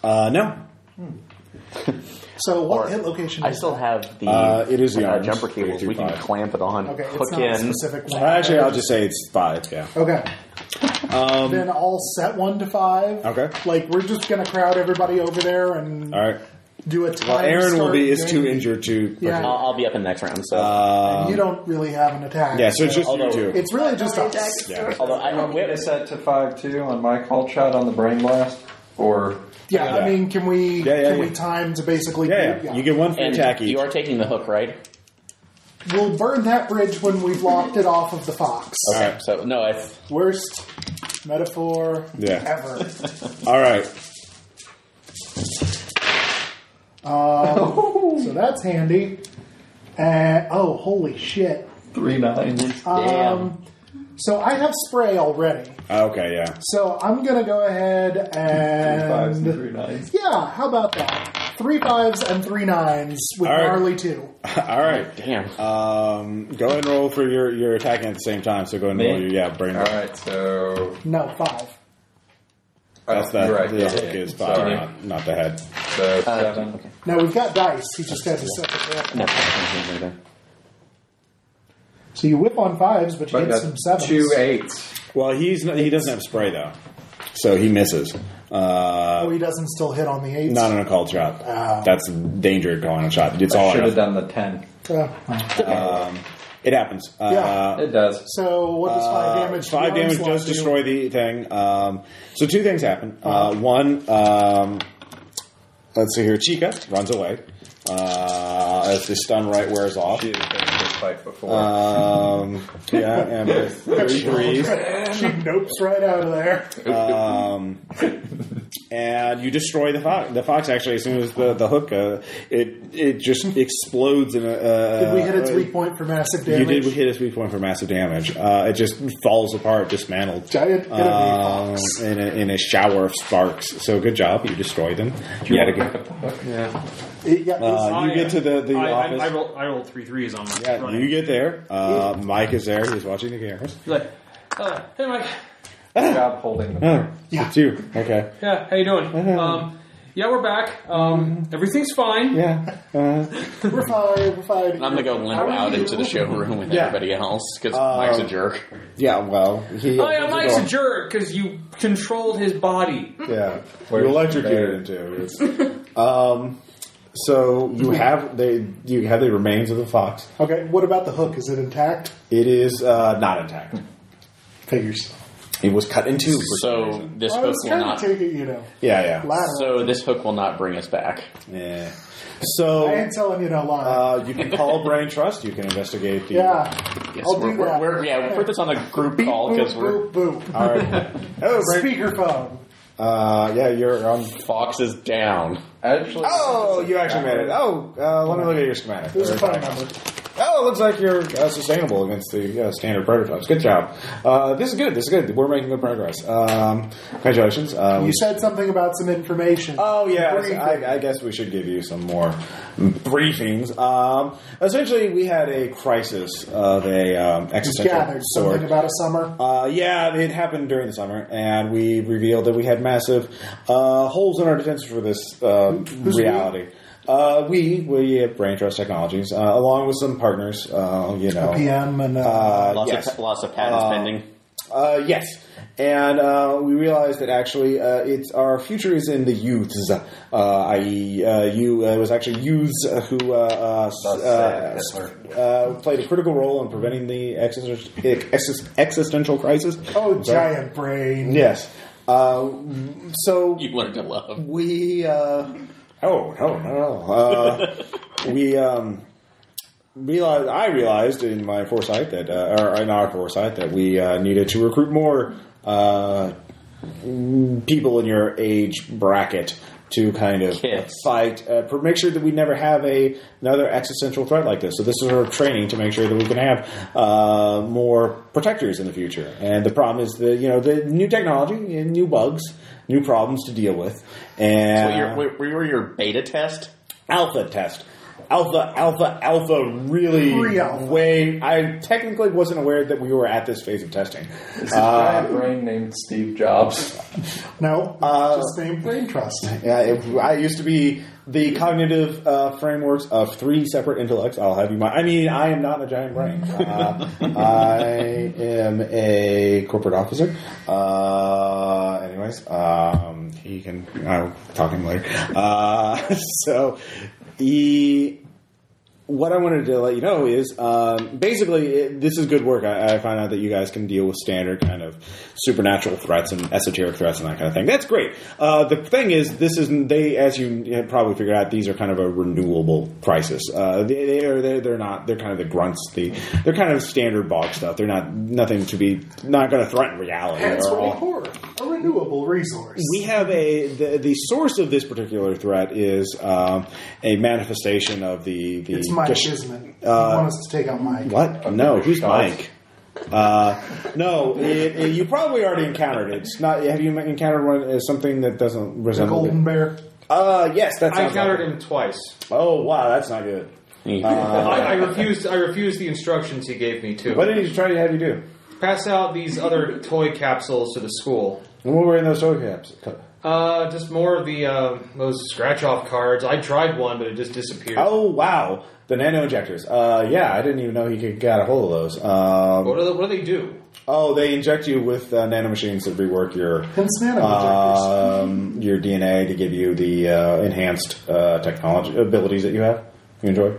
[SPEAKER 7] Uh, no.
[SPEAKER 2] So what
[SPEAKER 3] Or-
[SPEAKER 2] hit location?
[SPEAKER 3] I
[SPEAKER 2] is
[SPEAKER 3] still
[SPEAKER 2] that?
[SPEAKER 3] have the
[SPEAKER 7] Uh, it is the
[SPEAKER 3] uh,
[SPEAKER 7] orange,
[SPEAKER 3] jumper cables. We can
[SPEAKER 7] 325.
[SPEAKER 3] clamp it on,
[SPEAKER 2] Okay, it's
[SPEAKER 3] hook
[SPEAKER 2] not a
[SPEAKER 3] in.
[SPEAKER 2] specific one.
[SPEAKER 7] Actually, I'll just say it's five. Yeah.
[SPEAKER 2] Okay. then I'll set one to five.
[SPEAKER 7] Um, Okay.
[SPEAKER 2] Like we're just gonna crowd everybody over there and
[SPEAKER 7] All right.
[SPEAKER 2] do a time.
[SPEAKER 7] Well, Aaron will
[SPEAKER 2] start
[SPEAKER 7] be is
[SPEAKER 2] game.
[SPEAKER 7] too injured to.
[SPEAKER 3] I'll,
[SPEAKER 2] Yeah.
[SPEAKER 3] I'll be up in the next round. So,
[SPEAKER 7] Uh,
[SPEAKER 2] you don't really have an attack.
[SPEAKER 7] yeah. So it's just you
[SPEAKER 3] Although-
[SPEAKER 7] two.
[SPEAKER 2] it's really just
[SPEAKER 6] Only Jack
[SPEAKER 2] us.
[SPEAKER 6] is short.
[SPEAKER 3] although I
[SPEAKER 5] I
[SPEAKER 3] don't
[SPEAKER 5] want me
[SPEAKER 3] win,
[SPEAKER 5] to set to five two on my call shot on the brain blast, or
[SPEAKER 2] Yeah,
[SPEAKER 7] Yeah.
[SPEAKER 2] I mean, can we
[SPEAKER 7] Yeah, yeah,
[SPEAKER 2] can we
[SPEAKER 7] yeah.
[SPEAKER 2] time to basically?
[SPEAKER 7] yeah, yeah. You get one for
[SPEAKER 3] and
[SPEAKER 7] attack each.
[SPEAKER 3] you are taking the hook, right?
[SPEAKER 2] We'll burn that bridge when we've locked it off of the fox.
[SPEAKER 7] All right.
[SPEAKER 3] So no, it's
[SPEAKER 2] Worst metaphor
[SPEAKER 7] Yeah.
[SPEAKER 2] ever.
[SPEAKER 7] All right.
[SPEAKER 2] Um, so that's handy. And oh, holy shit!
[SPEAKER 18] Three nines.
[SPEAKER 2] Um, so I have spray already.
[SPEAKER 7] Okay. Yeah.
[SPEAKER 2] So I'm gonna go ahead
[SPEAKER 18] Three fives and
[SPEAKER 2] and
[SPEAKER 18] three nines.
[SPEAKER 2] yeah, how about that? Three fives and three nines with
[SPEAKER 7] All right.
[SPEAKER 2] gnarly two.
[SPEAKER 7] All right.
[SPEAKER 3] damn.
[SPEAKER 7] Um, go ahead and roll for your your attacking at the same time. So go ahead and
[SPEAKER 5] Me?
[SPEAKER 7] roll your yeah brain.
[SPEAKER 5] all right. So
[SPEAKER 2] No five.
[SPEAKER 7] That's
[SPEAKER 5] oh,
[SPEAKER 7] that.
[SPEAKER 5] you're Right.
[SPEAKER 7] the
[SPEAKER 5] yeah,
[SPEAKER 7] hook
[SPEAKER 5] yeah,
[SPEAKER 7] is
[SPEAKER 5] yeah.
[SPEAKER 7] five,
[SPEAKER 5] Sorry.
[SPEAKER 7] not, not the head.
[SPEAKER 5] So seven.
[SPEAKER 2] No, we've got dice. He just has a separate weapon.
[SPEAKER 3] no. I don't think
[SPEAKER 2] So you whip on fives, but you
[SPEAKER 5] But
[SPEAKER 2] get some sevens.
[SPEAKER 5] that's two eights.
[SPEAKER 7] Well, he's not, he doesn't have spray though, so he misses. Uh,
[SPEAKER 2] Oh, he doesn't still hit on the eights.
[SPEAKER 7] not on a called shot.
[SPEAKER 2] Ah.
[SPEAKER 7] That's danger calling a shot. It's
[SPEAKER 5] I
[SPEAKER 7] all or
[SPEAKER 5] should have
[SPEAKER 7] nothing.
[SPEAKER 5] done the ten.
[SPEAKER 2] Uh,
[SPEAKER 7] It happens. Uh,
[SPEAKER 2] Yeah.
[SPEAKER 19] It does.
[SPEAKER 2] So what does five
[SPEAKER 7] uh,
[SPEAKER 2] damage? to
[SPEAKER 7] Five
[SPEAKER 2] your
[SPEAKER 7] damage
[SPEAKER 2] onslaught
[SPEAKER 7] does
[SPEAKER 2] do? [LAUGHS]
[SPEAKER 7] destroy the thing. Um, so two things happen.
[SPEAKER 2] Uh-huh.
[SPEAKER 7] Uh, one, um, let's see here. Chica runs away. Uh, as the stun right wears off.
[SPEAKER 5] She has been in this fight before.
[SPEAKER 2] Uh,
[SPEAKER 7] Um, yeah, and
[SPEAKER 2] [LAUGHS]
[SPEAKER 7] there's three threes.
[SPEAKER 2] She nopes right out of there.
[SPEAKER 7] Um, and you destroy the fox. The fox actually, as soon as the, the hook, uh, it it just explodes in a. Uh,
[SPEAKER 2] Did we hit its
[SPEAKER 7] uh,
[SPEAKER 2] weak point for massive
[SPEAKER 7] You
[SPEAKER 2] damage?
[SPEAKER 7] did hit its weak point for massive damage. Uh, it just falls apart, dismantled,
[SPEAKER 2] Giant enemy
[SPEAKER 7] um,
[SPEAKER 2] fox.
[SPEAKER 7] in a, in a shower of sparks. So good job, you destroyed them. You had a good.
[SPEAKER 2] It got-
[SPEAKER 7] Uh, you
[SPEAKER 4] I,
[SPEAKER 7] get to the the
[SPEAKER 4] I,
[SPEAKER 7] office.
[SPEAKER 4] I, I, rolled, I rolled three threes on my
[SPEAKER 7] yeah,
[SPEAKER 4] running.
[SPEAKER 7] you get there. Uh, Mike is there. He's watching the cameras.
[SPEAKER 1] He's like, uh, hey Mike,
[SPEAKER 19] Good job holding them.
[SPEAKER 7] Oh,
[SPEAKER 2] Yeah.
[SPEAKER 7] it's you. Okay.
[SPEAKER 1] yeah, how you
[SPEAKER 7] [LAUGHS]
[SPEAKER 1] doing? Um, yeah, we're back. Um, everything's fine.
[SPEAKER 7] Mm-hmm. Yeah. Uh,
[SPEAKER 2] we're fine. We're fine.
[SPEAKER 3] I'm gonna go limp
[SPEAKER 2] How are
[SPEAKER 3] out
[SPEAKER 2] you?
[SPEAKER 3] into the showroom with
[SPEAKER 7] Yeah.
[SPEAKER 3] everybody else because
[SPEAKER 7] Um,
[SPEAKER 3] Mike's a jerk.
[SPEAKER 7] yeah. Well, he.
[SPEAKER 1] Oh yeah, Mike's a jerk because you controlled his body.
[SPEAKER 7] Yeah,
[SPEAKER 19] Where's
[SPEAKER 7] you electrocuted him too. It's- um, so you have they you have the remains of the fox.
[SPEAKER 2] Okay. What about the hook? Is it intact?
[SPEAKER 7] It is uh, not intact.
[SPEAKER 2] Figures.
[SPEAKER 7] It was cut in two. For some
[SPEAKER 3] So
[SPEAKER 7] reason.
[SPEAKER 3] this
[SPEAKER 2] I
[SPEAKER 3] hook
[SPEAKER 2] was
[SPEAKER 3] will
[SPEAKER 2] kind of
[SPEAKER 3] not.
[SPEAKER 2] taking, you know,
[SPEAKER 7] yeah, yeah,
[SPEAKER 2] lateral.
[SPEAKER 3] So this hook will not bring us back.
[SPEAKER 7] yeah.
[SPEAKER 2] I
[SPEAKER 7] So
[SPEAKER 2] ain't telling you no lie.
[SPEAKER 7] uh, you can call Brain Trust. You can investigate the.
[SPEAKER 2] yeah.
[SPEAKER 3] Yes,
[SPEAKER 2] I'll
[SPEAKER 3] we're,
[SPEAKER 2] do
[SPEAKER 3] we're,
[SPEAKER 2] that.
[SPEAKER 3] we're- yeah, we'll put this on the group call because we're
[SPEAKER 2] boop, boop, boop. [LAUGHS]
[SPEAKER 7] All right. Oh, Brain-
[SPEAKER 2] Speakerphone.
[SPEAKER 7] uh, yeah, you're on.
[SPEAKER 3] Fox is down.
[SPEAKER 19] Actually,
[SPEAKER 7] Oh, you actually made it. Oh, uh, let me look at your schematic.
[SPEAKER 2] There's a phone number.
[SPEAKER 7] Oh, it looks like you're uh, sustainable against the uh, standard prototypes. Good job. Uh, this is good. This is good. We're making good progress. Um, congratulations. Uh, we-
[SPEAKER 2] You said something about some information.
[SPEAKER 7] Oh yeah,
[SPEAKER 2] Briefing.
[SPEAKER 7] I, I guess we should give you some more briefings. Um, essentially, we had a crisis of a um, existential
[SPEAKER 2] gathered
[SPEAKER 7] sort.
[SPEAKER 2] something about a summer.
[SPEAKER 7] Uh, yeah, it happened during the summer, and we revealed that we had massive uh, holes in our detention for this uh, reality. Uh, we, we at Brain Trust Technologies, uh, along with some partners, uh, you know.
[SPEAKER 2] PM and uh,
[SPEAKER 7] Uh,
[SPEAKER 3] Lots
[SPEAKER 7] yes.
[SPEAKER 3] of lots of patents
[SPEAKER 7] Uh,
[SPEAKER 3] pending.
[SPEAKER 7] Uh, yes. And uh, we realized that actually, uh, it's our future is in the youths, uh, i.e., uh, you. Uh, it was actually youths uh, who uh, uh, s-
[SPEAKER 19] That's
[SPEAKER 7] uh,
[SPEAKER 19] sad, that's
[SPEAKER 7] s- uh, played a critical role in preventing the existen- exis- existential crisis.
[SPEAKER 2] oh,
[SPEAKER 7] I'm sorry.
[SPEAKER 2] giant brain.
[SPEAKER 7] Yes. Uh, so
[SPEAKER 3] You learn to love.
[SPEAKER 7] we. Uh, oh no no!
[SPEAKER 3] [LAUGHS]
[SPEAKER 7] Uh, we um, realized. I realized in my foresight that, uh, or in our foresight, that we uh, needed to recruit more uh, people in your age bracket to kind of
[SPEAKER 3] Kids.
[SPEAKER 7] fight, uh, per- make sure that we never have a another existential threat like this. So this is our training to make sure that we can have uh, more protectors in the future. And the problem is the you know the new technology, and new bugs, new problems to deal with,
[SPEAKER 3] So
[SPEAKER 7] and
[SPEAKER 3] you're, we, we were your beta test.
[SPEAKER 7] alpha test. Alpha, alpha, alpha. Really,
[SPEAKER 2] Pre-alpha.
[SPEAKER 7] way. I technically wasn't aware that we were at this phase of testing.
[SPEAKER 5] It's a
[SPEAKER 2] uh,
[SPEAKER 5] giant brain named Steve Jobs.
[SPEAKER 2] No,
[SPEAKER 7] Uh,
[SPEAKER 2] just name brain trust.
[SPEAKER 7] Yeah, it, I used to be the cognitive uh, frameworks of three separate intellects. I'll have you mind. I mean, I am not a giant brain. Uh, I am a corporate officer. Uh, anyways, um, he can. I'll talk to him later. Uh, [LAUGHS] so E, he what I wanted to let you know is um, basically it, this is good work. I, I find out that you guys can deal with standard kind of supernatural threats and esoteric threats and that kind of thing. That's great. Uh, the thing is, this is they as you have probably figured out these are kind of a renewable crisis. Uh, they, they are they're, they're not they're kind of the grunts. The they're kind of standard bog stuff. They're not nothing to be not going to threaten reality.
[SPEAKER 2] Hence
[SPEAKER 7] at all.
[SPEAKER 2] what we pour. A renewable resource.
[SPEAKER 7] We have a the, the source of this particular threat is um, a manifestation of the the
[SPEAKER 2] it's Mike,
[SPEAKER 7] Gesh-
[SPEAKER 2] isn't it? You want us to take out Mike.
[SPEAKER 7] what? No, who's Mike? Uh, no, it, it- you probably already encountered it. It's not. Have you encountered one uh, something that doesn't
[SPEAKER 2] The
[SPEAKER 7] resemble?
[SPEAKER 2] golden
[SPEAKER 7] it?
[SPEAKER 2] bear.
[SPEAKER 7] Uh, yes, that's.
[SPEAKER 4] I encountered him twice.
[SPEAKER 7] Oh wow, that's not good. Uh,
[SPEAKER 4] I, I refused. I refused the instructions he gave me too.
[SPEAKER 7] What did he try to have you do?
[SPEAKER 4] Pass out these other toy capsules to the school.
[SPEAKER 7] And what were in those toe caps?
[SPEAKER 4] Uh, just more of the uh, those scratch-off cards. I tried one, but it just disappeared.
[SPEAKER 7] Oh wow, the nano injectors. Uh, yeah, I didn't even know he could got a hold of those. Um,
[SPEAKER 4] What do they, what do they do?
[SPEAKER 7] Oh, they inject you with uh, nanomachines that rework your
[SPEAKER 2] Hence nanoinjectors.
[SPEAKER 7] um, your DNA to give you the uh, enhanced uh, technology abilities that you have. You enjoy?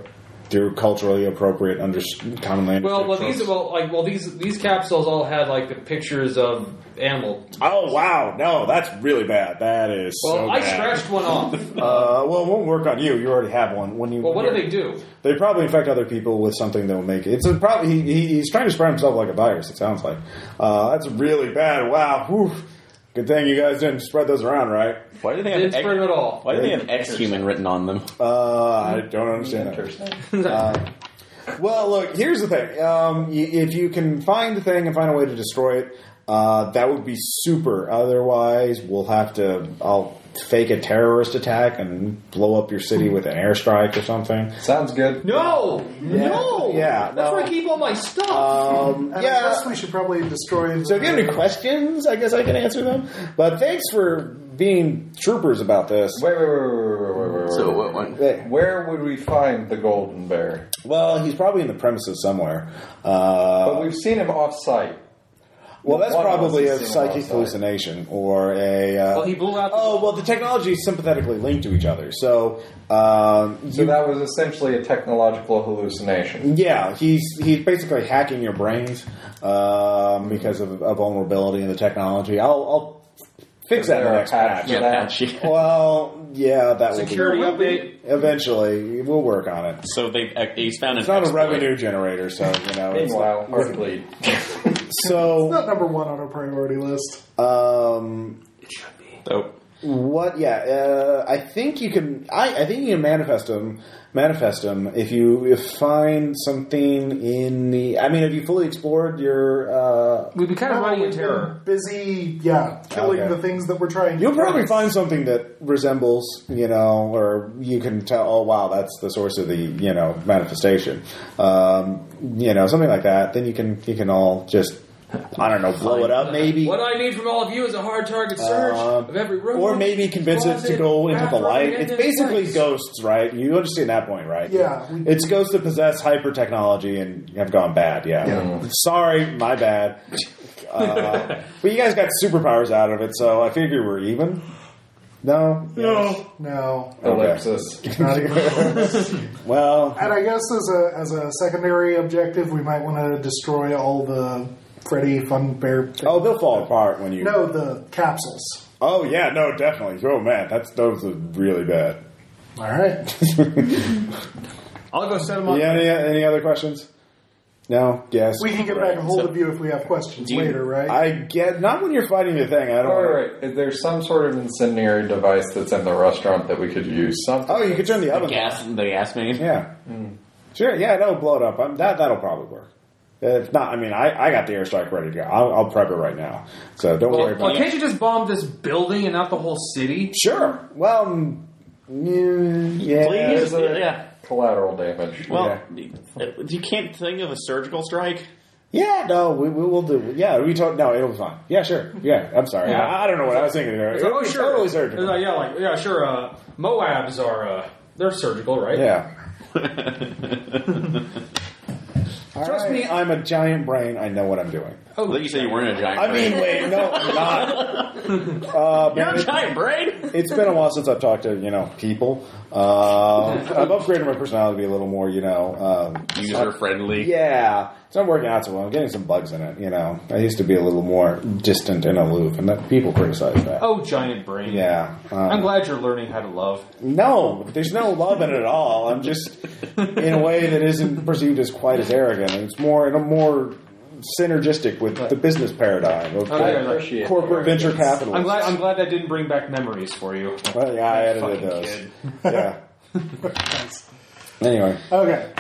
[SPEAKER 7] through culturally appropriate, under common language.
[SPEAKER 4] Well, well, these well, like well, these these capsules all had like the pictures of animal.
[SPEAKER 7] Oh wow, no, that's really bad. That is
[SPEAKER 4] Well,
[SPEAKER 7] so
[SPEAKER 4] I
[SPEAKER 7] bad.
[SPEAKER 4] scratched one
[SPEAKER 7] [LAUGHS]
[SPEAKER 4] off.
[SPEAKER 7] Uh, well, it won't work on you. You already have one. When you
[SPEAKER 4] Well, what do they do?
[SPEAKER 7] They probably infect other people with something that will make it. It's a probably he, he, he's trying to spread himself like a virus. It sounds like uh, that's really bad. Wow, Whew. good thing you guys didn't spread those around, right?
[SPEAKER 3] Why do they
[SPEAKER 4] They
[SPEAKER 3] have
[SPEAKER 4] didn't spread
[SPEAKER 3] X,
[SPEAKER 4] them at all.
[SPEAKER 3] Why do they have X human written on them?
[SPEAKER 7] Uh, I don't understand that. Uh, well, look, here's the thing. Um, y- if you can find the thing and find a way to destroy it, uh, that would be super. Otherwise, we'll have to. I'll fake a terrorist attack and blow up your city with an airstrike or something.
[SPEAKER 5] Sounds good.
[SPEAKER 4] No, no.
[SPEAKER 7] yeah,
[SPEAKER 4] that's
[SPEAKER 7] no.
[SPEAKER 4] where I keep all my stuff.
[SPEAKER 7] Um,
[SPEAKER 2] And I
[SPEAKER 7] yeah.
[SPEAKER 2] guess we should probably destroy
[SPEAKER 7] So if you have any questions, I guess I can answer them. But thanks for being troopers about this.
[SPEAKER 5] Wait, wait, wait, wait, wait, wait, wait, wait.
[SPEAKER 3] So
[SPEAKER 5] wait.
[SPEAKER 3] what one?
[SPEAKER 7] Hey,
[SPEAKER 5] Where would we find the golden bear?
[SPEAKER 7] Well, he's probably in the premises somewhere. Uh,
[SPEAKER 5] But we've seen him off-site.
[SPEAKER 7] Well, that's
[SPEAKER 5] One of us
[SPEAKER 7] probably a
[SPEAKER 5] has seen him
[SPEAKER 7] psychic
[SPEAKER 5] outside.
[SPEAKER 7] hallucination or a. Uh,
[SPEAKER 1] Well, he blew out. The,
[SPEAKER 7] oh, well, the technology is sympathetically linked to each other. So, um,
[SPEAKER 5] So
[SPEAKER 7] you-
[SPEAKER 5] that was essentially a technological hallucination.
[SPEAKER 7] yeah, he's he's basically hacking your brains um, because of a vulnerability in the technology. I'll, I'll fix that in the
[SPEAKER 5] There are
[SPEAKER 7] next patch.
[SPEAKER 5] patches.
[SPEAKER 3] Yeah,
[SPEAKER 5] that-
[SPEAKER 3] patchy. [LAUGHS]
[SPEAKER 7] Well, yeah, that
[SPEAKER 4] Security
[SPEAKER 7] will be.
[SPEAKER 4] update.
[SPEAKER 7] Eventually, we'll work on it.
[SPEAKER 3] So they he's found an
[SPEAKER 7] It's not a
[SPEAKER 3] exploit.
[SPEAKER 7] revenue generator, so you know. It's
[SPEAKER 5] Meanwhile, hardly.
[SPEAKER 2] It's
[SPEAKER 7] so,
[SPEAKER 2] not number one on our priority list.
[SPEAKER 7] um,
[SPEAKER 3] So
[SPEAKER 7] What? Yeah, uh, I think you can. I, I think you can manifest them. Manifest them if you if find something in the. I mean, have you fully explored your? Uh,
[SPEAKER 1] we'd be kind of running in terror.
[SPEAKER 2] Busy, yeah, killing
[SPEAKER 7] Okay.
[SPEAKER 2] the things that we're trying.
[SPEAKER 7] you'll
[SPEAKER 2] to
[SPEAKER 7] probably
[SPEAKER 2] fix.
[SPEAKER 7] find something that resembles, you know, or you can tell. Oh, wow, that's the source of the you know manifestation. Um, you know, something like that. Then you can you can all just. I don't know, blow it up maybe.
[SPEAKER 4] What I need from all of you is a hard target search
[SPEAKER 7] Um,
[SPEAKER 4] of every room,
[SPEAKER 7] or maybe convince it to
[SPEAKER 4] closet,
[SPEAKER 7] go into the
[SPEAKER 4] bathroom,
[SPEAKER 7] light.
[SPEAKER 4] and
[SPEAKER 7] It's
[SPEAKER 4] into the
[SPEAKER 7] basically
[SPEAKER 4] place.
[SPEAKER 7] ghosts, right? You understand that point, right?
[SPEAKER 2] Yeah.
[SPEAKER 7] It's ghosts that possess hyper technology and have gone bad, yeah. Sorry, my bad. Uh, but you guys got superpowers out of it, so I figure we're even. No?
[SPEAKER 2] No, no,
[SPEAKER 5] Ellipsis.
[SPEAKER 2] not
[SPEAKER 7] [LAUGHS]
[SPEAKER 2] even.
[SPEAKER 7] Well,
[SPEAKER 2] and I guess as a as a secondary objective, we might want to destroy all the Freddy Fun Bear. thing-
[SPEAKER 7] oh, they'll fall apart when you.
[SPEAKER 2] no, the capsules.
[SPEAKER 7] Oh, yeah, no, definitely. Oh, man, that's, those are really bad.
[SPEAKER 2] All right.
[SPEAKER 20] I'll go set him
[SPEAKER 7] You
[SPEAKER 20] up.
[SPEAKER 7] have any, any other questions? No? Yes?
[SPEAKER 2] We can get
[SPEAKER 7] Right.
[SPEAKER 2] back a hold of you if we have questions
[SPEAKER 3] Do you-
[SPEAKER 2] later, right?
[SPEAKER 7] I get not when you're fighting the thing. I don't.
[SPEAKER 5] All right, there's some sort of incendiary device that's in the restaurant that we could use. Something.
[SPEAKER 7] Oh, you could turn the oven.
[SPEAKER 3] gas the gas main.
[SPEAKER 7] Yeah. Sure. Yeah, that'll blow it up. i that that'll probably work. If not, I mean, I, I got the airstrike ready to go. I'll, I'll prep it right now. So don't worry about
[SPEAKER 1] Well,
[SPEAKER 7] it.
[SPEAKER 1] can't you just bomb this building and not the whole city?
[SPEAKER 7] Sure. Well, mm, yeah.
[SPEAKER 3] Please,
[SPEAKER 5] There's
[SPEAKER 3] [LAUGHS]
[SPEAKER 5] a
[SPEAKER 3] yeah.
[SPEAKER 5] collateral damage.
[SPEAKER 3] Well, [LAUGHS] you can't think of a surgical strike.
[SPEAKER 7] Yeah, no, we, we will do. Yeah, we talk. No, it'll be fine. Yeah, sure. Yeah, Uh, I'm sorry. I, I don't know what I was thinking. There.
[SPEAKER 4] Oh,
[SPEAKER 7] It's
[SPEAKER 4] sure.
[SPEAKER 7] Totally
[SPEAKER 4] They're
[SPEAKER 7] surgical.
[SPEAKER 4] Like, yeah, like yeah, sure. Uh, Moabs are uh, they're surgical, right?
[SPEAKER 7] yeah. Trust me, I'm a giant brain. I know what I'm doing.
[SPEAKER 3] Oh, you said you weren't a giant.
[SPEAKER 7] I mean,
[SPEAKER 3] brain.
[SPEAKER 7] wait, [LAUGHS] no, not. Uh,
[SPEAKER 3] you're
[SPEAKER 7] man,
[SPEAKER 3] a giant brain.
[SPEAKER 7] it's been a while since I've talked to you know people. Uh, I've upgraded my personality to be a little more you know. Um,
[SPEAKER 3] User friendly.
[SPEAKER 7] yeah, it's not working out so well. I'm getting some bugs in it. You know, I used to be a little more distant and aloof, and that people criticize that.
[SPEAKER 1] Oh, giant brain.
[SPEAKER 7] Yeah.
[SPEAKER 1] I'm
[SPEAKER 7] Um,
[SPEAKER 1] glad you're learning how to love.
[SPEAKER 7] no, there's no love in it at all. I'm just in a way that isn't perceived as quite as arrogant. It's more in a more synergistic with the business paradigm of
[SPEAKER 5] I
[SPEAKER 1] Okay.
[SPEAKER 5] appreciate
[SPEAKER 7] corporate
[SPEAKER 5] that.
[SPEAKER 7] venture capitalism.
[SPEAKER 1] I'm glad. I'm glad that didn't bring back memories for you.
[SPEAKER 7] Well, yeah, I edited
[SPEAKER 1] Fucking
[SPEAKER 7] those.
[SPEAKER 1] kid.
[SPEAKER 7] [LAUGHS] Yeah. anyway,
[SPEAKER 2] okay.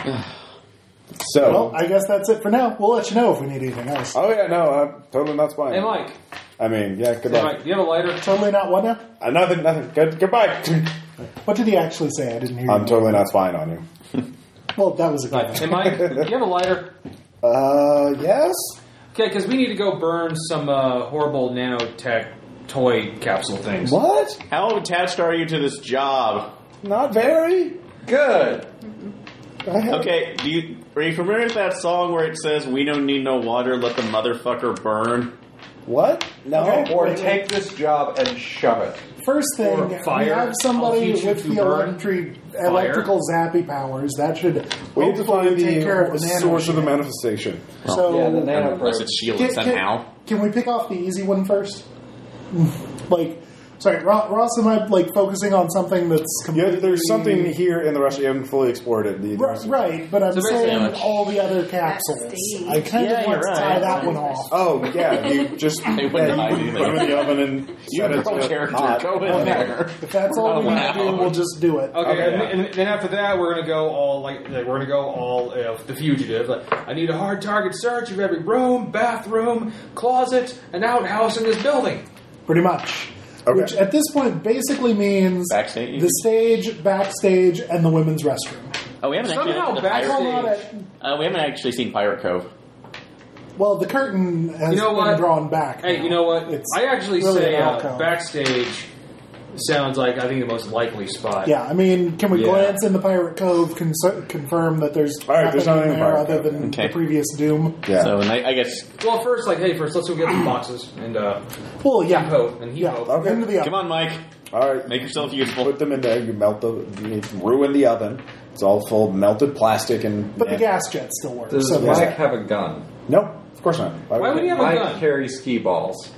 [SPEAKER 7] so.
[SPEAKER 2] Well, I guess that's it for now. We'll let you know if we need anything else.
[SPEAKER 7] oh, yeah, no, I'm totally not spying.
[SPEAKER 1] Hey, Mike.
[SPEAKER 7] I mean, yeah, good
[SPEAKER 1] Hey,
[SPEAKER 7] luck.
[SPEAKER 1] Mike. Do you have a lighter?
[SPEAKER 2] Totally not one now.
[SPEAKER 7] Uh, nothing, nothing. Good, goodbye. [LAUGHS]
[SPEAKER 2] What did he actually say? I didn't hear.
[SPEAKER 7] I'm
[SPEAKER 2] you.
[SPEAKER 7] totally not spying on you.
[SPEAKER 2] well, that was a good.
[SPEAKER 1] Hey, Mike. Do you have a lighter?
[SPEAKER 7] Uh, yes?
[SPEAKER 1] Okay, because we need to go burn some uh, horrible nanotech toy capsule things.
[SPEAKER 7] What?
[SPEAKER 3] How attached are you to this job?
[SPEAKER 7] Not very?
[SPEAKER 5] Good.
[SPEAKER 7] I have-
[SPEAKER 3] Okay, do you are you familiar with that song where it says "We don't need no water, let the motherfucker burn"?
[SPEAKER 7] What? No.
[SPEAKER 5] Or take this job and shove it.
[SPEAKER 2] first thing,
[SPEAKER 21] Or fire.
[SPEAKER 2] we have somebody
[SPEAKER 21] I'll teach you
[SPEAKER 2] with
[SPEAKER 21] to
[SPEAKER 2] the
[SPEAKER 21] burn.
[SPEAKER 2] electric, electrical zappy powers. That should
[SPEAKER 7] We need to
[SPEAKER 2] hopefully
[SPEAKER 7] find
[SPEAKER 2] take care of
[SPEAKER 7] the
[SPEAKER 2] the nano
[SPEAKER 7] source of the
[SPEAKER 2] shit.
[SPEAKER 7] manifestation.
[SPEAKER 2] So
[SPEAKER 22] yeah, the
[SPEAKER 3] Unless
[SPEAKER 22] nanoprobe.
[SPEAKER 3] it's shielded
[SPEAKER 4] [LAUGHS]
[SPEAKER 3] somehow.
[SPEAKER 2] Can, we pick off the easy one first? like, sorry, Ro- Ross, am I like focusing on something that's
[SPEAKER 7] Yeah,
[SPEAKER 2] completely
[SPEAKER 7] there's something here in the Russia you haven't fully explored it. The-
[SPEAKER 2] Ri- Mm-hmm. right? But I'm
[SPEAKER 21] So basically-
[SPEAKER 2] saying all the other capsules.
[SPEAKER 6] Backstage.
[SPEAKER 2] I kind
[SPEAKER 3] Yeah,
[SPEAKER 2] of want
[SPEAKER 3] you're
[SPEAKER 2] to tie
[SPEAKER 3] right.
[SPEAKER 2] that one off.
[SPEAKER 7] Oh yeah, you
[SPEAKER 3] [LAUGHS]
[SPEAKER 7] just yeah, you
[SPEAKER 3] wouldn't buy
[SPEAKER 7] put it in
[SPEAKER 3] anything.
[SPEAKER 7] the oven and
[SPEAKER 3] You
[SPEAKER 7] set it
[SPEAKER 3] pro
[SPEAKER 7] to
[SPEAKER 3] character,
[SPEAKER 7] hot.
[SPEAKER 3] go in
[SPEAKER 4] Oh,
[SPEAKER 3] there.
[SPEAKER 2] If that's all we want to do,
[SPEAKER 3] Wow.
[SPEAKER 2] we'll just do it.
[SPEAKER 4] Okay,
[SPEAKER 7] Okay.
[SPEAKER 4] and, and then after that, we're gonna go all like, like we're gonna go all uh, the fugitive. Like, I need a hard target search of every room, bathroom, closet, and outhouse in this building.
[SPEAKER 2] Pretty much.
[SPEAKER 7] Okay.
[SPEAKER 2] Which at this point basically means
[SPEAKER 3] Backstage.
[SPEAKER 2] the stage, backstage, and the women's restroom.
[SPEAKER 3] Oh, we haven't actually
[SPEAKER 4] Somehow
[SPEAKER 3] looked at the
[SPEAKER 4] back
[SPEAKER 3] pirate.
[SPEAKER 2] Well,
[SPEAKER 4] on
[SPEAKER 2] not at,
[SPEAKER 3] Uh, we haven't actually seen Pirate Cove.
[SPEAKER 2] well, the curtain has
[SPEAKER 4] You know
[SPEAKER 2] been
[SPEAKER 4] what?
[SPEAKER 2] drawn back.
[SPEAKER 4] Hey,
[SPEAKER 2] now.
[SPEAKER 4] you know what?
[SPEAKER 2] It's
[SPEAKER 4] I actually
[SPEAKER 2] really
[SPEAKER 4] say
[SPEAKER 2] an
[SPEAKER 4] uh,
[SPEAKER 2] alcove.
[SPEAKER 4] backstage sounds like I think the most likely spot.
[SPEAKER 2] Yeah, I mean, can we
[SPEAKER 4] Yeah.
[SPEAKER 2] glance in the Pirate Cove, cons- confirm that there's
[SPEAKER 7] All right, there's
[SPEAKER 2] nothing
[SPEAKER 7] nothing in
[SPEAKER 2] in there
[SPEAKER 7] Pirate
[SPEAKER 2] other
[SPEAKER 7] Cove.
[SPEAKER 2] than
[SPEAKER 3] Okay.
[SPEAKER 2] the previous Doom?
[SPEAKER 7] Yeah.
[SPEAKER 3] So, and I, I guess,
[SPEAKER 4] Well, first, like, hey, first let's go get some boxes and uh,
[SPEAKER 2] Well, yeah.
[SPEAKER 4] hope and he
[SPEAKER 2] Yeah,
[SPEAKER 4] hope.
[SPEAKER 7] Okay.
[SPEAKER 2] into the
[SPEAKER 3] come on, Mike,
[SPEAKER 7] All right,
[SPEAKER 3] make yourself useful.
[SPEAKER 7] put them in there. You melt the, you ruin the oven. It's all full of melted plastic and.
[SPEAKER 2] But the
[SPEAKER 7] and-
[SPEAKER 2] gas jet still works.
[SPEAKER 5] Does
[SPEAKER 2] so there's
[SPEAKER 5] Mike
[SPEAKER 2] that.
[SPEAKER 5] have a gun?
[SPEAKER 7] No, of course not.
[SPEAKER 4] Why would he Oh, have a
[SPEAKER 5] Mike
[SPEAKER 4] gun?
[SPEAKER 5] carry ski balls.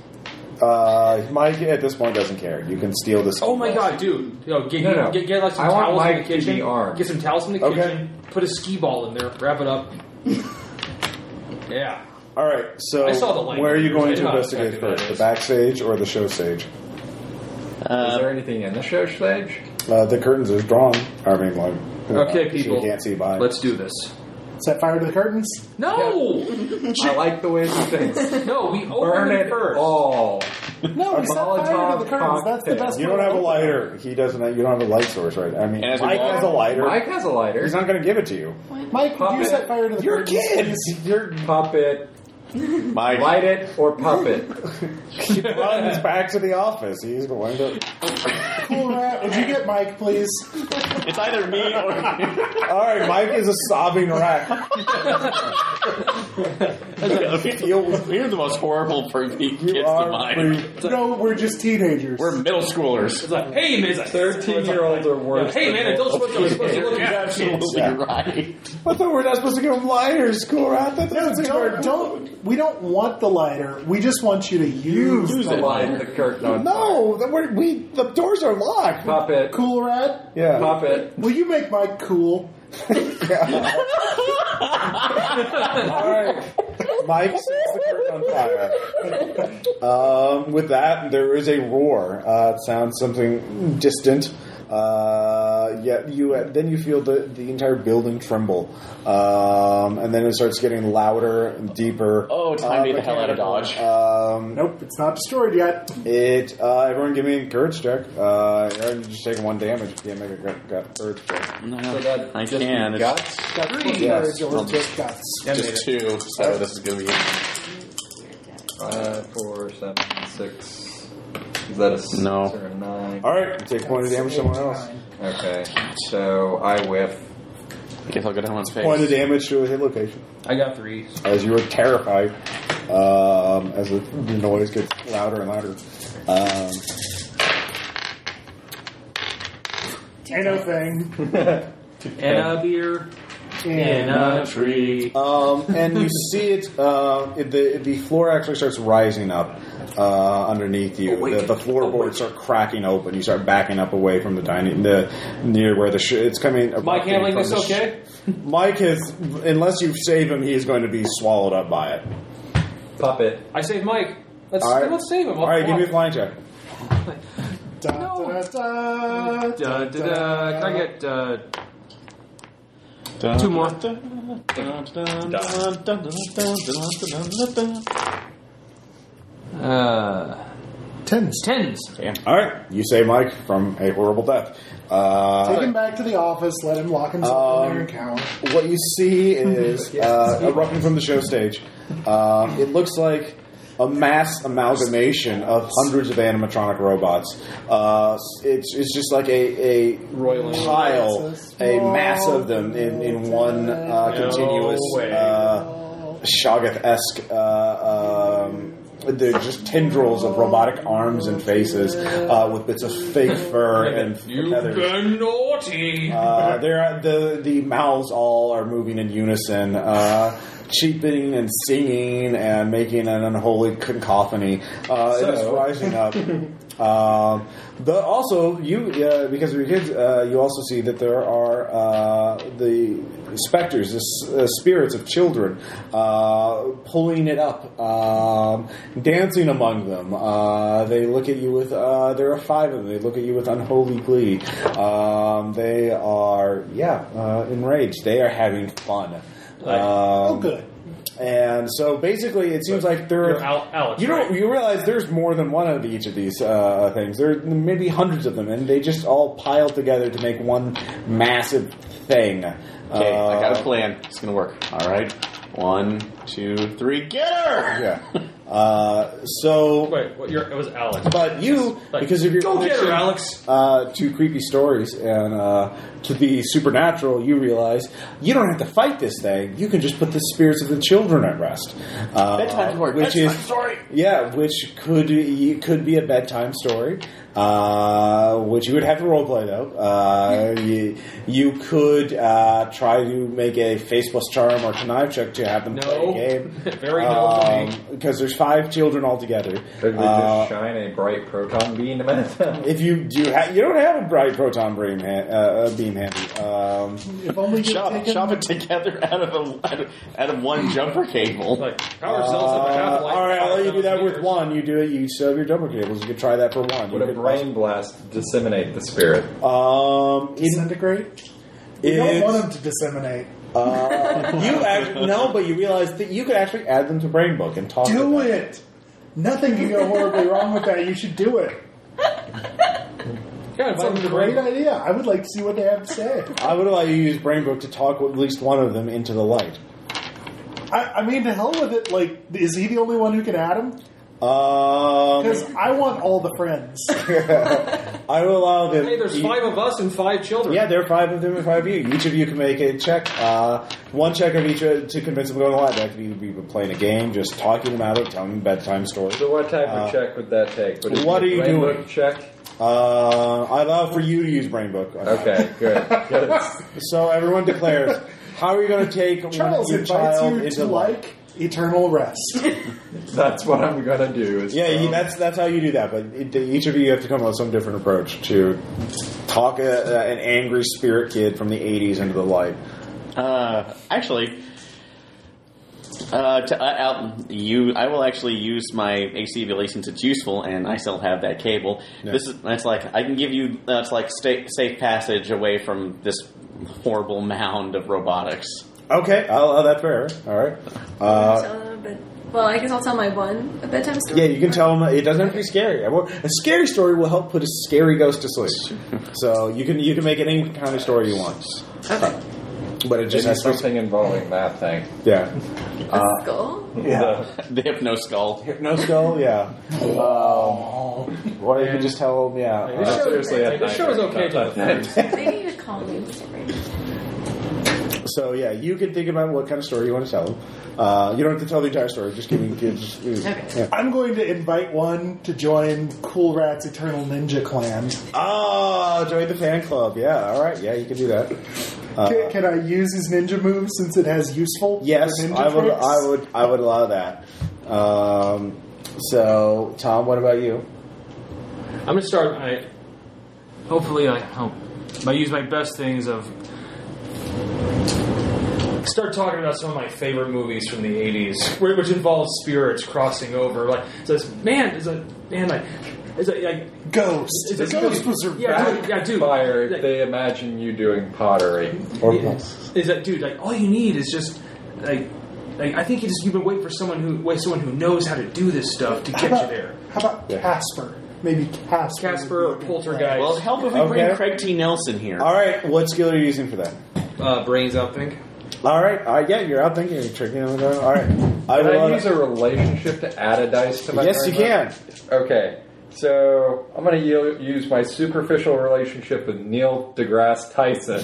[SPEAKER 7] Uh, Mike at this point doesn't care. You can steal this.
[SPEAKER 4] Oh my god, dude! Yo, get,
[SPEAKER 5] No, no.
[SPEAKER 4] Get, get like some
[SPEAKER 5] I want
[SPEAKER 4] towels in
[SPEAKER 5] Mike
[SPEAKER 4] the
[SPEAKER 5] to be
[SPEAKER 4] kitchen.
[SPEAKER 5] armed.
[SPEAKER 4] Get some towels in the
[SPEAKER 7] Okay.
[SPEAKER 4] kitchen. Put a skee ball in there. Wrap it up. yeah.
[SPEAKER 7] All right, so
[SPEAKER 4] I saw the light.
[SPEAKER 7] where are you going
[SPEAKER 4] I
[SPEAKER 7] to
[SPEAKER 4] know
[SPEAKER 7] investigate
[SPEAKER 4] exactly
[SPEAKER 7] first, the
[SPEAKER 4] what
[SPEAKER 7] backstage or the show stage?
[SPEAKER 3] Uh,
[SPEAKER 5] Is there anything in the
[SPEAKER 3] [LAUGHS]
[SPEAKER 5] show stage?
[SPEAKER 7] Uh, the curtains is drawn. I mean, like,
[SPEAKER 4] Okay,
[SPEAKER 7] uh,
[SPEAKER 4] people.
[SPEAKER 7] you can't see by.
[SPEAKER 4] Let's do this.
[SPEAKER 2] Set fire to the curtains?
[SPEAKER 4] No,
[SPEAKER 5] I like the way she thinks.
[SPEAKER 4] [LAUGHS] no, we open
[SPEAKER 5] Burn
[SPEAKER 4] it
[SPEAKER 5] it
[SPEAKER 4] first.
[SPEAKER 5] all.
[SPEAKER 2] No, we set fire to
[SPEAKER 5] Molotov
[SPEAKER 2] the curtains. That's the
[SPEAKER 5] cocktail.
[SPEAKER 2] best
[SPEAKER 7] you don't have a
[SPEAKER 2] light.
[SPEAKER 7] lighter. He doesn't. Have, you don't have a light source, right? I mean,
[SPEAKER 3] And as we
[SPEAKER 7] Mike
[SPEAKER 3] walk-
[SPEAKER 7] has a lighter.
[SPEAKER 5] Mike has a lighter.
[SPEAKER 7] He's not going to give it to you.
[SPEAKER 2] Mike, would you
[SPEAKER 5] Puppet.
[SPEAKER 2] set fire to the
[SPEAKER 7] You're
[SPEAKER 2] curtains?
[SPEAKER 7] kids. [LAUGHS] You're
[SPEAKER 5] Pop it.
[SPEAKER 3] Mike,
[SPEAKER 5] Light it or pop it.
[SPEAKER 7] runs back to the office. He's going to.
[SPEAKER 2] Cool, Matt. Would you get Mike, please?
[SPEAKER 3] it's either me
[SPEAKER 4] [LAUGHS]
[SPEAKER 3] or
[SPEAKER 7] All right, Mike is a sobbing wreck.
[SPEAKER 3] we're the most horrible for the kids
[SPEAKER 7] You
[SPEAKER 3] to
[SPEAKER 7] are.
[SPEAKER 3] mine.
[SPEAKER 2] No, we're just teenagers.
[SPEAKER 3] We're middle schoolers.
[SPEAKER 4] It's like, hey man, it's like,
[SPEAKER 5] 13 year olds are worse.
[SPEAKER 4] hey
[SPEAKER 5] than
[SPEAKER 4] man, adults
[SPEAKER 5] adults.
[SPEAKER 4] supposed to, supposed to look
[SPEAKER 3] You're
[SPEAKER 4] at kids.
[SPEAKER 3] absolutely
[SPEAKER 7] Yeah.
[SPEAKER 3] right.
[SPEAKER 7] I thought we were not supposed to give him lighters, cool rat. That doesn't seem
[SPEAKER 2] don't,
[SPEAKER 7] very-
[SPEAKER 2] don't, we don't want the lighter. We just want you to use,
[SPEAKER 5] Use
[SPEAKER 2] the
[SPEAKER 5] the
[SPEAKER 2] lighter.
[SPEAKER 5] light the curtain on
[SPEAKER 7] No, the, we're, we the doors are
[SPEAKER 5] fire.
[SPEAKER 7] locked.
[SPEAKER 5] Pop it.
[SPEAKER 2] Cool, Rad?
[SPEAKER 7] Yeah.
[SPEAKER 5] Pop it.
[SPEAKER 2] Will you make Mike cool?
[SPEAKER 7] All right. Mike sets the curtain on fire. [LAUGHS] Um, with that, there is a roar. Uh, it sounds something distant. Uh, yet you then you feel the, the entire building tremble, um, and then it starts getting louder and deeper.
[SPEAKER 3] Oh, it's time to
[SPEAKER 7] Uh,
[SPEAKER 3] get the hell out of Dodge.
[SPEAKER 7] Um,
[SPEAKER 2] Nope, it's not destroyed yet.
[SPEAKER 7] It uh, everyone give me a courage check. Uh, Aaron, you just taking one damage. if You can't make a gut, gut courage check.
[SPEAKER 3] No,
[SPEAKER 5] So that
[SPEAKER 3] I
[SPEAKER 5] just
[SPEAKER 3] can. It's
[SPEAKER 5] be guts.
[SPEAKER 2] That's what
[SPEAKER 7] yes.
[SPEAKER 2] courage or just guts.
[SPEAKER 3] just two, so this is going to be
[SPEAKER 5] Five, four, seven, six. Is that a six
[SPEAKER 3] No.
[SPEAKER 5] or a nine?
[SPEAKER 7] All right, take point of damage. to Someone else.
[SPEAKER 5] Okay. So I whiff.
[SPEAKER 3] guess I'll go down on space.
[SPEAKER 7] Point of damage to a hit location.
[SPEAKER 4] I got three.
[SPEAKER 7] As you are terrified, um, as the the noise gets louder and louder. Um,
[SPEAKER 2] Ain't no thing.
[SPEAKER 4] And a beer.
[SPEAKER 2] And
[SPEAKER 4] a tree.
[SPEAKER 7] Um,
[SPEAKER 4] [LAUGHS]
[SPEAKER 7] and you see it, uh, it- the, the floor actually starts rising up uh, underneath you. the, the floorboards are cracking open. You start backing up away from the dining, the near where the sh- it's coming.
[SPEAKER 4] Mike
[SPEAKER 7] erupting
[SPEAKER 4] handling
[SPEAKER 7] from
[SPEAKER 4] this
[SPEAKER 7] the sh-
[SPEAKER 4] okay?
[SPEAKER 7] Mike has, unless you save him, he is going to be swallowed up by it.
[SPEAKER 5] Pop it.
[SPEAKER 4] I saved Mike. Let's
[SPEAKER 7] All right.
[SPEAKER 4] let's save him.
[SPEAKER 7] All right, give me a flying check.
[SPEAKER 2] da, da, da,
[SPEAKER 21] Da, da, da. Can I get uh, two more? Uh,
[SPEAKER 2] Tens.
[SPEAKER 21] tens.
[SPEAKER 7] All right, you save Mike from a horrible death. Uh,
[SPEAKER 2] Take him back to the office. Let him lock himself
[SPEAKER 7] Um,
[SPEAKER 2] in there and count.
[SPEAKER 7] what you see is uh, erupting from the show stage. Um, it looks like a mass amalgamation of hundreds of animatronic robots. Uh, it's, it's just like a, a pile, a mass of them in, in one uh, continuous
[SPEAKER 4] way.
[SPEAKER 7] uh, Shoggoth esque uh, um, they're just tendrils of robotic arms and faces uh, with bits of fake fur and feathers.
[SPEAKER 23] naughty.
[SPEAKER 7] Uh, they're, the the mouths all are moving in unison, uh, cheeping and singing and making an unholy cacophony. Uh, it is
[SPEAKER 5] So-
[SPEAKER 7] rising up. Um, the, also, you uh, because of your kids, uh, you also see that there are uh, the specters, the s- uh, spirits of children, uh, pulling it up, um, dancing among them. Uh, they look at you with uh, there are five of them. They look at you with unholy glee. Um, they are yeah uh, enraged. They are having fun. Um,
[SPEAKER 2] Oh, good.
[SPEAKER 7] and so basically, it seems like there
[SPEAKER 4] You're
[SPEAKER 7] are.
[SPEAKER 4] Al- Alex.
[SPEAKER 7] you don't.
[SPEAKER 4] right?
[SPEAKER 7] You realize there's more than one of each of these uh, things. There are maybe hundreds of them, and they just all pile together to make one massive thing.
[SPEAKER 3] Okay,
[SPEAKER 7] Uh,
[SPEAKER 3] I got a plan. It's gonna work. All right, one, two, three, get her!
[SPEAKER 7] Yeah. Uh, so,
[SPEAKER 4] Wait, what, you're, it was Alex.
[SPEAKER 7] but you
[SPEAKER 4] Like,
[SPEAKER 7] because of your
[SPEAKER 4] go get her,
[SPEAKER 7] connection-
[SPEAKER 4] Alex. [LAUGHS]
[SPEAKER 7] uh, to creepy stories and uh, to the supernatural, you realize you don't have to fight this thing. You can just put the spirits of the children at rest. Uh,
[SPEAKER 3] Bedtime story.
[SPEAKER 7] which
[SPEAKER 3] Bedtime
[SPEAKER 7] is yeah, which could you could be a bedtime story, uh, which you would have to roleplay though. Uh, you, you could uh, try to make a face plus charm or connive check to have them play
[SPEAKER 4] No.
[SPEAKER 7] a
[SPEAKER 3] [LAUGHS]
[SPEAKER 7] game.
[SPEAKER 4] Very no
[SPEAKER 7] Um,
[SPEAKER 4] for me.
[SPEAKER 7] because there's five children altogether.
[SPEAKER 5] Could we
[SPEAKER 7] Uh,
[SPEAKER 5] just shine a bright proton beam [LAUGHS] at them?
[SPEAKER 7] if you do, ha- you don't have a bright proton beam, ha- uh, uh, beam handy. Um,
[SPEAKER 2] If only you
[SPEAKER 3] Chop,
[SPEAKER 2] had taken
[SPEAKER 3] chop it together out of a out of, out of one jumper cable.
[SPEAKER 4] Like, power cells have a
[SPEAKER 7] uh,
[SPEAKER 4] half life.
[SPEAKER 7] all right, I'll let you do that with one. You do it. You still have your double cables. You could try that for one. You
[SPEAKER 5] Would a
[SPEAKER 7] could-
[SPEAKER 5] brain blast disseminate the spirit?
[SPEAKER 7] Um, it,
[SPEAKER 2] disintegrate. You don't
[SPEAKER 7] it's-
[SPEAKER 2] want them to disseminate.
[SPEAKER 7] uh, you act, no, but you realize that you could actually add them to Brain Book and talk.
[SPEAKER 2] Do
[SPEAKER 7] to them.
[SPEAKER 2] it. Nothing can go horribly wrong with that. You should do it.
[SPEAKER 4] Yeah,
[SPEAKER 2] It's a great idea. I would like to see what they have to say.
[SPEAKER 7] I would allow you to use Brain Book to talk with at least one of them into the light.
[SPEAKER 2] I, I mean, to hell with it. Like, is he the only one who can add him? Because
[SPEAKER 7] Um,
[SPEAKER 2] I want all the
[SPEAKER 7] [LAUGHS]
[SPEAKER 2] friends.
[SPEAKER 7] I will allow them.
[SPEAKER 4] Hey, there's
[SPEAKER 7] you-
[SPEAKER 4] five of us and five children.
[SPEAKER 7] Yeah, there are five of them and five of you. Each of you can make a check. Uh, one check of each uh, to convince them to go on the line. That could either be playing a game, just talking about it, telling them bedtime stories.
[SPEAKER 5] So what type
[SPEAKER 7] Uh,
[SPEAKER 5] of check would that take? Would it
[SPEAKER 7] what
[SPEAKER 5] be
[SPEAKER 7] are you
[SPEAKER 5] a brain
[SPEAKER 7] doing?
[SPEAKER 5] book Check.
[SPEAKER 7] Uh, I allow for you to use Brain Book.
[SPEAKER 5] Okay,
[SPEAKER 7] [LAUGHS]
[SPEAKER 5] good. Good.
[SPEAKER 7] So everyone declares, how are you going to take one-
[SPEAKER 2] [LAUGHS] Charles
[SPEAKER 7] your
[SPEAKER 2] invites
[SPEAKER 7] child
[SPEAKER 2] you
[SPEAKER 7] into
[SPEAKER 2] to
[SPEAKER 7] life?
[SPEAKER 2] like eternal rest.
[SPEAKER 5] [LAUGHS] That's what I'm gonna do. Is
[SPEAKER 7] Yeah, you,
[SPEAKER 5] um,
[SPEAKER 7] that's that's how you do that. But it, each of you have to come up with some different approach to talk a, a, an angry spirit kid from the '80s into the light.
[SPEAKER 3] Uh, actually, uh, to, uh, out, you, I will actually use my AC ability since it's useful, and I still have that cable.
[SPEAKER 7] Yeah.
[SPEAKER 3] This is that's like I can give you that's like sta safe passage away from this horrible mound of robotics.
[SPEAKER 7] Okay, I'll allow that fair. All right. Uh,
[SPEAKER 6] Tell them a bit- well, I guess I'll tell my one a bedtime story.
[SPEAKER 7] Yeah, you can tell them it doesn't have to be scary. Everyone- A scary story will help put a scary ghost to sleep. So you can you can make it any kind of story you want,
[SPEAKER 6] Okay.
[SPEAKER 7] but it just
[SPEAKER 5] maybe
[SPEAKER 7] has to be,
[SPEAKER 5] something involving that thing.
[SPEAKER 7] yeah.
[SPEAKER 6] A skull?
[SPEAKER 7] Yeah.
[SPEAKER 3] [LAUGHS] The hypno skull.
[SPEAKER 7] No skull, yeah. Um, or you can just tell them, yeah.
[SPEAKER 5] Uh,
[SPEAKER 7] uh,
[SPEAKER 5] seriously, at
[SPEAKER 4] This
[SPEAKER 5] night,
[SPEAKER 4] show is
[SPEAKER 5] right?
[SPEAKER 4] okay to
[SPEAKER 6] Maybe you should call me story.
[SPEAKER 7] so yeah, you can think about what kind of story you want to tell them. Uh, you don't have to tell the entire story. Just give me kids. Yeah.
[SPEAKER 2] I'm going to invite one to join Cool Rat's Eternal Ninja Clan.
[SPEAKER 7] Oh, join the fan club. Yeah, all right. Yeah, you can do that. Uh,
[SPEAKER 2] Can, can I use his ninja move since it has useful? for
[SPEAKER 7] Yes,
[SPEAKER 2] ninja
[SPEAKER 7] I would.
[SPEAKER 2] tricks?
[SPEAKER 7] I would. I would allow that. Um, so, Tom, what about you?
[SPEAKER 4] I'm gonna start. I,
[SPEAKER 23] Hopefully, I hope I use my best things of.
[SPEAKER 4] start talking about some of my favorite movies from the 80s, whi- which involves spirits crossing over. Like, says, man, is a man, like, is a, like,
[SPEAKER 2] Ghost.
[SPEAKER 4] is
[SPEAKER 2] The
[SPEAKER 4] a
[SPEAKER 2] ghost was a
[SPEAKER 4] yeah, dude, yeah, dude,
[SPEAKER 5] Fire.
[SPEAKER 4] Like,
[SPEAKER 5] They imagine you doing pottery.
[SPEAKER 7] Or
[SPEAKER 4] Yeah. Is that dude? Like all you need is just like, like I think you just you've been waiting for someone who wait someone who knows how to do this stuff to
[SPEAKER 2] How
[SPEAKER 4] get you
[SPEAKER 2] about,
[SPEAKER 4] there.
[SPEAKER 2] How about
[SPEAKER 7] Yeah.
[SPEAKER 2] Casper? Maybe Casper.
[SPEAKER 4] Casper or
[SPEAKER 2] would be a good plan.
[SPEAKER 4] Poltergeist.
[SPEAKER 3] Well, help if we
[SPEAKER 2] Oh.
[SPEAKER 7] Okay.
[SPEAKER 3] bring Craig T. Nelson here.
[SPEAKER 7] All right. What skill are you using for that?
[SPEAKER 4] uh, brains out think.
[SPEAKER 7] All right. Uh, yeah, you're out thinking. You're tricking them. All right. I
[SPEAKER 5] Can
[SPEAKER 7] will. uh,
[SPEAKER 5] I use a relationship to add a dice to my?
[SPEAKER 7] yes, you
[SPEAKER 5] brain
[SPEAKER 7] can.
[SPEAKER 5] book? Okay. So I'm going to use my superficial relationship with Neil deGrasse
[SPEAKER 7] [LAUGHS]
[SPEAKER 5] Tyson,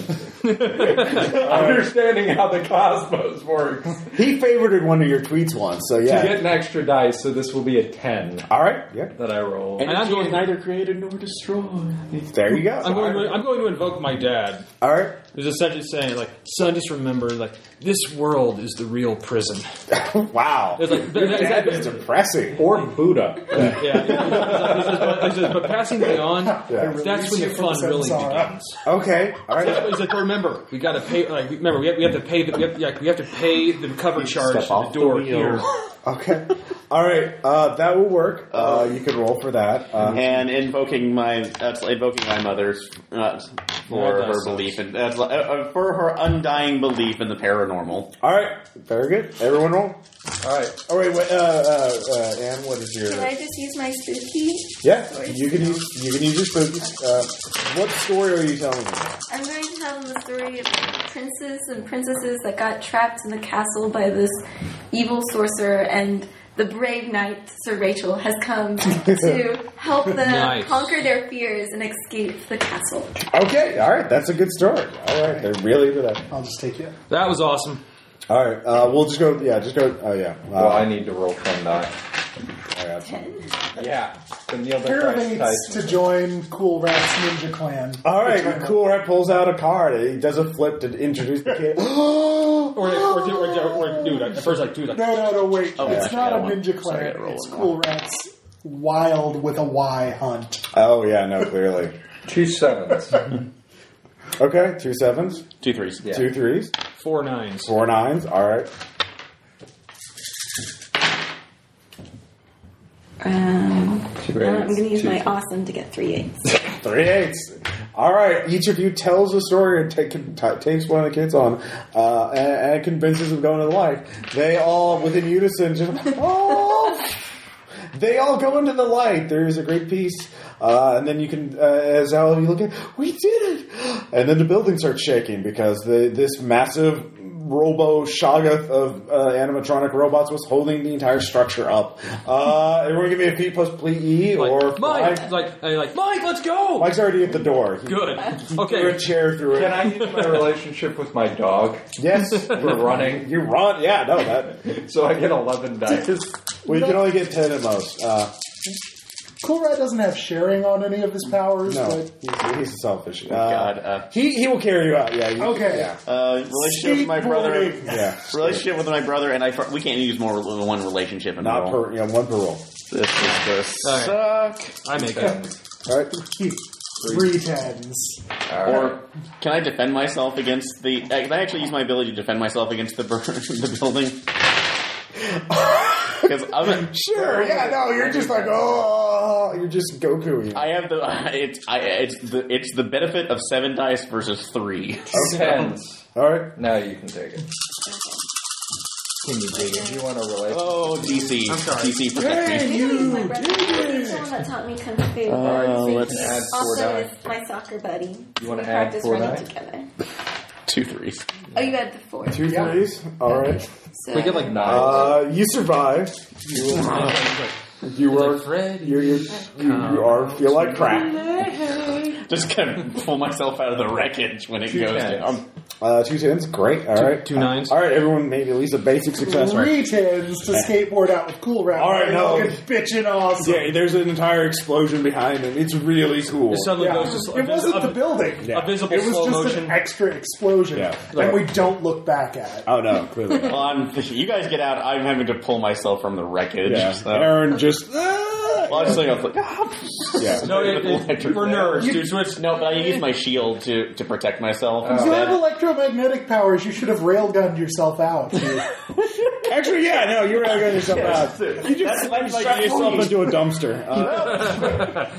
[SPEAKER 5] understanding how the cosmos works,
[SPEAKER 7] He favorited one of your tweets once, so
[SPEAKER 5] to
[SPEAKER 7] yeah.
[SPEAKER 5] get an extra dice. So this will be a ten
[SPEAKER 7] All right, yeah.
[SPEAKER 5] that I roll.
[SPEAKER 4] And I'm going,
[SPEAKER 3] neither created nor destroyed.
[SPEAKER 7] There you go.
[SPEAKER 4] I'm going, to, I'm going to invoke my dad.
[SPEAKER 7] All right.
[SPEAKER 4] Who's essentially saying, like, son, just remember, like, this world is the real prison.
[SPEAKER 7] Wow.
[SPEAKER 4] It's like,
[SPEAKER 7] Your
[SPEAKER 4] that-
[SPEAKER 7] dad
[SPEAKER 4] that-
[SPEAKER 7] is impressive.
[SPEAKER 5] or Buddha.
[SPEAKER 4] Yeah. It's like, it's just- but passing beyond, that's when
[SPEAKER 2] you
[SPEAKER 4] the
[SPEAKER 2] from
[SPEAKER 4] fun really
[SPEAKER 2] samsara.
[SPEAKER 4] begins.
[SPEAKER 7] Okay. All right.
[SPEAKER 4] It's like, but remember, we gotta pay. Like, remember, we have, we have to pay. The, we, have, like, we have to pay the cover charge to the door here.
[SPEAKER 7] Okay. All right. Uh, that will work. Uh, you can roll for that. Uh,
[SPEAKER 3] and invoking my that's invoking my mother's uh, for
[SPEAKER 4] Yeah,
[SPEAKER 3] her
[SPEAKER 4] that's-
[SPEAKER 3] belief in that's, uh, uh, for her undying belief in the paranormal.
[SPEAKER 7] all right. Very good. Everyone roll.
[SPEAKER 5] All right,
[SPEAKER 7] All right. Wait, uh, uh, uh, Anne, what is your?
[SPEAKER 6] Can I just use my spooky?
[SPEAKER 7] Yeah, you can use you can use your spooky. Uh, what story are you telling me?
[SPEAKER 6] I'm going to tell them the story of princes and princesses that got trapped in the castle by this evil sorcerer, and the brave knight, Sir Rachel, has
[SPEAKER 5] [LAUGHS]
[SPEAKER 6] come to help them
[SPEAKER 4] Nice.
[SPEAKER 6] conquer their fears and escape the castle.
[SPEAKER 7] Okay, all right, that's a good story. All right, they're really into that.
[SPEAKER 2] I'll just take you.
[SPEAKER 4] That was awesome.
[SPEAKER 7] All right, uh, we'll just go. Yeah, just go. Oh yeah. Uh,
[SPEAKER 5] well, I need to roll ten die.
[SPEAKER 7] all right.
[SPEAKER 6] Ten.
[SPEAKER 5] Yeah, the Neil deGrasse
[SPEAKER 2] Paravates
[SPEAKER 5] Tyson.
[SPEAKER 2] to join Cool Rats Ninja Clan.
[SPEAKER 7] All right,
[SPEAKER 2] Which I
[SPEAKER 7] cool. Rat pulls out a card. He does a flip to introduce the kid. no,
[SPEAKER 4] Or, or, or, or, or dude, like, at first, like, dude, like,
[SPEAKER 2] No, no, no, wait.
[SPEAKER 3] Oh,
[SPEAKER 2] it's
[SPEAKER 3] actually,
[SPEAKER 2] not
[SPEAKER 3] I
[SPEAKER 2] a
[SPEAKER 3] want-
[SPEAKER 2] ninja
[SPEAKER 3] sorry, I
[SPEAKER 2] clan.
[SPEAKER 3] gotta roll
[SPEAKER 2] it's
[SPEAKER 3] one.
[SPEAKER 2] Cool Rats Wild with a Y hunt.
[SPEAKER 7] Oh yeah, no, clearly.
[SPEAKER 5] Two sevens.
[SPEAKER 7] Okay, two sevens,
[SPEAKER 3] Two threes.
[SPEAKER 5] Yeah.
[SPEAKER 7] two threes,
[SPEAKER 4] four nines.
[SPEAKER 7] four nines. All right.
[SPEAKER 5] Uh,
[SPEAKER 6] Um,
[SPEAKER 5] Two
[SPEAKER 6] I'm
[SPEAKER 5] eights.
[SPEAKER 6] going to use
[SPEAKER 5] two
[SPEAKER 6] my awesome to get three
[SPEAKER 5] [LAUGHS]
[SPEAKER 6] eights.
[SPEAKER 7] Three eights. All right. Each of you tells a story and take, t- takes one of the kids on uh, and, and convinces them going to the light. They all, within unison, just oh. They all go into the light. There is a great peace, uh, and then you can, uh, as Al, you look at, we did it, and then the building starts shaking because the, this massive robo shoggoth of uh, animatronic robots was holding the entire structure up. Uh, everyone, give me a feet plus plea
[SPEAKER 4] Like,
[SPEAKER 7] or
[SPEAKER 4] Mike,
[SPEAKER 7] fly-
[SPEAKER 4] like, and like, Mike, let's go.
[SPEAKER 7] Mike's already at the door. He [LAUGHS]
[SPEAKER 4] Good.
[SPEAKER 7] threw a
[SPEAKER 4] Okay.
[SPEAKER 7] chair through it.
[SPEAKER 5] Can
[SPEAKER 7] [LAUGHS]
[SPEAKER 5] I use my relationship with my dog
[SPEAKER 7] Yes.
[SPEAKER 5] for running?
[SPEAKER 7] you run. Yeah, no, that.
[SPEAKER 5] So I get eleven dice.
[SPEAKER 7] We can only get 10 at most. Uh,
[SPEAKER 2] Cool Rat doesn't have sharing on any of his powers,
[SPEAKER 7] Mm, no,
[SPEAKER 2] but
[SPEAKER 7] he's, he's selfish. Uh,
[SPEAKER 3] God, uh,
[SPEAKER 7] He, he will carry you out. Yeah. You,
[SPEAKER 2] Okay.
[SPEAKER 7] Yeah.
[SPEAKER 3] Uh, relationship with my brother.
[SPEAKER 2] Skateboarding.
[SPEAKER 7] yeah.
[SPEAKER 3] Relationship with my brother and I. fir- We can't use more than one relationship. In
[SPEAKER 7] Not
[SPEAKER 3] a row.
[SPEAKER 7] per, yeah, one per roll.
[SPEAKER 3] This is just suck.
[SPEAKER 4] I make it.
[SPEAKER 7] All right.
[SPEAKER 2] three tens.
[SPEAKER 3] Or can I defend myself against the? uh, Can I actually use my ability to defend myself against the bur- [LAUGHS] the building? Because I'm a,
[SPEAKER 7] Sure. Yeah. No, you're just like oh, you're just Goku.
[SPEAKER 3] I have the [LAUGHS] it's I it's the it's the benefit of seven dice versus three.
[SPEAKER 5] Tens.
[SPEAKER 7] All right.
[SPEAKER 5] Now you can take it. Can you take it? You want a relationship?
[SPEAKER 3] [LAUGHS] Oh, DC,
[SPEAKER 4] I'm sorry.
[SPEAKER 3] DC protect me.
[SPEAKER 6] Maybe I'll use my brother. He's the one that taught me kung fu.
[SPEAKER 3] Oh,
[SPEAKER 6] He
[SPEAKER 3] let's
[SPEAKER 5] Uh, add four
[SPEAKER 6] also
[SPEAKER 5] die.
[SPEAKER 6] is my soccer buddy.
[SPEAKER 5] You wanna
[SPEAKER 6] we
[SPEAKER 5] add
[SPEAKER 6] practice
[SPEAKER 5] four
[SPEAKER 6] running
[SPEAKER 5] die?
[SPEAKER 6] together.
[SPEAKER 3] Two threes.
[SPEAKER 6] Oh, you had the four.
[SPEAKER 7] Two threes. All right.
[SPEAKER 6] So
[SPEAKER 4] We get like nine.
[SPEAKER 7] Uh, you survive. You you were you you you you are feel like crap.
[SPEAKER 3] Just gonna pull myself out of the wreckage when it
[SPEAKER 5] Two
[SPEAKER 3] goes
[SPEAKER 5] tens.
[SPEAKER 3] down.
[SPEAKER 7] Uh, two tens. Great. All right.
[SPEAKER 4] two nines.
[SPEAKER 7] All right. Everyone, maybe at least a basic success. rate.
[SPEAKER 2] Three tens to skateboard out with Cool Rat.
[SPEAKER 7] All right, no.
[SPEAKER 2] Fucking bitchin' awesome.
[SPEAKER 7] Yeah, there's an entire explosion behind him. It's really cool.
[SPEAKER 4] It suddenly
[SPEAKER 2] Yeah.
[SPEAKER 4] goes to sl-
[SPEAKER 2] It wasn't
[SPEAKER 4] a,
[SPEAKER 2] the building.
[SPEAKER 7] Yeah.
[SPEAKER 4] a visible
[SPEAKER 2] It was
[SPEAKER 4] slow
[SPEAKER 2] just
[SPEAKER 4] motion.
[SPEAKER 2] an extra explosion,
[SPEAKER 7] Yeah.
[SPEAKER 2] and we don't look back at it.
[SPEAKER 7] oh no, clearly.
[SPEAKER 3] Well, I'm, you guys get out. I'm having to pull myself from the wreckage.
[SPEAKER 7] yeah.
[SPEAKER 3] So.
[SPEAKER 7] Aaron just.
[SPEAKER 3] Well, I'm
[SPEAKER 7] Ah!
[SPEAKER 3] just like, ah,
[SPEAKER 7] Yeah.
[SPEAKER 2] [LAUGHS]
[SPEAKER 4] no, it, it,
[SPEAKER 3] Electric.
[SPEAKER 4] we're
[SPEAKER 3] [LAUGHS]
[SPEAKER 4] nerds, dude. So it's
[SPEAKER 3] no, but I use my shield to, to protect myself
[SPEAKER 2] You
[SPEAKER 3] instead.
[SPEAKER 2] have electromagnetic powers. You should have railgunned yourself out.
[SPEAKER 7] Actually, yeah, no, you were not going yourself out. You
[SPEAKER 3] That's
[SPEAKER 7] just
[SPEAKER 3] like
[SPEAKER 7] strapped
[SPEAKER 3] you.
[SPEAKER 7] yourself into a dumpster. Uh,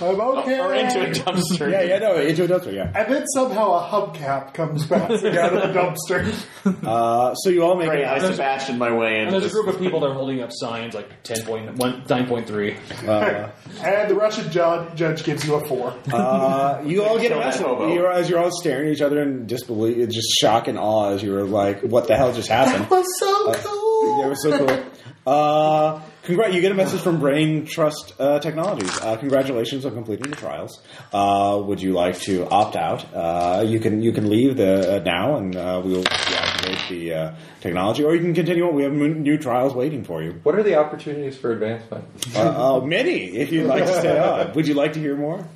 [SPEAKER 2] I'm okay.
[SPEAKER 3] or into a
[SPEAKER 4] [LAUGHS]
[SPEAKER 3] dumpster.
[SPEAKER 7] yeah, yeah, no, into a dumpster. Yeah.
[SPEAKER 2] I bet somehow a hubcap comes bouncing [LAUGHS] out of the dumpster.
[SPEAKER 7] Uh, so you all make
[SPEAKER 3] Great,
[SPEAKER 7] it
[SPEAKER 3] I
[SPEAKER 7] out.
[SPEAKER 3] Sebastian my way
[SPEAKER 4] and
[SPEAKER 3] into
[SPEAKER 4] there's a
[SPEAKER 3] this.
[SPEAKER 4] group of people that are holding up signs like 10.1, 9.3.
[SPEAKER 7] Uh,
[SPEAKER 2] And the Russian judge, judge gives you a four.
[SPEAKER 7] uh, you all get a
[SPEAKER 3] Kill that
[SPEAKER 7] message.
[SPEAKER 3] hobo.
[SPEAKER 7] You're, as you're all staring at each other in disbelief, just shock and awe as you were like, what the hell just happened?
[SPEAKER 2] was so cool.
[SPEAKER 7] That was so cool. Uh, Congrat! You get a message from Brain Trust uh, Technologies. Uh, congratulations on completing the trials. Uh, would you like to opt out? Uh, you can you can leave the uh, now, and uh, we will deactivate the uh, technology, or you can continue on. We have m- new trials waiting for you.
[SPEAKER 5] What are the opportunities for advancement?
[SPEAKER 7] Uh, uh, many, if you'd like to stay [LAUGHS] on. Would you like to hear more?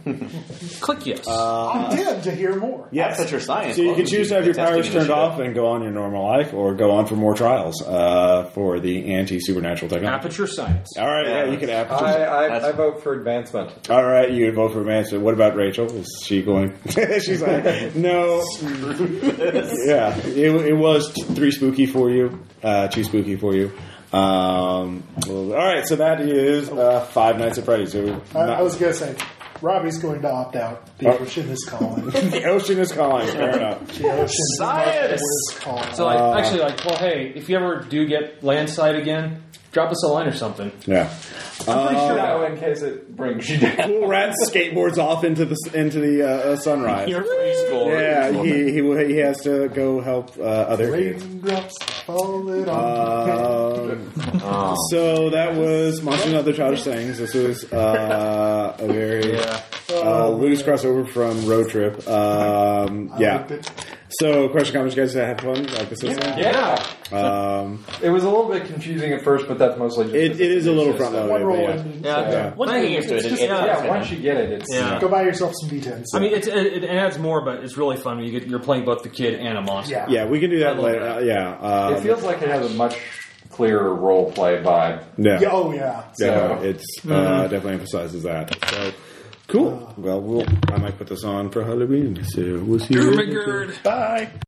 [SPEAKER 4] Click yes.
[SPEAKER 2] I'm dead to hear more.
[SPEAKER 7] Yes.
[SPEAKER 3] That's your science.
[SPEAKER 7] So you
[SPEAKER 3] Well,
[SPEAKER 7] can choose to have
[SPEAKER 3] the
[SPEAKER 7] your powers
[SPEAKER 3] testing
[SPEAKER 7] turned
[SPEAKER 3] initiative.
[SPEAKER 7] off and go on your normal life, or go on for more trials uh, for the anti supernatural technology.
[SPEAKER 4] Aperture science.
[SPEAKER 7] All right, yeah, you can
[SPEAKER 5] I,
[SPEAKER 7] aperture.
[SPEAKER 5] I, I
[SPEAKER 3] That's-
[SPEAKER 5] vote for advancement.
[SPEAKER 7] All right, you vote for advancement. What about Rachel? Is she going? [LAUGHS] She's like, no. yeah, it, it was t- three spooky for you, uh, two spooky for you. Um, well, all right, so that is uh, Five Nights at Freddy's. So
[SPEAKER 2] I, I was going to say, Robbie's going to opt out. The
[SPEAKER 7] Oh.
[SPEAKER 2] ocean is calling.
[SPEAKER 7] [LAUGHS] the ocean is calling. Fair enough.
[SPEAKER 2] The ocean
[SPEAKER 3] Science!
[SPEAKER 2] is calling.
[SPEAKER 4] So like, actually, like, well, hey, if you ever do get landslide again, drop us a line or something.
[SPEAKER 7] Yeah. Uh,
[SPEAKER 5] Pretty sure now, in case it brings you down.
[SPEAKER 7] Cool rat skateboards off into the s- into the uh, uh, sunrise.
[SPEAKER 3] You're preschool.
[SPEAKER 7] Yeah, he, he he has to go help uh, other kids.
[SPEAKER 2] Raindrops falling on.
[SPEAKER 7] Um,
[SPEAKER 5] [LAUGHS]
[SPEAKER 3] Oh.
[SPEAKER 7] So that was Monsters and Other Childish Things. This was uh, a very uh, loose crossover from Road Trip. Um,
[SPEAKER 2] I
[SPEAKER 7] yeah.
[SPEAKER 2] liked it.
[SPEAKER 7] So, question comments, you guys have fun? Like this is
[SPEAKER 5] Yeah,
[SPEAKER 7] um,
[SPEAKER 5] it was a little bit confusing at first, but that's mostly just
[SPEAKER 7] it, it is a little front
[SPEAKER 2] One roll.
[SPEAKER 7] loaded.
[SPEAKER 2] and-
[SPEAKER 4] Yeah.
[SPEAKER 7] Oh, Yeah.
[SPEAKER 3] Once you get used to it, it- it-
[SPEAKER 5] Yeah, once you get it, it's
[SPEAKER 4] Yeah.
[SPEAKER 2] Go buy yourself some D10s.
[SPEAKER 4] I mean, it's, it, it adds more, but it's really fun when you get, you're playing both the kid and a monster.
[SPEAKER 2] yeah.
[SPEAKER 7] Yeah. yeah, we can do that
[SPEAKER 4] love
[SPEAKER 7] later. Uh, yeah. Um,
[SPEAKER 5] it feels like it has a much clearer role play vibe.
[SPEAKER 7] um, yeah.
[SPEAKER 2] Yeah, Oh, yeah.
[SPEAKER 7] Yeah,
[SPEAKER 5] So-
[SPEAKER 7] it's uh, definitely emphasizes that. So cool. well, we'll I might put this on for Halloween. So we'll see. you later.
[SPEAKER 4] Ermagerd.
[SPEAKER 7] Bye.